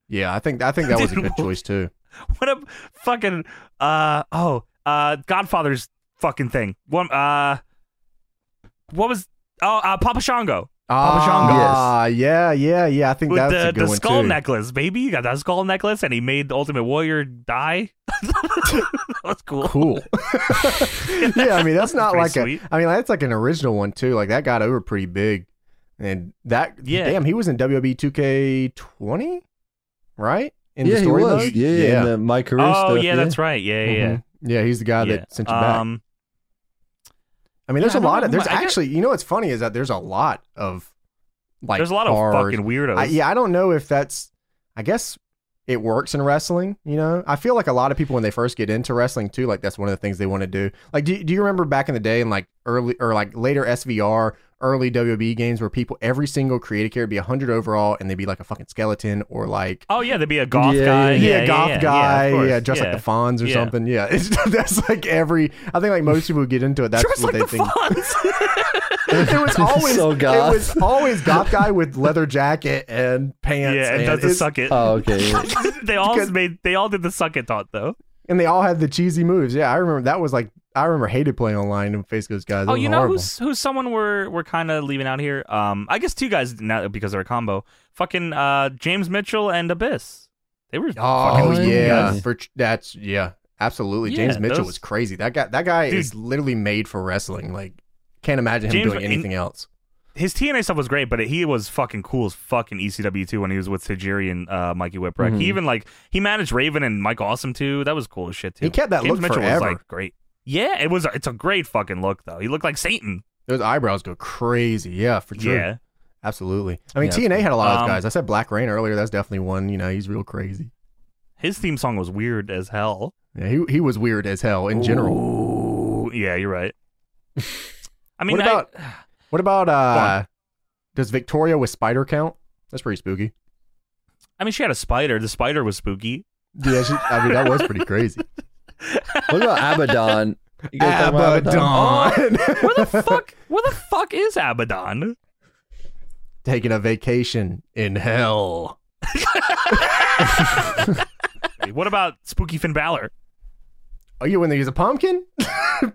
Speaker 2: Yeah.
Speaker 1: Yeah, I think I think that was a
Speaker 2: Dude, [LAUGHS]
Speaker 1: good
Speaker 2: what-
Speaker 1: choice too.
Speaker 2: what a fucking uh oh uh Godfather's fucking thing. One uh what was oh uh Papa Shango Shango.
Speaker 1: Ah, yeah, yeah, yeah. I think
Speaker 2: with
Speaker 1: that's a
Speaker 2: the,
Speaker 1: good
Speaker 2: the
Speaker 1: one
Speaker 2: skull
Speaker 1: too.
Speaker 2: necklace, baby. You got that skull necklace and he made Ultimate Warrior die. [LAUGHS] that was cool. [LAUGHS]
Speaker 1: Cool. yeah, I mean that's not
Speaker 2: Pretty
Speaker 1: like
Speaker 2: sweet.
Speaker 1: a. I mean that's like an original one too. Like that got over pretty big, and that
Speaker 2: Yeah.
Speaker 1: damn he was in E WB 2K20, right? In
Speaker 3: yeah,
Speaker 1: the
Speaker 3: he
Speaker 1: story
Speaker 3: was.
Speaker 1: mode?
Speaker 3: Yeah, yeah.
Speaker 1: yeah.
Speaker 3: in the my career
Speaker 2: Oh
Speaker 3: stuff.
Speaker 2: yeah, that's right. Yeah, yeah, yeah.
Speaker 1: Mhm. Yeah, he's the guy
Speaker 2: yeah.
Speaker 1: that sent you back.
Speaker 2: Um,
Speaker 1: I mean, there's
Speaker 2: Yeah,
Speaker 1: a
Speaker 2: I don't
Speaker 1: lot
Speaker 2: know
Speaker 1: of
Speaker 2: who
Speaker 1: there's
Speaker 2: my- I got-
Speaker 1: actually you know what's funny is that there's a lot of like
Speaker 2: there's a lot of
Speaker 1: horror-
Speaker 2: fucking weirdos.
Speaker 1: I, yeah, I don't know if that's. I guess it works in wrestling. You know, I feel like a lot of people when they first get into wrestling too, like that's one of the things they want to do. Like, do, do you remember back in the day in like early or like later SVR, early WB games where people every single creative character would be hundred overall and they'd be like a fucking skeleton or like.
Speaker 2: Oh yeah, there'd be a goth
Speaker 3: Yeah,
Speaker 2: guy.
Speaker 3: yeah,
Speaker 2: Yeah,
Speaker 1: Yeah, goth
Speaker 2: yeah,
Speaker 1: guy,
Speaker 2: of
Speaker 1: yeah,
Speaker 2: course,
Speaker 1: just like the Fonz or
Speaker 2: Yeah.
Speaker 1: something. Yeah, [LAUGHS] it's, that's like every. I think like most people who get into it. That's
Speaker 2: Just
Speaker 1: what
Speaker 2: like
Speaker 1: they
Speaker 2: the
Speaker 1: think.
Speaker 2: Fonz.
Speaker 1: [LAUGHS]
Speaker 2: [LAUGHS]
Speaker 1: It [LAUGHS] was always
Speaker 3: So
Speaker 1: It
Speaker 3: goth.
Speaker 1: was always goth guy with leather jacket [LAUGHS] and pants.
Speaker 2: yeah, and
Speaker 1: and
Speaker 2: does the
Speaker 1: it's-
Speaker 2: suck it.
Speaker 3: Oh okay. yeah.
Speaker 2: [LAUGHS] they all
Speaker 1: Because-
Speaker 2: made they all did the suck it taunt though.
Speaker 1: and they all had the cheesy moves. Yeah, I remember that was like I remember hated playing online and face those guys. That
Speaker 2: oh,
Speaker 1: was
Speaker 2: you know
Speaker 1: horrible.
Speaker 2: who's who's someone we're we're kind of leaving out here. Um, I guess two guys now because they're a combo. Fucking uh, James Mitchell and Abyss. They were
Speaker 1: Oh
Speaker 2: fucking
Speaker 1: yeah,
Speaker 3: guys.
Speaker 1: for, that's yeah, absolutely.
Speaker 2: Yeah,
Speaker 1: James Mitchell
Speaker 2: those-
Speaker 1: was crazy. That guy, that guy
Speaker 2: Dude.
Speaker 1: is literally made for wrestling. Like, can't imagine him
Speaker 2: James-
Speaker 1: doing
Speaker 2: in-
Speaker 1: anything else.
Speaker 2: His TNA stuff was great, but he was fucking cool as fucking ECW too when he was with Tajiri and uh, Mikey Whipwreck.
Speaker 3: Mhm.
Speaker 2: He even like he managed Raven and Mike Awesome too. That was cool as shit too.
Speaker 1: He kept that
Speaker 2: James
Speaker 1: look
Speaker 2: Mitchell
Speaker 1: forever.
Speaker 2: was like great. Yeah, it was. It's a great fucking look though. He looked like Satan.
Speaker 1: Those eyebrows go crazy. Yeah, for sure.
Speaker 2: Yeah.
Speaker 1: Absolutely. I mean,
Speaker 3: Yeah,
Speaker 1: TNA had a lot of
Speaker 2: Um,
Speaker 1: those guys. I said Black Rain earlier. That's definitely one. You know, he's real crazy.
Speaker 2: His theme song was weird as hell.
Speaker 1: Yeah, he he was weird as hell in general.
Speaker 2: Ooh, yeah, you're right. I mean,
Speaker 1: What
Speaker 2: I-
Speaker 1: about- What about uh does Victoria with spider count? That's pretty spooky.
Speaker 2: I mean, she had a spider. The spider was spooky.
Speaker 1: Yeah, she, I mean that was pretty crazy.
Speaker 3: What about [LAUGHS] Abaddon? You guys talking
Speaker 2: [LAUGHS]
Speaker 3: about
Speaker 2: Where
Speaker 1: [LAUGHS]
Speaker 2: the fuck? Where the fuck is Abaddon?
Speaker 1: Taking a vacation in hell.
Speaker 2: What about Spooky Finn Balor?
Speaker 1: Oh, you when they use a pumpkin? [LAUGHS]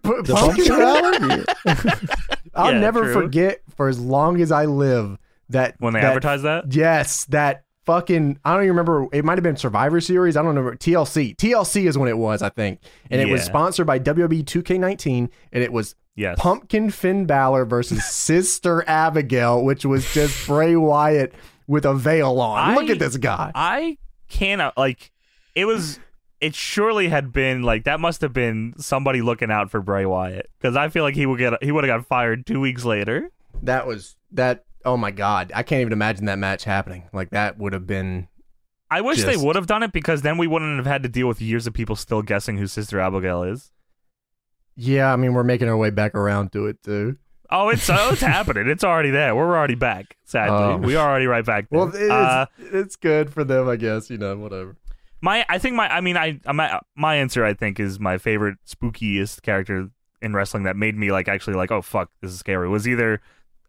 Speaker 1: Put
Speaker 3: The
Speaker 1: pumpkin
Speaker 3: pumpkin
Speaker 1: out?
Speaker 3: rally? [LAUGHS]
Speaker 1: I'll
Speaker 2: Yeah,
Speaker 1: never
Speaker 2: true.
Speaker 1: forget for as long as I live that
Speaker 2: When they
Speaker 1: that,
Speaker 2: advertise that?
Speaker 1: Yes, that fucking I don't even remember it might have been Survivor Series. I don't remember TLC. TLC is when it was, I think. And it was
Speaker 2: Yeah.
Speaker 1: E sponsored by WWE 2K19 and it was
Speaker 2: Yes.
Speaker 1: Pumpkin Finn Balor
Speaker 2: [LAUGHS]
Speaker 1: versus Sister Abigail, which was just Bray Wyatt with a veil on.
Speaker 2: I-
Speaker 1: Look at this guy.
Speaker 2: I cannot like it was it surely had been like that must have been somebody looking out for Bray Wyatt cuz I feel like he would get he would have got fired 2 weeks later.
Speaker 1: That was that. Oh my God. I can't even imagine that match happening. Like, that would have been.
Speaker 2: I wish they
Speaker 1: Just-
Speaker 2: would have done it because then we wouldn't have had to deal with years of people still guessing who Sister Abigail is.
Speaker 1: Yeah, I mean, we're making our way back around to it, too.
Speaker 2: Oh, it's oh, it's happening. It's already there. We're already back. Sadly,
Speaker 1: Oh.
Speaker 2: we are already right back. There.
Speaker 1: Well, it's,
Speaker 2: Uh,
Speaker 1: it's good for them, I guess. You know, whatever.
Speaker 2: my I think my I mean I my my answer I think is my favorite spookiest character in wrestling that made me like actually like oh fuck this is scary was either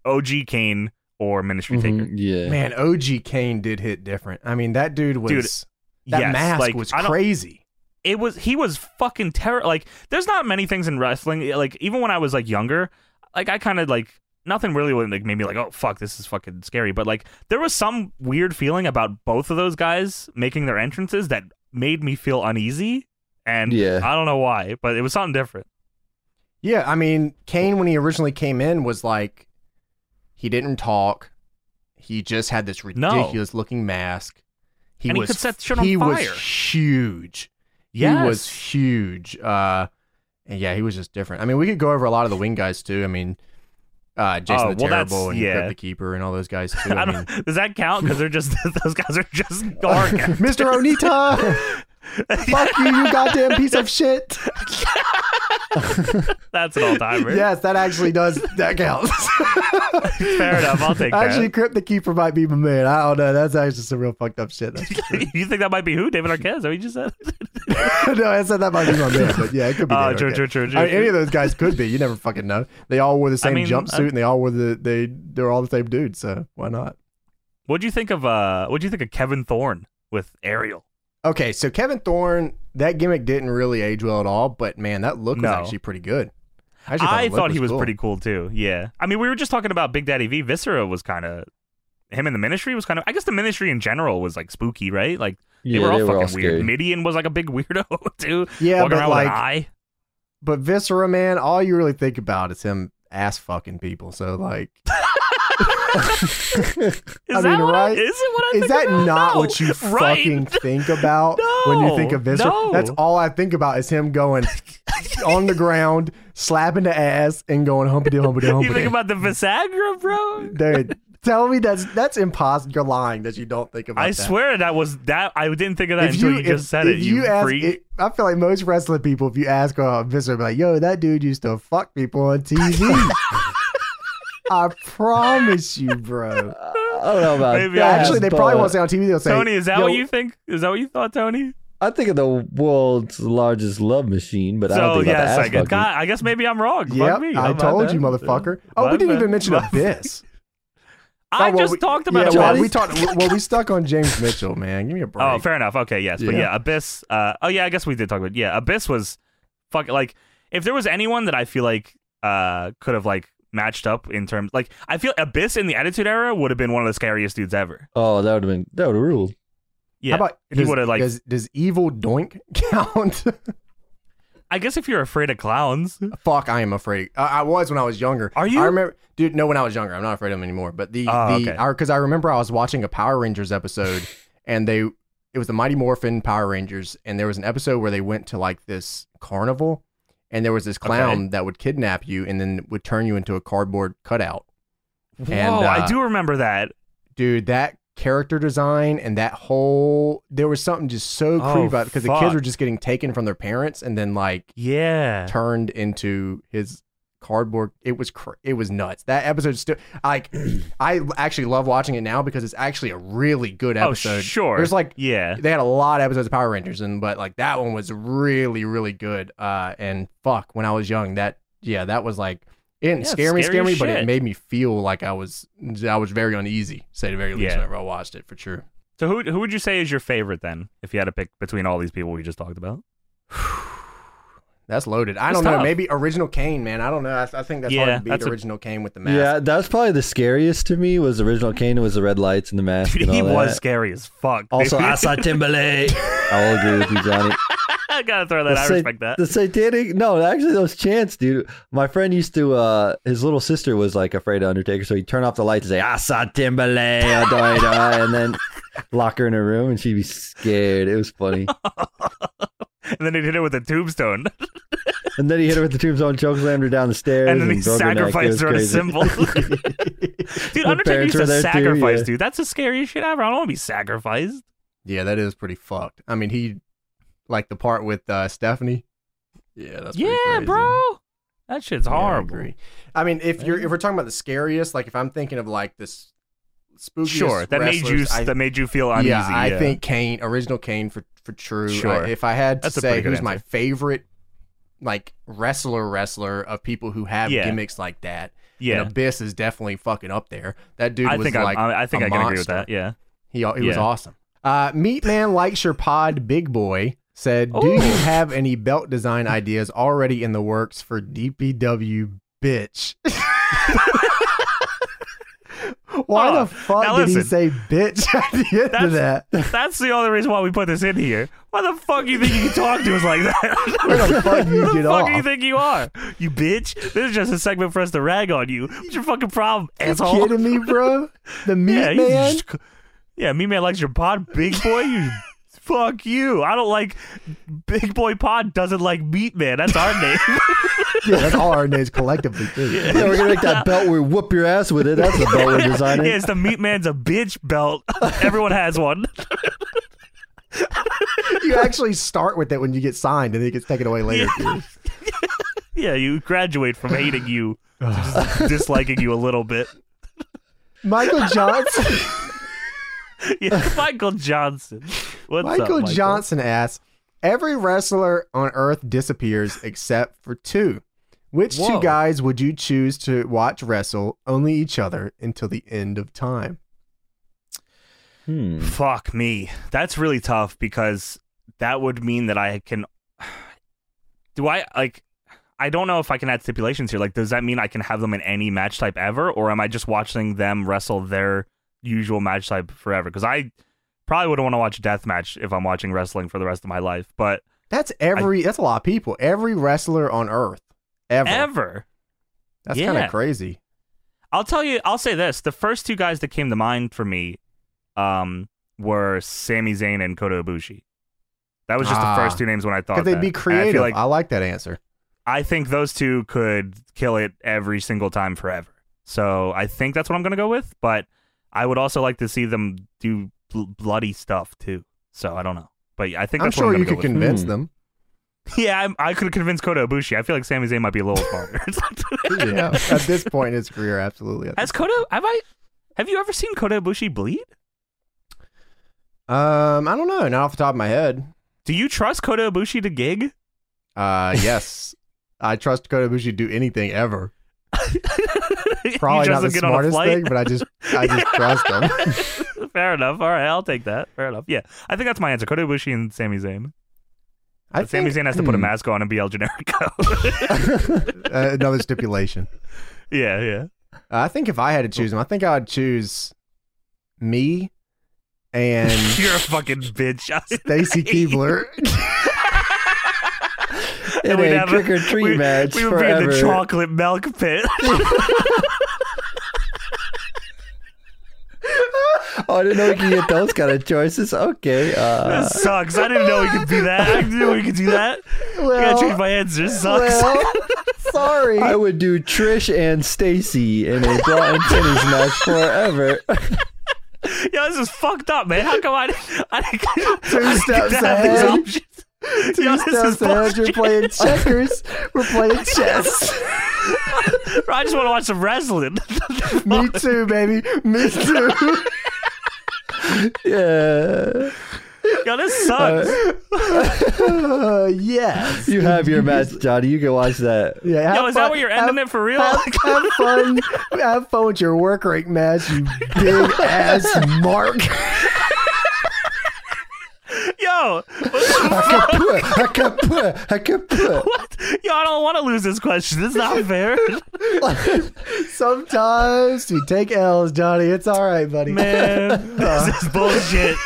Speaker 2: OG Kane or Ministry
Speaker 1: Mm-hmm.
Speaker 2: Taker.
Speaker 3: Mhm, yeah.
Speaker 1: Man, OG Kane did hit different. I mean, that dude was. that
Speaker 2: yes,
Speaker 1: mask
Speaker 2: like,
Speaker 1: was
Speaker 2: I don't-
Speaker 1: crazy.
Speaker 2: it was he was fucking terror like there's not many things in wrestling eh, like even when i was like younger like i kind of like nothing really would like made me like oh fuck this is fucking scary but like there was some weird feeling about both of those guys making their entrances that made me feel uneasy and
Speaker 3: Yeah.
Speaker 2: i don't know why but it was something different
Speaker 1: Yeah, I mean, Kane when he originally came in was like he didn't talk. He just had this
Speaker 2: No.
Speaker 1: ridiculous looking mask. He
Speaker 2: And he
Speaker 1: was
Speaker 2: could set shit on
Speaker 1: he
Speaker 2: fire.
Speaker 1: was huge.
Speaker 2: Yes.
Speaker 1: He was huge. Uh and yeah, he was just different. I mean, we could go over a lot of the wing guys too. I mean, uh Jason
Speaker 2: Oh,
Speaker 1: the
Speaker 2: well, that's-
Speaker 1: Terrible and
Speaker 2: yeah.
Speaker 1: Greg the Keeper and all those
Speaker 2: [LAUGHS]
Speaker 1: guys too.
Speaker 2: I
Speaker 1: I mean,
Speaker 2: don't, does that count because they're just [LAUGHS] those guys are
Speaker 1: [LAUGHS]
Speaker 2: just gargants [LAUGHS]
Speaker 1: Mr. Onita, fuck you, you goddamn piece of shit.
Speaker 2: that's an all-timer
Speaker 1: Yes, that actually does. That counts. [LAUGHS]
Speaker 2: fair enough i'll take that
Speaker 1: Actually, Crypt the Keeper might be my man. I don't know. That's actually some real fucked up shit. That's-
Speaker 2: [LAUGHS]
Speaker 1: [LAUGHS]
Speaker 2: you think that might be who david arquez is that what you just said [LAUGHS]
Speaker 1: no, I said that might be my man, but yeah, it could be.
Speaker 2: Uh,
Speaker 1: David
Speaker 2: true,
Speaker 1: Arquette.
Speaker 2: true, true, true,
Speaker 1: I mean, any
Speaker 2: true.
Speaker 1: of those guys could be. You never fucking know. They all wore the same
Speaker 2: mean,
Speaker 1: jumpsuit
Speaker 2: I-
Speaker 1: and they all wore the they they were all the same dude. So why not?
Speaker 2: What'd you think of uh what'd you think of Kevin Thorne with Ariel?
Speaker 1: Okay, so Kevin Thorne, that gimmick didn't really age well at all, but man, that look
Speaker 2: No.
Speaker 1: was actually pretty good. actually
Speaker 2: I
Speaker 1: the look
Speaker 2: thought he was
Speaker 1: cool.
Speaker 2: pretty cool too. Yeah. I mean, we were just talking about Big Daddy V. Viscera was kind of him and the ministry was kind of I guess the ministry in general was like spooky, right? Like they
Speaker 3: yeah,
Speaker 2: were all
Speaker 3: they were
Speaker 2: fucking
Speaker 3: all
Speaker 2: weird.
Speaker 3: scary.
Speaker 2: Midian was like a big [LAUGHS] weirdo too.
Speaker 1: Yeah,
Speaker 2: walking
Speaker 1: but
Speaker 2: around with an
Speaker 1: like,
Speaker 2: eye.
Speaker 1: but Viscera, man, all you really think about is him ass fucking people. So like,
Speaker 2: Is
Speaker 3: [LAUGHS]
Speaker 1: I
Speaker 2: that
Speaker 1: mean,
Speaker 2: what I-
Speaker 1: right?
Speaker 2: is it what I
Speaker 1: Is
Speaker 2: think
Speaker 1: that
Speaker 2: about?
Speaker 1: not
Speaker 2: No.
Speaker 1: what you
Speaker 2: [LAUGHS] Right.
Speaker 1: fucking think about when you think of
Speaker 2: No,
Speaker 1: Viscera?
Speaker 2: no.
Speaker 1: That's all I think about is him
Speaker 2: [LAUGHS]
Speaker 1: going on the ground, slapping the ass, and going humpity humpity
Speaker 2: [LAUGHS] You think
Speaker 1: humpity.
Speaker 2: about the Visagra, bro?
Speaker 1: Dude, tell me that's that's impossible. You're lying that you don't think about.
Speaker 2: I
Speaker 1: that.
Speaker 2: swear that was that I didn't think of that
Speaker 1: If
Speaker 2: until you,
Speaker 1: if-
Speaker 2: just said
Speaker 1: if
Speaker 2: it. You,
Speaker 1: ask,
Speaker 2: freak.
Speaker 1: it- I feel like most wrestling people, if you ask about Viscera, be like, "Yo, that dude used to fuck people on
Speaker 2: [LAUGHS]
Speaker 1: TV." I promise you, bro.
Speaker 3: I don't know about
Speaker 2: Maybe I-
Speaker 3: that,
Speaker 1: Actually, they probably
Speaker 3: but
Speaker 1: won't say on TV. They'll say,
Speaker 2: Tony, is that
Speaker 1: "Yo,
Speaker 2: what you think? Is that what you thought, Tony?
Speaker 3: I think of the world's largest love machine, but I don't
Speaker 2: So
Speaker 3: think about
Speaker 2: yes,
Speaker 3: the
Speaker 2: I
Speaker 3: ass
Speaker 2: guess.
Speaker 3: fucking.
Speaker 2: God, I guess maybe I'm wrong. Fuck
Speaker 1: Yep,
Speaker 2: me.
Speaker 1: I
Speaker 2: My
Speaker 1: told
Speaker 2: bad.
Speaker 1: you, motherfucker. Oh, we
Speaker 2: My
Speaker 1: didn't even
Speaker 2: bad.
Speaker 1: mention
Speaker 2: [LAUGHS] My
Speaker 1: Abyss.
Speaker 2: I
Speaker 1: Oh, well,
Speaker 2: just
Speaker 1: we-
Speaker 2: talked about
Speaker 1: yeah, well,
Speaker 2: Abyss.
Speaker 1: we talked. Well, we stuck on James Mitchell, man. Give me a break.
Speaker 2: Oh, fair enough. Okay, yes, but
Speaker 1: Yeah.
Speaker 2: yeah, Abyss. Uh, oh yeah, I guess we did talk about. Yeah, Abyss was fucking like if there was anyone that I feel like uh could have like matched up in terms like I feel Abyss in the Attitude Era would have been one of the scariest dudes ever.
Speaker 3: Oh, that would have been that would have ruled.
Speaker 2: Yeah,
Speaker 1: How about
Speaker 2: he
Speaker 1: does-
Speaker 2: would have like.
Speaker 1: Does, does evil doink [LAUGHS] count?
Speaker 2: I guess if you're afraid of clowns,
Speaker 1: Fuck, I am afraid. I, I was when I was younger.
Speaker 2: Are you?
Speaker 1: I remember, dude. No, when I was younger, I'm not afraid of them anymore. But the
Speaker 2: Oh,
Speaker 1: the
Speaker 2: okay.
Speaker 1: because I remember I was watching a Power Rangers
Speaker 2: [LAUGHS]
Speaker 1: episode, and they it was the Mighty Morphin Power Rangers, and there was an episode where they went to like this carnival, and there was this clown that would kidnap you and then would turn you into a cardboard cutout.
Speaker 2: whoa!
Speaker 1: uh,
Speaker 2: I do remember that.
Speaker 1: dude that character design and that whole there was something just so creepy
Speaker 2: Oh,
Speaker 1: about it because the kids
Speaker 2: fuck.
Speaker 1: were just getting taken from their parents and then like
Speaker 2: Yeah,
Speaker 1: turned into his cardboard it was cr- it was nuts that episode still like [CLEARS THROAT] i actually love watching it now because it's actually a really good
Speaker 2: Oh,
Speaker 1: episode
Speaker 2: sure.
Speaker 1: there's like
Speaker 2: yeah.
Speaker 1: they had a lot of episodes of power rangers and but like that one was really really good uh and fuck when i was young that yeah that was like it didn't
Speaker 2: Yeah,
Speaker 1: scare me
Speaker 2: scary
Speaker 1: scare me
Speaker 2: as
Speaker 1: but it
Speaker 2: shit.
Speaker 1: made me feel like i was i was very uneasy say the very least
Speaker 2: Yeah.
Speaker 1: whenever i watched it for sure
Speaker 2: So who who would you say is your favorite then? If you had to pick between all these people we just talked about,
Speaker 1: that's loaded i
Speaker 2: It's
Speaker 1: don't know
Speaker 2: tough.
Speaker 1: maybe original kane man i don't know i, I think that's
Speaker 2: Yeah,
Speaker 1: hard to beat
Speaker 2: that's a-
Speaker 1: original kane with the mask
Speaker 3: Yeah, that was probably the scariest to me. Was the original Kane was the red lights and the mask.
Speaker 2: dude,
Speaker 3: and all
Speaker 2: [LAUGHS] he was
Speaker 3: that.
Speaker 2: scary as fuck.
Speaker 3: Also,
Speaker 2: dude. [LAUGHS]
Speaker 3: [LAUGHS] Asa Timberlake. I will agree with you, Johnny.
Speaker 2: I [LAUGHS] gotta throw that.
Speaker 3: The
Speaker 2: I
Speaker 3: sa-
Speaker 2: respect that.
Speaker 3: The satanic no, actually those chants, dude. My friend used to uh his little sister was like afraid of Undertaker, so he'd turn off the lights and say, Asa Timbale, Adoida, and
Speaker 2: [LAUGHS]
Speaker 3: then lock her in her room and she'd be scared. It was funny.
Speaker 2: And then he did it with a tombstone, [LAUGHS]
Speaker 3: And then he hit her with the tombstone, chokeslammed her down the stairs.
Speaker 2: and then he
Speaker 3: broke her neck. It
Speaker 2: sacrificed
Speaker 3: was
Speaker 2: her on a
Speaker 3: crazy. [LAUGHS]
Speaker 2: symbol. Dude,
Speaker 3: Her
Speaker 2: Undertaker used
Speaker 3: parents were
Speaker 2: to
Speaker 3: there too,
Speaker 2: sacrifice,
Speaker 3: yeah.
Speaker 2: dude. That's the scariest shit ever. I don't want to be sacrificed.
Speaker 1: Yeah, that is pretty fucked. I mean, he like the part with uh, Stephanie. Yeah, that's pretty
Speaker 2: yeah,
Speaker 1: crazy.
Speaker 2: bro. That shit's
Speaker 1: Yeah, I
Speaker 2: horrible.
Speaker 1: agree. I mean, if you're if we're talking about the scariest, like if I'm thinking of like this spooky,
Speaker 2: sure, that made you that made you feel uneasy.
Speaker 1: yeah, I think Kane, original Kane for for true. I-
Speaker 2: Sure.
Speaker 1: if I had to
Speaker 2: That's a
Speaker 1: say
Speaker 2: pretty good
Speaker 1: who's my
Speaker 2: answer.
Speaker 1: favorite like wrestler wrestler of people who have
Speaker 2: Yeah.
Speaker 1: gimmicks like that,
Speaker 2: yeah.
Speaker 1: and Abyss is definitely fucking up there. That dude
Speaker 2: I
Speaker 1: was
Speaker 2: think
Speaker 1: like
Speaker 2: I'm, I I think
Speaker 1: a
Speaker 2: I can agree with
Speaker 1: monster.
Speaker 2: that. Yeah.
Speaker 1: He, he was
Speaker 2: Yeah.
Speaker 1: awesome. Uh, Meatman likes your pod, Big Boy. Said, do
Speaker 2: Ooh.
Speaker 1: you have any belt design ideas already in the works for DPW, bitch? [LAUGHS] Why
Speaker 2: Oh,
Speaker 1: the fuck
Speaker 2: now
Speaker 1: did he
Speaker 2: listen.
Speaker 1: say bitch [LAUGHS] at the end of
Speaker 2: That's-
Speaker 1: that? [LAUGHS]
Speaker 2: That's the only reason why we put this in here. Why the fuck you think you can talk to us like that? [LAUGHS]
Speaker 1: Where the fuck you
Speaker 2: [LAUGHS] Who the
Speaker 1: get
Speaker 2: fuck
Speaker 1: off?
Speaker 2: do you think you are? You bitch. This is just a segment for us to rag on you. What's your fucking problem, asshole?
Speaker 1: kidding me, bro? The meat
Speaker 2: [LAUGHS] yeah, he's
Speaker 1: man.
Speaker 2: just- yeah, me man likes your pod, big boy. You [LAUGHS] fuck you. I don't like big boy pod. Doesn't like meat man. That's our
Speaker 1: [LAUGHS]
Speaker 2: name. [LAUGHS]
Speaker 1: Yeah, that's all our names collectively. Too.
Speaker 3: Yeah, we're gonna make that belt where we whoop your ass with it. That's the
Speaker 2: [LAUGHS]
Speaker 3: belt we're
Speaker 2: yeah,
Speaker 3: designing.
Speaker 2: it's the meat man's a bitch belt. [LAUGHS] Everyone has one. [LAUGHS]
Speaker 1: You actually start with it when you get signed, and then it gets taken away later.
Speaker 2: Yeah. yeah, you graduate from hating you, to
Speaker 1: [LAUGHS]
Speaker 2: just disliking you a little bit. [LAUGHS]
Speaker 1: Michael Johnson.
Speaker 2: Yeah, Michael Johnson. What's up,
Speaker 1: Michael
Speaker 2: Michael
Speaker 1: Johnson asks, "Every wrestler on Earth disappears except for two. Which
Speaker 2: Whoa.
Speaker 1: two guys would you choose to watch wrestle only each other until the end of time?"
Speaker 3: Hmm.
Speaker 2: Fuck me. That's really tough because that would mean that I can. [SIGHS] Do I like? I don't know if I can add stipulations here. Like, does that mean I can have them in any match type ever, or am I just watching them wrestle their usual match type forever? Because I probably wouldn't want to watch a death match if I'm watching wrestling for the rest of my life. But
Speaker 1: That's every. that's a lot of people. Every wrestler on Earth, ever.
Speaker 2: ever,
Speaker 1: that's
Speaker 2: yeah.
Speaker 1: kind of crazy.
Speaker 2: I'll tell you. I'll say this: the first two guys that came to mind for me um, were Sami Zayn and Kota Ibushi. That was just
Speaker 1: Ah.
Speaker 2: the first two names when I thought.
Speaker 1: Because they'd
Speaker 2: that.
Speaker 1: be
Speaker 2: And I feel
Speaker 1: creative.
Speaker 2: like-
Speaker 1: I like that answer.
Speaker 2: I think those two could kill it every single time forever. So I think that's what I'm going to go with. But I would also like to see them do bl- bloody stuff too. So I don't know. But I think
Speaker 1: I'm
Speaker 2: that's what
Speaker 1: sure
Speaker 2: I'm
Speaker 1: you
Speaker 2: gonna
Speaker 1: could
Speaker 2: go with.
Speaker 1: convince
Speaker 2: [LAUGHS]
Speaker 3: Hmm.
Speaker 1: them.
Speaker 2: Yeah, I, I could convince Kota Ibushi. I feel like Sami Zayn might be a little [LAUGHS] farther.
Speaker 1: yeah, [LAUGHS] at this point in his career, absolutely.
Speaker 2: Has Kota? Have I? Have you ever seen Kota Ibushi bleed?
Speaker 1: Um, I don't know. Not off the top of my head.
Speaker 2: Do you trust Kota Ibushi to gig? [LAUGHS]
Speaker 1: Uh, yes, I trust Kota Ibushi to do anything ever.
Speaker 2: [LAUGHS] You
Speaker 1: Probably not
Speaker 2: trust
Speaker 1: the
Speaker 2: him to get on a
Speaker 1: smartest
Speaker 2: flight?
Speaker 1: thing, but I
Speaker 2: [LAUGHS]
Speaker 1: just, I just trust him.
Speaker 2: Fair enough. All right, I'll take that. Fair enough. Yeah, I think that's my answer. Kota Ibushi and Sami Zayn.
Speaker 1: I
Speaker 2: But Sami
Speaker 1: think
Speaker 2: Zayn has to put a
Speaker 3: hmm.
Speaker 2: mask on and be El Generico. [LAUGHS]
Speaker 1: uh, another stipulation.
Speaker 2: yeah, yeah.
Speaker 1: [LAUGHS] Uh, I think if I had to choose him, I think I would choose me
Speaker 2: [LAUGHS]
Speaker 1: and
Speaker 2: You're a fucking bitch. [LAUGHS]
Speaker 1: Stacy Keebler.
Speaker 3: In
Speaker 2: we'd
Speaker 3: a
Speaker 2: have a-
Speaker 3: trick or treat
Speaker 2: we,
Speaker 3: match
Speaker 2: we would
Speaker 3: forever.
Speaker 2: be in the chocolate milk pit. [LAUGHS]
Speaker 3: Oh, I didn't know we could get those kind of choices. Okay. Uh,
Speaker 2: that sucks. I didn't know we could do that. I didn't know we could do that. I gotta change
Speaker 1: well,
Speaker 2: my answer. Sucks.
Speaker 1: well, sorry.
Speaker 3: I would do Trish and Stacy in a bra and tennis match forever.
Speaker 2: [LAUGHS]
Speaker 3: [LAUGHS]
Speaker 2: Yo, this is fucked up, man. How come I didn't? I didn't
Speaker 1: Two
Speaker 2: I didn't
Speaker 1: steps
Speaker 2: get to have these
Speaker 1: ahead.
Speaker 2: options?
Speaker 1: Two
Speaker 2: Yo, this is
Speaker 1: steps ahead. You're
Speaker 2: bullshit. [LAUGHS]
Speaker 1: playing checkers. We're playing chess.
Speaker 2: [LAUGHS] I just want to watch some wrestling. [LAUGHS]
Speaker 1: Me too, baby. Me too.
Speaker 3: Yeah.
Speaker 2: Yo, this sucks.
Speaker 1: Uh, yes.
Speaker 3: You have your match, Johnny. You can watch
Speaker 2: [LAUGHS]
Speaker 3: that.
Speaker 1: Yeah, have
Speaker 2: Yo, is that
Speaker 1: fun-
Speaker 2: where you're
Speaker 1: have-
Speaker 2: ending it for real?
Speaker 1: Have, [LAUGHS] have fun. Have fun with your work rate match,
Speaker 2: [LAUGHS]
Speaker 1: you big ass mark.
Speaker 2: [LAUGHS] Yo,
Speaker 3: Hakapua, hakapua, hakapua.
Speaker 2: what? Yo, I don't want to lose this question. This
Speaker 1: [LAUGHS]
Speaker 2: is not fair.
Speaker 1: Sometimes we take L's, Johnny. It's all right, buddy.
Speaker 2: [LAUGHS] Man, this is bullshit.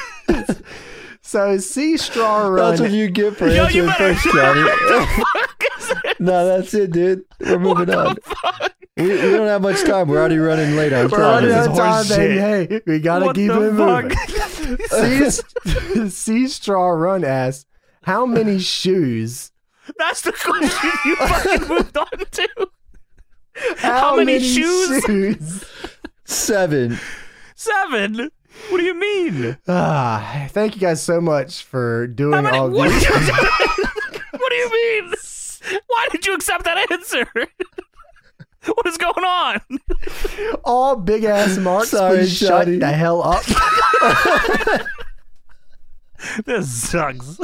Speaker 1: So Sea Straw Run.
Speaker 3: That's what you get for
Speaker 2: Yo,
Speaker 3: answering
Speaker 2: you better
Speaker 3: first, Johnny. [LAUGHS] no, that's it, dude. We're moving on. We, we don't have much time. We're already running late on
Speaker 1: We're
Speaker 3: time.
Speaker 1: running
Speaker 2: This
Speaker 1: out
Speaker 2: is
Speaker 1: of time,
Speaker 2: horse
Speaker 1: baby. Hey, we gotta
Speaker 2: What
Speaker 1: keep
Speaker 2: the
Speaker 1: it moving.
Speaker 2: fuck? [LAUGHS]
Speaker 1: Sea, sea Straw Run asks, "How many shoes?
Speaker 2: That's the question you fucking moved on to. How many shoes?
Speaker 1: shoes?
Speaker 3: Seven.
Speaker 2: Seven. What do you mean?
Speaker 1: Ah, thank you guys so much for
Speaker 2: How
Speaker 1: doing
Speaker 2: many?
Speaker 1: all
Speaker 2: What,
Speaker 1: these.
Speaker 2: what do you mean? Why did you accept that answer? What is going on?
Speaker 1: all big ass marks.
Speaker 3: Sorry,
Speaker 1: Please
Speaker 3: Johnny.
Speaker 1: shut the hell up.
Speaker 2: This sucks.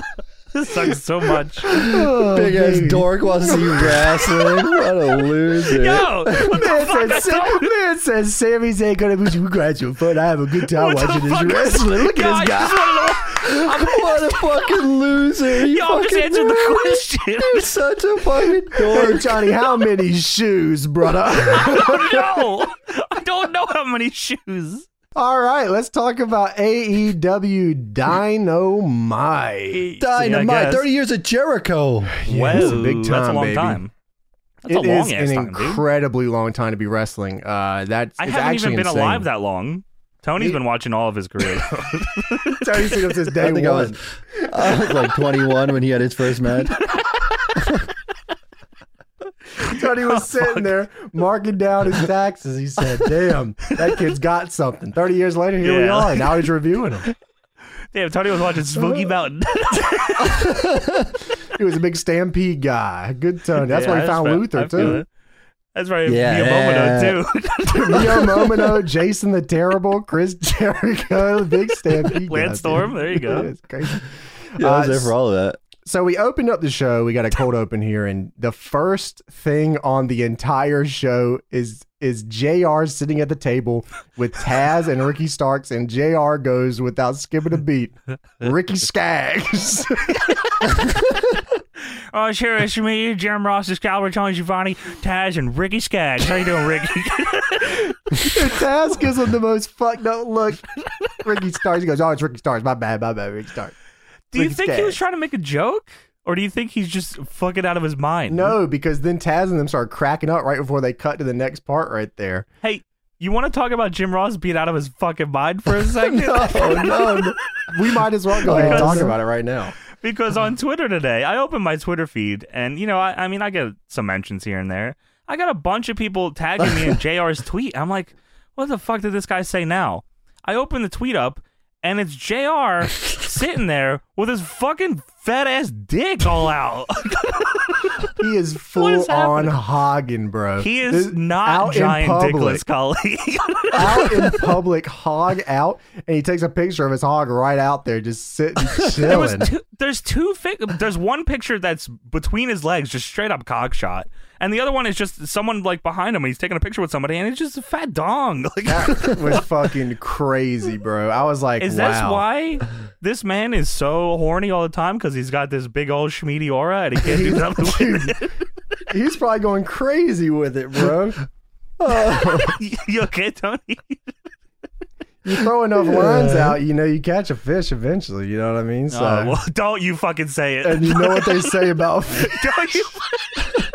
Speaker 2: This sucks so much.
Speaker 1: Oh,
Speaker 3: [LAUGHS] Big ass
Speaker 1: baby.
Speaker 3: dork wants to see wrestling. What a loser.
Speaker 2: Yo, what the
Speaker 1: Man
Speaker 2: fuck?
Speaker 1: says,
Speaker 2: That's all-
Speaker 1: Sam, man says Sammy's ain't gonna be too gradual, but I have a good time
Speaker 2: what the
Speaker 1: watching this
Speaker 2: fuck is-
Speaker 1: wrestling. Look
Speaker 2: Yo,
Speaker 1: at
Speaker 2: I
Speaker 1: this guy.
Speaker 2: just wanted to- I'm-
Speaker 3: What a fucking loser. You
Speaker 2: Yo, I'm just
Speaker 3: fucking
Speaker 2: answering the
Speaker 3: ruined it.
Speaker 2: question.
Speaker 3: You're such a fucking
Speaker 1: Hey,
Speaker 3: dork.
Speaker 1: Johnny, how many shoes, brother? [LAUGHS]
Speaker 2: No, I don't know how many shoes.
Speaker 1: All right, let's talk about AEW Dynamite.
Speaker 3: Dynamite. 30 years of Jericho.
Speaker 1: Yeah,
Speaker 2: Well,
Speaker 1: that's a big
Speaker 2: that's a
Speaker 1: time,
Speaker 2: long
Speaker 1: baby.
Speaker 2: time. That's a
Speaker 1: It
Speaker 2: long
Speaker 1: is
Speaker 2: ass
Speaker 1: an
Speaker 2: time, dude.
Speaker 1: incredibly long time to be wrestling. Uh, that's
Speaker 2: I
Speaker 1: it's
Speaker 2: haven't
Speaker 1: actually
Speaker 2: even been
Speaker 1: insane.
Speaker 2: alive that long. Tony's
Speaker 1: Me-
Speaker 2: been watching all of his career.
Speaker 1: [LAUGHS] Tony Singham
Speaker 2: [LAUGHS]
Speaker 1: since day
Speaker 3: I think I
Speaker 1: one.
Speaker 3: was, I was like 21 when he had his first match.
Speaker 1: Tony
Speaker 2: [LAUGHS]
Speaker 1: was
Speaker 2: Oh,
Speaker 1: sitting there marking down his taxes. He said, "Damn, that kid's got something." Thirty years later, here we
Speaker 2: Yeah.
Speaker 1: are. Now he's reviewing them.
Speaker 2: Damn, Tony was watching Smoky
Speaker 1: Uh,
Speaker 2: Mountain.
Speaker 1: He was a big Stampede guy. Good Tony. That's
Speaker 2: [LAUGHS] Yeah,
Speaker 1: why he found
Speaker 2: fe-
Speaker 1: Luther
Speaker 2: I feel
Speaker 1: too.
Speaker 2: it. That's right.
Speaker 3: Yeah.
Speaker 2: Miyamoto
Speaker 1: [LAUGHS]
Speaker 2: too. [LAUGHS]
Speaker 3: [LAUGHS]
Speaker 1: Mio Momono, Jason the Terrible, Chris Jericho, the big Stampede. guy, dude.
Speaker 2: Landstorm, there you
Speaker 1: [LAUGHS]
Speaker 2: go.
Speaker 1: It's crazy.
Speaker 3: Yeah, I was
Speaker 1: Uh,
Speaker 3: there for all of that.
Speaker 1: So we opened up the show. We got a cold open here, and the first thing on the entire show is is Jr. sitting at the table with Taz and Ricky Starks, and Jr. goes without skipping a beat. Ricky Skaggs. [LAUGHS]
Speaker 2: oh, sure, it's me, Jerem Ross, Excalibur, Tony Giovanni, Taz, and Ricky Skaggs. How you
Speaker 1: [LAUGHS]
Speaker 2: doing, [LAUGHS] Ricky?
Speaker 1: Taz gives him the most fucked up look. Ricky Starks he goes, "Oh, it's Ricky Starks. My bad, my bad, Ricky Starks."
Speaker 2: do you
Speaker 1: Ricky
Speaker 2: think he was
Speaker 1: Skaggs.
Speaker 2: trying to make a joke? Or do you think he's just fucking out of his mind?
Speaker 1: No, because then Taz and them start cracking up right before they cut to the next part right there.
Speaker 2: Hey, you want to talk about Jim Ross being out of his fucking mind
Speaker 1: [LAUGHS]
Speaker 2: for a second?
Speaker 1: Oh no, no. we might as well go ahead and talk
Speaker 3: Because-
Speaker 1: about it right now.
Speaker 2: because on Twitter today, I opened my Twitter feed, and you know, I, I mean, I get some mentions here and there. I got a bunch of people tagging me
Speaker 1: [LAUGHS]
Speaker 2: in Jr's tweet. I'm like, what the fuck did this guy say now? I open the tweet up, and
Speaker 1: [LAUGHS]
Speaker 2: it's Jr. sitting there with his fucking fat ass dick all out. [LAUGHS]
Speaker 1: He is full
Speaker 2: is
Speaker 1: on
Speaker 2: happening?
Speaker 1: hogging, bro.
Speaker 2: He is
Speaker 1: This-
Speaker 2: not
Speaker 1: out in
Speaker 2: giant
Speaker 1: public,
Speaker 2: dickless [LAUGHS] Cully.
Speaker 1: [LAUGHS] out
Speaker 2: [LAUGHS]
Speaker 1: in public, hog out, and he takes a picture of his hog right out there, just
Speaker 2: [LAUGHS]
Speaker 1: sitting
Speaker 2: there was
Speaker 1: chilling.
Speaker 2: two, there's two fi- there's one picture that's between his legs, just straight up cock shot, and the other one is just someone like behind him. He's taking a picture with somebody, and it's just a fat dong. [LAUGHS] Like,
Speaker 1: that was fucking crazy, bro. I was like,
Speaker 2: Is
Speaker 1: wow.
Speaker 2: this why this man is so horny all the time? Because he's got this big old schmeedy aura and he
Speaker 1: [LAUGHS]
Speaker 2: can't do nothing with it.
Speaker 1: [LAUGHS] He's probably going crazy with it, bro.
Speaker 2: You- [LAUGHS] you okay, Tony?
Speaker 1: [LAUGHS] You throw enough lines out, you know, you catch a fish eventually. You know what I mean? So,
Speaker 2: Oh, well, don't you fucking say it.
Speaker 1: Uh, and you know what they say about fish.
Speaker 2: [LAUGHS] Don't you. [LAUGHS]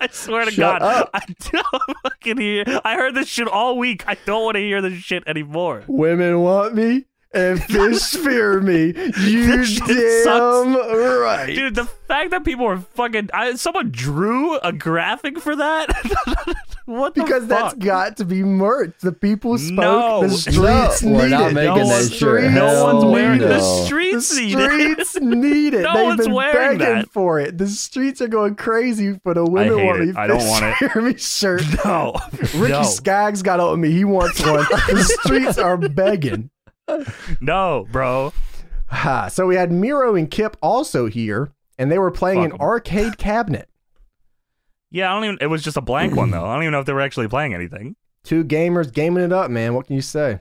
Speaker 2: I swear to
Speaker 3: Shut
Speaker 2: God,
Speaker 3: up.
Speaker 2: I don't [LAUGHS] fucking hear. I heard this shit all week. I don't want to hear this shit anymore.
Speaker 1: Women want me
Speaker 2: [LAUGHS]
Speaker 1: and fish fear me. You
Speaker 2: This shit
Speaker 1: damn
Speaker 2: sucks.
Speaker 1: right.
Speaker 2: Dude, the fact that people are fucking. I, someone drew a graphic for that? [LAUGHS] what the
Speaker 1: Because that's
Speaker 2: fuck?
Speaker 1: got to be merch. The people spoke.
Speaker 2: No.
Speaker 1: the
Speaker 2: No,
Speaker 1: streets need
Speaker 3: we're not
Speaker 1: it.
Speaker 3: making
Speaker 2: No
Speaker 1: the
Speaker 3: that
Speaker 2: one's-
Speaker 3: shirt.
Speaker 1: streets
Speaker 2: No one's
Speaker 3: Hell
Speaker 2: wearing
Speaker 3: no.
Speaker 2: the
Speaker 1: The
Speaker 2: streets. either. [LAUGHS]
Speaker 1: streets need it.
Speaker 2: No
Speaker 1: They've
Speaker 2: one's
Speaker 1: been
Speaker 2: wearing
Speaker 1: begging
Speaker 2: that.
Speaker 1: for it. The streets are going crazy for the women
Speaker 2: hate
Speaker 1: want
Speaker 2: it.
Speaker 1: me.
Speaker 2: I don't
Speaker 1: fish
Speaker 2: want it.
Speaker 1: [LAUGHS] fear me
Speaker 2: [LAUGHS]
Speaker 1: shirt.
Speaker 2: No,
Speaker 1: Ricky
Speaker 2: no.
Speaker 1: Skaggs got on me. He wants one.
Speaker 2: [LAUGHS]
Speaker 1: the streets are begging.
Speaker 2: No, bro.
Speaker 1: Ha. So we had Miro and Kip also here, and they were playing
Speaker 2: Fuck
Speaker 1: an
Speaker 2: 'em.
Speaker 1: arcade cabinet.
Speaker 2: Yeah, I don't even. It was just a blank one though. I don't even know if they were actually playing anything.
Speaker 1: Two gamers gaming it up, man. What can you say?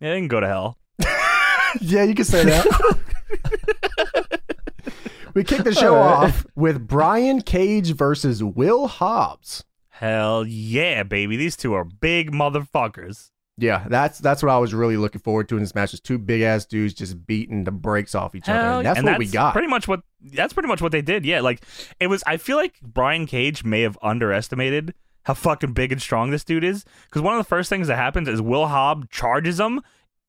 Speaker 2: Yeah, they can go to hell.
Speaker 1: [LAUGHS] Yeah, you can say that. [LAUGHS] we kick the show
Speaker 3: All right.
Speaker 1: off with Brian Cage versus Will Hobbs.
Speaker 2: Hell yeah, baby. These two are big motherfuckers.
Speaker 1: Yeah, that's that's what I was really looking forward to in this match. Is two big ass dudes just beating the brakes off each other.
Speaker 2: Hell
Speaker 1: And that's
Speaker 2: Oh, and
Speaker 1: what we got.
Speaker 2: Pretty much what that's pretty much what they did. Yeah, like it was. I feel like Brian Cage may have underestimated how fucking big and strong this dude is. Because one of the first things that happens is Will Hobb charges him,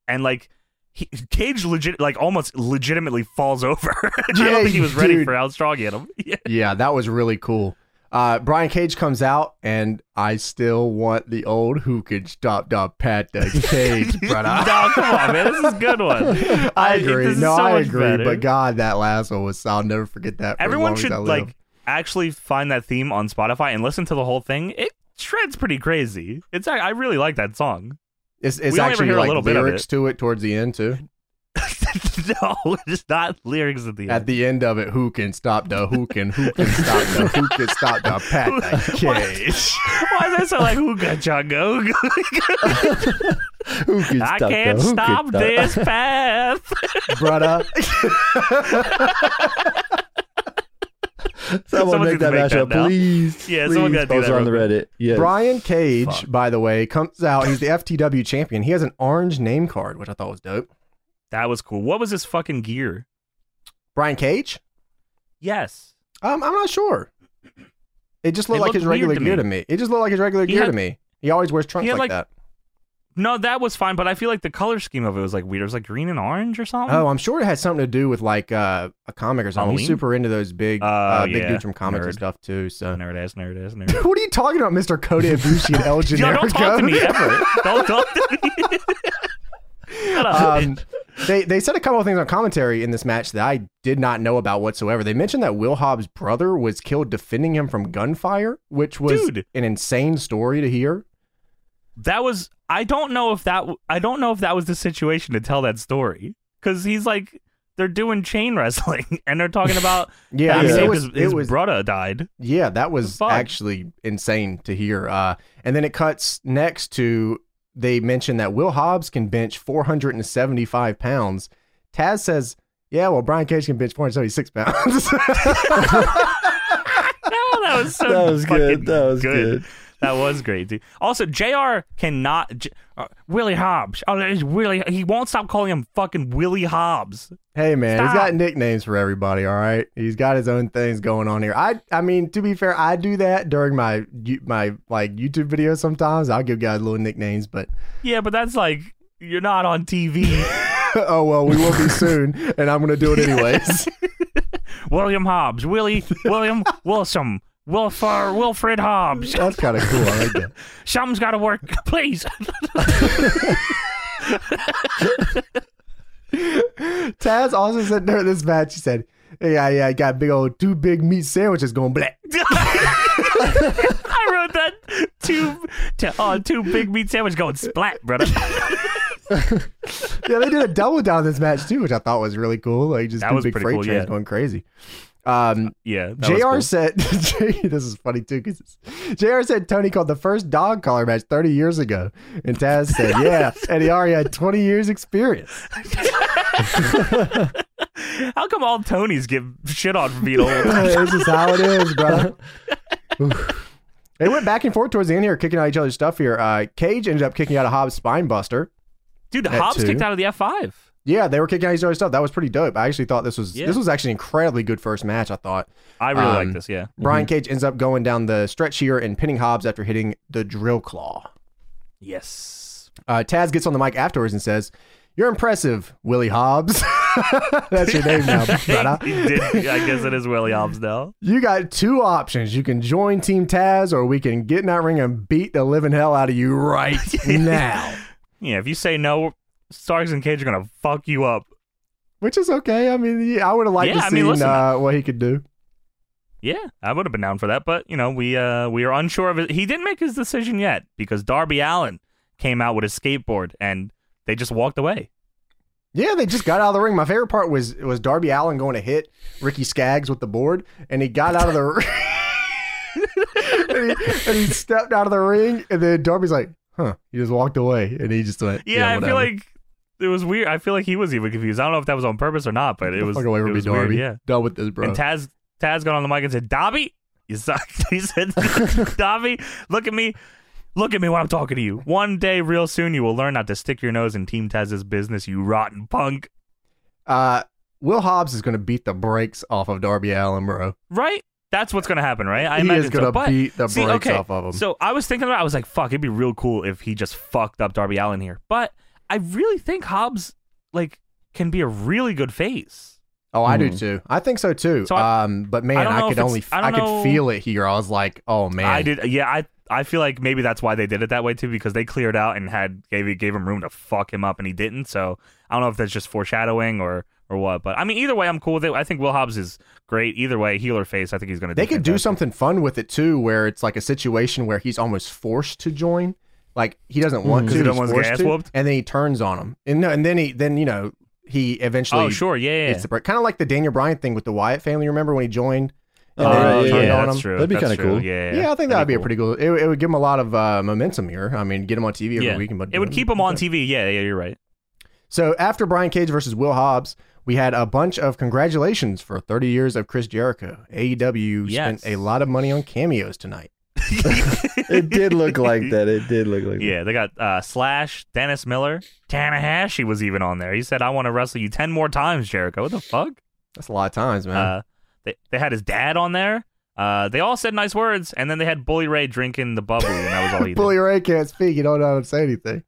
Speaker 2: and like he, Cage legit like almost legitimately falls over. [LAUGHS] I
Speaker 1: Yeah,
Speaker 2: don't think he was ready
Speaker 1: dude.
Speaker 2: for how strong he hit him. [LAUGHS] Yeah.
Speaker 1: yeah, that was really cool. Uh, Brian Cage comes out, and I still want the old who can stop the Pat the [LAUGHS] Cage, brother.
Speaker 2: no, come on, man, this is a good [LAUGHS] one.
Speaker 1: [LAUGHS] I agree.
Speaker 2: This is
Speaker 1: no,
Speaker 2: so
Speaker 1: I
Speaker 2: much
Speaker 1: agree.
Speaker 2: better.
Speaker 1: But God, that last one was. I'll never forget that. for as long
Speaker 2: everyone
Speaker 1: as
Speaker 2: should
Speaker 1: I live.
Speaker 2: like actually find that theme on Spotify and listen to the whole thing. It shreds pretty crazy. It's I, I really like that song. [LAUGHS]
Speaker 1: It's, it's
Speaker 2: we only ever
Speaker 1: actually
Speaker 2: hear a
Speaker 1: like
Speaker 2: little bit of
Speaker 1: lyrics
Speaker 2: it.
Speaker 1: to it towards the end too.
Speaker 2: no, it's not lyrics at the
Speaker 1: At
Speaker 2: end.
Speaker 1: the end of it, who can stop the who can who can stop the who can stop
Speaker 2: [LAUGHS]
Speaker 1: the Pat the Cage?
Speaker 2: Why does that sound like Ooga [LAUGHS] Chunga? Ooga-
Speaker 3: Who can
Speaker 2: I
Speaker 3: stop
Speaker 2: can't
Speaker 3: the- who can
Speaker 2: stop this path. [LAUGHS]
Speaker 1: brother.
Speaker 3: Someone,
Speaker 2: Someone
Speaker 3: make
Speaker 2: needs to
Speaker 3: that
Speaker 2: make that
Speaker 3: mashup,
Speaker 2: now.
Speaker 3: please.
Speaker 2: Yeah,
Speaker 3: please.
Speaker 2: someone gotta do
Speaker 3: Post
Speaker 2: that
Speaker 3: it on the
Speaker 2: real
Speaker 3: Reddit. Yes.
Speaker 1: Brian Cage,
Speaker 2: Fuck.
Speaker 1: by the way, comes out. He's the FTW champion. He has an orange name card, which I thought was dope.
Speaker 2: That was cool. What was his fucking gear?
Speaker 1: Brian Cage?
Speaker 2: Yes.
Speaker 1: Um, I'm not sure. It just looked
Speaker 2: It
Speaker 1: like
Speaker 2: looked
Speaker 1: his regular
Speaker 2: weird to
Speaker 1: gear
Speaker 2: me.
Speaker 1: to me. It just looked like his regular
Speaker 2: He
Speaker 1: gear
Speaker 2: had-
Speaker 1: to me. He always wears trunks
Speaker 2: had,
Speaker 1: like,
Speaker 2: like,
Speaker 1: that.
Speaker 2: No, that was fine, but I feel like the color scheme of it was like weird. It was like green and orange or something.
Speaker 1: Oh, I'm sure it had something to do with like uh, a comic or something. He's
Speaker 2: Halloween?
Speaker 1: super into those big,
Speaker 2: Oh,
Speaker 1: uh, big
Speaker 2: yeah.
Speaker 1: dudes from comics and
Speaker 2: Nerd.
Speaker 1: stuff too. So,
Speaker 2: nerd ass, nerd ass, nerd.
Speaker 1: [LAUGHS] what are you talking about, Mister Cody Ibushi and
Speaker 2: [LAUGHS]
Speaker 1: El
Speaker 2: Yo,
Speaker 1: Generico?
Speaker 2: don't talk
Speaker 1: [LAUGHS]
Speaker 2: to me ever. Don't talk to me. Shut up.
Speaker 1: um, they they said a couple of things on commentary in this match that I did not know about whatsoever. They mentioned that Will Hobbs' brother was killed defending him from gunfire, which was
Speaker 2: Dude.
Speaker 1: an insane story to hear.
Speaker 2: that was I don't know if that I don't know if that was the situation to tell that story because he's like they're doing chain wrestling [LAUGHS] and they're talking about
Speaker 1: Yeah,
Speaker 2: how
Speaker 1: I
Speaker 2: he
Speaker 1: mean,
Speaker 2: saved
Speaker 1: it was
Speaker 2: his,
Speaker 1: it
Speaker 2: his
Speaker 1: was
Speaker 2: brother died. [LAUGHS]
Speaker 1: yeah, that was
Speaker 2: fuck?
Speaker 1: actually insane to hear. Uh, and then it cuts next to they mentioned that Will Hobbs can bench 475 pounds. Taz says, "Yeah, well, Brian Cage can bench 476 pounds." [LAUGHS]
Speaker 2: No, Oh, that was so
Speaker 3: That was
Speaker 2: fucking
Speaker 3: good. That was good.
Speaker 2: That was great, dude. Also, Jr. cannot J- uh, Willie Hobbs. Oh, there's Willie. He won't stop calling him fucking Willie Hobbs.
Speaker 1: Hey man, he's
Speaker 2: Stop.
Speaker 1: got nicknames for everybody. All right, he's got his own things going on here. I, I mean, to be fair, I do that during my you- my like YouTube videos. Sometimes I'll give guys little nicknames, but [LAUGHS]
Speaker 2: Yeah, but that's like you're not on TV.
Speaker 1: oh well, we will be soon, and I'm gonna do it anyways.
Speaker 2: William
Speaker 1: [LAUGHS]
Speaker 2: Hobbs. Willie. William Wilson. Wilfar. Wilfred Hobbs.
Speaker 1: That's kind of cool. I like that.
Speaker 2: Something's got to work, please. [LAUGHS]
Speaker 1: Taz also said during this match, he said, "Yeah, yeah, I got big old two big meat sandwiches going black."
Speaker 2: I wrote that two, t- oh, two big meat sandwich going splat, brother.
Speaker 1: yeah, they did a double down this match too, which I thought was really cool. Like just
Speaker 2: That
Speaker 1: two
Speaker 2: was
Speaker 1: big
Speaker 2: pretty
Speaker 1: freight
Speaker 2: cool,
Speaker 1: trains
Speaker 2: yeah.
Speaker 1: going crazy. Um,
Speaker 2: Yeah, that
Speaker 1: JR
Speaker 2: was
Speaker 1: said, [LAUGHS] this is funny too, because JR said Tony called the first dog collar match 30 years ago. And Taz
Speaker 2: [LAUGHS]
Speaker 1: said, yeah, and he already had 20 years experience. [LAUGHS]
Speaker 2: cool. How come all Tonys get shit on for being old?
Speaker 1: this is how it is,
Speaker 2: [LAUGHS]
Speaker 1: brother. they went back and forth towards the end here, kicking out each other's stuff here. Uh, Cage ended up kicking out a Hobbs spine buster.
Speaker 2: Dude,
Speaker 1: That
Speaker 2: Hobbs
Speaker 1: too.
Speaker 2: kicked out of the F five.
Speaker 1: Yeah, they were kicking out each other's stuff. That was pretty dope. I actually thought this was
Speaker 2: Yeah. Mm-hmm.
Speaker 1: this was actually an incredibly good first match, I thought.
Speaker 2: I really
Speaker 1: Um,
Speaker 2: like this. Yeah,
Speaker 1: Brian Cage ends up going down the stretch here and pinning Hobbs after hitting the drill claw.
Speaker 2: yes.
Speaker 1: Uh, Taz gets on the mic afterwards and says, "You're impressive, Willie Hobbs. [LAUGHS] That's your name
Speaker 2: [LAUGHS]
Speaker 1: now,
Speaker 2: He
Speaker 1: brother.
Speaker 2: did. I guess it is Willie Hobbs now.
Speaker 1: You got two options. You can join Team Taz, or we can get in that ring and beat the living hell out of you right
Speaker 2: [LAUGHS]
Speaker 1: now."
Speaker 2: Yeah, if you say no, Starks and Cage are gonna fuck you up.
Speaker 1: Which is okay. I mean, yeah, I would have liked
Speaker 2: Yeah,
Speaker 1: to
Speaker 2: I mean,
Speaker 1: see
Speaker 2: listen.
Speaker 1: uh, what he could do.
Speaker 2: Yeah, I would have been down for that, but you know, we uh we are unsure of it. He didn't make his decision yet because Darby Allen came out with his skateboard and they just walked away.
Speaker 1: Yeah, they just got out of the ring. My favorite part was was Darby Allen going to hit Ricky Skaggs with the board, and he got out of the ring. [LAUGHS] and, he, and he stepped out of the ring, and then Darby's like, "Huh?" He just walked away, and he just went,
Speaker 2: Yeah, I feel
Speaker 1: whatever."
Speaker 2: like it was weird. I feel like he was even confused. I don't know if that was on purpose or not, but it
Speaker 1: the
Speaker 2: was
Speaker 1: fuck away
Speaker 2: it
Speaker 1: from me,
Speaker 2: was weird,
Speaker 1: Darby.
Speaker 2: yeah,
Speaker 1: Done with this, bro.
Speaker 2: and Taz [LAUGHS]
Speaker 1: [LAUGHS]
Speaker 2: Taz got on the mic and said, "Darby, you suck." he said, "Darby, look at me." Look at me when I'm talking to you. One day, real soon, you will learn not to stick your nose in Team Taz's business, you rotten punk.
Speaker 1: Uh, Will Hobbs is going to beat the brakes off of Darby Allen, bro.
Speaker 2: Right? That's what's going to happen, right? I
Speaker 1: he
Speaker 2: imagine
Speaker 1: is going
Speaker 2: so.
Speaker 1: to
Speaker 2: But
Speaker 1: beat the
Speaker 2: see,
Speaker 1: brakes
Speaker 2: okay,
Speaker 1: off of him.
Speaker 2: So I was thinking about it, I was like, fuck, it'd be real cool if he just fucked up Darby Allen here. But I really think Hobbs, like, can be a really good face.
Speaker 1: oh, I do
Speaker 3: Hmm.
Speaker 1: too. I think so too.
Speaker 2: So
Speaker 1: um, but man,
Speaker 2: don't
Speaker 1: I,
Speaker 2: know if
Speaker 1: could
Speaker 2: it's-
Speaker 1: only
Speaker 2: I
Speaker 1: I,
Speaker 2: don't
Speaker 1: could
Speaker 2: know-
Speaker 1: feel it here. I was like, oh man,
Speaker 2: I did yeah, I I feel like maybe that's why they did it that way too, because they cleared out and had gave gave him room to fuck him up and he didn't. So I don't know if that's just foreshadowing or or what. But I mean either way I'm cool with it. I think Will Hobbs is great. Either way, healer face, I think he's gonna
Speaker 1: They
Speaker 2: do
Speaker 1: could do
Speaker 2: fantastic.
Speaker 1: something fun with it too, where it's like a situation where he's almost forced to join. Like he doesn't want
Speaker 2: Mhm.
Speaker 1: to,
Speaker 2: He
Speaker 1: he's
Speaker 2: doesn't want to get
Speaker 1: forced
Speaker 2: ass
Speaker 1: to,
Speaker 2: whooped?
Speaker 1: and then he turns on him. And no, and then he then you know he eventually
Speaker 2: Oh sure, yeah, yeah.
Speaker 1: It's the kind of like the Daniel Bryan thing with the Wyatt family. Remember when he joined?
Speaker 3: Oh,
Speaker 1: then
Speaker 3: right,
Speaker 1: he
Speaker 3: yeah,
Speaker 1: turned
Speaker 3: yeah,
Speaker 1: on
Speaker 2: Uh, that's
Speaker 1: him?
Speaker 2: true.
Speaker 3: That'd be
Speaker 2: That's
Speaker 3: kinda
Speaker 2: true.
Speaker 3: cool.
Speaker 2: Yeah,
Speaker 1: Yeah, I think that'd be a
Speaker 2: cool.
Speaker 1: pretty cool. It, it would give him a lot of uh, momentum here. I mean, get him on TV every
Speaker 2: Yeah.
Speaker 1: week. and-
Speaker 2: It would keep him on TV. Yeah, yeah, you're right.
Speaker 1: So after Brian Cage versus Will Hobbs, we had a bunch of congratulations for 30 years of Chris Jericho. AEW
Speaker 2: Yes.
Speaker 1: spent a lot of money on cameos tonight.
Speaker 3: It did
Speaker 2: [LAUGHS]
Speaker 3: look like that. It did look
Speaker 1: [LAUGHS]
Speaker 3: like
Speaker 2: Yeah, they got uh, Slash, Dennis Miller, Tanahashi was even on there. He said, "I want to wrestle you ten more times, Jericho." What the fuck?
Speaker 1: That's a lot of times, man.
Speaker 2: Uh, they they had his dad on there. Uh, they all said nice words, and then they had Bully Ray drinking the bubbly, and
Speaker 1: [LAUGHS]
Speaker 2: that was all he did.
Speaker 1: Bully Ray can't speak. You don't know how to say anything.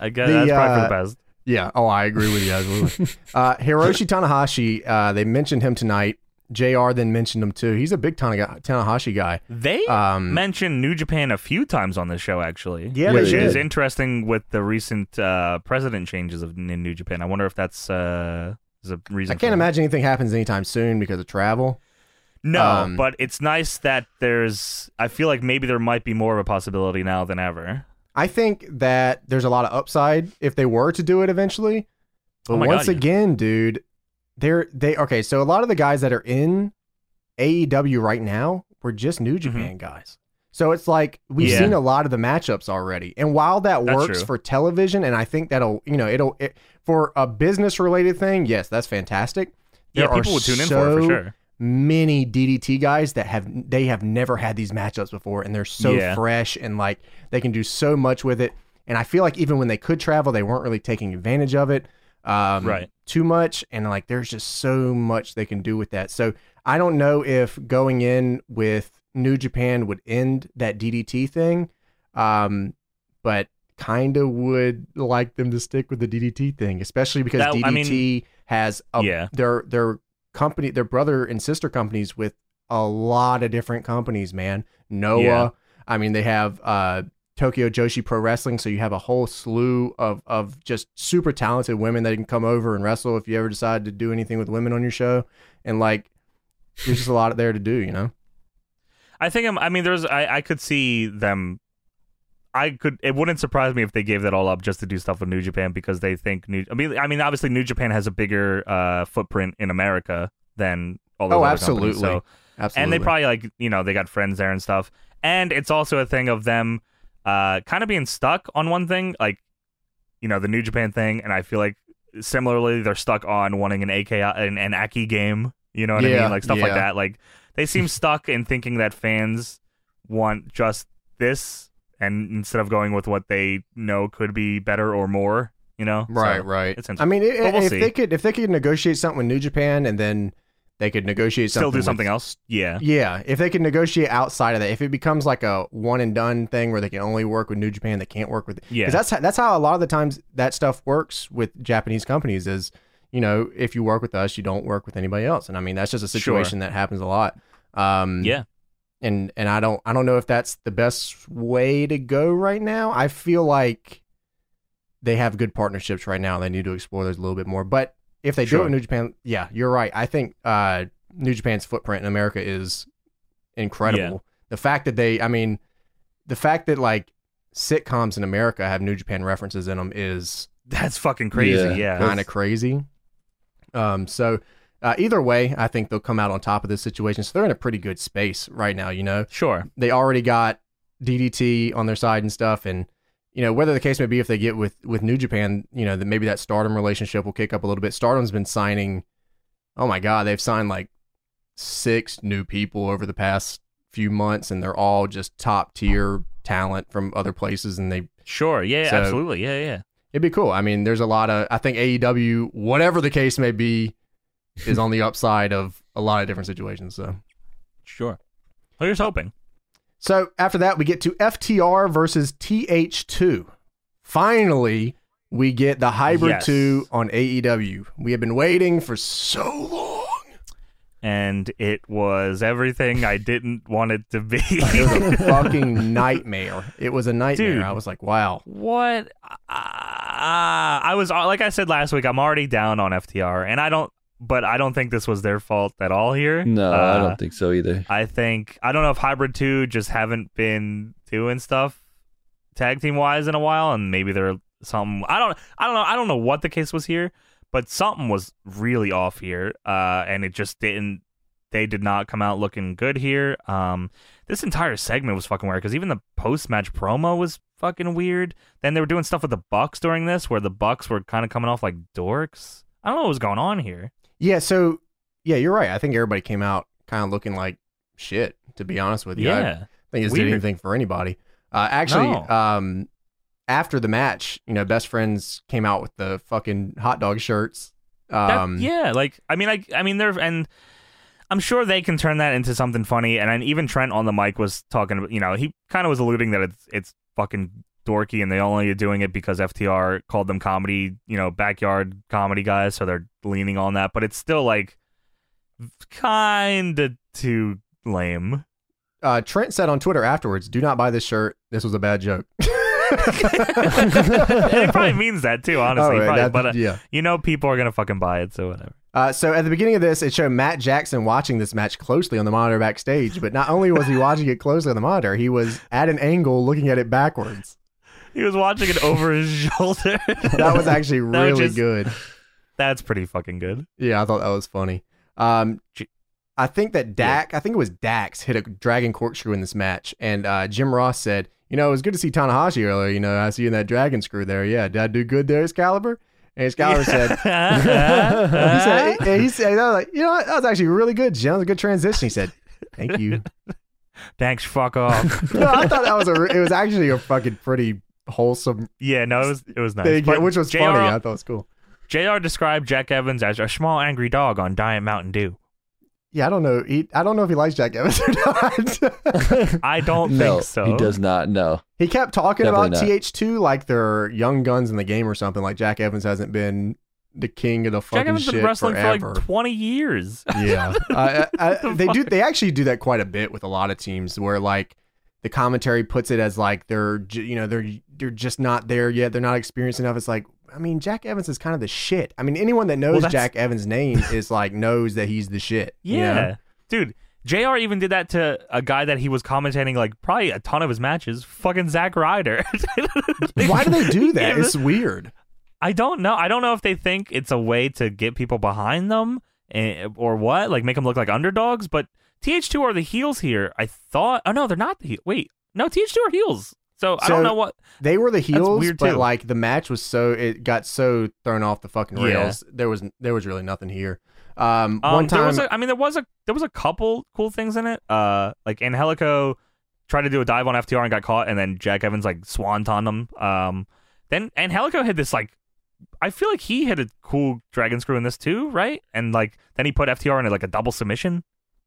Speaker 2: I guess
Speaker 1: the,
Speaker 2: that's probably
Speaker 1: uh,
Speaker 2: for the best.
Speaker 1: Yeah. Oh, I agree with you. Absolutely. [LAUGHS] uh, Hiroshi Tanahashi, uh, they mentioned him tonight. JR then mentioned him too. He's a big Tana- Tanahashi guy.
Speaker 2: They
Speaker 1: Um,
Speaker 2: mentioned New Japan a few times on this show, actually.
Speaker 1: Yeah,
Speaker 3: they
Speaker 2: which
Speaker 3: did.
Speaker 2: is interesting with the recent uh, president changes of in New Japan. I wonder if that's uh, is a reason.
Speaker 1: I
Speaker 2: for
Speaker 1: can't
Speaker 2: that.
Speaker 1: imagine anything happens anytime soon because of travel.
Speaker 2: No,
Speaker 1: Um,
Speaker 2: but it's nice that there's. I feel like maybe there might be more of a possibility now than ever.
Speaker 1: I think that there's a lot of upside if they were to do it eventually. But
Speaker 2: Oh my God,
Speaker 1: once
Speaker 2: yeah.
Speaker 1: again, dude, they're they okay. So a lot of the guys that are in AEW right now were just New Japan guys. So it's like we've
Speaker 2: Mm-hmm. Yeah.
Speaker 1: seen a lot of the matchups already. And while that
Speaker 2: That's
Speaker 1: works
Speaker 2: true.
Speaker 1: for television, and I think that'll you know it'll it, for a business related thing, yes, that's fantastic.
Speaker 2: yeah,
Speaker 1: There
Speaker 2: people
Speaker 1: are
Speaker 2: would tune in for it for
Speaker 1: so
Speaker 2: sure.
Speaker 1: many DDT guys that have they have never had these matchups before, and they're so
Speaker 2: Yeah.
Speaker 1: fresh and like they can do so much with it. And I feel like even when they could travel, they weren't really taking advantage of it um,
Speaker 2: Right.
Speaker 1: too much. And like there's just so much they can do with that. So I don't know if going in with New Japan would end that DDT thing, um, but kind of would like them to stick with the DDT thing, especially because
Speaker 2: That-
Speaker 1: DDT
Speaker 2: I mean-
Speaker 1: has a
Speaker 2: Yeah.
Speaker 1: their their company, their brother and sister companies with a lot of different companies, man. Noah.
Speaker 2: Yeah.
Speaker 1: I mean, they have uh, Tokyo Joshi Pro Wrestling, so you have a whole slew of of just super talented women that can come over and wrestle if you ever decide to do anything with women on your show. And like, there's just a lot there to do, you know.
Speaker 2: I think I'm, I mean there's I, I could see them I could it wouldn't surprise me if they gave that all up just to do stuff with New Japan because they think New I mean I mean obviously New Japan has a bigger uh footprint in America than all those
Speaker 1: Oh,
Speaker 2: other companies,
Speaker 1: absolutely.
Speaker 2: so-
Speaker 1: Absolutely.
Speaker 2: and they probably like you know they got friends there and stuff and it's also a thing of them uh kind of being stuck on one thing like you know the new japan thing and i feel like similarly they're stuck on wanting an aki an, an aki game you know what i
Speaker 1: Yeah,
Speaker 2: mean like stuff like
Speaker 1: yeah.
Speaker 2: that like they
Speaker 1: [LAUGHS]
Speaker 2: seem stuck in thinking that fans want just this and instead of going with what they know could be better or more you know So,
Speaker 1: Right, right.
Speaker 2: it's interesting.
Speaker 1: I mean, i-
Speaker 2: But we'll
Speaker 1: if
Speaker 2: see.
Speaker 1: they could, if they could negotiate something with New Japan, and then they could negotiate
Speaker 2: still
Speaker 1: something
Speaker 2: do
Speaker 1: with-
Speaker 2: something else yeah
Speaker 1: Yeah, if they could negotiate outside of that, if it becomes like a one and done thing where they can only work with New Japan, they can't work with
Speaker 2: yeah
Speaker 1: because that's how, that's how a lot of the times that stuff works with Japanese companies is you know if you work with us, you don't work with anybody else, and I mean that's just a situation that happens a lot. Um,
Speaker 2: yeah [LAUGHS]
Speaker 1: and and I don't I don't know if that's the best way to go right now. I feel like they have good partnerships right now. They need to explore those a little bit more. But if they do it
Speaker 2: Sure.
Speaker 1: in New Japan, yeah, you're right. I think uh, New Japan's footprint in America is incredible.
Speaker 2: Yeah.
Speaker 1: The fact that they, I mean, the fact that like sitcoms in America have New Japan references in them is
Speaker 2: that's fucking crazy
Speaker 3: Yeah.
Speaker 2: yeah,
Speaker 1: kind of crazy. Um, so uh, either way, I think they'll come out on top of this situation. So they're in a pretty good space right now. You know,
Speaker 2: sure
Speaker 1: they already got DDT on their side and stuff, and you know whether the case may be if they get with with New Japan, you know that maybe that Stardom relationship will kick up a little bit. Stardom's been signing, oh my god, they've signed like six new people over the past few months, and they're all just top tier talent from other places, and they
Speaker 2: Sure. Yeah.
Speaker 1: So-
Speaker 2: absolutely. Yeah. Yeah.
Speaker 1: it'd be cool. I mean, there's a lot of I think AEW, whatever the case may be, is on the upside of a lot of different situations. So.
Speaker 2: Sure. Here's hoping.
Speaker 1: So after that, we get to FTR versus TH2. Finally, we get the Hybrid
Speaker 2: Yes.
Speaker 1: 2 on AEW. We have been waiting for so long.
Speaker 2: And it was everything I didn't want it to [LAUGHS] be.
Speaker 1: It was a fucking nightmare. It was a nightmare.
Speaker 2: Dude.
Speaker 1: I was like, wow.
Speaker 2: What? Uh, I was uh, like I said last week. I'm already down on FTR, and I don't. But I don't think this was their fault at all here.
Speaker 3: No, I
Speaker 2: Uh,
Speaker 3: don't think so either.
Speaker 2: I think I don't know if Hybrid Two just haven't been doing stuff tag team wise in a while, and maybe they're some. I don't. I don't know. I don't know what the case was here, but something was really off here, uh, and it just didn't. They did not come out looking good here. Um, this entire segment was fucking weird because even the post match promo was fucking weird. Then they were doing stuff with the Bucks during this, where the Bucks were kind of coming off like dorks. I don't know what was going on here.
Speaker 1: Yeah, so yeah, you're right. I think everybody came out kind of looking like shit, to be honest with you. I
Speaker 2: yeah.
Speaker 1: think it's
Speaker 2: Weird.
Speaker 1: did anything for anybody. Uh, actually,
Speaker 2: No.
Speaker 1: um, after the match, you know, best friends came out with the fucking hot dog shirts.
Speaker 2: That-
Speaker 1: Um,
Speaker 2: yeah, like I mean, like I mean, they're and I'm sure they can turn that into something funny. And then even Trent on the mic was talking, about- you know, he kind of was alluding that it's it's fucking dorky, and they only are doing it because FTR called them comedy, you know, backyard comedy guys, so they're leaning on that. But it's still like kind of too
Speaker 1: [LAUGHS]
Speaker 2: lame.
Speaker 1: uh, Trent said on Twitter afterwards, "Do not buy this shirt. This was a bad joke." [LAUGHS]
Speaker 2: and it probably means that too, honestly.
Speaker 1: All right,
Speaker 2: probably,
Speaker 1: that-
Speaker 2: but uh,
Speaker 1: yeah.
Speaker 2: you know, people are gonna fucking buy it, so whatever.
Speaker 1: Uh, so at the beginning of this, it showed Matt Jackson watching this match closely on the monitor backstage. But not only was he watching it closely on the monitor, he was at an angle looking at it backwards.
Speaker 2: He was watching it over his [LAUGHS] shoulder.
Speaker 1: That
Speaker 2: [LAUGHS]
Speaker 1: was actually
Speaker 2: That was
Speaker 1: really
Speaker 2: just-
Speaker 1: good.
Speaker 2: That's pretty fucking good.
Speaker 1: Yeah, I thought that was funny. Um, J- I think that Dak, I think it was Dax, hit a dragon corkscrew in this match, and uh, Jim Ross said, "You know, it was good to see Tanahashi earlier. You know, I see you in that dragon screw there. Yeah, did I do good there, Excalibur?" And Excalibur
Speaker 2: [LAUGHS]
Speaker 1: said,
Speaker 2: Uh-huh.
Speaker 1: he said, and he said, I was like, you know, what? that was actually really good, Jim. That was a good transition. He said, thank
Speaker 2: [LAUGHS]
Speaker 1: you. [LAUGHS]
Speaker 2: Thanks, fuck off.
Speaker 1: no, I thought that was a, re- it was actually a fucking pretty wholesome
Speaker 2: yeah, no, it was it was nice.
Speaker 1: thing,
Speaker 2: But
Speaker 1: which was
Speaker 2: JR,
Speaker 1: funny. I thought it was cool.
Speaker 2: JR described Jack Evans as a small angry dog on Diet Mountain Dew.
Speaker 1: Yeah, I don't know. He, I don't know if he likes Jack Evans or [LAUGHS] not. [LAUGHS]
Speaker 2: I don't
Speaker 3: no,
Speaker 2: think so.
Speaker 3: he does not. No,
Speaker 1: he kept talking
Speaker 3: Definitely
Speaker 1: about
Speaker 3: not.
Speaker 1: TH2 like they're young guns in the game or something. Like Jack Evans hasn't been the king of the fucking
Speaker 2: Jack Evans
Speaker 1: shit
Speaker 2: been wrestling
Speaker 1: forever.
Speaker 2: for [LAUGHS] like twenty years. [LAUGHS]
Speaker 1: Yeah, uh, I, I,
Speaker 2: The
Speaker 1: they do.
Speaker 2: fuck?
Speaker 1: They actually do that quite a bit with a lot of teams, where like the commentary puts it as like they're ju- you know they're they're just not there yet. They're not experienced enough. It's like I mean Jack Evans is kind of the shit. I mean anyone that knows
Speaker 2: that's-
Speaker 1: Jack Evans' name is like knows that he's the shit. you
Speaker 2: Yeah.
Speaker 1: know?
Speaker 2: Dude, JR even did that to a guy that he was commentating like probably a ton of his matches, fucking Zack Ryder.
Speaker 1: Why do they do that?
Speaker 2: [LAUGHS] Yeah,
Speaker 1: It's weird.
Speaker 2: I don't know. I don't know if they think it's a way to get people behind them eh, or what, like make them look like underdogs. But TH2 are the heels here. I thought. Oh no, they're not the heels. Wait, no, TH2 are heels. So, I
Speaker 1: So-
Speaker 2: don't know what.
Speaker 1: They were the heels,
Speaker 2: weird,
Speaker 1: but
Speaker 2: too.
Speaker 1: like the match was so it got so thrown off the fucking
Speaker 2: Yeah.
Speaker 1: rails. There was there was really nothing here. Um,
Speaker 2: Um,
Speaker 1: one
Speaker 2: there
Speaker 1: time,
Speaker 2: was a, I mean, there was a there was a couple cool things in it. Uh, like Angelico tried to do a dive on FTR and got caught, and then Jack Evans like swanton him. Um, then Angelico had this like, I feel like he had a cool dragon screw in this too, right? And like then he put FTR into like a double submission.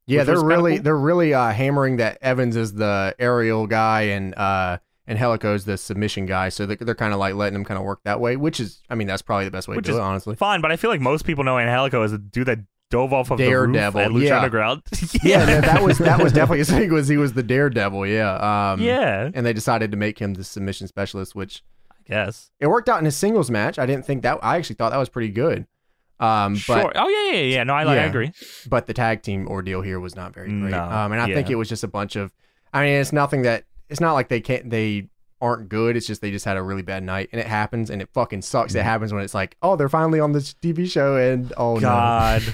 Speaker 1: Yeah,
Speaker 2: which
Speaker 1: they're
Speaker 2: was kinda
Speaker 1: really
Speaker 2: cool.
Speaker 1: they're really uh, hammering that Evans is the aerial guy and uh and Helico's the submission guy. So they're, they're kind of like letting him kind of work that way, which is I mean that's probably the best way
Speaker 2: Which
Speaker 1: to do
Speaker 2: is
Speaker 1: it honestly.
Speaker 2: Fine, but I feel like most people know Angelico as a dude that dove off of
Speaker 1: Daredevil,
Speaker 2: the roof at Lucha
Speaker 1: yeah.
Speaker 2: Underground. [LAUGHS]
Speaker 1: Yeah, no, that was that was definitely his thing was he was the daredevil. Yeah, um,
Speaker 2: yeah.
Speaker 1: And they decided to make him the submission specialist, which
Speaker 2: I guess.
Speaker 1: it worked out in his singles match. I didn't think that I actually thought that was pretty good. Um, but
Speaker 2: sure. Oh yeah, yeah, yeah. No, I, like I
Speaker 1: Yeah.
Speaker 2: agree.
Speaker 1: but the tag team ordeal here was not very great.
Speaker 2: No,
Speaker 1: um, and I
Speaker 2: yeah.
Speaker 1: think it was just a bunch of. I mean, it's nothing that it's not like they can't they aren't good. It's just they just had a really bad night, and it happens, and it fucking sucks.
Speaker 2: Mm.
Speaker 1: It happens when it's like, oh, they're finally on this TV show, and oh
Speaker 2: God.
Speaker 1: no,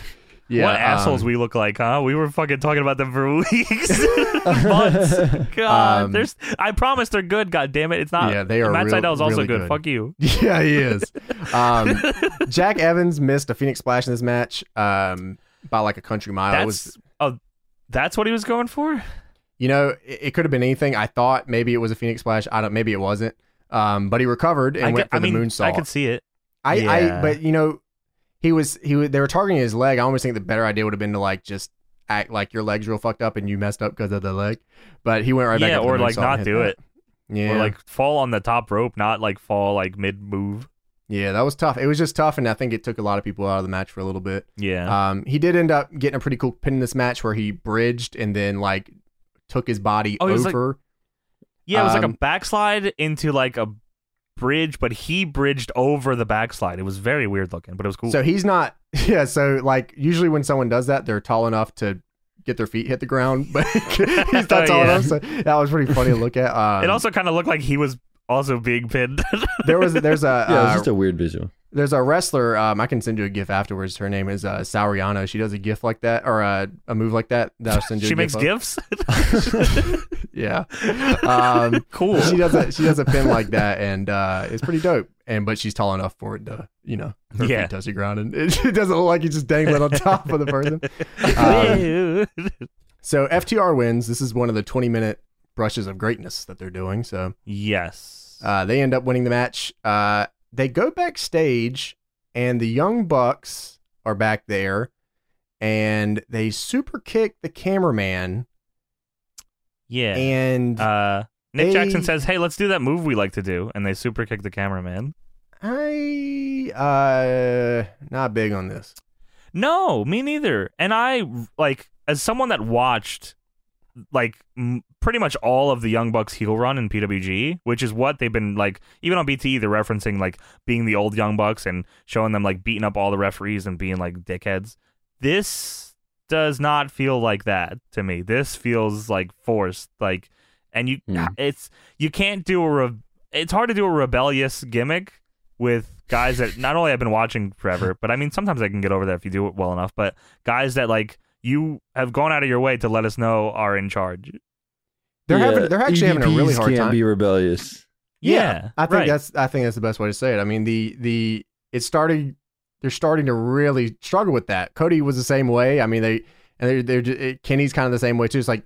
Speaker 1: [LAUGHS] yeah,
Speaker 2: what
Speaker 1: um,
Speaker 2: assholes we look like, huh? We were fucking talking about them for [LAUGHS]
Speaker 1: [LAUGHS]
Speaker 2: weeks, months. God,
Speaker 1: Um,
Speaker 2: there's. I promise they're good. God damn it, it's not.
Speaker 1: Yeah, they are
Speaker 2: Matt
Speaker 1: real-
Speaker 2: Seidel's also
Speaker 1: really
Speaker 2: good.
Speaker 1: good.
Speaker 2: Fuck you.
Speaker 1: [LAUGHS] Yeah, he
Speaker 2: [LAUGHS]
Speaker 1: is. Um, Jack Evans missed a Phoenix Splash in this match um, by like a country mile. It
Speaker 2: That's
Speaker 1: was
Speaker 2: oh, that's what he was going for.
Speaker 1: you know, it, it could have been anything. I thought maybe it was a Phoenix Splash. I don't. Maybe it wasn't. Um, but he recovered and
Speaker 2: I,
Speaker 1: went
Speaker 2: could-
Speaker 1: for
Speaker 2: I
Speaker 1: the
Speaker 2: mean,
Speaker 1: moonsault.
Speaker 2: I could see it.
Speaker 1: I, I
Speaker 2: Yeah.
Speaker 1: but you know, he was he was, they were targeting his leg. I almost think the better idea would have been to like just act like your leg's real fucked up and you messed up because of the leg. But he went right back.
Speaker 2: yeah,
Speaker 1: up for
Speaker 2: or
Speaker 1: the
Speaker 2: like
Speaker 1: moonsault
Speaker 2: not
Speaker 1: and hit
Speaker 2: do
Speaker 1: that.
Speaker 2: it,
Speaker 1: Yeah,
Speaker 2: or like fall on the top rope, not like fall like mid move.
Speaker 1: yeah, that was tough. It was just tough, and I think it took a lot of people out of the match for a little bit.
Speaker 2: Yeah,
Speaker 1: Um, he did end up getting a pretty cool pin in this match where he bridged and then like took his body
Speaker 2: Oh, he was, like-
Speaker 1: over.
Speaker 2: yeah. It was like
Speaker 1: um,
Speaker 2: a backslide into like a bridge, but he bridged over the backslide. It was very weird looking, but it was cool.
Speaker 1: So he's not. [LAUGHS] Yeah. So like usually when someone does that, they're tall enough to get their feet hit the ground, [LAUGHS]
Speaker 2: [LAUGHS]
Speaker 1: but he's not
Speaker 2: Oh,
Speaker 1: tall
Speaker 2: yeah.
Speaker 1: enough. So that was pretty funny to look at. Um,
Speaker 2: it also kind of looked like he was also
Speaker 1: [LAUGHS]
Speaker 2: being pinned.
Speaker 1: there was there's a
Speaker 3: [LAUGHS] Yeah, it's
Speaker 1: uh,
Speaker 3: just a weird visual.
Speaker 1: there's a wrestler. Um, I can send you a gif afterwards. Her name is uh, Sauriano. She does a gif like that or a, a move like that. That I'll send you.
Speaker 2: she
Speaker 1: a
Speaker 2: makes
Speaker 1: gif.
Speaker 2: gifts.
Speaker 1: of. yeah. Um,
Speaker 2: [LAUGHS] cool.
Speaker 1: she does a she does a pin like that, and uh, it's pretty dope. And but she's tall enough for it to you know her
Speaker 2: Yeah.
Speaker 1: feet touch the ground, and [LAUGHS] it, doesn't look like you just dangling on top of the
Speaker 2: [LAUGHS]
Speaker 1: person. [LAUGHS] Um, So FTR wins. This is one of the 20 minute brushes of greatness that they're doing. So
Speaker 2: yes.
Speaker 1: uh, they end up winning the match. Uh, they go backstage, and the Young Bucks are back there, and they super kick the cameraman.
Speaker 2: yeah.
Speaker 1: And
Speaker 2: uh, Nick
Speaker 1: they-
Speaker 2: Jackson says, "Hey, let's do that move we like to do," and they super kick the cameraman.
Speaker 1: I uh not big on this.
Speaker 2: No, me neither. And I like as someone that watched like m- pretty much all of the Young Bucks heel run in PWG, which is what they've been like even on BTE they're referencing like being the old Young Bucks and showing them like beating up all the referees and being like dickheads. This does not feel like that to me. This feels like forced like and you ah,
Speaker 3: Hmm.
Speaker 2: it's you can't do a re- it's hard to do a rebellious gimmick with guys that not only I've been watching forever, but I mean sometimes I can get over that if you do it well enough. But guys that like you have gone out of your way to let us know are in charge.
Speaker 1: They're
Speaker 3: Yeah,
Speaker 1: having they're actually having a really
Speaker 3: EVPs
Speaker 1: hard
Speaker 3: E can't
Speaker 1: time.
Speaker 3: be rebellious.
Speaker 1: I think
Speaker 2: right.
Speaker 1: that's I think that's the best way to say it. I mean the the it's starting they're starting to really struggle with that. Cody was the same way. I mean they and they're they're ju- it, Kenny's kind of the same way too. It's like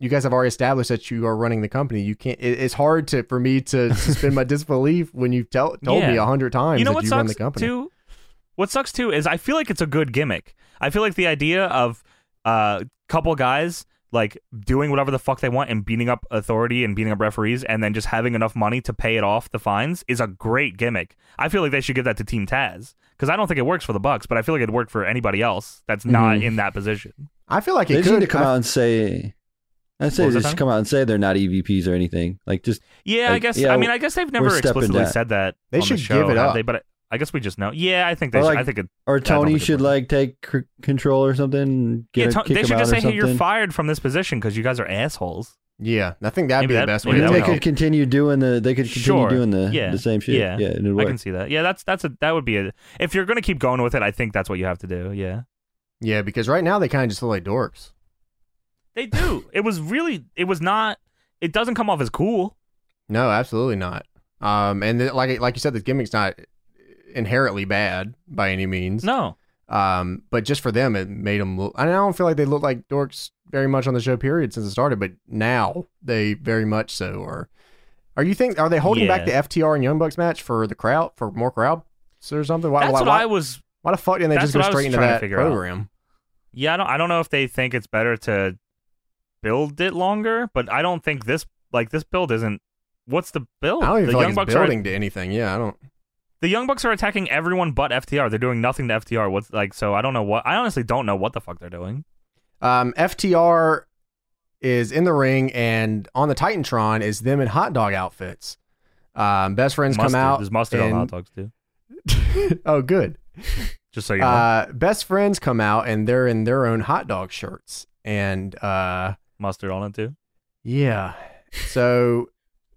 Speaker 1: you guys have already established that you are running the company. You can't. It, it's hard to for me
Speaker 2: [LAUGHS]
Speaker 1: to suspend my disbelief when you've tell, told me
Speaker 2: Yeah.
Speaker 1: a hundred times
Speaker 2: you know
Speaker 1: that
Speaker 2: what
Speaker 1: you
Speaker 2: sucks
Speaker 1: run the company.
Speaker 2: too. What sucks too is I feel like it's a good gimmick. I feel like the idea of a uh, couple guys like doing whatever the fuck they want and beating up authority and beating up referees and then just having enough money to pay it off the fines is a great gimmick. I feel like they should give that to Team Taz because I don't think it works for the Bucks, but I feel like it worked for anybody else that's not
Speaker 1: Mm-hmm.
Speaker 3: Mhm.
Speaker 2: in that position.
Speaker 1: I feel like
Speaker 3: They
Speaker 1: it
Speaker 3: just need
Speaker 1: could
Speaker 3: to come
Speaker 1: I-
Speaker 3: out and say. I say
Speaker 2: What was
Speaker 3: they
Speaker 2: that,
Speaker 3: should
Speaker 2: Tom?
Speaker 3: come out and say they're not EVPs or anything. Like just
Speaker 2: Yeah, I
Speaker 3: Like,
Speaker 2: guess.
Speaker 3: yeah,
Speaker 2: I mean, I guess they've never
Speaker 3: stepping
Speaker 2: explicitly
Speaker 3: down.
Speaker 2: said that.
Speaker 1: They
Speaker 2: on the
Speaker 1: should
Speaker 2: show,
Speaker 1: give it
Speaker 2: have
Speaker 1: up.
Speaker 2: They, but I, I guess we just know. Yeah, I think they.
Speaker 3: Or,
Speaker 2: should,
Speaker 3: like,
Speaker 2: I think it.
Speaker 3: or
Speaker 2: don't
Speaker 3: Tony
Speaker 2: think it
Speaker 3: should
Speaker 2: would.
Speaker 3: like take c- control or something. and Get
Speaker 2: Yeah,
Speaker 3: a-
Speaker 2: Ton-
Speaker 3: kick
Speaker 2: they
Speaker 3: him
Speaker 2: should
Speaker 3: out
Speaker 2: just
Speaker 3: or
Speaker 2: say, "Hey, you're
Speaker 3: something."
Speaker 2: fired from this position because you guys are assholes."
Speaker 1: Yeah, I think that'd be
Speaker 2: Maybe
Speaker 1: the
Speaker 2: that-
Speaker 1: best way.
Speaker 2: maybe
Speaker 1: to
Speaker 3: And
Speaker 2: that
Speaker 1: do
Speaker 3: they
Speaker 1: it.
Speaker 2: would
Speaker 3: could continue doing the. They could continue
Speaker 2: Sure.
Speaker 3: doing the,
Speaker 2: Yeah.
Speaker 3: the same shit.
Speaker 2: Yeah.
Speaker 3: Yeah, and it'd
Speaker 2: I
Speaker 3: work. [LAUGHS]
Speaker 2: can see that. Yeah, that's that's a that would be a if you're gonna keep going with it. I think that's what you have to do. Yeah,
Speaker 1: Yeah, because right now they kind of just look like dorks.
Speaker 2: they do. it was really. It was not. It doesn't come off as cool.
Speaker 1: No, absolutely not. Um, and th- like like you said, this gimmick's not inherently bad by any means.
Speaker 2: No.
Speaker 1: Um, but just for them, it made them look. And I don't feel like they look like dorks very much on the show. Period since it started, but now they very much so are. Are you think are they holding back the
Speaker 2: Yeah.
Speaker 1: FTR and Young Bucks match for the crowd for more crowd or something? Why
Speaker 2: that's
Speaker 1: why,
Speaker 2: what
Speaker 1: why,
Speaker 2: I was.
Speaker 1: why the fuck didn't they
Speaker 2: that's
Speaker 1: just go
Speaker 2: what I was
Speaker 1: straight into
Speaker 2: trying to
Speaker 1: that
Speaker 2: figure out.
Speaker 1: program?
Speaker 2: Yeah, I don't. I don't know if they think it's better to build it longer, but I don't think this like this build isn't. What's the build?
Speaker 1: I don't even
Speaker 2: the
Speaker 1: feel
Speaker 2: Young
Speaker 1: like it's
Speaker 2: Bucks are
Speaker 1: building to anything. Yeah, I don't.
Speaker 2: The Young Bucks are attacking everyone but FTR. They're doing nothing to FTR. What's like so I don't know what I honestly don't know what the fuck they're doing.
Speaker 1: Um, FTR is in the ring, and on the Titantron is them in hot dog outfits. Um, best friends
Speaker 2: mustard.
Speaker 1: come out.
Speaker 2: There's mustard
Speaker 1: and-
Speaker 2: on hot dogs too.
Speaker 1: [LAUGHS] oh, good.
Speaker 2: Just so you know.
Speaker 1: Uh, best friends come out, and they're in their own hot dog shirts, and uh,
Speaker 2: mustard on it too.
Speaker 1: yeah. So,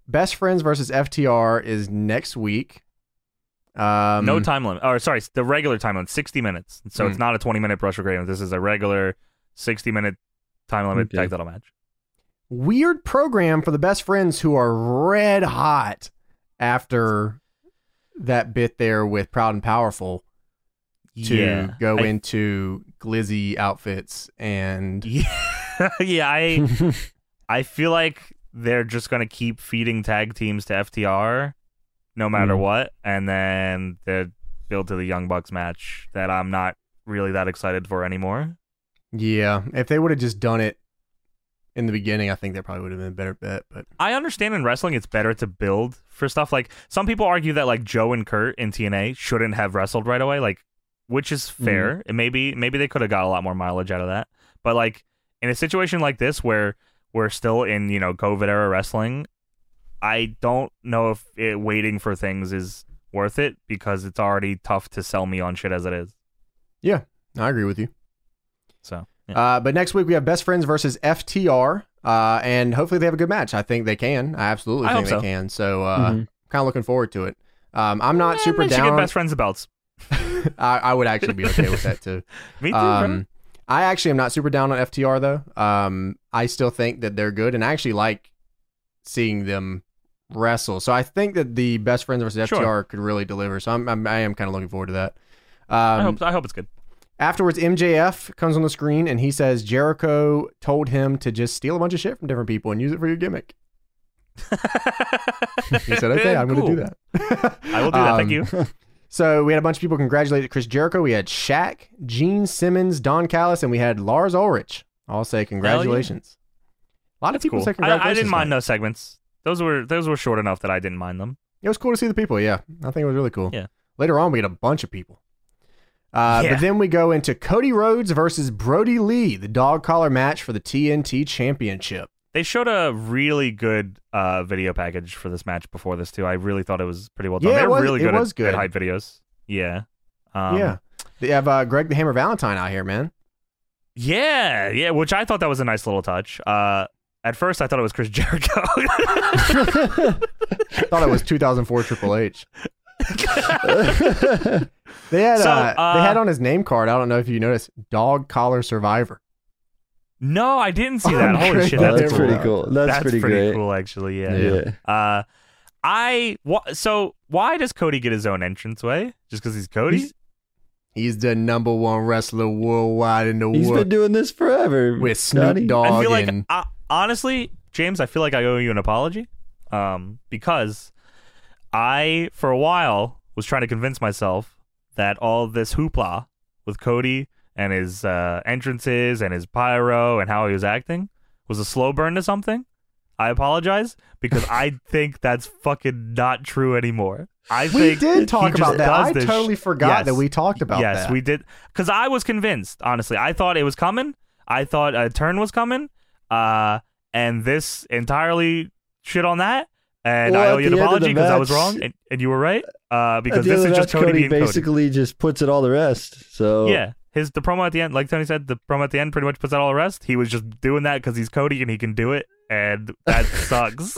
Speaker 1: best friends versus FTR is next week. Um, hmm.
Speaker 2: no time limit. Or sorry, the regular time limit, sixty minutes. So it's not a twenty minute brush agreement. This is a regular sixty minute time limit
Speaker 3: Okay.
Speaker 2: tag title match.
Speaker 1: Weird program for the best friends who are red hot after that bit there with Proud and Powerful. to
Speaker 2: yeah.
Speaker 1: go
Speaker 2: I- [LAUGHS]
Speaker 1: into glizzy outfits and
Speaker 2: Yeah, yeah, I I feel like they're just gonna keep feeding tag teams to FTR, no matter
Speaker 3: Mhm.
Speaker 2: what, and then they're build to the Young Bucks match that I'm not really that excited for anymore.
Speaker 1: Yeah, if they would have just done it in the beginning, I think that probably would have been a better bet. But
Speaker 2: I understand in wrestling it's better to build for stuff like some people argue that like Joe and Kurt in TNA shouldn't have wrestled right away, like which is fair. And Maybe maybe they could have got a lot more mileage out of that. But like in a situation like this where we're still in, you know, COVID era wrestling, I don't know if it, waiting for things is worth it because it's already tough to sell me on shit as it is.
Speaker 1: I agree with you.
Speaker 2: So
Speaker 1: Uh, but next week we have best friends versus FTR, uh, and hopefully they have a good match. I think they can. I absolutely
Speaker 2: I
Speaker 1: think they
Speaker 2: hope so. Mm-hmm.
Speaker 1: can. So uh,
Speaker 3: Mhm.
Speaker 1: [LAUGHS] kind of looking forward to it. Um, I'm not
Speaker 2: Eh,
Speaker 1: super
Speaker 2: they should
Speaker 1: down.
Speaker 2: Get best friends the belts.
Speaker 1: [LAUGHS] I, I would actually be okay with that too.
Speaker 2: Me too. brother.
Speaker 1: Um, I actually am not super down on FTR though. Um, I still think that they're good, and I actually like seeing them wrestle. So I think that the best friends versus FTR
Speaker 2: Sure.
Speaker 1: could really deliver. So I'm, I'm I am kind of looking forward to that. Um,
Speaker 2: I hope I hope it's good.
Speaker 1: Afterwards, MJF comes on the screen and he says Jericho told him to just steal a bunch of shit from different people and use it for your gimmick. [LAUGHS] He said,
Speaker 2: [LAUGHS]
Speaker 1: "Okay, I'm going to do that."
Speaker 2: I will do that. Thank
Speaker 1: [LAUGHS] Um,
Speaker 2: you.
Speaker 1: So we had a bunch of people congratulate Chris Jericho. We had Shaq, Gene Simmons, Don Callis, and we had Lars Ulrich. All say congratulations. A lot of people say
Speaker 2: I-
Speaker 1: congratulations.
Speaker 2: I, didn't mind
Speaker 1: man.
Speaker 2: those segments. Those were those were short enough that I didn't mind them.
Speaker 1: It was cool to see the people. Yeah, I think it was really cool.
Speaker 2: Yeah.
Speaker 1: Later on, we get a bunch of people. Uh,
Speaker 2: Yeah.
Speaker 1: But then we go into Cody Rhodes versus Brody Lee, the dog collar match for the TNT Championship.
Speaker 2: They showed a really good uh, video package for this match before this too. I really thought it was pretty well done.
Speaker 1: Yeah, it
Speaker 2: They're
Speaker 1: was-
Speaker 2: really
Speaker 1: it
Speaker 2: good,
Speaker 1: was
Speaker 2: at,
Speaker 1: good.
Speaker 2: at hype videos. Yeah. Um,
Speaker 1: yeah. They have uh, Greg the Hammer Valentine out here, man.
Speaker 2: Yeah, yeah, which I thought that was a nice little touch. Uh, at first, I thought it was
Speaker 1: [LAUGHS]
Speaker 2: Chris [LAUGHS] Jericho.
Speaker 1: I thought
Speaker 2: [LAUGHS]
Speaker 1: it was 2004 Triple H.
Speaker 3: Mhm.
Speaker 1: They had
Speaker 2: So,
Speaker 1: uh,
Speaker 2: uh,
Speaker 1: they had on his name card. I don't know if you noticed, dog collar survivor.
Speaker 2: no, I didn't see that.
Speaker 1: Oh,
Speaker 2: Holy
Speaker 1: great.
Speaker 2: shit,
Speaker 1: Oh,
Speaker 2: that's,
Speaker 1: that's
Speaker 2: cool.
Speaker 3: pretty cool. That's, pretty, great.
Speaker 2: cool, actually. Yeah.
Speaker 1: Yeah.
Speaker 3: Yeah.
Speaker 2: Uh, I wh- so why does Cody get his own entrance way? Just because he's Cody?
Speaker 1: He's- He's the number one wrestler worldwide in the
Speaker 3: He's been
Speaker 1: world
Speaker 3: doing this forever.
Speaker 1: with Snoop
Speaker 3: Johnny.
Speaker 2: I
Speaker 1: Dogg
Speaker 2: feel like
Speaker 1: and
Speaker 2: I, honestly, James, I feel like I owe you an apology, um, because I for a while was trying to convince myself that all this hoopla with Cody and his uh, entrances and his pyro and how he was acting was a slow burn to something. I apologize because I think that's fucking not true anymore. I
Speaker 1: we
Speaker 2: think
Speaker 1: did talk
Speaker 2: just
Speaker 1: about that.
Speaker 2: does
Speaker 1: I
Speaker 2: this sh-
Speaker 1: totally forgot
Speaker 2: Yes.
Speaker 1: that we talked about
Speaker 2: yes,
Speaker 1: that.
Speaker 2: we did. Because I was convinced, honestly. I thought it was coming. I thought a turn was coming. Uh, and this entirely shit on that. And I
Speaker 3: Well,
Speaker 2: owe
Speaker 3: at
Speaker 2: you an
Speaker 3: the end of
Speaker 2: apology
Speaker 3: the
Speaker 2: because I was
Speaker 3: match-
Speaker 2: wrong and, and you were right. Uh,
Speaker 3: At
Speaker 2: because
Speaker 3: the
Speaker 2: this
Speaker 3: end
Speaker 2: is
Speaker 3: of the
Speaker 2: just
Speaker 3: match,
Speaker 2: Cody, being Cody.
Speaker 3: basically just puts it all to rest. So
Speaker 2: Yeah. His the promo at the end, like Tony said, the promo at the end pretty much puts out all the rest. He was just doing that because he's Cody and he can do it, and
Speaker 3: [LAUGHS]
Speaker 2: that sucks.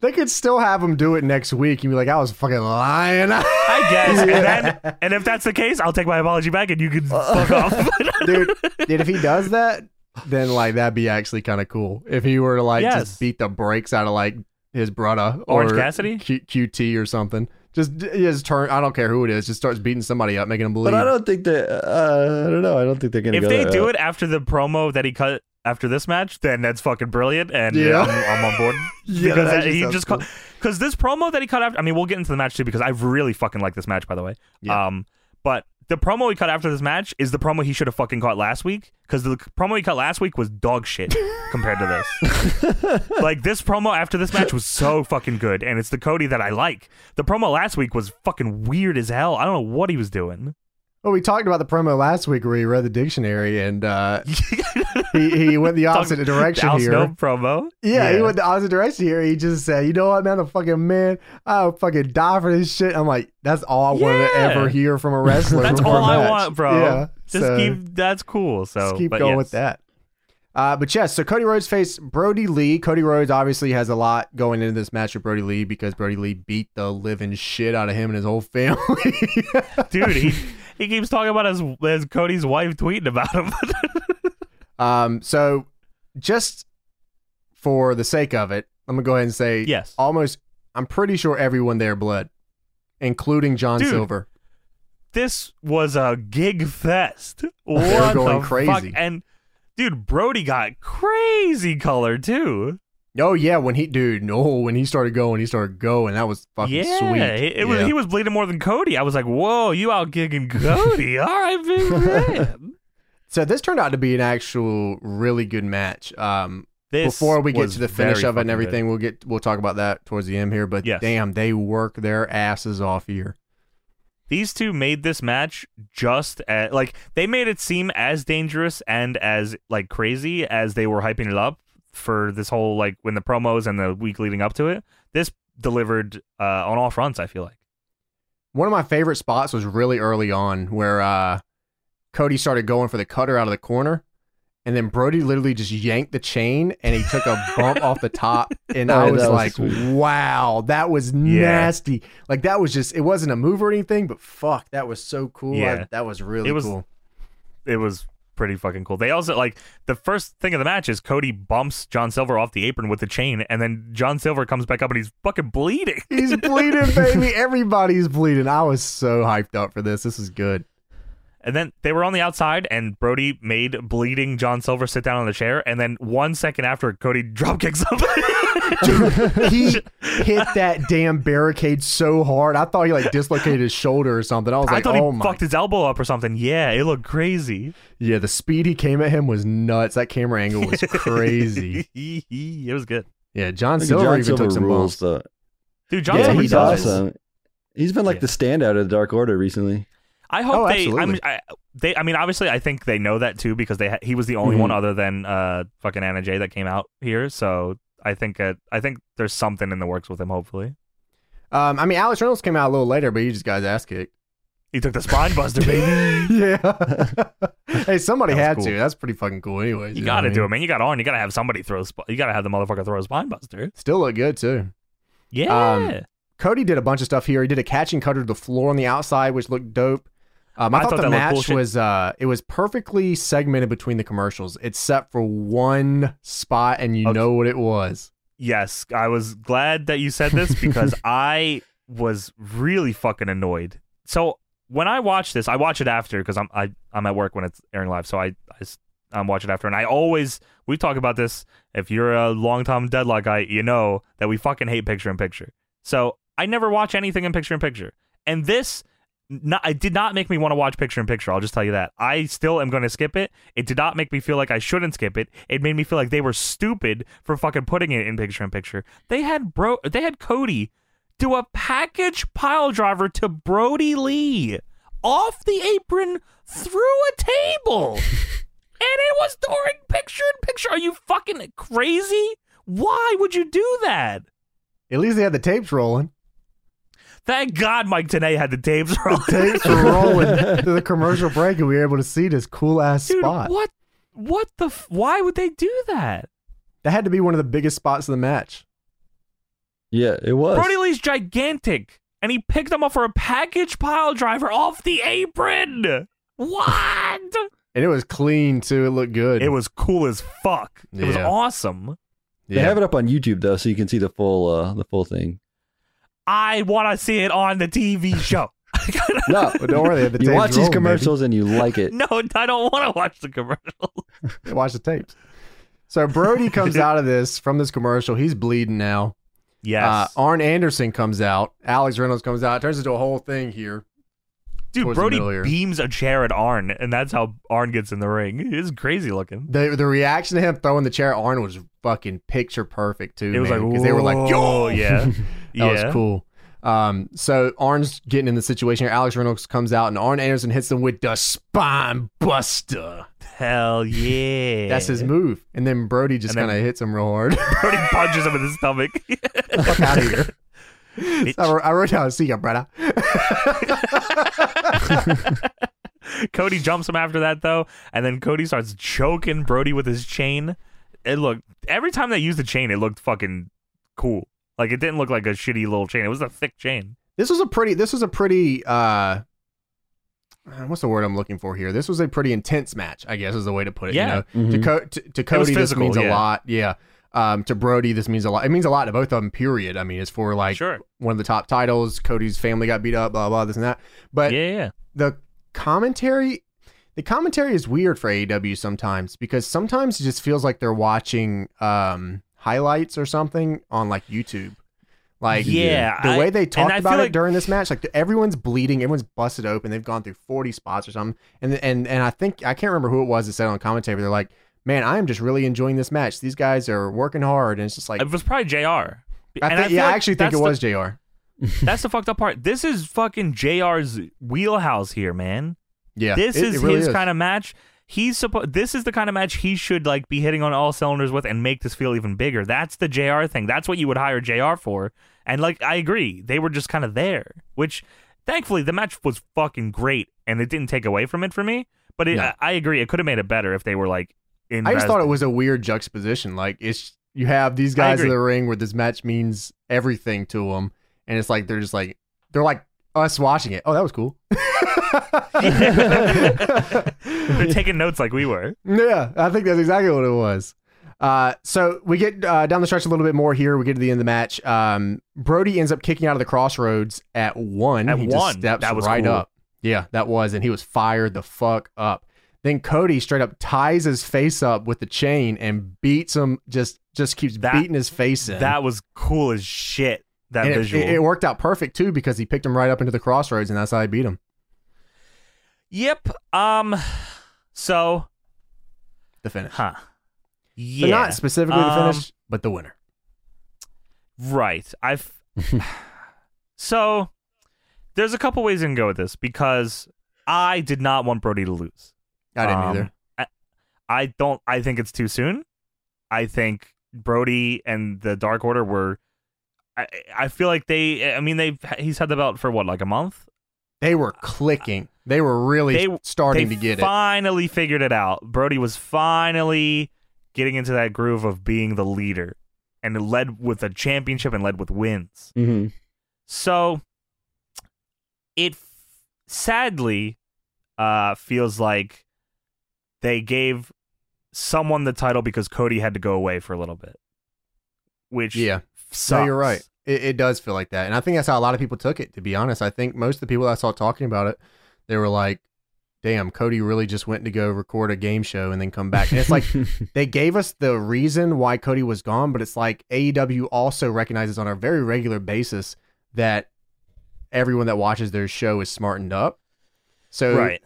Speaker 1: They could still have him do it next week and be like, I was fucking lying. [LAUGHS]
Speaker 2: I guess. And then, and if that's the case, I'll take my apology back and you can
Speaker 3: [LAUGHS]
Speaker 2: fuck off. [LAUGHS]
Speaker 1: dude, dude, if he does that, then like that'd be actually kind of cool. If he were to like
Speaker 2: Yes.
Speaker 1: just beat the brakes out of like his brother or
Speaker 2: Orange Cassidy?
Speaker 1: Q- QT or something, just just turn. I don't care who it is, just starts beating somebody up, making them believe.
Speaker 3: But I don't think that. Uh, I don't know. I don't think they're gonna.
Speaker 2: if
Speaker 3: go
Speaker 2: they
Speaker 3: that
Speaker 2: do
Speaker 3: route.
Speaker 2: it after the promo that he cut after this match, then that's fucking brilliant, and yeah,
Speaker 1: Yeah.
Speaker 2: I'm, I'm on board.
Speaker 1: [LAUGHS] [LAUGHS] Yeah,
Speaker 2: because
Speaker 1: that
Speaker 2: that-
Speaker 1: actually
Speaker 2: he
Speaker 1: sounds
Speaker 2: just
Speaker 1: cool.
Speaker 2: because this promo that he cut after. I mean, we'll get into the match too because I really fucking like this match, by the way.
Speaker 1: Yeah.
Speaker 2: Um, but the promo he cut after this match is the promo he should have fucking caught last week because the promo he cut last week was dog shit compared to this.
Speaker 1: [LAUGHS]
Speaker 2: like this promo after this match was so fucking good, and it's the Cody that I like. The promo last week was fucking weird as hell. I don't know what he was doing.
Speaker 1: well, we talked about the promo last week where he read the dictionary and uh, he he went
Speaker 2: [LAUGHS]
Speaker 1: the opposite direction
Speaker 2: Al
Speaker 1: here.
Speaker 2: Snow promo.
Speaker 1: Yeah, he went the opposite direction here. He just said, "You know what, man? I'm a fucking man. I'll fucking die for this shit." I'm like, that's all I want to
Speaker 2: Yeah.
Speaker 1: ever hear from a wrestler.
Speaker 2: That's
Speaker 1: before a
Speaker 2: all I
Speaker 1: match.
Speaker 2: want, bro.
Speaker 1: Yeah,
Speaker 2: just
Speaker 1: so-
Speaker 2: keep. That's cool. So
Speaker 1: Let's keep
Speaker 2: but
Speaker 1: going
Speaker 2: yes.
Speaker 1: with that. Uh, but yes, so Cody Rhodes faced Brody Lee. Cody Rhodes obviously has a lot going into this match with Brody Lee because Brody Lee beat the living shit out of him and his whole family. [LAUGHS]
Speaker 2: dude. He he keeps talking about his, his Cody's wife tweeting about him. [LAUGHS]
Speaker 1: um, so just for the sake of it, I'm gonna go ahead and say
Speaker 2: yes,
Speaker 1: almost. I'm pretty sure everyone there bled, including John
Speaker 2: Dude,
Speaker 1: Silver.
Speaker 2: this was a gig fest.
Speaker 1: [LAUGHS] were
Speaker 2: What
Speaker 1: going
Speaker 2: the
Speaker 1: crazy.
Speaker 2: fuck? And Dude, Brody got crazy color too.
Speaker 1: Oh yeah, when he dude, no, when he started going, he started going. That was fucking
Speaker 2: yeah,
Speaker 1: sweet.
Speaker 2: He, it Was,
Speaker 1: Yeah.
Speaker 2: he was bleeding more than Cody. I was like, whoa, you out
Speaker 1: [LAUGHS]
Speaker 2: gigging Cody. All right, big man.
Speaker 1: so this turned out to be an actual really good match. Um,
Speaker 2: This
Speaker 1: before we get
Speaker 2: was
Speaker 1: to the finish
Speaker 2: very
Speaker 1: of it and
Speaker 2: fucking good.
Speaker 1: everything, we'll get we'll talk about that towards the end here. But
Speaker 2: Yes.
Speaker 1: damn, they work their asses off here.
Speaker 2: these two made this match just as, like they made it seem as dangerous and as like crazy as they were hyping it up for this whole like when the promos and the week leading up to it. This delivered uh, on all fronts. I feel like
Speaker 1: One of my favorite spots was really early on where uh, Cody started going for the cutter out of the corner, and then Brody literally just yanked the chain and he took [LAUGHS] a bump off the top, and
Speaker 3: Oh,
Speaker 1: I
Speaker 3: yeah,
Speaker 1: was,
Speaker 3: that was
Speaker 1: like,
Speaker 3: sweet.
Speaker 1: "Wow, that was nasty!" Like that was just it wasn't a move or anything, but fuck, that was so cool. I-
Speaker 2: Yeah.
Speaker 1: that was really
Speaker 2: It was-
Speaker 1: cool.
Speaker 2: it was pretty fucking cool. They also like the first thing of the match is Cody bumps John Silver off the apron with the chain, and then John Silver comes back up and he's fucking bleeding.
Speaker 1: [LAUGHS] He's bleeding, baby. Everybody's bleeding. I was so hyped up for this. This is good.
Speaker 2: [LAUGHS] And then they were on the outside, and Brody made bleeding John Silver sit down on the chair. And then one second after, Cody drop kicks him.
Speaker 1: [LAUGHS]
Speaker 2: [LAUGHS]
Speaker 1: he hit that damn barricade so hard. I thought he like dislocated his shoulder or something. I was
Speaker 2: I
Speaker 1: like,
Speaker 2: thought
Speaker 1: oh
Speaker 2: he
Speaker 1: my.
Speaker 2: fucked his elbow up or something. Yeah, it looked crazy. [LAUGHS]
Speaker 1: Yeah, the speed he came at him was nuts. That camera angle was crazy.
Speaker 2: [LAUGHS] it was good,
Speaker 1: yeah, John
Speaker 3: Look at
Speaker 1: Silver
Speaker 3: John
Speaker 1: even took some balls.
Speaker 3: rules, though.
Speaker 2: dude. John
Speaker 1: Yeah,
Speaker 2: Silver
Speaker 1: he
Speaker 3: he's
Speaker 1: does.
Speaker 3: awesome. He's been like
Speaker 2: Yeah.
Speaker 3: the standout of the Dark Order recently.
Speaker 2: I hope
Speaker 1: Oh,
Speaker 2: they. I
Speaker 1: absolutely.
Speaker 2: mean, I, they. I mean, obviously, I think they know that too because they. Ha- he was the only
Speaker 3: Mhm.
Speaker 1: Mm-hmm.
Speaker 2: one other than uh fucking Anna Jay that came out here. So I think. Uh, I think there's something in the works with him. Hopefully,
Speaker 1: Um, I mean, Alex Reynolds came out a little later, but he just got his ass kicked.
Speaker 2: he took
Speaker 1: [LAUGHS]
Speaker 2: the spine buster, baby.
Speaker 1: yeah. hey, somebody
Speaker 2: That was
Speaker 1: had
Speaker 2: cool.
Speaker 1: to. That's pretty fucking cool, anyways.
Speaker 2: You
Speaker 1: know what
Speaker 2: gotta
Speaker 1: I
Speaker 2: do
Speaker 1: mean?
Speaker 2: it, man. You got on. You gotta have somebody throw. Sp- you gotta have the motherfucker throw a spine buster.
Speaker 1: Still look good too.
Speaker 2: Yeah.
Speaker 1: Um, Cody did a bunch of stuff here. He did a catch and cutter to the floor on the outside, which looked dope. Um, I,
Speaker 2: I
Speaker 1: thought,
Speaker 2: thought
Speaker 1: the
Speaker 2: that looked
Speaker 1: match
Speaker 2: bullshit.
Speaker 1: was uh, it was perfectly segmented between the commercials, except for one spot, and you
Speaker 2: Okay.
Speaker 1: know what it was.
Speaker 2: yes, I was glad that you said this because I was really fucking annoyed. So when I watch this, I watch it after because I'm I, I'm at work when it's airing live, so I I s- I'm watching after, and I always we talk about this. If you're a long time deadlock guy, you know that we fucking hate picture in picture. So I never watch anything in picture in picture, and this. Not, it did not make me want to watch picture in picture. I'll just tell you that. I still am going to skip it. It did not make me feel like I shouldn't skip it. It made me feel like they were stupid for fucking putting it in picture in picture. They had bro, they had Cody do a package pile driver to Brody Lee off the apron through a table, and it was during picture in picture. Are you fucking crazy? Why would you do that?
Speaker 1: At least they had the tapes rolling.
Speaker 2: Thank God Mike Tanay had the tapes [LAUGHS] rolling.
Speaker 1: Tapes were rolling through the commercial break, and we were able to see this cool ass
Speaker 2: Dude,
Speaker 1: spot.
Speaker 2: what? What the? F- why would they do that?
Speaker 1: That had to be one of the biggest spots of the match.
Speaker 3: Yeah, it was.
Speaker 2: Brody Lee's gigantic, and he picked him up for a package pile driver off the apron. What?
Speaker 1: And it was clean too. It looked good.
Speaker 2: it was cool as fuck. It was
Speaker 1: Yeah.
Speaker 2: awesome.
Speaker 3: They have it up on YouTube though, so you can see the full uh, the full thing.
Speaker 2: I want to see it on the TV
Speaker 1: [LAUGHS]
Speaker 2: show. [LAUGHS]
Speaker 3: No,
Speaker 1: But don't worry, they had the
Speaker 3: [LAUGHS] you
Speaker 1: tapes
Speaker 3: watch these
Speaker 1: rolling,
Speaker 3: commercials and you like
Speaker 2: [LAUGHS]
Speaker 3: it.
Speaker 2: no, I don't want to watch the commercial.
Speaker 1: baby. Watch the tapes. So Brody comes out of this from this commercial. He's bleeding now.
Speaker 2: Yes,
Speaker 1: Uh, Arn Anderson comes out. Alex Reynolds comes out. It turns into a whole thing here.
Speaker 2: dude.
Speaker 1: towards the
Speaker 2: Brody
Speaker 1: middle here.
Speaker 2: beams a chair at Arn, and that's how Arn gets in the ring. It's crazy looking.
Speaker 1: The the reaction to him throwing the chair at Arn was fucking picture perfect too.
Speaker 2: It was
Speaker 1: man,
Speaker 2: like
Speaker 1: 'cause they were like,
Speaker 2: "Yo, yeah,
Speaker 1: [LAUGHS]
Speaker 2: that
Speaker 1: that
Speaker 2: yeah."
Speaker 1: was cool. Um, so Arn's getting in the situation here. Alex Reynolds comes out and Arn Anderson hits him with the spine buster. [LAUGHS]
Speaker 2: Hell yeah,
Speaker 1: That's his move. And then Brody just
Speaker 2: And then-
Speaker 1: kind of hits him real hard.
Speaker 2: [LAUGHS] Brody punches him in the stomach. [LAUGHS]
Speaker 1: Fuck out of here. [LAUGHS]
Speaker 2: Bitch.
Speaker 1: I, wrote- I wrote down, see ya, brother.
Speaker 2: Cody jumps him after that though, and then Cody starts choking Brody with his chain. It looked every time they used the chain, it looked fucking cool. Like it didn't look like a shitty little chain. It was a thick chain.
Speaker 1: This was a pretty. This was a pretty. uh What's the word I'm looking for here? This was a pretty intense match, I guess is the way to put it.
Speaker 2: Yeah.
Speaker 1: You know, to, Co- to, to Cody,
Speaker 2: physical,
Speaker 1: this means a
Speaker 2: yeah.
Speaker 1: lot. Yeah. Um, to Brody, this means a lot. It means a lot to both of them. Period. I mean, it's for like
Speaker 2: sure.
Speaker 1: one of the top titles. Cody's family got beat up. Blah blah. This and that. But
Speaker 2: yeah, yeah.
Speaker 1: the commentary. the commentary is weird for AEW sometimes because sometimes it just feels like they're watching um, highlights or something on like YouTube. Like
Speaker 2: Yeah,
Speaker 1: the
Speaker 2: I-
Speaker 1: way they
Speaker 2: and I
Speaker 1: talked about
Speaker 2: feel
Speaker 1: it
Speaker 2: like-
Speaker 1: during this match, like everyone's bleeding, everyone's busted open. They've gone through forty spots or something, and and and I think I can't remember who it was that said on commentary. But they're like, "Man, I am just really enjoying this match. These guys are working hard, and it's just like
Speaker 2: It was probably Jr. I
Speaker 1: I think, yeah, I actually think it was Jr.
Speaker 2: [LAUGHS] that's the fucked up part. This is fucking Jr.'s wheelhouse here, man.
Speaker 1: Yeah,
Speaker 2: This
Speaker 1: it,
Speaker 2: is
Speaker 1: it really
Speaker 2: his
Speaker 1: is.
Speaker 2: kind of match. He's supposed. This is the kind of match he should like be hitting on all cylinders with and make this feel even bigger. That's the Jr. thing. That's what you would hire Jr. for. And like, I agree. They were just kind of there, which thankfully the match was fucking great and it didn't take away from it for me. But it,
Speaker 1: No.
Speaker 2: I, I agree. It could have made it better if they were like. In
Speaker 1: I just thought it
Speaker 2: [LAUGHS]
Speaker 1: was a weird juxtaposition. Like it's you have these
Speaker 2: I
Speaker 1: guys in
Speaker 2: agree.
Speaker 1: the ring where this match means everything to them, and it's like they're just like they're like us watching it. Oh, that was
Speaker 2: [LAUGHS]
Speaker 1: cool. [LAUGHS]
Speaker 2: They're
Speaker 1: [LAUGHS]
Speaker 2: taking notes like we were.
Speaker 1: Yeah, I think that's exactly what it was. Uh, so we get uh, down the stretch a little bit more here. We get to the end of the match. Um, Brody ends up kicking out of the crossroads at one.
Speaker 2: At
Speaker 1: he just
Speaker 2: one.
Speaker 1: steps
Speaker 2: That was
Speaker 1: right
Speaker 2: cool.
Speaker 1: up. Yeah, that was, and he was fired the fuck up. Then Cody straight up ties his face up with the chain and beats him. Just just keeps
Speaker 2: That-
Speaker 1: beating his face in.
Speaker 2: That was cool as shit. That
Speaker 1: and it-
Speaker 2: visual.
Speaker 1: It, it worked out perfect too because he picked him right up into the crossroads, and that's how he beat him.
Speaker 2: yep. Um. So,
Speaker 1: The finish,
Speaker 2: huh?
Speaker 1: But
Speaker 2: Yeah.
Speaker 1: not specifically the
Speaker 2: Um,
Speaker 1: finish, but the winner.
Speaker 2: Right.
Speaker 1: [LAUGHS]
Speaker 2: I've so there's a couple ways you can go with this because I did not want Brody to lose.
Speaker 1: I didn't
Speaker 2: Um,
Speaker 1: either.
Speaker 2: I, I don't. I think it's too soon. I think Brody and the Dark Order were. I, I feel like they. I mean, they've. He's had the belt for what, like a month.
Speaker 1: They were clicking. They were really
Speaker 2: They-
Speaker 1: starting
Speaker 2: they
Speaker 1: to get it.
Speaker 2: finally figured it out. Brody was finally getting into that groove of being the leader and it led with a championship and led with wins.
Speaker 3: Mm-hmm.
Speaker 2: So it f- sadly uh, feels like they gave someone the title because Cody had to go away for a little bit. Which
Speaker 1: Yeah.
Speaker 2: sucks.
Speaker 1: No, you're right. It, it does feel like that, and I think that's how a lot of people took it. To be honest, I think most of the people I saw talking about it, they were like, "Damn, Cody really just went to go record a game show and then come back." And it's
Speaker 2: [LAUGHS]
Speaker 3: [LAUGHS]
Speaker 1: like they gave us the reason why Cody was gone, but it's like AEW also recognizes on a very regular basis that everyone that watches their show is smartened up. So
Speaker 2: Right.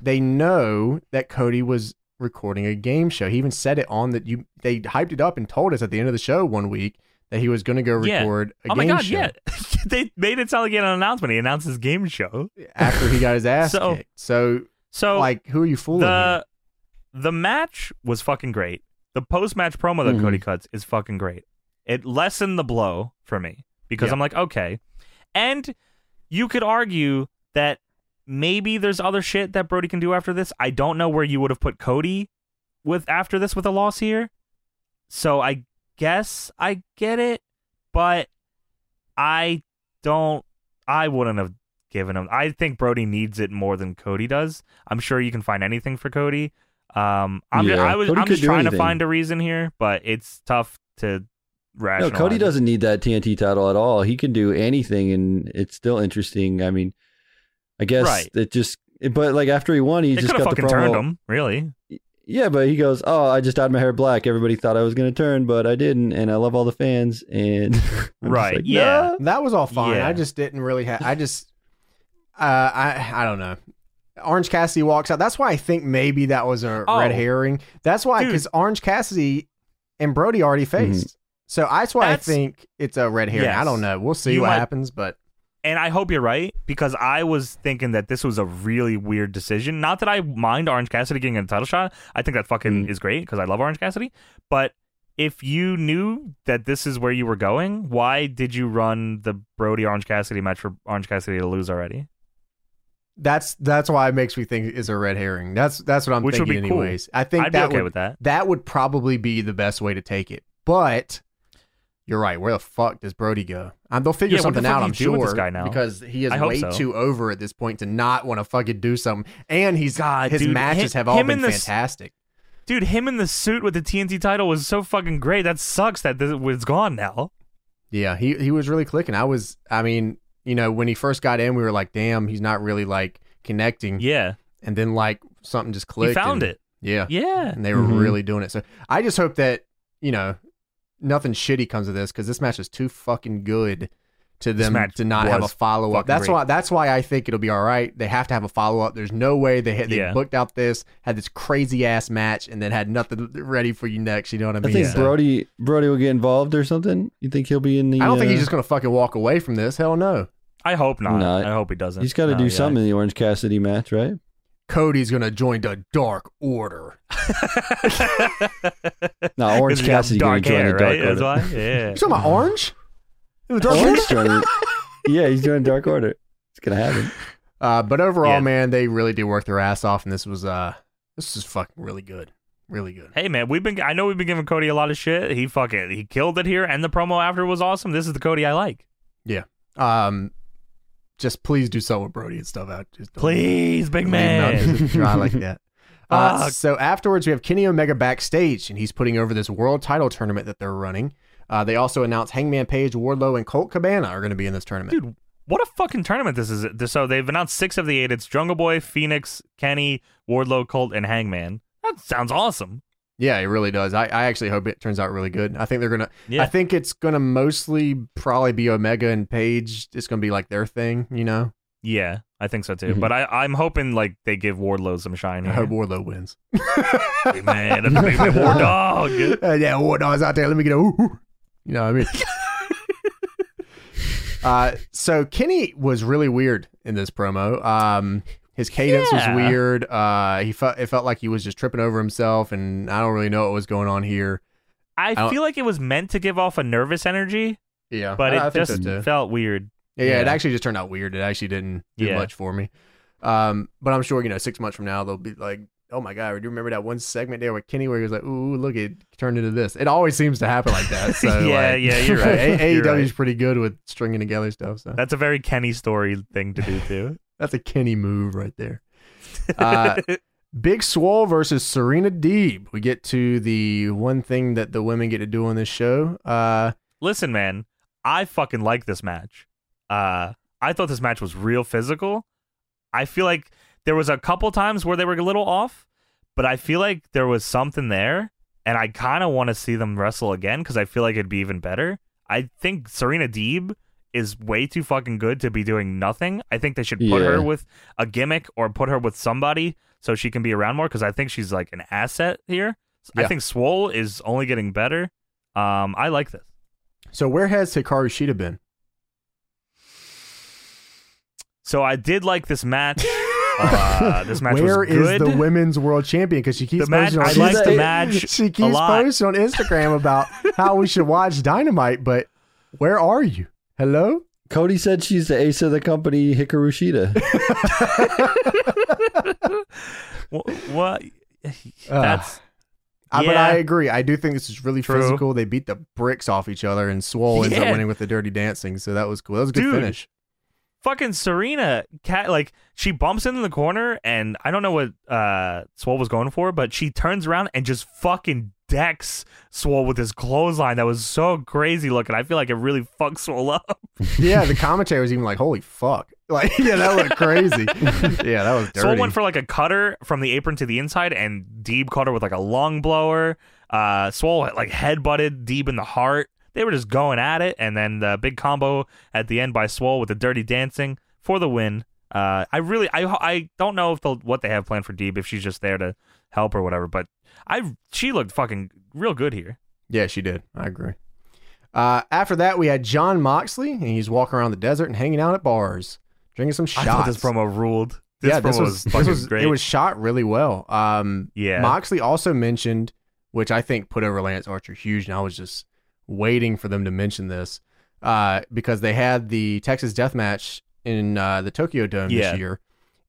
Speaker 1: they know that Cody was recording a game show. He even said it on that you they hyped it up and told us at the end of the show one week that he was going to go
Speaker 2: Yeah.
Speaker 1: record a
Speaker 2: Oh my
Speaker 1: game
Speaker 2: god,
Speaker 1: show
Speaker 2: yeah. [LAUGHS] they made it sound like he had an announcement. He announced his game show.
Speaker 1: after he got
Speaker 2: [LAUGHS]
Speaker 1: his ass
Speaker 2: So-
Speaker 1: kicked. So
Speaker 2: So
Speaker 1: like who are you fooling? here?
Speaker 2: the the match was fucking great. The post match promo that
Speaker 3: Mhm.
Speaker 1: Mm-hmm.
Speaker 2: Cody cuts is fucking great. It lessened the blow for me because
Speaker 1: Yeah.
Speaker 2: I'm like, okay. And you could argue that maybe there's other shit that Brody can do after this. I don't know where you would have put Cody with after this with a loss here. So I guess I get it, but I don't I wouldn't have given him. I think Brody needs it more than Cody does. I'm sure you can find anything for Cody. Um, I'm just,
Speaker 3: Yeah,
Speaker 2: I was
Speaker 3: Cody
Speaker 2: I'm
Speaker 3: could
Speaker 2: just
Speaker 3: do
Speaker 2: trying to
Speaker 3: anything.
Speaker 2: find a reason here, but it's tough to
Speaker 3: No,
Speaker 2: rationalize.
Speaker 3: Cody
Speaker 2: it.
Speaker 3: doesn't need that TNT title at all. He can do anything, and it's still interesting. I mean, I guess
Speaker 2: Right.
Speaker 3: it just. But like after he won, he
Speaker 2: They
Speaker 3: just
Speaker 2: could have
Speaker 3: got the
Speaker 2: fucking
Speaker 3: promo.
Speaker 2: turned him, really.
Speaker 3: Yeah, but he goes, "Oh, I just dyed my hair black. Everybody thought I was going to turn, but I didn't, and I love all the fans." And [LAUGHS] I'm just
Speaker 2: Right,
Speaker 3: like,
Speaker 2: yeah.
Speaker 3: "No."
Speaker 1: That was all fine.
Speaker 2: Yeah.
Speaker 1: I just didn't really have. I just, uh, I, I don't know. Orange Cassidy walks out. That's why I think maybe that was a
Speaker 2: Oh.
Speaker 1: red herring. That's why
Speaker 2: Dude.
Speaker 1: because Orange Cassidy and Brody already faced. So that's why
Speaker 2: That's-
Speaker 1: I think it's a red herring. I
Speaker 2: Yes.
Speaker 1: don't know. We'll see
Speaker 2: You
Speaker 1: what
Speaker 2: might-
Speaker 1: happens, but
Speaker 2: And I hope you're right because I was thinking that this was a really weird decision. Not that I mind Orange Cassidy getting a title shot. I think that fucking
Speaker 3: Mm.
Speaker 2: is great because I love Orange Cassidy. But if you knew that this is where you were going, why did you run the Brody Orange Cassidy match for Orange Cassidy to lose already?
Speaker 1: that's that's why it makes me think it's a red herring. That's that's what I'm
Speaker 2: Which would
Speaker 1: thinking.
Speaker 2: be cool.
Speaker 1: anyways, I think
Speaker 2: I'd be
Speaker 1: that
Speaker 2: okay
Speaker 1: would
Speaker 2: with that.
Speaker 1: that would probably be the best way to take it. But you're right. Where the fuck does Brody go? Um, they'll figure
Speaker 2: Yeah, what the
Speaker 1: something
Speaker 2: fuck
Speaker 1: out.
Speaker 2: do you
Speaker 1: I'm
Speaker 2: do
Speaker 1: sure
Speaker 2: with this guy now?
Speaker 1: because he is
Speaker 2: I hope
Speaker 1: way
Speaker 2: so.
Speaker 1: too over at this point to not want to fucking do something. And he's
Speaker 2: God,
Speaker 1: his
Speaker 2: dude,
Speaker 1: matches
Speaker 2: hi-
Speaker 1: have all
Speaker 2: him
Speaker 1: been
Speaker 2: in this-
Speaker 1: fantastic.
Speaker 2: Dude, him in the suit with the TNT title was so fucking great. That sucks that this, it's gone now.
Speaker 1: Yeah, he he was really clicking. I was. I mean, you know, when he first got in, we were like, damn, he's not really like connecting.
Speaker 2: Yeah.
Speaker 1: And then like something just clicked.
Speaker 2: He found
Speaker 1: Mm. and-
Speaker 2: it.
Speaker 1: Yeah.
Speaker 2: Yeah.
Speaker 1: And they were
Speaker 3: Mhm.
Speaker 1: really doing it. So I just hope that, you know, nothing shitty comes of this because this match is too fucking good to
Speaker 2: This
Speaker 1: them
Speaker 2: match
Speaker 1: to not have a
Speaker 2: was
Speaker 1: follow up.
Speaker 2: fucking
Speaker 1: That's
Speaker 2: great.
Speaker 1: why that's why I think it'll be all right. They have to have a follow up. There's no way they had they
Speaker 2: Yeah.
Speaker 1: booked out this, had this crazy ass match and then had nothing ready for you next, you know what I
Speaker 3: I
Speaker 1: mean?
Speaker 3: think
Speaker 1: So-
Speaker 3: Brody Brody will get involved or something. You think he'll be in the?
Speaker 1: I don't think
Speaker 3: uh,
Speaker 1: he's just gonna fucking walk away from this. Hell no.
Speaker 2: I hope not.
Speaker 3: No,
Speaker 2: I hope he doesn't.
Speaker 3: He's got to
Speaker 2: No,
Speaker 3: do
Speaker 2: yeah.
Speaker 3: something in the Orange Cassidy match, right?
Speaker 1: Cody's gonna join the Dark Order.
Speaker 2: [LAUGHS]
Speaker 3: No, Orange
Speaker 2: He's got
Speaker 3: Cassidy
Speaker 2: dark
Speaker 3: going to join
Speaker 2: hair,
Speaker 3: the Dark
Speaker 2: right? That's
Speaker 3: Order.
Speaker 1: [LAUGHS]
Speaker 2: why. Yeah.
Speaker 1: You talking about Orange? The Dark Order?
Speaker 2: [LAUGHS]
Speaker 3: Orange joining. Yeah, he's joining Dark Order. It's gonna happen.
Speaker 1: Uh, but overall,
Speaker 2: Yeah.
Speaker 1: man, they really did work their ass off, and this was uh, this is fucking really good, really good.
Speaker 2: Hey man, we've been I know we've been giving Cody a lot of shit. He fucking he killed it here and the promo after was awesome. This is the Cody I like.
Speaker 1: Um, just please do so with Brody and stuff out. Just don't
Speaker 2: Please,
Speaker 1: leave
Speaker 2: big
Speaker 1: him
Speaker 2: man.
Speaker 1: out to dry like
Speaker 2: [LAUGHS]
Speaker 1: that. Uh,
Speaker 2: Fuck.
Speaker 1: so afterwards, we have Kenny Omega backstage, and he's putting over this world title tournament that they're running. Uh, they also announced Hangman Page, Wardlow, and Colt Cabana are going to be in this tournament.
Speaker 2: Dude, what a fucking tournament this is. So they've announced 6 of the 8. It's Jungle Boy, Phoenix, Kenny, Wardlow, Colt and Hangman. That sounds awesome.
Speaker 1: Yeah, it really does. I, I actually hope it turns out really good. I think they're gonna.
Speaker 2: Yeah.
Speaker 1: I think it's gonna mostly probably be Omega and Page. It's gonna be like their thing, you know.
Speaker 2: Yeah, I think so too.
Speaker 3: Mhm.
Speaker 2: But I I'm hoping like they give Wardlow some shine
Speaker 1: I hope
Speaker 2: here.
Speaker 1: Wardlow wins.
Speaker 2: Big man, that's a big man, War Dog.
Speaker 1: Uh, yeah, war dogs out there. Let me get a. Ooh, ooh. You know what I
Speaker 2: [LAUGHS]
Speaker 1: mean? uh, so Kenny was really weird in this promo. Um, his cadence
Speaker 2: Yeah.
Speaker 1: was weird. Uh, he felt it felt like he was just tripping over himself, and I don't really know what was going on here.
Speaker 2: I
Speaker 1: don't-
Speaker 2: feel like it was meant to give off a nervous energy,
Speaker 1: Yeah,
Speaker 2: but
Speaker 1: I,
Speaker 2: it
Speaker 1: I think so,
Speaker 2: just
Speaker 1: too.
Speaker 2: felt weird.
Speaker 1: yeah, yeah, it
Speaker 2: yeah.
Speaker 1: actually just turned out weird. It actually didn't do
Speaker 2: Yeah.
Speaker 1: much for me. Um, but I'm sure you know six months from now they'll be like. Oh my God! Do you remember that one segment there with Kenny where he was like, "Ooh, look, it turned into this." It always seems to happen like
Speaker 2: [LAUGHS]
Speaker 1: that. So
Speaker 2: yeah,
Speaker 1: like, [LAUGHS]
Speaker 2: yeah, you're right.
Speaker 1: A-
Speaker 2: You're
Speaker 1: AEW
Speaker 2: right.
Speaker 1: is pretty good with stringing together stuff. So
Speaker 2: That's a very Kenny story thing to do too.
Speaker 1: that's a Kenny move right
Speaker 2: [LAUGHS]
Speaker 1: there. Uh, Big Swole versus Serena Deeb. We get to the one thing that the women get to do on this show. Uh,
Speaker 2: Listen, man, I fucking like this match. Uh, I thought this match was real physical. I feel like there was a couple times where they were a little off, but I feel like there was something there, and I kind of want to see them wrestle again because I feel like it'd be even better. I think Serena Deeb is way too fucking good to be doing nothing. I think they should put
Speaker 3: Yeah.
Speaker 2: her with a gimmick or put her with somebody so she can be around more because I think she's like an asset here.
Speaker 1: Yeah.
Speaker 2: I think Swole is only getting better. Um, I like this.
Speaker 1: so where has Hikaru Shida been?
Speaker 2: So I did like this match. Uh, this match
Speaker 1: Where
Speaker 2: was
Speaker 1: is
Speaker 2: good.
Speaker 1: the women's world champion? Because she keeps
Speaker 2: The match-
Speaker 1: posting on
Speaker 2: I like
Speaker 1: Insta-
Speaker 2: the
Speaker 1: [LAUGHS]
Speaker 2: match
Speaker 1: She
Speaker 2: a
Speaker 1: keeps
Speaker 2: lot.
Speaker 1: posting on Instagram about how we should watch Dynamite, but where are you? Hello?
Speaker 3: Cody said she's the ace of the company, Hikaru
Speaker 2: [LAUGHS]
Speaker 3: Shida.
Speaker 2: Wh- what?
Speaker 1: [LAUGHS] Ah.
Speaker 2: That's
Speaker 1: I, But
Speaker 2: Yeah.
Speaker 1: I agree. I do think this is really
Speaker 2: True.
Speaker 1: physical. They beat the bricks off each other, and Swole ends up
Speaker 2: Yeah.
Speaker 1: winning with the dirty dancing. So that was cool. That was a good
Speaker 2: Dude.
Speaker 1: finish.
Speaker 2: fucking Serena. Cat like she bumps into the corner, and I don't know what uh Swole was going for, but she turns around and just fucking decks Swole with his clothesline. That was so crazy looking. I feel like it really fucked Swole up.
Speaker 1: Yeah, the commentary was even like, "Holy fuck!" [LAUGHS] Like, yeah, that looked
Speaker 2: [LAUGHS]
Speaker 1: crazy. yeah, that was
Speaker 2: Swole
Speaker 1: dirty.
Speaker 2: went for like a cutter from the apron to the inside, and Deeb caught her with like a lung blower. Uh, Swole like headbutted Deeb in the heart. They were just going at it, and then the big combo at the end by Swole with the dirty dancing for the win. Uh, I really, I, I don't know if they'll, what they have planned for Deeb if she's just there to help or whatever, but I she looked fucking real good here.
Speaker 1: yeah, she did. I agree. Uh, after that, we had John Moxley, and he's walking around the desert and hanging out at bars, drinking some
Speaker 2: I
Speaker 1: shots.
Speaker 2: thought this promo ruled. This
Speaker 1: yeah,
Speaker 2: promo
Speaker 1: this was,
Speaker 2: was,
Speaker 1: this
Speaker 2: fucking
Speaker 1: was-
Speaker 2: great.
Speaker 1: It was shot really well. Um,
Speaker 2: yeah,
Speaker 1: Moxley also mentioned, which I think put over Lance Archer huge, and I was just waiting for them to mention this uh, because they had the Texas Death Match in uh, the Tokyo Dome
Speaker 2: Yeah.
Speaker 1: this year,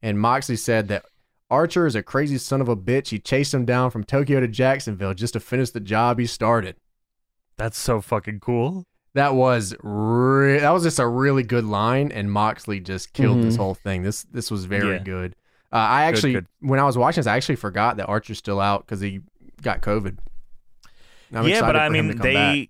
Speaker 1: and Moxley said that Archer is a crazy son of a bitch. He chased him down from Tokyo to Jacksonville just to finish the job he started.
Speaker 2: that's so fucking cool.
Speaker 1: That was re- that was just a really good line, and Moxley just killed this
Speaker 3: Mhm.
Speaker 1: whole thing. This this was very
Speaker 2: Mm-hmm. Yeah.
Speaker 1: good. Uh, I
Speaker 2: Good,
Speaker 1: actually,
Speaker 2: good.
Speaker 1: when I was watching this, I actually forgot that Archer's still out because he got COVID. And I'm
Speaker 2: yeah,
Speaker 1: excited
Speaker 2: but I
Speaker 1: for him to
Speaker 2: mean,
Speaker 1: come
Speaker 2: they.
Speaker 1: back.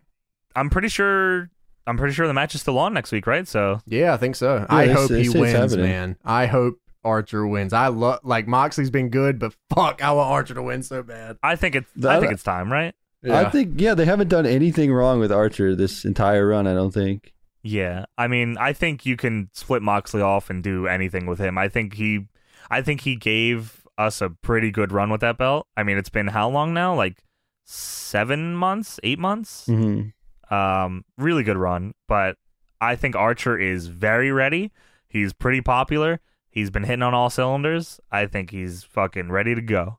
Speaker 2: I'm pretty sure. I'm pretty sure the match is still on next week, right? So
Speaker 1: Yeah, I think so. I
Speaker 3: they
Speaker 1: hope
Speaker 3: say-
Speaker 1: he
Speaker 3: say it's
Speaker 1: wins,
Speaker 3: happening.
Speaker 1: man. I hope Archer wins. I love like Moxley's been good, but [LAUGHS] fuck, I want Archer to win so bad.
Speaker 2: I think it's I
Speaker 3: That-
Speaker 2: think it's time, right?
Speaker 3: I think yeah, they haven't done anything wrong with Archer this entire run. I don't think.
Speaker 2: Yeah. I mean, I think you can split Moxley off and do anything with him. I think he I think he gave us a pretty good run with that belt. I mean, it's been how long now? Like 7 months, 8 months?
Speaker 1: Hmm.
Speaker 3: Mm-hmm.
Speaker 2: Um, really good run, but I think Archer is very ready. He's pretty popular. He's been hitting on all cylinders. I think he's fucking ready to go.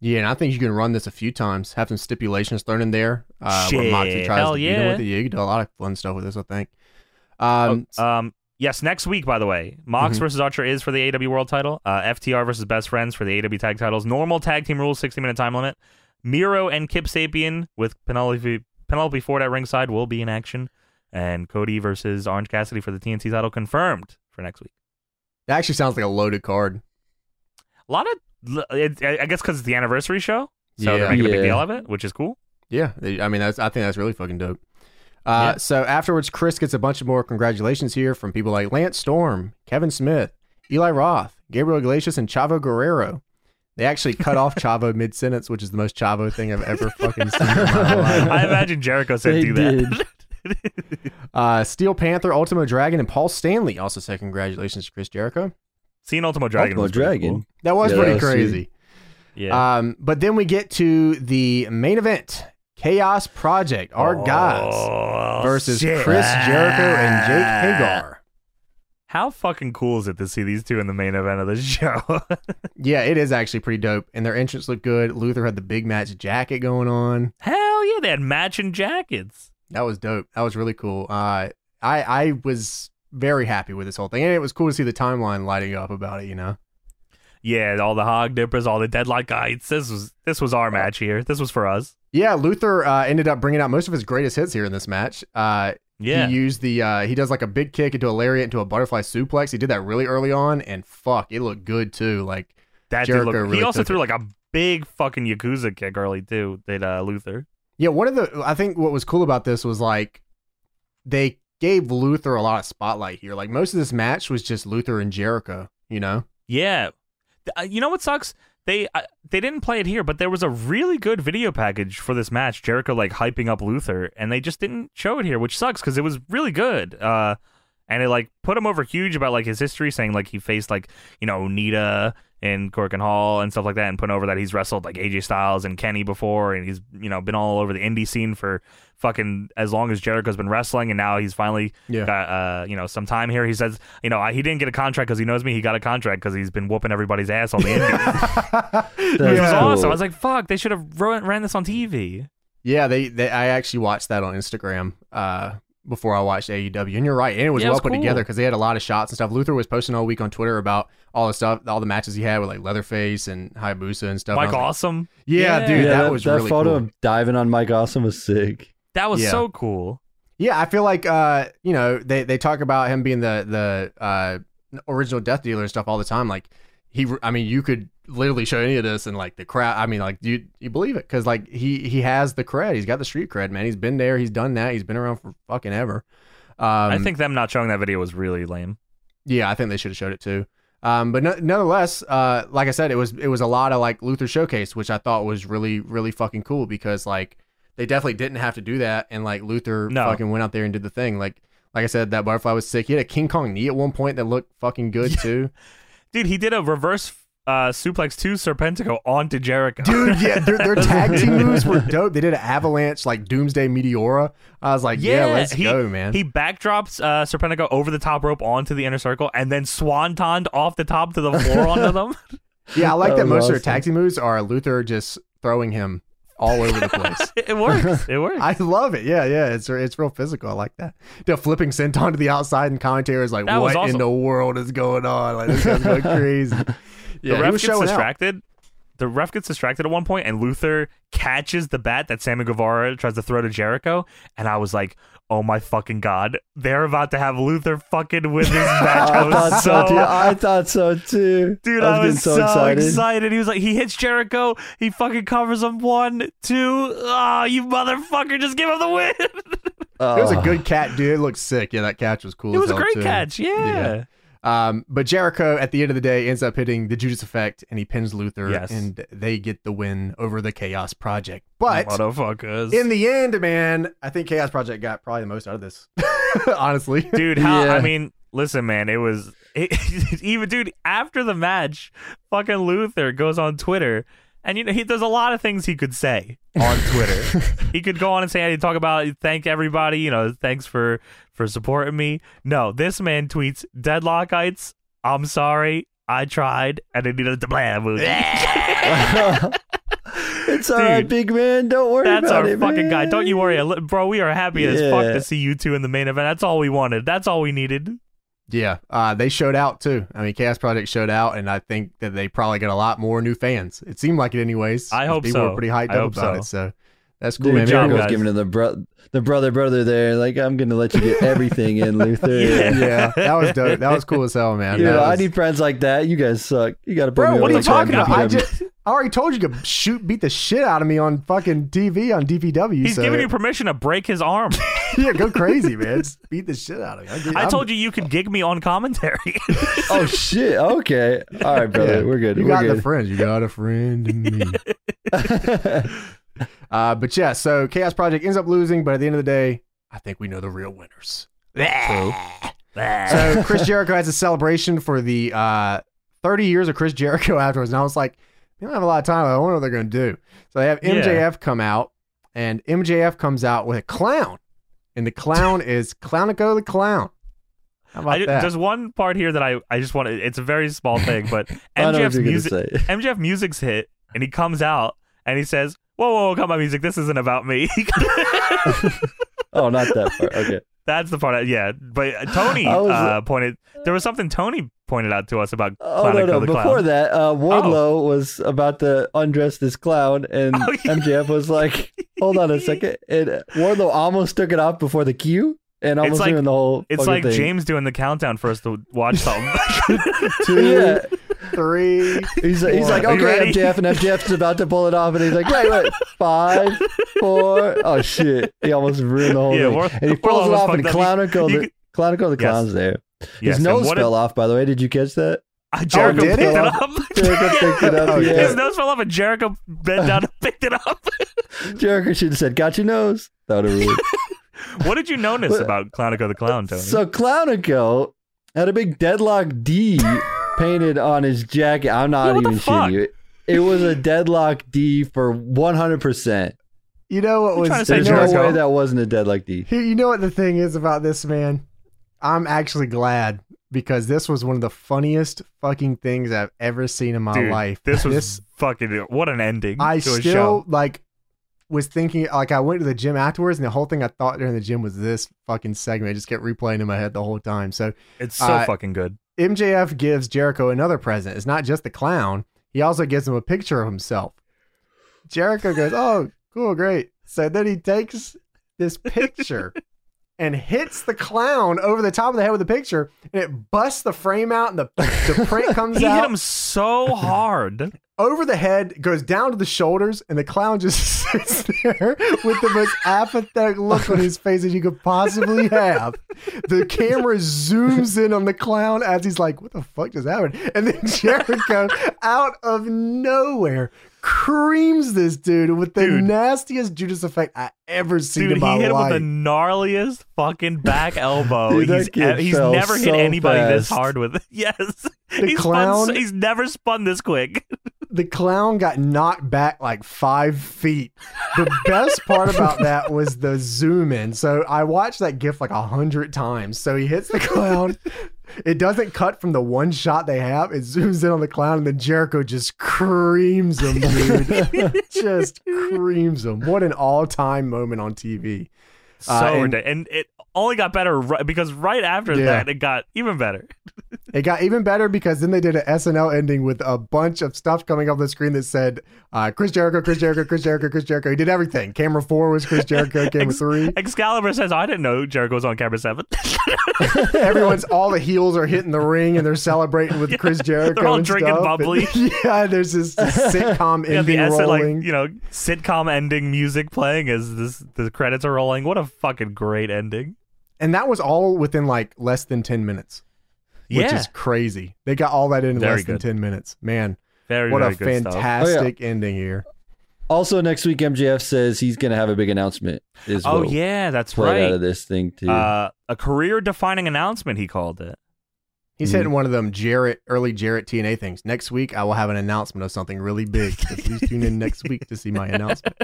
Speaker 1: Yeah, and I think you can run this a few times. Have some stipulations thrown in there. Uh, where Moxley
Speaker 2: Shit,
Speaker 1: tries
Speaker 2: hell
Speaker 1: to beat him
Speaker 2: yeah.
Speaker 1: with it. Yeah, you can do a lot of fun stuff with this. I think. Um,
Speaker 2: Um, yes, next week, by the way, Mox
Speaker 3: Mm-hmm.
Speaker 1: Mhm.
Speaker 2: versus Archer is for the AW World title. Uh, FTR versus Best Friends for the AW Tag titles. Normal tag team rules, 60 minute time limit. Miro and Kip Sapien with Penelope, Penelope Ford at ringside will be in action. And Cody versus Orange Cassidy for the TNT title confirmed for next week.
Speaker 1: that actually sounds like a loaded card.
Speaker 2: A lot of, it, I guess, because it's the anniversary show. So
Speaker 1: Yeah.
Speaker 2: they're making a big
Speaker 3: Yeah.
Speaker 2: deal of it, which is cool.
Speaker 3: [LAUGHS]
Speaker 1: Yeah, they- I mean, that's I think that's really fucking dope. Uh, So afterwards, Chris gets a bunch of more congratulations here from people like Lance Storm, Kevin Smith, Eli Roth, Gabriel Iglesias, and Chavo Guerrero. They actually cut [LAUGHS] off Chavo mid sentence, which is the most Chavo thing I've [LAUGHS] ever fucking seen. In my life.
Speaker 2: I imagine Jericho said
Speaker 3: They
Speaker 2: do that. [LAUGHS]
Speaker 1: Uh, Steel Panther, Ultimo Dragon, and Paul Stanley also said congratulations to Chris Jericho.
Speaker 2: Seeing Ultimo Dragon.
Speaker 3: Ultimo
Speaker 2: was pretty
Speaker 3: Dragon.
Speaker 2: cool.
Speaker 1: That was
Speaker 3: Yeah,
Speaker 1: pretty
Speaker 3: that was
Speaker 1: crazy.
Speaker 2: Yeah.
Speaker 1: Um, but then we get to the main event: Chaos Project, our gods
Speaker 2: Oh,
Speaker 1: versus
Speaker 2: shit. Ah.
Speaker 1: Chris Jericho and Jake Hagar.
Speaker 2: How fucking cool is it to see these two in the main event of the [LAUGHS] show?
Speaker 1: Yeah, it is actually pretty dope, and their entrance looked good. Luther had the big match jacket going on.
Speaker 2: Hell yeah, they had matching jackets.
Speaker 1: That was dope. That was really cool. Uh, I I was very happy with this whole thing, and it was cool to see the timeline lighting up about it. You know.
Speaker 2: Yeah, all the hog dippers, all the deadlock guys. This was this was our match here. This was for us.
Speaker 1: Yeah, Luther uh, ended up bringing out most of his greatest hits here in this match. Uh,
Speaker 2: Yeah.
Speaker 1: He used the uh, he does like a big kick into a lariat into a butterfly suplex. He did that really early on, and fuck, it looked good too. Like
Speaker 2: that dude
Speaker 1: Jericho
Speaker 2: looked,
Speaker 1: really
Speaker 2: he also
Speaker 1: took
Speaker 2: threw
Speaker 1: it.
Speaker 2: like a big fucking Yakuza kick early too, did uh, Luther.
Speaker 1: yeah, one of the I think what was cool about this was like they gave Luther a lot of spotlight here. Like most of this match was just Luther and Jericho. You know,
Speaker 2: Yeah. Th- uh, You know what sucks? They uh, they didn't play it here, but there was a really good video package for this match. Jericho like hyping up Luther, and they just didn't show it here, which sucks because it was really good. Uh, and it like put him over huge about like his history, saying like he faced like you know Nita and Cork and Hall and stuff like that, and putting over that he's wrestled like AJ Styles and Kenny before, and he's you know been all over the indie scene for fucking as long as Jericho's been wrestling, and now he's finally
Speaker 1: Yeah.
Speaker 2: got uh you know some time here. He says you know I, he didn't get a contract because he knows me. He got a contract because he's been whooping everybody's
Speaker 1: [LAUGHS]
Speaker 2: ass on the indies.
Speaker 1: Yeah.
Speaker 2: It
Speaker 3: That's
Speaker 2: was
Speaker 3: cool.
Speaker 2: awesome. I was like, fuck, they should have ro- ran this on TV.
Speaker 1: yeah, they, they I actually watched that on Instagram. Uh, before I watched AEW, and you're right, and it was
Speaker 2: Yeah, it
Speaker 1: well
Speaker 2: was
Speaker 1: put
Speaker 2: cool.
Speaker 1: together because they had a lot of shots and stuff. Luther was posting all week on Twitter about all the stuff, all the matches he had with like Leatherface and Hayabusa and stuff. and I
Speaker 2: Mike
Speaker 1: was like,
Speaker 2: Awesome.
Speaker 1: Yeah,
Speaker 2: Yeah.
Speaker 1: dude,
Speaker 3: yeah,
Speaker 1: that, was
Speaker 3: that
Speaker 1: really
Speaker 3: photo
Speaker 1: cool.
Speaker 3: of diving on Mike Awesome
Speaker 2: [LAUGHS]
Speaker 3: was sick.
Speaker 2: That was
Speaker 1: Yeah.
Speaker 2: so cool.
Speaker 1: Yeah, I feel like uh, you know, they they talk about him being the the uh original death dealer and stuff all the time. Like he, I mean, you could literally show any of this and like the crowd. I mean, like you you believe it because like he he has the cred. He's got the street cred, man. He's been there. He's done that. He's been around for fucking ever. Um,
Speaker 2: I think them not showing that video was really lame.
Speaker 1: Yeah, I think they should have showed it too. Um, but no, nonetheless, uh, like I said, it was it was a lot of like Luther showcase, which I thought was really really fucking cool because like they definitely didn't have to do that, and like Luther
Speaker 2: No.
Speaker 1: fucking went out there and did the thing. Like like I said, that butterfly was sick. He had a King Kong knee at one point that looked fucking good too.
Speaker 2: Dude, he did a reverse uh, suplex to Serpentico onto
Speaker 1: [LAUGHS]
Speaker 2: Jericho. [LAUGHS]
Speaker 1: Dude, yeah, their, [LAUGHS] their tag team moves were dope. They did an avalanche like Doomsday Meteora. I was like, yeah,
Speaker 2: Yeah,
Speaker 1: let's
Speaker 2: he-
Speaker 1: go, man.
Speaker 2: He backdrops uh, Serpentico over the top rope onto the inner circle and then swantoned off the top to the floor
Speaker 1: [LAUGHS]
Speaker 2: onto them. [LAUGHS]
Speaker 1: yeah, I like that,
Speaker 3: That was
Speaker 1: most of their
Speaker 3: awesome.
Speaker 1: tag team moves are Luther just throwing him all over [LAUGHS] the place.
Speaker 2: It works.
Speaker 1: [LAUGHS]
Speaker 2: It works.
Speaker 1: I love it. Yeah, yeah. It's it's real physical. I like that. The flipping senton to the outside and commentary is like,
Speaker 2: That
Speaker 1: what
Speaker 2: was
Speaker 1: in
Speaker 2: awesome.
Speaker 1: the world is going on? Like this guy's going
Speaker 2: [LAUGHS]
Speaker 1: crazy. Yeah,
Speaker 2: the
Speaker 1: he
Speaker 2: ref
Speaker 1: was
Speaker 2: gets
Speaker 1: showing out.
Speaker 2: distracted. The ref gets distracted at one point, and Luther catches the bat that Sammy Guevara tries to throw to Jericho. And I was like, "Oh my fucking god, they're about to have Luther
Speaker 1: [LAUGHS]
Speaker 2: fucking with this match." I was
Speaker 3: too.
Speaker 2: so.
Speaker 3: I thought so too.
Speaker 2: Dude, I was,
Speaker 3: getting
Speaker 2: so, excited. He was like, he hits Jericho, he fucking covers him one, two. Ah, you motherfucker, just give him the win.
Speaker 1: It
Speaker 2: [LAUGHS]
Speaker 1: was a
Speaker 2: [SIGHS]
Speaker 3: Oh.
Speaker 1: good catch, dude. It looked sick. Yeah, that catch was cool.
Speaker 2: it
Speaker 1: as
Speaker 2: was a
Speaker 1: hell,
Speaker 2: great
Speaker 1: too.
Speaker 2: catch, yeah.
Speaker 1: Um, but Jericho at the end of the day ends up hitting the Judas effect and he pins Luther
Speaker 2: Yes.
Speaker 1: and they get the win over the Chaos Project. But
Speaker 2: motherfuckers.
Speaker 1: in the end, man, I think Chaos Project got probably the most out of this. [LAUGHS] Honestly.
Speaker 2: dude, how?
Speaker 3: Yeah.
Speaker 2: I mean, listen, man, it was it, [LAUGHS] even, dude. After the match, fucking Luther goes on Twitter, and you know, he there's a lot of things he could say
Speaker 1: [LAUGHS]
Speaker 2: on Twitter. he could go on and say, "Hey, talk about thank everybody, you know, thanks for for supporting me." No, this man tweets, "Deadlockites, I'm sorry." I tried, and it needed to blah movie.
Speaker 3: [LAUGHS] it's all right,
Speaker 2: Dude,
Speaker 3: big man. Don't worry
Speaker 2: That's
Speaker 3: about
Speaker 2: our
Speaker 3: it,
Speaker 2: fucking guy.
Speaker 3: man.
Speaker 2: Don't you worry, li- bro. We are happy as
Speaker 3: Yeah.
Speaker 2: fuck to see you two in the main event. That's all we wanted. That's all we needed.
Speaker 1: Yeah, uh, they showed out too. I mean, Chaos Project showed out, and I think that they probably got a lot more new fans. It seemed like it, anyways.
Speaker 2: I hope
Speaker 1: people
Speaker 2: so.
Speaker 1: were pretty hyped
Speaker 2: I
Speaker 1: up
Speaker 2: hope
Speaker 1: about
Speaker 2: so.
Speaker 1: it. So that's cool,
Speaker 3: Dude,
Speaker 1: man.
Speaker 2: job,
Speaker 3: Jericho's
Speaker 2: guys.
Speaker 3: giving him the bro- the brother brother there. Like I'm gonna let
Speaker 2: [LAUGHS]
Speaker 3: you get everything in, Luther.
Speaker 2: Yeah.
Speaker 1: yeah, that was dope. That was cool as hell, man.
Speaker 3: You
Speaker 1: That
Speaker 3: know, I
Speaker 1: was-
Speaker 3: need friends like that. You guys suck. You gotta put
Speaker 1: Bro,
Speaker 3: me
Speaker 1: what
Speaker 3: over
Speaker 1: are you
Speaker 3: like that
Speaker 1: talking about?
Speaker 3: and
Speaker 1: I
Speaker 3: beat him.
Speaker 1: just, I already told you to shoot, beat the shit out of me on fucking TV on DPW.
Speaker 2: He's
Speaker 1: so,
Speaker 2: giving you permission to break his
Speaker 3: [LAUGHS]
Speaker 2: arm.
Speaker 1: [LAUGHS] yeah, go crazy, man. Just beat the shit out of me.
Speaker 2: I told you you could gig me on commentary.
Speaker 3: [LAUGHS]
Speaker 2: [LAUGHS]
Speaker 3: oh shit. Okay. All right, brother. We're good.
Speaker 1: You
Speaker 3: We're
Speaker 1: got
Speaker 3: good.
Speaker 1: the friends. You got a friend in me. Uh, but yeah, so Chaos Project ends up losing, but at the end of the day, I think we know the real winners. So Chris Jericho has a celebration for the uh, 30 years of Chris Jericho [LAUGHS] afterwards, and I was like, they don't have a lot of time. I wonder what they're going to do. So they have
Speaker 2: Yeah.
Speaker 1: MJF come out, and MJF comes out with a clown, and the
Speaker 2: [LAUGHS]
Speaker 1: clown is Clownico the clown. How about
Speaker 2: I, ju-
Speaker 1: that?
Speaker 2: there's one part here that I, I just want to, it's a very small thing, but
Speaker 3: [LAUGHS] [LAUGHS] I know what
Speaker 2: MJF's
Speaker 3: you're
Speaker 2: music,
Speaker 3: gonna say.
Speaker 2: MJF music's hit and he comes out and he says, whoa, whoa, whoa, cut my music. This isn't about me. [LAUGHS]
Speaker 3: Oh, not that far. Okay.
Speaker 2: That's the part. I, yeah. But uh, Tony
Speaker 3: I was-
Speaker 2: uh, pointed, there was something Tony pointed out to us about
Speaker 3: Oh
Speaker 2: Clownico
Speaker 3: no no!
Speaker 2: the
Speaker 3: Before
Speaker 2: Clown. Oh.
Speaker 3: that, uh, Wardlow was about to undress this clown, and
Speaker 2: Oh, yeah.
Speaker 3: MJF was like, [LAUGHS] "Hold
Speaker 2: [LAUGHS]
Speaker 3: on a second. And Wardlow almost took it off before the cue, and almost
Speaker 2: like-
Speaker 3: ruined the whole.
Speaker 2: It's
Speaker 3: fucking
Speaker 2: like
Speaker 3: thing.
Speaker 2: James doing the countdown for us to watch something.
Speaker 1: Two,
Speaker 3: [LAUGHS] Yeah.
Speaker 1: three.
Speaker 3: He's, he's like,
Speaker 2: Are you
Speaker 3: okay,
Speaker 2: ready?"
Speaker 3: MJF, and MJF's about to pull it off, and he's like,
Speaker 2: [LAUGHS]
Speaker 3: wait, wait, five, four. Oh shit! He almost ruined the whole
Speaker 2: Yeah,
Speaker 3: thing.
Speaker 2: War-
Speaker 3: and he pulls
Speaker 2: Warlow
Speaker 3: it
Speaker 2: was
Speaker 3: off, and
Speaker 2: fucked up. You-
Speaker 3: Clownico
Speaker 2: you
Speaker 3: the Clownico the
Speaker 2: Yes.
Speaker 3: clown's there.
Speaker 2: yes.
Speaker 3: His
Speaker 2: and
Speaker 3: nose
Speaker 2: what did- [LAUGHS]
Speaker 3: fell off, by the way. Did you catch that?
Speaker 2: Uh, Jericho
Speaker 1: did
Speaker 2: picked
Speaker 1: it?
Speaker 2: it up.
Speaker 3: [LAUGHS] Jericho picked it up.
Speaker 1: Oh,
Speaker 3: yeah.
Speaker 2: [LAUGHS] His nose fell off and Jericho bent down and picked it
Speaker 3: [LAUGHS]
Speaker 2: up.
Speaker 3: Jericho should have said, "Got your nose." That would have ruled.
Speaker 2: what did you notice
Speaker 3: What-
Speaker 2: about Clownico the Clown, Tony?
Speaker 3: So Clownico had a big deadlock
Speaker 2: [LAUGHS]
Speaker 3: D painted on his jacket. I'm not
Speaker 2: Yeah, what the
Speaker 3: even
Speaker 2: fuck?
Speaker 3: shitting you. It was a deadlock D for 100. percent
Speaker 1: You know what
Speaker 2: You trying to
Speaker 1: was?
Speaker 2: say
Speaker 1: You
Speaker 3: There's
Speaker 1: know,
Speaker 3: no
Speaker 2: Jericho-
Speaker 3: way that wasn't a deadlock D.
Speaker 1: Here- you know what the thing is about this man? I'm actually glad because this was one of the funniest fucking things I've ever seen in my
Speaker 2: Dude,
Speaker 1: life.
Speaker 2: This was fucking what an ending
Speaker 1: I
Speaker 2: to a show.
Speaker 1: still like was thinking like I went to the gym afterwards and the whole thing I thought during the gym was this fucking segment. I just kept replaying in my head the whole time. So
Speaker 2: It's so
Speaker 1: uh,
Speaker 2: fucking good.
Speaker 1: MJF gives Jericho another present. It's not just the clown. He also gives him a picture of himself. Jericho goes, "Oh, cool, great." So then he takes this
Speaker 2: [LAUGHS]
Speaker 1: picture and hits the clown over the top of the head with the picture, and it busts the frame out, and the the
Speaker 2: [LAUGHS]
Speaker 1: print comes
Speaker 2: He hit
Speaker 1: out
Speaker 2: him so hard.
Speaker 1: over the head, goes down to the shoulders, and the clown just [LAUGHS] sits there with the most apathetic look on his face as you could possibly have. The camera zooms in on the clown as he's like, What the fuck just happened? And then Jericho, out of nowhere, creams this dude with the
Speaker 2: Dude.
Speaker 1: nastiest Judas effect I ever [LAUGHS] seen
Speaker 2: Dude,
Speaker 1: in my
Speaker 2: he hit
Speaker 1: life.
Speaker 2: him with the gnarliest
Speaker 1: [LAUGHS]
Speaker 2: fucking back elbow.
Speaker 3: Dude, that
Speaker 2: he's e,
Speaker 3: kid
Speaker 2: he's
Speaker 3: fell
Speaker 2: never hit
Speaker 3: so
Speaker 2: anybody this
Speaker 3: fast.
Speaker 2: hard with it. [LAUGHS] Yes.
Speaker 1: The
Speaker 2: he's,
Speaker 1: clown- Uh,
Speaker 2: spun, so- he's never spun this quick.
Speaker 1: the clown got knocked back like five feet. The best part about that was the zoom in. So I watched that gif like a hundred times. So he hits the clown. It doesn't cut from the one shot they have. It zooms in on the clown, and then Jericho just creams him, dude. just creams him. What an all-time moment on TV.
Speaker 2: So
Speaker 1: Uh, and-
Speaker 2: ridiculous. And it only got better right, because right after
Speaker 1: Yeah.
Speaker 2: that, it got even better.
Speaker 1: It got even better because then they did an SNL ending with a bunch of stuff coming up the screen that said uh, Chris Jericho, Chris Jericho, Chris Jericho, Chris Jericho. He did everything. Camera four was Chris
Speaker 2: [LAUGHS]
Speaker 1: Jericho. Camera
Speaker 2: Ex-
Speaker 1: three.
Speaker 2: Excalibur says, "Oh, I didn't know Jericho was on camera seven. [LAUGHS]
Speaker 1: Everyone's all the heels are hitting the ring and they're celebrating
Speaker 2: [LAUGHS]
Speaker 1: with Chris Jericho.
Speaker 2: they're all
Speaker 1: and
Speaker 2: drinking
Speaker 1: stuff.
Speaker 2: bubbly.
Speaker 1: [LAUGHS] yeah, there's
Speaker 2: [LAUGHS]
Speaker 1: this sitcom
Speaker 2: Yeah,
Speaker 1: ending
Speaker 2: the essay, like
Speaker 1: rolling.
Speaker 2: you know sitcom ending music playing as this the credits are rolling. What a fucking great ending!
Speaker 1: and that was all within like less than ten minutes. which
Speaker 2: Yeah.
Speaker 1: is crazy. They got all that in
Speaker 2: Very
Speaker 1: less than
Speaker 2: good.
Speaker 1: 10 minutes. Man,
Speaker 2: Very,
Speaker 1: what
Speaker 2: very
Speaker 1: a
Speaker 2: good stuff.
Speaker 1: fantastic ending here.
Speaker 3: Also, next week MJF says he's going to have a big announcement. Is
Speaker 2: Oh
Speaker 3: what
Speaker 2: yeah, that's
Speaker 3: played out
Speaker 2: right.
Speaker 3: of this thing too.
Speaker 2: Uh, a career-defining announcement. He called it.
Speaker 1: He's
Speaker 3: Mhm.
Speaker 2: Mm-hmm.
Speaker 1: hitting one of them Jarrett, early Jarrett TNA things. Next week, I will have an announcement of something really big.
Speaker 2: [LAUGHS]
Speaker 1: So please tune in next week to see my announcement.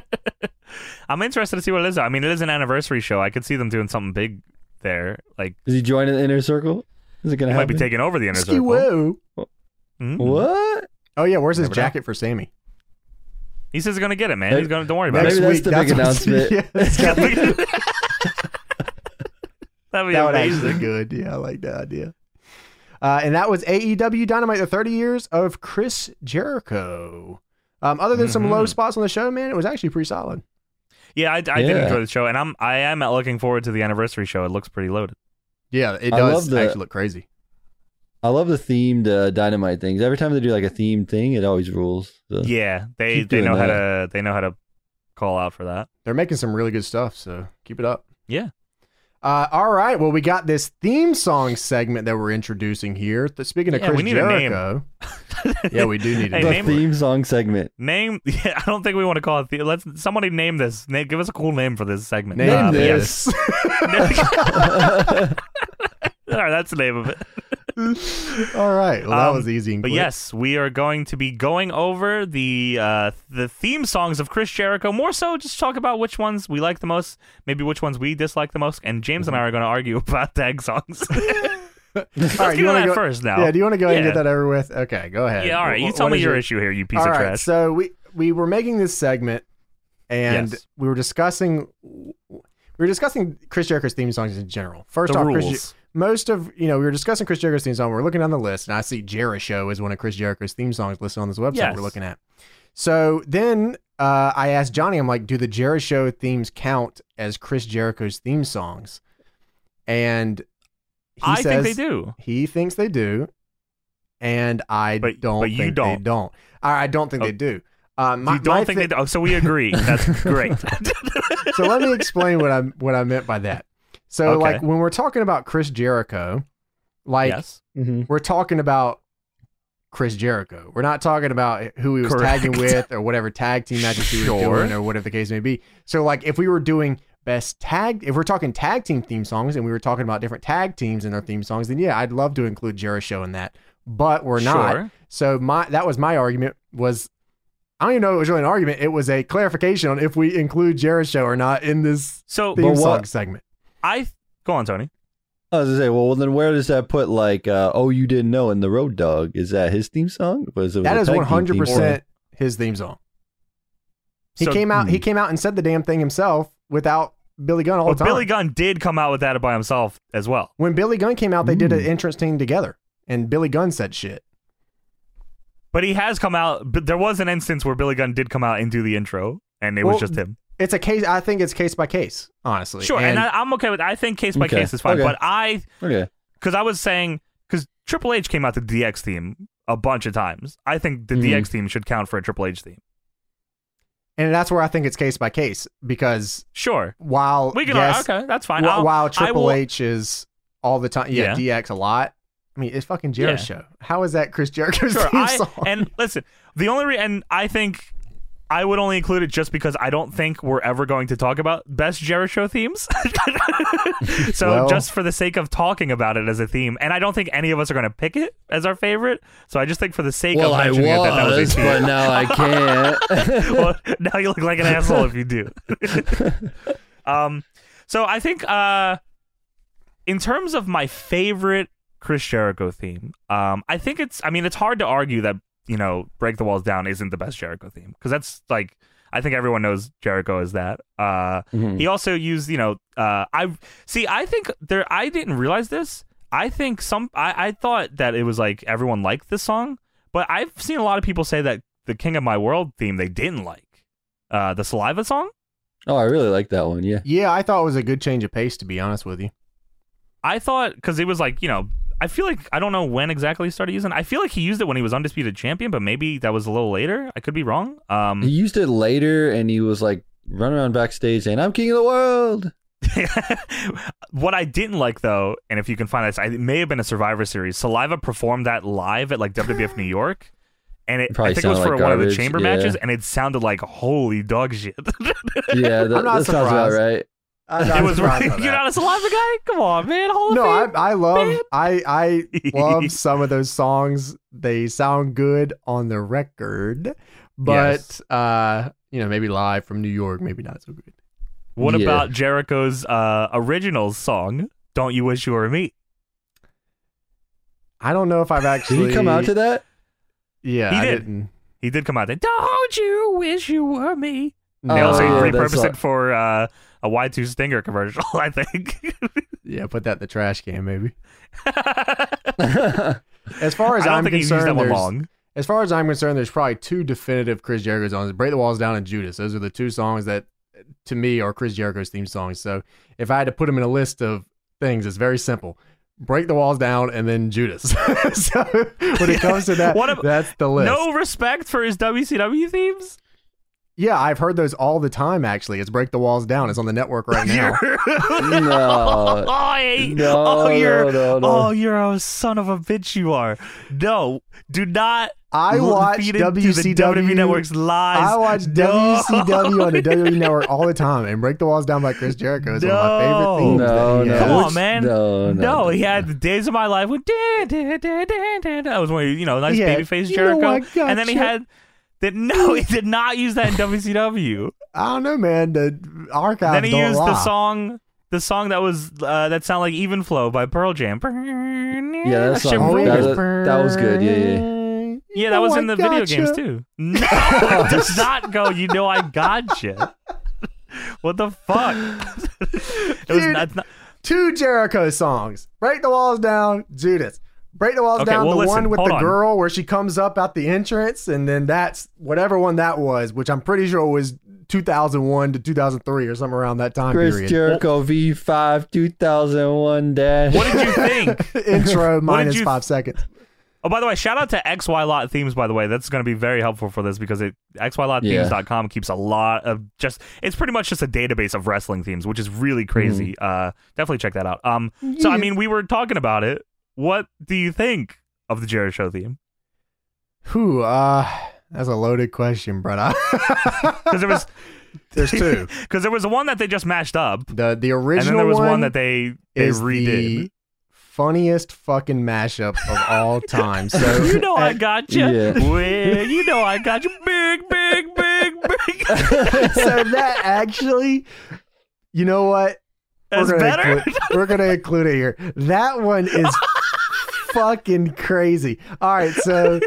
Speaker 2: I'm interested to see what it is. I mean, it is an anniversary show. I could see them doing something big there. Like
Speaker 3: Is he joining the inner circle? Is it going to
Speaker 2: might be
Speaker 3: happen?
Speaker 2: taking over the inner circle.
Speaker 1: Ski-woo.
Speaker 2: Mhm.
Speaker 3: what?
Speaker 1: Oh, yeah. Where's his
Speaker 2: Never know.
Speaker 1: jacket for Sammy?
Speaker 2: He says he's gonna get it, man.
Speaker 3: Maybe-
Speaker 2: He's gonna. Don't worry about
Speaker 3: Maybe
Speaker 1: Next week,
Speaker 2: it.
Speaker 3: that's the big
Speaker 1: what-
Speaker 3: announcement.
Speaker 1: yeah, that's gotta
Speaker 3: [LAUGHS]
Speaker 1: be-
Speaker 2: [LAUGHS] That'd be
Speaker 1: that would
Speaker 2: amazing.
Speaker 1: actually be good. Yeah, I like that idea. Uh, and that was AEW Dynamite, the 30 years of Chris Jericho. Um, other than some low
Speaker 2: Mhm.
Speaker 1: spots on the show, man, it was actually pretty solid.
Speaker 2: Yeah, I, I did
Speaker 3: Yeah.
Speaker 2: enjoy the show, and I'm I am looking forward to the anniversary show. It looks pretty loaded.
Speaker 1: Yeah, it
Speaker 3: I
Speaker 1: does
Speaker 3: love the-
Speaker 1: actually look crazy.
Speaker 3: I love the themed uh, dynamite things. Every time they do like a themed thing, it always rules. So-
Speaker 2: Yeah, they
Speaker 3: Keep
Speaker 2: they
Speaker 3: doing
Speaker 2: know how
Speaker 3: that.
Speaker 2: to they know how to call out for that.
Speaker 1: They're making some really good stuff, so keep it up.
Speaker 2: Yeah.
Speaker 1: Uh, all right. Well, we got this theme song segment that we're introducing here. Th- Speaking of
Speaker 2: Yeah,
Speaker 1: Chris
Speaker 2: we need a name.
Speaker 1: Jericho, yeah, we do need
Speaker 2: [LAUGHS]
Speaker 1: a
Speaker 2: Hey,
Speaker 3: the
Speaker 1: name.
Speaker 2: name-
Speaker 1: for it.
Speaker 3: theme song segment.
Speaker 2: Name? [LAUGHS] Yeah, I don't think we want to call it. The, let's somebody name this. Name, give us a cool name for this segment.
Speaker 1: Name
Speaker 2: Uh, but yeah,
Speaker 1: this.
Speaker 2: [LAUGHS] All right, that's the
Speaker 1: [LAUGHS]
Speaker 2: name of it.
Speaker 1: [LAUGHS] all right. Well, that
Speaker 2: Um,
Speaker 1: was easy. And
Speaker 2: But
Speaker 1: quick.
Speaker 2: yes, we are going to be going over the uh, the theme songs of Chris Jericho. More so, just talk about which ones we like the most, maybe which ones we dislike the most, and James and I are going to argue [LAUGHS] about
Speaker 1: [LAUGHS]
Speaker 2: tag songs.
Speaker 1: [LAUGHS] All right,
Speaker 2: Let's get
Speaker 1: you
Speaker 2: on
Speaker 1: wanna
Speaker 2: that
Speaker 1: go-
Speaker 2: first now.
Speaker 1: Yeah. Do you want to go ahead and
Speaker 2: Yeah.
Speaker 1: get that over with? Okay. Go ahead.
Speaker 2: Yeah, all right. You
Speaker 1: Wh-
Speaker 2: tell
Speaker 1: what
Speaker 2: me
Speaker 1: is
Speaker 2: your
Speaker 1: your-
Speaker 2: issue here, you piece
Speaker 1: All right.
Speaker 2: of trash.
Speaker 1: So we we were making this segment, and
Speaker 2: Yes.
Speaker 1: we were discussing we were discussing Chris Jericho's theme songs in general. First
Speaker 2: the
Speaker 1: off,
Speaker 2: rules.
Speaker 1: Chris, Je- most of you know we were discussing Chris Jericho's theme song. We are looking down the list, and I see Jericho is one of Chris Jericho's theme songs listed on this website
Speaker 2: Yes.
Speaker 1: we're looking at. So then uh, I asked Johnny, I'm like, do the Jericho themes count as Chris Jericho's theme songs? And he
Speaker 2: I
Speaker 1: says
Speaker 2: think they do.
Speaker 1: he thinks they do, and I
Speaker 2: But-
Speaker 1: don't
Speaker 2: but
Speaker 1: think
Speaker 2: you
Speaker 1: they
Speaker 2: don't.
Speaker 1: don't. I, I don't think
Speaker 2: Oh.
Speaker 1: they do. Um, my,
Speaker 2: you don't
Speaker 1: my
Speaker 2: think
Speaker 1: thi-
Speaker 2: they do. Oh, so we agree.
Speaker 1: [LAUGHS]
Speaker 2: That's great.
Speaker 1: so let me explain
Speaker 2: [LAUGHS]
Speaker 1: what I what I meant by that. So
Speaker 2: Okay.
Speaker 1: like when we're talking about Chris Jericho, like
Speaker 2: yes.
Speaker 3: Mhm.
Speaker 1: we're talking about Chris Jericho. We're not talking about who he was
Speaker 2: Correct.
Speaker 1: tagging with or whatever tag team matches he was
Speaker 2: Sure.
Speaker 1: doing or whatever the case may be. So like if we were doing best tag if we're talking tag team theme songs and we were talking about different tag teams in their theme songs, then yeah, I'd love to include Jericho in that. But we're not.
Speaker 2: Sure.
Speaker 1: So my that was my argument was I don't even know it was really an argument. It was a clarification on if we include Jericho or not in this
Speaker 2: So
Speaker 1: theme
Speaker 3: what-
Speaker 1: song segment.
Speaker 2: I go on, Tony.
Speaker 3: I was gonna say, well, then where does that put like, uh, oh, you didn't know, and the Road Dog? Is that his theme song? Was it
Speaker 1: That
Speaker 3: a
Speaker 1: is
Speaker 3: tag team
Speaker 1: one hundred
Speaker 3: theme song?
Speaker 1: percent his theme song. He
Speaker 2: So-
Speaker 1: came out. He
Speaker 3: Hmm.
Speaker 1: came out and said the damn thing himself without Billy Gunn all
Speaker 2: Well,
Speaker 1: the time.
Speaker 2: Billy Gunn did come out with that by himself as well.
Speaker 1: when Billy Gunn came out, they did an
Speaker 3: Hmm.
Speaker 1: entrance team together, and Billy Gunn said shit.
Speaker 2: But he has come out. But there was an instance where Billy Gunn did come out and do the intro, and it
Speaker 1: Well,
Speaker 2: was just him.
Speaker 1: It's a case. I think it's case by case, honestly.
Speaker 2: Sure, and, I, I'm okay with. I think case by
Speaker 3: Okay,
Speaker 2: case is fine.
Speaker 3: okay.
Speaker 2: But I,
Speaker 3: Okay,
Speaker 2: because I was saying, because Triple H came out the DX theme a bunch of times. I think the
Speaker 1: Mm-hmm.
Speaker 3: Mhm.
Speaker 2: DX theme should count for a Triple H theme.
Speaker 1: and that's where I think it's case by case because
Speaker 2: Sure,
Speaker 1: while
Speaker 2: we can.
Speaker 1: yes,
Speaker 2: okay, that's fine.
Speaker 1: wh-
Speaker 2: I'll-
Speaker 1: while
Speaker 2: I
Speaker 1: Triple
Speaker 2: will-
Speaker 1: H is all the time, yeah, DX a lot. I mean, it's fucking
Speaker 2: Yeah.
Speaker 1: Jericho. show. How is that Chris Jericho's
Speaker 2: Sure.
Speaker 1: theme
Speaker 2: I,
Speaker 1: song?
Speaker 2: and listen, the only re- and I think I would only include it just because I don't think we're ever going to talk about best Jericho [LAUGHS] themes. so
Speaker 1: Well-
Speaker 2: just for the sake of talking about it as a theme, and I don't think any of us are going to pick it as our favorite. So I just think for the sake
Speaker 3: well,
Speaker 2: of
Speaker 3: I
Speaker 2: mentioning it, that that was
Speaker 3: was,
Speaker 2: a
Speaker 3: but
Speaker 2: theme.
Speaker 3: now I [LAUGHS]
Speaker 2: [LAUGHS]
Speaker 3: can't.
Speaker 2: well, now you look like an asshole if you do. um, so I think uh, in terms of my favorite Chris Jericho theme, um, I think it's. I mean, it's hard to argue that you know "Break the Walls Down" isn't the best Jericho theme because that's like I think everyone knows Jericho is that. Uh,
Speaker 3: Mhm.
Speaker 2: he also used, you know, uh, I see. I think there. I didn't realize this. I think some. I, I thought that it was like everyone liked this song, but I've seen a lot of people say that the King of My World theme they didn't like. Uh, the Saliva song.
Speaker 3: oh, I really like that one. Yeah.
Speaker 1: yeah, I thought it was a good change of pace, to be honest with you.
Speaker 2: I thought because it was like you know. I feel like I don't know when exactly he started using. it. I feel like he used it when he was undisputed champion, but maybe that was a little later. I could be wrong. Um,
Speaker 3: He used it later, and he was like running around backstage saying, "I'm king of the world."
Speaker 2: [LAUGHS] what I didn't like though, and if you can find this, I, it may have been a Survivor Series. Saliva performed that live at like
Speaker 1: [GASPS]
Speaker 2: WWF New York, and it,
Speaker 3: Probably
Speaker 2: I think it was
Speaker 3: sounded
Speaker 2: for
Speaker 3: like
Speaker 2: one of the
Speaker 3: garbage,
Speaker 2: chamber
Speaker 3: yeah.
Speaker 2: matches, and it sounded like holy dog shit. [LAUGHS]
Speaker 3: Yeah, that,
Speaker 1: I'm not
Speaker 3: that sounds about
Speaker 1: surprised.
Speaker 3: right.
Speaker 1: I'm
Speaker 2: it was
Speaker 1: surprised
Speaker 2: really,
Speaker 1: by
Speaker 2: you're
Speaker 1: that.
Speaker 2: not a Saliva guy. Come on, man. Hall of
Speaker 1: no, I,
Speaker 2: Fame.
Speaker 1: I love I I love [LAUGHS]
Speaker 2: Bam.
Speaker 1: some of those songs. They sound good on the record, but
Speaker 2: Yes.
Speaker 1: uh, you know, maybe live from New York, maybe not so good.
Speaker 2: [LAUGHS] What
Speaker 3: Yeah.
Speaker 2: about Jericho's uh, original song? Don't you wish you were me?
Speaker 1: I don't know if I've
Speaker 3: Did
Speaker 1: actually
Speaker 3: he come out
Speaker 2: [LAUGHS]
Speaker 3: to that? [LAUGHS]
Speaker 1: Yeah,
Speaker 2: He
Speaker 1: I
Speaker 2: did.
Speaker 1: didn't.
Speaker 2: He did come out there. Don't you wish you were me? They
Speaker 1: Oh,
Speaker 2: also
Speaker 1: yeah,
Speaker 2: repurposed
Speaker 3: that's-
Speaker 2: it for uh, a Y2 Stinger commercial, [LAUGHS] I think.
Speaker 1: Yeah, put that in the trash can maybe.
Speaker 2: I
Speaker 1: As [LAUGHS] far as
Speaker 2: don't
Speaker 1: am
Speaker 2: think he used
Speaker 1: concerned,
Speaker 2: that one
Speaker 1: there's-
Speaker 2: long.
Speaker 1: As far as I'm concerned, there's probably two definitive Chris Jericho songs: "Break the Walls Down" and "Judas." Those are the two songs that, to me, are Chris Jericho's theme songs. So, if I had to put them in a list of things, it's very simple: "Break the Walls Down" and then "Judas." [LAUGHS] so, when it comes to that,
Speaker 2: [LAUGHS] What ab-
Speaker 1: that's the list.
Speaker 2: No respect for his WCW themes.
Speaker 1: Yeah, I've heard those all the time. Actually, it's "Break the Walls Down." It's on the network right
Speaker 2: [LAUGHS]
Speaker 1: now. [LAUGHS]
Speaker 2: oh,
Speaker 3: no.
Speaker 2: I hate-
Speaker 3: No,
Speaker 2: oh, you're,
Speaker 3: no, no, no.
Speaker 2: oh, you're a son of a bitch. You are. No, do not.
Speaker 1: I
Speaker 2: l-
Speaker 1: watch
Speaker 2: feed into the WWE
Speaker 1: WCW
Speaker 2: Network's lies.
Speaker 1: I watch
Speaker 2: No.
Speaker 1: WCW on the
Speaker 2: [LAUGHS]
Speaker 1: WWE network all the time, and "Break the Walls Down" by Chris Jericho is one of my
Speaker 2: No.
Speaker 1: favorite themes. that
Speaker 3: No,
Speaker 1: he
Speaker 3: no.
Speaker 1: has.
Speaker 2: Come on, man.
Speaker 3: No, no.
Speaker 2: Oh, No,
Speaker 3: no.
Speaker 2: he had the days of my life with da, da, da, da, da, da. that was when he, you know nice
Speaker 1: Yeah,
Speaker 2: baby face
Speaker 1: you know
Speaker 2: Jericho,
Speaker 1: what,
Speaker 2: and then he
Speaker 1: gotcha.
Speaker 2: had that. No, he did [LAUGHS] not use that in WCW.
Speaker 1: I don't know, man. The archives
Speaker 2: then he
Speaker 1: don't
Speaker 2: used
Speaker 1: lie.
Speaker 2: the song, the song that was uh, that sounded like Even Flow by Pearl Jam. Yeah,
Speaker 3: that song-
Speaker 1: Oh,
Speaker 3: that
Speaker 1: yeah.
Speaker 3: was- that was good, Oh, yeah,
Speaker 1: yeah.
Speaker 2: yeah, that was in the video games
Speaker 3: [LAUGHS]
Speaker 2: too. No, it does not go. You know I gotcha. [LAUGHS] What the fuck? it was
Speaker 1: Dude.
Speaker 2: not, not
Speaker 1: Two Jericho songs: "Break the Walls Down," Judas. Break the walls
Speaker 2: Okay,
Speaker 1: down.
Speaker 2: well,
Speaker 1: the
Speaker 2: listen,
Speaker 1: one with
Speaker 2: hold
Speaker 1: the
Speaker 2: on.
Speaker 1: girl where she comes up at the entrance, and then that's whatever one that was, which I'm pretty sure was 2001 to 2003 or something around that time
Speaker 3: Chris
Speaker 1: period.
Speaker 3: Jericho V5 2001 dash.
Speaker 2: What did you think?
Speaker 1: [LAUGHS]
Speaker 2: [LAUGHS]
Speaker 1: Intro minus
Speaker 2: you-
Speaker 1: five seconds.
Speaker 2: Oh, by the way, shout out to XY Lot Themes, by the way. That's going to be very helpful for this because it xylotthemes.com keeps a lot of just, it's pretty much just a database of wrestling themes, which is
Speaker 3: Hmm.
Speaker 2: really crazy. Uh, definitely check that out. Um, So, I mean, we were talking about it. What do you think of the Jared Show theme?
Speaker 1: Who? Uh, that's a loaded question, brother. [LAUGHS]
Speaker 2: Because there was
Speaker 1: There's
Speaker 2: [LAUGHS]
Speaker 1: two.
Speaker 2: Because there was the one that they just mashed up,
Speaker 1: The the original
Speaker 2: and then there was one, that they, they
Speaker 1: is
Speaker 2: redid.
Speaker 1: [LAUGHS] the funniest fucking mashup of [LAUGHS] all time. So
Speaker 2: [LAUGHS]
Speaker 1: eh,
Speaker 2: You know I got you.
Speaker 3: Yeah.
Speaker 2: Well, you know I got you. Big,
Speaker 1: [LAUGHS]
Speaker 2: big, big, big.
Speaker 1: so that actually, you know what?
Speaker 2: That's
Speaker 1: gonna
Speaker 2: better.
Speaker 1: include- we're gonna include it here. That one [LAUGHS] is fucking crazy. All right, so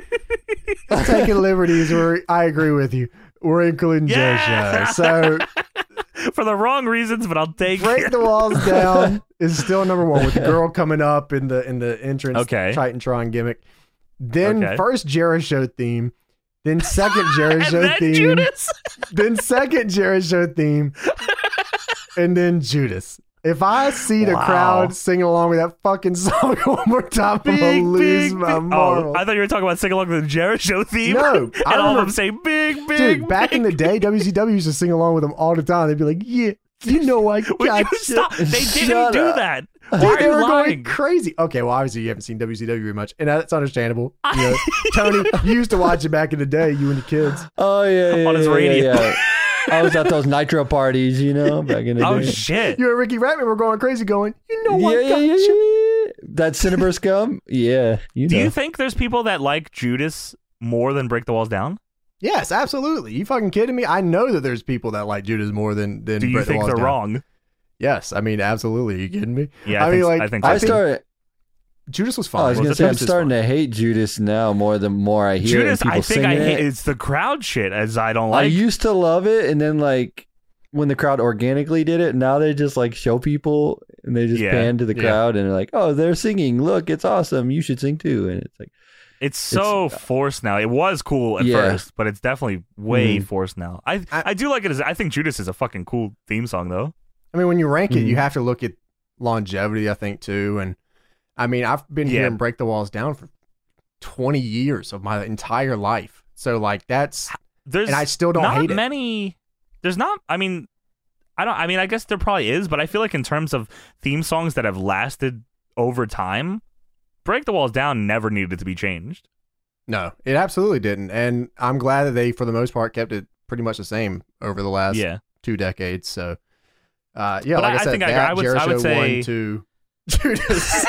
Speaker 1: taking liberties. We're, I agree with you. We're including
Speaker 2: Yeah.
Speaker 1: Joe Show. So
Speaker 2: for the wrong reasons, but I'll take
Speaker 1: break
Speaker 2: it.
Speaker 1: the
Speaker 2: [LAUGHS]
Speaker 1: walls down is still number one with the girl coming up in the in the entrance.
Speaker 2: Okay.
Speaker 1: Titantron gimmick. Then
Speaker 2: Okay.
Speaker 1: first Jericho Show theme. Then
Speaker 2: [LAUGHS]
Speaker 1: second Jericho
Speaker 2: And
Speaker 1: Show
Speaker 2: then
Speaker 1: theme. [LAUGHS]
Speaker 2: Judas.
Speaker 1: then second Jericho
Speaker 2: [LAUGHS]
Speaker 1: theme, and then Judas. If I see the
Speaker 2: Wow.
Speaker 1: crowd singing along with that fucking [LAUGHS] song one more time, I'm gonna
Speaker 2: Big,
Speaker 1: lose
Speaker 2: big,
Speaker 1: my
Speaker 2: big-
Speaker 1: marbles.
Speaker 2: Oh, I thought you were talking about sing along to the Jared Show theme.
Speaker 1: No, I
Speaker 2: [LAUGHS] and
Speaker 1: don't
Speaker 2: all of them
Speaker 1: remember-
Speaker 2: say big, big.
Speaker 1: Dude, back
Speaker 2: [LAUGHS]
Speaker 1: in the day, WCW used to sing along with them all the time. They'd be like, "Yeah, you know I
Speaker 2: Would
Speaker 1: got
Speaker 2: you stop? They didn't
Speaker 3: Shut
Speaker 2: do
Speaker 3: up.
Speaker 2: that. Why
Speaker 1: Dude,
Speaker 2: are
Speaker 1: they
Speaker 2: you
Speaker 1: were
Speaker 2: lying?
Speaker 1: going crazy. Okay, well, obviously you haven't seen WCW very much, and that's understandable. You know, Tony, you used to watch it back in the day, you and the kids.
Speaker 3: Oh, yeah. yeah
Speaker 2: [LAUGHS] On his
Speaker 3: yeah,
Speaker 2: radio.
Speaker 3: Yeah, yeah.
Speaker 2: [LAUGHS]
Speaker 3: I was at those nitro parties, you know, back in the
Speaker 2: Oh
Speaker 3: day.
Speaker 2: shit!
Speaker 1: You and Ricky Ratman were going crazy, going, "You know I
Speaker 3: yeah,
Speaker 1: got
Speaker 3: yeah, yeah,
Speaker 1: you."
Speaker 3: yeah. That Cinnabar scum? Yeah. You
Speaker 2: Do
Speaker 3: know.
Speaker 2: you think there's people that like Judas more than Break the Walls Down?
Speaker 1: Yes, absolutely. You fucking kidding me? I know that there's people that like Judas more than than.
Speaker 2: Do you
Speaker 1: Bret the
Speaker 2: think
Speaker 1: Walls
Speaker 2: they're
Speaker 1: Down.
Speaker 2: wrong?
Speaker 1: Yes, I mean absolutely. Are you kidding me?
Speaker 2: Yeah,
Speaker 1: I,
Speaker 2: I think
Speaker 1: mean
Speaker 2: so-
Speaker 1: like
Speaker 2: I think so.
Speaker 3: I started.
Speaker 1: Judas was
Speaker 3: Oh, I
Speaker 1: fine.
Speaker 3: was gonna
Speaker 2: Was it
Speaker 3: say I'm
Speaker 1: Judas is
Speaker 3: starting
Speaker 1: fine.
Speaker 3: to hate Judas now more the more I hear it and
Speaker 2: Judas,
Speaker 3: people
Speaker 2: I think I
Speaker 3: singing
Speaker 2: hate,
Speaker 3: it.
Speaker 2: it's the crowd shit as I don't
Speaker 3: I
Speaker 2: like.
Speaker 3: used to love it, and then like when the crowd organically did it, now they just like show people and they just
Speaker 2: Yeah,
Speaker 3: pan to the
Speaker 1: yeah.
Speaker 3: crowd and they're like, "Oh, they're singing! Look, it's awesome! You should sing too!" And it's like,
Speaker 2: It's so
Speaker 1: uh,
Speaker 2: forced now. It was cool at
Speaker 3: Yeah.
Speaker 2: first, but it's definitely way
Speaker 3: Mhm.
Speaker 2: forced now. I, I
Speaker 1: Mm-hmm. I-
Speaker 2: do like it as I think Judas is a fucking cool theme song though.
Speaker 1: I mean, when you rank it, you
Speaker 2: Mm-hmm.
Speaker 3: Mhm.
Speaker 1: have to look at longevity. I think too, and I mean, I've been
Speaker 2: Yeah.
Speaker 1: hearing "Break the Walls Down" for twenty years of my entire life. So like that's,
Speaker 2: There's
Speaker 1: and I still don't
Speaker 2: not
Speaker 1: hate it.
Speaker 2: many. There's not. I mean, I don't. I mean, I guess there probably is, but I feel like in terms of theme songs that have lasted over time, "Break the Walls Down" never needed to be changed.
Speaker 1: No, it absolutely didn't, and I'm glad that they, for the most part, kept it pretty much the same over the last [LAUGHS]
Speaker 2: yeah,
Speaker 1: two decades. So, uh, yeah, like
Speaker 2: But I-
Speaker 1: I,
Speaker 2: I
Speaker 1: said,
Speaker 2: think I-
Speaker 1: that,
Speaker 2: I would-
Speaker 1: Jericho
Speaker 2: I would say-
Speaker 1: one,
Speaker 2: [LAUGHS]
Speaker 1: two, Judas.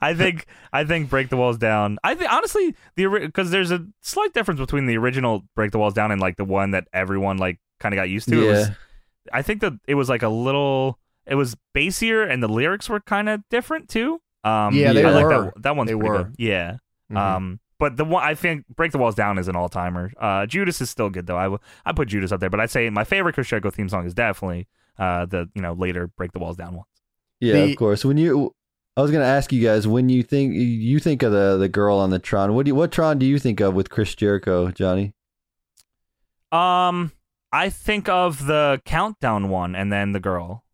Speaker 2: I think I think "Break the Walls Down." I think honestly, the because there's a slight difference between the original "Break the Walls Down" and like the one that everyone like kind of got used to. It was,
Speaker 3: yeah.
Speaker 2: I think that it was like a little. It was bassier, and the lyrics were kind of different too. Um,
Speaker 1: Yeah,
Speaker 3: they Mm-hmm.
Speaker 2: I like
Speaker 1: were.
Speaker 2: That, that one's
Speaker 1: They
Speaker 2: pretty
Speaker 1: were.
Speaker 2: good. Yeah.
Speaker 1: Mhm.
Speaker 2: Um, but the one I think "Break the Walls Down" is an all-timer. Uh, Judas is still good though. I w- I put Judas up there, but I'd say my favorite Kosheko theme song is definitely uh, the you know later "Break the Walls Down" one.
Speaker 3: Yeah,
Speaker 1: The-
Speaker 3: of course. When you, I was going to ask you guys when you think you think of the the girl on the Tron. What do you, what Tron do you think of with Chris Jericho, Johnny?
Speaker 2: Um, I think of the countdown one, and then the girl.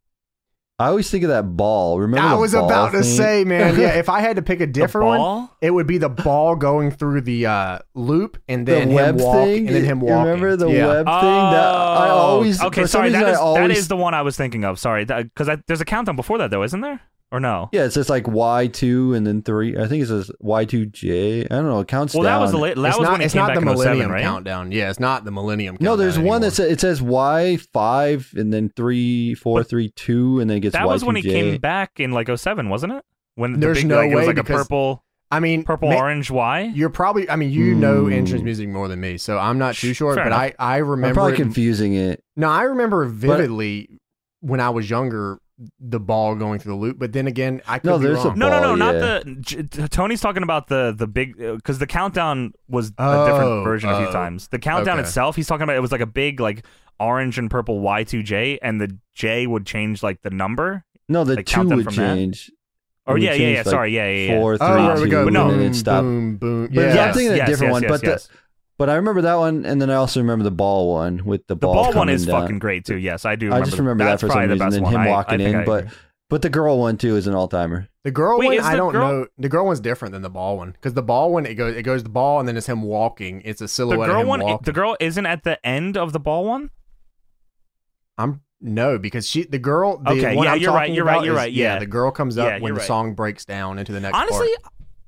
Speaker 3: I always think of that ball. [LAUGHS] Remember?
Speaker 1: I
Speaker 3: the
Speaker 1: was
Speaker 3: ball
Speaker 1: about to
Speaker 3: thing?
Speaker 1: say, man, yeah, if I had to pick a different
Speaker 2: [LAUGHS] the
Speaker 1: one,
Speaker 2: ball?
Speaker 1: it would be the ball going through the uh, loop and then him
Speaker 3: the web
Speaker 1: walk
Speaker 3: thing.
Speaker 1: and then him
Speaker 3: You
Speaker 1: walking.
Speaker 3: Remember the
Speaker 1: yeah.
Speaker 3: web thing? That I
Speaker 2: Oh,
Speaker 3: always.
Speaker 2: okay.
Speaker 3: for some
Speaker 2: Sorry, that
Speaker 3: reason,
Speaker 2: is
Speaker 3: I always,
Speaker 2: that is the one I was thinking of. Sorry, because there's a countdown before that though, isn't there? Or no?
Speaker 3: Yeah, it's just like Y two and then three. I think it says Y two J. I don't know. It counts
Speaker 2: well,
Speaker 3: down.
Speaker 2: that was the late. That
Speaker 1: it's
Speaker 2: was
Speaker 1: not,
Speaker 2: when it
Speaker 1: it's
Speaker 2: came
Speaker 1: not
Speaker 2: back
Speaker 1: the
Speaker 2: in 07,
Speaker 1: millennium
Speaker 2: right?
Speaker 1: countdown. Yeah, it's not the millennium countdown.
Speaker 3: No, there's one
Speaker 1: anymore.
Speaker 3: that says it says Y five and then three four
Speaker 2: But
Speaker 3: three two and then it gets
Speaker 2: That
Speaker 3: Y
Speaker 2: was
Speaker 3: two
Speaker 2: when he
Speaker 3: J.
Speaker 2: came back in like 07, wasn't it? When the
Speaker 1: There's
Speaker 2: big,
Speaker 1: no
Speaker 2: like, it was
Speaker 1: way
Speaker 2: like a
Speaker 1: because-
Speaker 2: purple,
Speaker 1: I mean,
Speaker 2: purple,
Speaker 1: ma-
Speaker 2: orange Y.
Speaker 1: You're probably. I mean, you know
Speaker 3: Hmm.
Speaker 1: entrance music more than me, so I'm not too
Speaker 2: Sh-
Speaker 1: sure.
Speaker 2: fair
Speaker 1: But
Speaker 2: enough.
Speaker 1: I, I
Speaker 3: I'm
Speaker 1: remember.
Speaker 3: probably
Speaker 1: it-
Speaker 3: confusing it.
Speaker 1: no, I remember vividly when I was younger the ball going through the loop. But then again, I could
Speaker 3: No,
Speaker 1: be
Speaker 3: there's a
Speaker 1: wrong.
Speaker 2: No, no, no,
Speaker 3: Ball,
Speaker 2: not
Speaker 3: yeah.
Speaker 2: the. J- t- Tony's talking about the the big because the countdown was a
Speaker 1: Oh,
Speaker 2: different version a few
Speaker 1: oh,
Speaker 2: times. The countdown
Speaker 1: okay.
Speaker 2: itself, he's talking about it was like a big like orange and purple Y two J, and the J would change like the number.
Speaker 3: No, the
Speaker 2: Like,
Speaker 3: two
Speaker 2: countdown
Speaker 3: would
Speaker 2: from that?
Speaker 3: change.
Speaker 2: Or
Speaker 3: It would
Speaker 2: yeah, yeah,
Speaker 3: change,
Speaker 2: yeah.
Speaker 3: like,
Speaker 2: sorry, yeah, yeah, yeah.
Speaker 3: Four, three,
Speaker 1: Oh, there we
Speaker 3: two,
Speaker 1: go.
Speaker 2: But no.
Speaker 3: and then
Speaker 1: Boom,
Speaker 3: it stopped.
Speaker 1: boom, boom.
Speaker 3: But
Speaker 1: Yeah.
Speaker 3: yeah, I'm thinking a
Speaker 2: yes,
Speaker 3: different
Speaker 2: yes,
Speaker 3: one,
Speaker 2: yes,
Speaker 3: but the-
Speaker 2: yes.
Speaker 3: But I remember that one, and then I also remember the ball one with the
Speaker 2: the
Speaker 3: ball.
Speaker 2: ball one
Speaker 3: coming
Speaker 2: is
Speaker 3: down.
Speaker 2: fucking great too. Yes, I do.
Speaker 3: I
Speaker 2: Remember
Speaker 3: just remember that
Speaker 2: That's
Speaker 3: for some
Speaker 2: probably the
Speaker 3: reason,
Speaker 2: best
Speaker 3: and
Speaker 2: one.
Speaker 3: him
Speaker 2: I- I
Speaker 3: walking
Speaker 2: think
Speaker 3: in,
Speaker 2: I
Speaker 3: but-
Speaker 2: agree.
Speaker 3: But the girl one too is an all timer.
Speaker 1: The girl
Speaker 2: Wait,
Speaker 1: one,
Speaker 2: is
Speaker 1: I
Speaker 2: the
Speaker 1: don't
Speaker 2: girl-
Speaker 1: know. The girl one's different than the ball one because the ball one it goes it goes the ball and then it's him walking. It's a
Speaker 2: the
Speaker 1: silhouette. of
Speaker 2: girl
Speaker 1: him
Speaker 2: one,
Speaker 1: walking.
Speaker 2: the girl isn't at the end of the ball one.
Speaker 1: I'm no because she the girl. The
Speaker 2: Okay,
Speaker 1: one
Speaker 2: yeah,
Speaker 1: I'm
Speaker 2: you're right,
Speaker 1: talking
Speaker 2: you're right,
Speaker 1: about
Speaker 2: you're
Speaker 1: is-
Speaker 2: right, yeah.
Speaker 1: the girl comes up
Speaker 2: Yeah,
Speaker 1: when
Speaker 2: you're
Speaker 1: the
Speaker 2: right.
Speaker 1: song breaks down into the next. part.
Speaker 2: Honestly,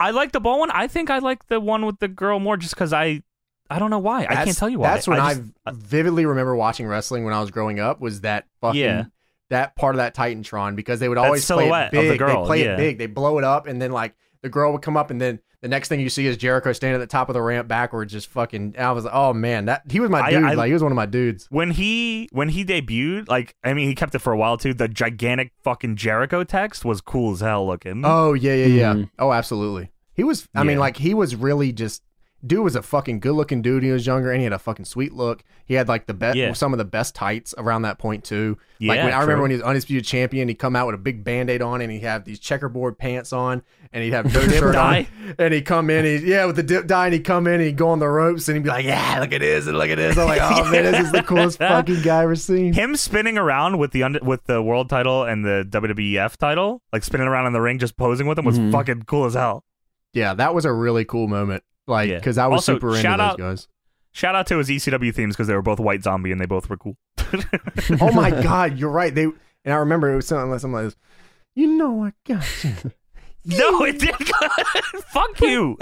Speaker 2: I like the ball one. I think I like the one with the girl more, just because I, I don't know why. I can't
Speaker 1: That's-
Speaker 2: tell you why.
Speaker 1: That's when I,
Speaker 2: just- uh,
Speaker 1: vividly remember watching wrestling when I was growing up. Was that fucking
Speaker 2: Yeah.
Speaker 1: that part of that Titantron because they would
Speaker 2: That
Speaker 1: always play
Speaker 2: silhouette
Speaker 1: it
Speaker 2: of the
Speaker 1: big.
Speaker 2: girl,
Speaker 1: they play
Speaker 2: yeah.
Speaker 1: it big. They blow it up and then like the girl would come up and then the next thing you see is Jericho standing at the top of the ramp backwards, just fucking. and I was like, oh man, that he was my
Speaker 2: I-
Speaker 1: dude.
Speaker 2: I-
Speaker 1: like he was one of my dudes.
Speaker 2: when he when he debuted, like I mean, he kept it for a while too. The gigantic fucking Jericho text was cool as hell looking.
Speaker 1: Oh yeah, yeah, yeah.
Speaker 3: Mhm.
Speaker 1: Oh absolutely. He was. I mean,
Speaker 2: Mm-hmm. Yeah.
Speaker 1: like he was really just. Dude was a fucking good looking dude. when He was younger and he had a fucking sweet look. He had like the best,
Speaker 2: Yeah.
Speaker 1: some of the best tights around that point too.
Speaker 2: yeah,
Speaker 1: like when, I
Speaker 2: true.
Speaker 1: remember when he was undisputed champion, he'd come out with a big band-aid on and he'd have these checkerboard pants on and he'd
Speaker 2: [LAUGHS]
Speaker 1: have no shirt
Speaker 2: dye?
Speaker 1: on. And he'd come in, he'd, yeah, with the dip dye and he'd come in and he'd go on the ropes and he'd be like, Yeah, look at this and look at this. I'm like, oh man, this is the
Speaker 2: [LAUGHS]
Speaker 1: coolest fucking guy I've ever seen.
Speaker 2: him spinning around with the under, with the world title and the WWF title, like spinning around in the ring, just posing with him, was
Speaker 3: Mhm.
Speaker 2: fucking cool as hell.
Speaker 1: Yeah, that was a really cool moment. Like,
Speaker 2: Yeah.
Speaker 1: cause I was
Speaker 2: Also,
Speaker 1: super into
Speaker 2: shout
Speaker 1: those
Speaker 2: out-
Speaker 1: guys.
Speaker 2: Shout out to his ECW themes because they were both White Zombie and they both were cool.
Speaker 1: oh
Speaker 2: [LAUGHS]
Speaker 1: my god, you're right. They and I remember it was something like something like this. You know [LAUGHS] I got you.
Speaker 2: no, it did. [LAUGHS] Fuck you.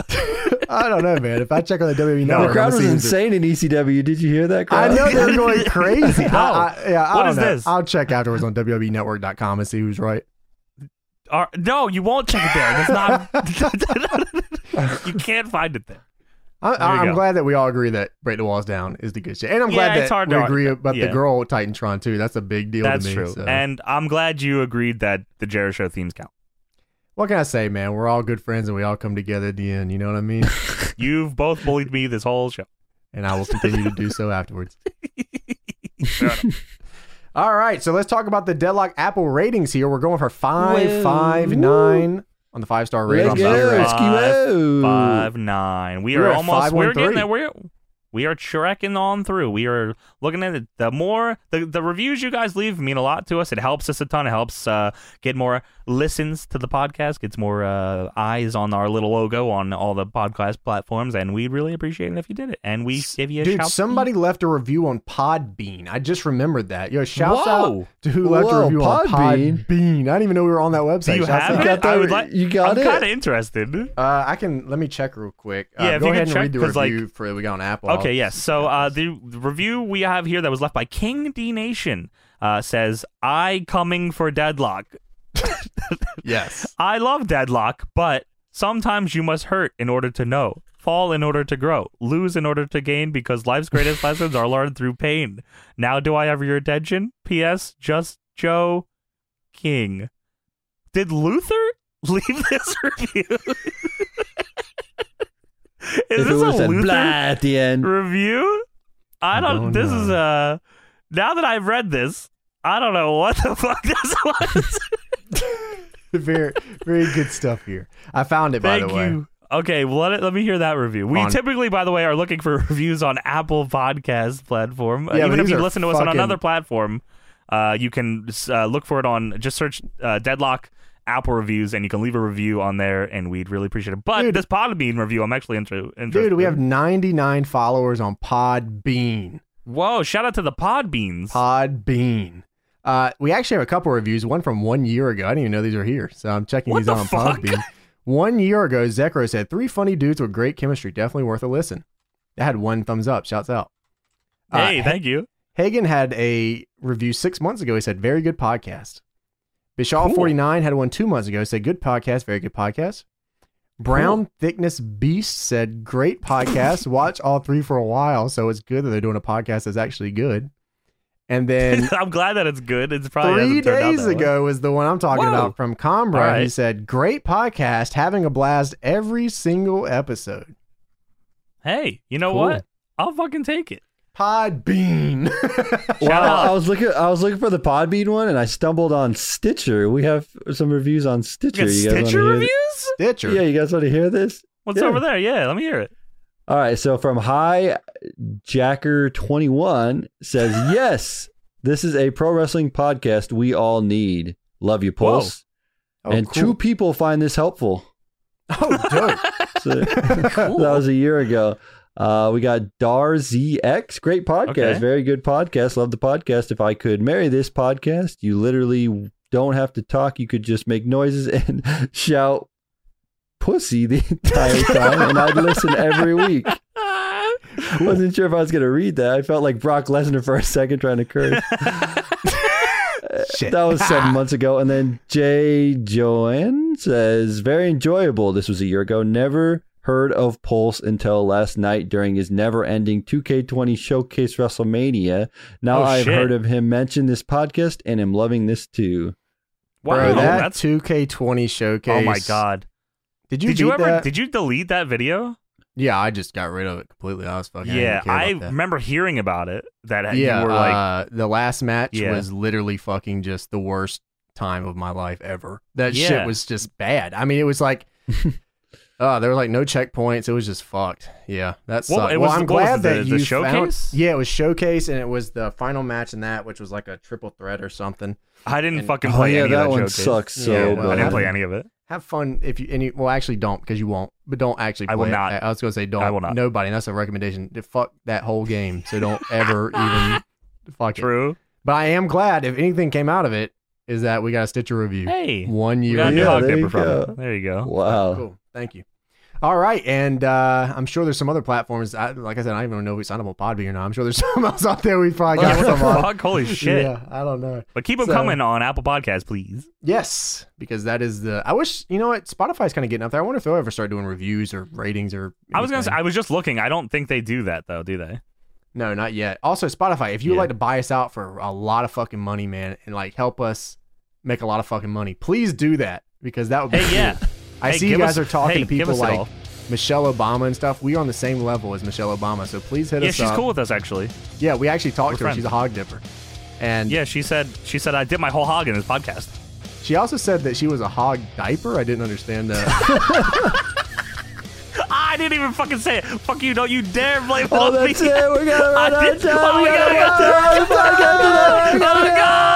Speaker 1: I don't know, man. If I check on the WWE
Speaker 2: No,
Speaker 1: network,
Speaker 3: the
Speaker 1: I'm
Speaker 3: crowd
Speaker 1: gonna
Speaker 3: was
Speaker 1: see who's-
Speaker 3: insane in ECW. Did you hear that
Speaker 1: I
Speaker 3: crowd? [LAUGHS]
Speaker 1: know they're going
Speaker 2: [LAUGHS]
Speaker 1: crazy.
Speaker 2: No.
Speaker 1: I, I, yeah, I
Speaker 2: What
Speaker 1: don't
Speaker 2: is
Speaker 1: know.
Speaker 2: this?
Speaker 1: I'll check afterwards on E WWEnetwork.com and see who's right.
Speaker 2: Are- no, you won't check it there. That's not. [LAUGHS] you can't find it there.
Speaker 1: I,
Speaker 2: There you
Speaker 1: I, I'm
Speaker 2: go.
Speaker 1: glad that we all agree that Break the Walls Down is the good shit. And I'm
Speaker 2: Yeah,
Speaker 1: glad
Speaker 2: it's
Speaker 1: that
Speaker 2: hard
Speaker 1: we
Speaker 2: to-
Speaker 1: agree about
Speaker 2: yeah.
Speaker 1: the girl with Titantron, too. That's a big deal
Speaker 2: That's
Speaker 1: to me.
Speaker 2: true.
Speaker 1: so.
Speaker 2: And I'm glad you agreed that the Jericho Show themes count.
Speaker 1: what can I say, man? We're all good friends and we all come together at the end. You know what I mean?
Speaker 2: You've both bullied me this whole show.
Speaker 1: and I will continue to do
Speaker 2: [LAUGHS]
Speaker 1: so afterwards. [LAUGHS] all right. So let's talk about the Deadlock Apple ratings here. We're going for five,
Speaker 3: Whoa.
Speaker 1: five, nine on the five star rating.
Speaker 3: Let's go,
Speaker 2: Five,
Speaker 3: Eskimo.
Speaker 2: Five nine. We are
Speaker 1: We're at
Speaker 2: almost.
Speaker 1: five,
Speaker 2: we're
Speaker 1: one,
Speaker 2: getting
Speaker 1: three.
Speaker 2: there. We're We are trekking on through. We are looking at it. The more the, the reviews you guys leave mean a lot to us. It helps us a ton. It helps uh, get more listens to the podcast, gets more uh, eyes on our little logo on all the podcast platforms, and we really appreciate it if you did it. And we give you a
Speaker 1: Dude,
Speaker 2: shout.
Speaker 1: somebody left a review on Podbean. I just remembered that. Yo, shouts
Speaker 2: Whoa.
Speaker 1: out to who left
Speaker 3: Whoa,
Speaker 1: a review on
Speaker 3: Podbean.
Speaker 1: Podbean. I didn't even know we were on that website.
Speaker 2: Do you
Speaker 1: Shouts
Speaker 2: have
Speaker 1: out.
Speaker 2: it?
Speaker 3: got
Speaker 2: I
Speaker 3: that-
Speaker 2: would like.
Speaker 3: you got
Speaker 2: I'm
Speaker 3: it?
Speaker 2: kind of interested.
Speaker 1: Uh, I can let me check real quick. Uh,
Speaker 2: Yeah, if
Speaker 1: go
Speaker 2: you
Speaker 1: ahead
Speaker 2: could
Speaker 1: and
Speaker 2: check,
Speaker 1: read the
Speaker 2: 'cause, like-
Speaker 1: review for that we got on Apple. I'll-
Speaker 2: Okay, yes. So uh, the the review we have here that was left by King D Nation uh, says, "I coming for deadlock.
Speaker 1: yes, [LAUGHS]
Speaker 2: I love deadlock, but sometimes you must hurt in order to know, fall in order to grow, lose in order to gain, because life's
Speaker 3: [LAUGHS]
Speaker 2: greatest lessons are learned through pain. Now, do I have your attention? P.S. Just Joe King. Did Luther [LAUGHS] leave this [LAUGHS] review? Is
Speaker 3: if
Speaker 2: this
Speaker 3: it was
Speaker 2: a
Speaker 3: a
Speaker 2: Luther?
Speaker 3: blah at the end,
Speaker 2: review? I don't.
Speaker 1: don't
Speaker 2: this
Speaker 1: know.
Speaker 2: is uh Now that I've read this, I don't know what the [LAUGHS] fuck this was.
Speaker 1: very very good stuff here. I found it by
Speaker 2: Thank
Speaker 1: the way.
Speaker 2: you. Okay, well, let, it, let me hear that review. We
Speaker 1: On-
Speaker 2: typically, by the way, are looking for [LAUGHS] reviews on Apple Podcast platform. Uh,
Speaker 1: Yeah, but
Speaker 2: Even if
Speaker 1: these
Speaker 2: you
Speaker 1: are
Speaker 2: listen to us on
Speaker 1: fucking-
Speaker 2: another platform, uh, you can uh, look for it on just search uh, Deadlock Apple reviews, and you can leave a review on there, and we'd really appreciate it. But
Speaker 1: Dude.
Speaker 2: this Podbean review, I'm actually intro. interested.
Speaker 1: Dude, we have 99 followers on Podbean.
Speaker 2: whoa! Shout out to the Podbeans.
Speaker 1: Podbean. Uh, we actually have a couple reviews. One from one year ago. I didn't even know these are here, so I'm checking
Speaker 2: What
Speaker 1: these
Speaker 2: the
Speaker 1: out on
Speaker 2: fuck?
Speaker 1: Podbean. One year ago, Zekro said three funny dudes with great chemistry, definitely worth a listen. I had one thumbs up. Shouts out. Uh,
Speaker 2: hey, thank you. [LAUGHS]
Speaker 1: Hagen had a review six months ago. He said, very good podcast.
Speaker 2: Cool.
Speaker 1: Bishaw49 had one two months ago. Said, good podcast, very good podcast. Brown Thickness Beast said, great
Speaker 2: [LAUGHS]
Speaker 1: podcast. Watch all three for a while. So it's good that they're doing a podcast that's actually good. And then
Speaker 2: I'm glad that it's good. It's [LAUGHS] probably
Speaker 1: three
Speaker 2: hasn't turned out
Speaker 1: days
Speaker 2: that way.
Speaker 1: ago was the one I'm talking
Speaker 2: Whoa.
Speaker 1: about from Combra.
Speaker 2: All right.
Speaker 1: He said, great podcast, having a blast every single episode.
Speaker 2: Hey, you know
Speaker 1: Cool.
Speaker 2: what? I'll fucking
Speaker 1: [LAUGHS]
Speaker 2: take it.
Speaker 1: Podbean.
Speaker 2: Shout
Speaker 3: Well,
Speaker 2: out.
Speaker 3: I was looking. I was looking for the Podbean one, and I stumbled on Stitcher. We have some reviews on
Speaker 2: You
Speaker 3: Stitcher.
Speaker 2: got
Speaker 3: You guys
Speaker 2: Stitcher
Speaker 3: want to hear?
Speaker 2: reviews?
Speaker 1: [LAUGHS] Stitcher.
Speaker 3: Yeah, you guys want to hear this?
Speaker 2: What's
Speaker 3: Yeah.
Speaker 2: over there? Yeah, let me hear it.
Speaker 3: All right, so from High Jacker 21
Speaker 2: [LAUGHS]
Speaker 3: says, "Yes, this is a pro wrestling podcast we all need. Love you, Pulse."
Speaker 1: Oh,
Speaker 3: and
Speaker 1: cool.
Speaker 3: two people find this helpful.
Speaker 1: Oh, dope.
Speaker 3: [LAUGHS] So
Speaker 1: [LAUGHS]
Speaker 3: that was a year ago. Uh, we got Dar ZX, great podcast,
Speaker 2: Okay.
Speaker 3: very good podcast. Love the podcast. If I could marry this podcast, you literally don't have to talk. You could just make noises [LAUGHS] and shout "pussy" the entire time, and I'd listen every week.
Speaker 2: Ah.
Speaker 3: Wasn't sure if I was gonna read that. I felt like Brock Lesnar for a second trying to curse.
Speaker 1: Shit.
Speaker 3: That was seven months ago. And then Jay Joanne says, very enjoyable. This was a year ago. Never heard of Pulse until last night during his never ending 2K20 showcase WrestleMania. Now
Speaker 2: Oh,
Speaker 3: I've
Speaker 2: shit.
Speaker 3: heard of him mention this podcast and am loving this too.
Speaker 2: Wow,
Speaker 1: Bro, that
Speaker 2: that's
Speaker 1: 2K20 showcase.
Speaker 2: oh my god.
Speaker 1: Did you
Speaker 2: Did you
Speaker 1: beat
Speaker 2: ever?
Speaker 1: that?
Speaker 2: Did you delete that video?
Speaker 1: yeah, I just got rid of it completely. I was fucking.
Speaker 2: yeah, I
Speaker 1: I. didn't care about that.
Speaker 2: remember hearing about it. That
Speaker 1: yeah,
Speaker 2: you were like,
Speaker 1: uh, the last match
Speaker 2: Yeah.
Speaker 1: was literally fucking just the worst time of my life ever. That
Speaker 2: Yeah.
Speaker 1: shit was just bad. I mean, it was
Speaker 2: [LAUGHS]
Speaker 1: like. Uh, there were like no checkpoints. It was just fucked. Yeah, that
Speaker 2: Well,
Speaker 1: sucked.
Speaker 2: it
Speaker 1: well,
Speaker 2: was-
Speaker 1: I'm
Speaker 2: what was
Speaker 1: glad
Speaker 2: it, the-
Speaker 1: that
Speaker 2: the
Speaker 1: you
Speaker 2: showcase?
Speaker 1: Found, yeah, it was showcase, and it was the final match in that, which was like a triple threat or something.
Speaker 2: I didn't
Speaker 1: and-
Speaker 2: fucking
Speaker 3: Oh,
Speaker 2: play
Speaker 3: yeah,
Speaker 2: any
Speaker 3: that
Speaker 2: of that
Speaker 3: one
Speaker 2: showcase.
Speaker 3: sucks
Speaker 1: Yeah,
Speaker 3: so
Speaker 1: well,
Speaker 3: bad.
Speaker 2: I didn't
Speaker 1: that-
Speaker 2: play any of it.
Speaker 1: Have fun if you and you well actually don't because you won't. But don't actually. Play
Speaker 2: I will
Speaker 1: it.
Speaker 2: not.
Speaker 1: I, I was gonna say don't.
Speaker 2: I will not.
Speaker 1: Nobody. That's a recommendation. To Fuck that whole game. So
Speaker 2: [LAUGHS]
Speaker 1: don't ever even fuck it.
Speaker 2: True.
Speaker 1: But I am glad if anything came out of it is that we got a Stitcher review.
Speaker 2: Hey,
Speaker 1: One
Speaker 2: we
Speaker 1: year.
Speaker 2: got a
Speaker 1: ago.
Speaker 3: Yeah,
Speaker 2: dog
Speaker 3: there
Speaker 2: paper
Speaker 3: you
Speaker 2: from
Speaker 3: go.
Speaker 2: it. There you go.
Speaker 3: Wow.
Speaker 1: Cool. Thank you. All right, and uh, I'm sure there's some other platforms. I, like I said, I don't even know if we signed up on Podbean or not. I'm sure there's [LAUGHS] some else out there we [LAUGHS] probably got
Speaker 2: What the
Speaker 1: some on.
Speaker 2: fuck? Holy shit!
Speaker 1: [LAUGHS] Yeah, I don't know.
Speaker 2: But keep them
Speaker 1: So-
Speaker 2: coming on Apple Podcasts, please.
Speaker 1: Yes, because that is the. I wish you know what Spotify's kind of getting up there. I wonder if they'll ever start doing reviews or ratings or.
Speaker 2: I was gonna. Say,
Speaker 1: anything.
Speaker 2: I was just looking. I don't think they do that though, do they?
Speaker 1: No, not yet. Also, Spotify, if you would
Speaker 2: Yeah.
Speaker 1: like to buy us out for a lot of fucking money, man, and like help us make a lot of fucking money, please do that because that would be.
Speaker 2: Hey,
Speaker 1: cool.
Speaker 2: yeah.
Speaker 1: I
Speaker 2: Hey,
Speaker 1: see you
Speaker 2: give
Speaker 1: guys
Speaker 2: us-
Speaker 1: are talking
Speaker 2: hey,
Speaker 1: to
Speaker 2: give
Speaker 1: people
Speaker 2: us it
Speaker 1: like
Speaker 2: all.
Speaker 1: Michelle Obama and stuff. We are on the same level as Michelle Obama, so please hit
Speaker 2: Yeah,
Speaker 1: us
Speaker 2: she's
Speaker 1: up.
Speaker 2: cool with us actually.
Speaker 1: Yeah, we actually talked to
Speaker 2: We're
Speaker 1: her.
Speaker 2: friends.
Speaker 1: She's a hog dipper, and
Speaker 2: Yeah, she said. She said I did my whole hog in this podcast.
Speaker 1: she also said that she was a hog diaper. I didn't understand that.
Speaker 2: I I didn't even fucking say it. Fuck you! Don't you dare blame it [LAUGHS]
Speaker 3: Oh,
Speaker 2: on me.
Speaker 3: that's it. We're gonna
Speaker 2: I
Speaker 3: run out of
Speaker 2: did-
Speaker 3: time.
Speaker 2: oh,
Speaker 3: we
Speaker 2: we gotta
Speaker 3: gotta get to the podcast today.
Speaker 2: Oh, God.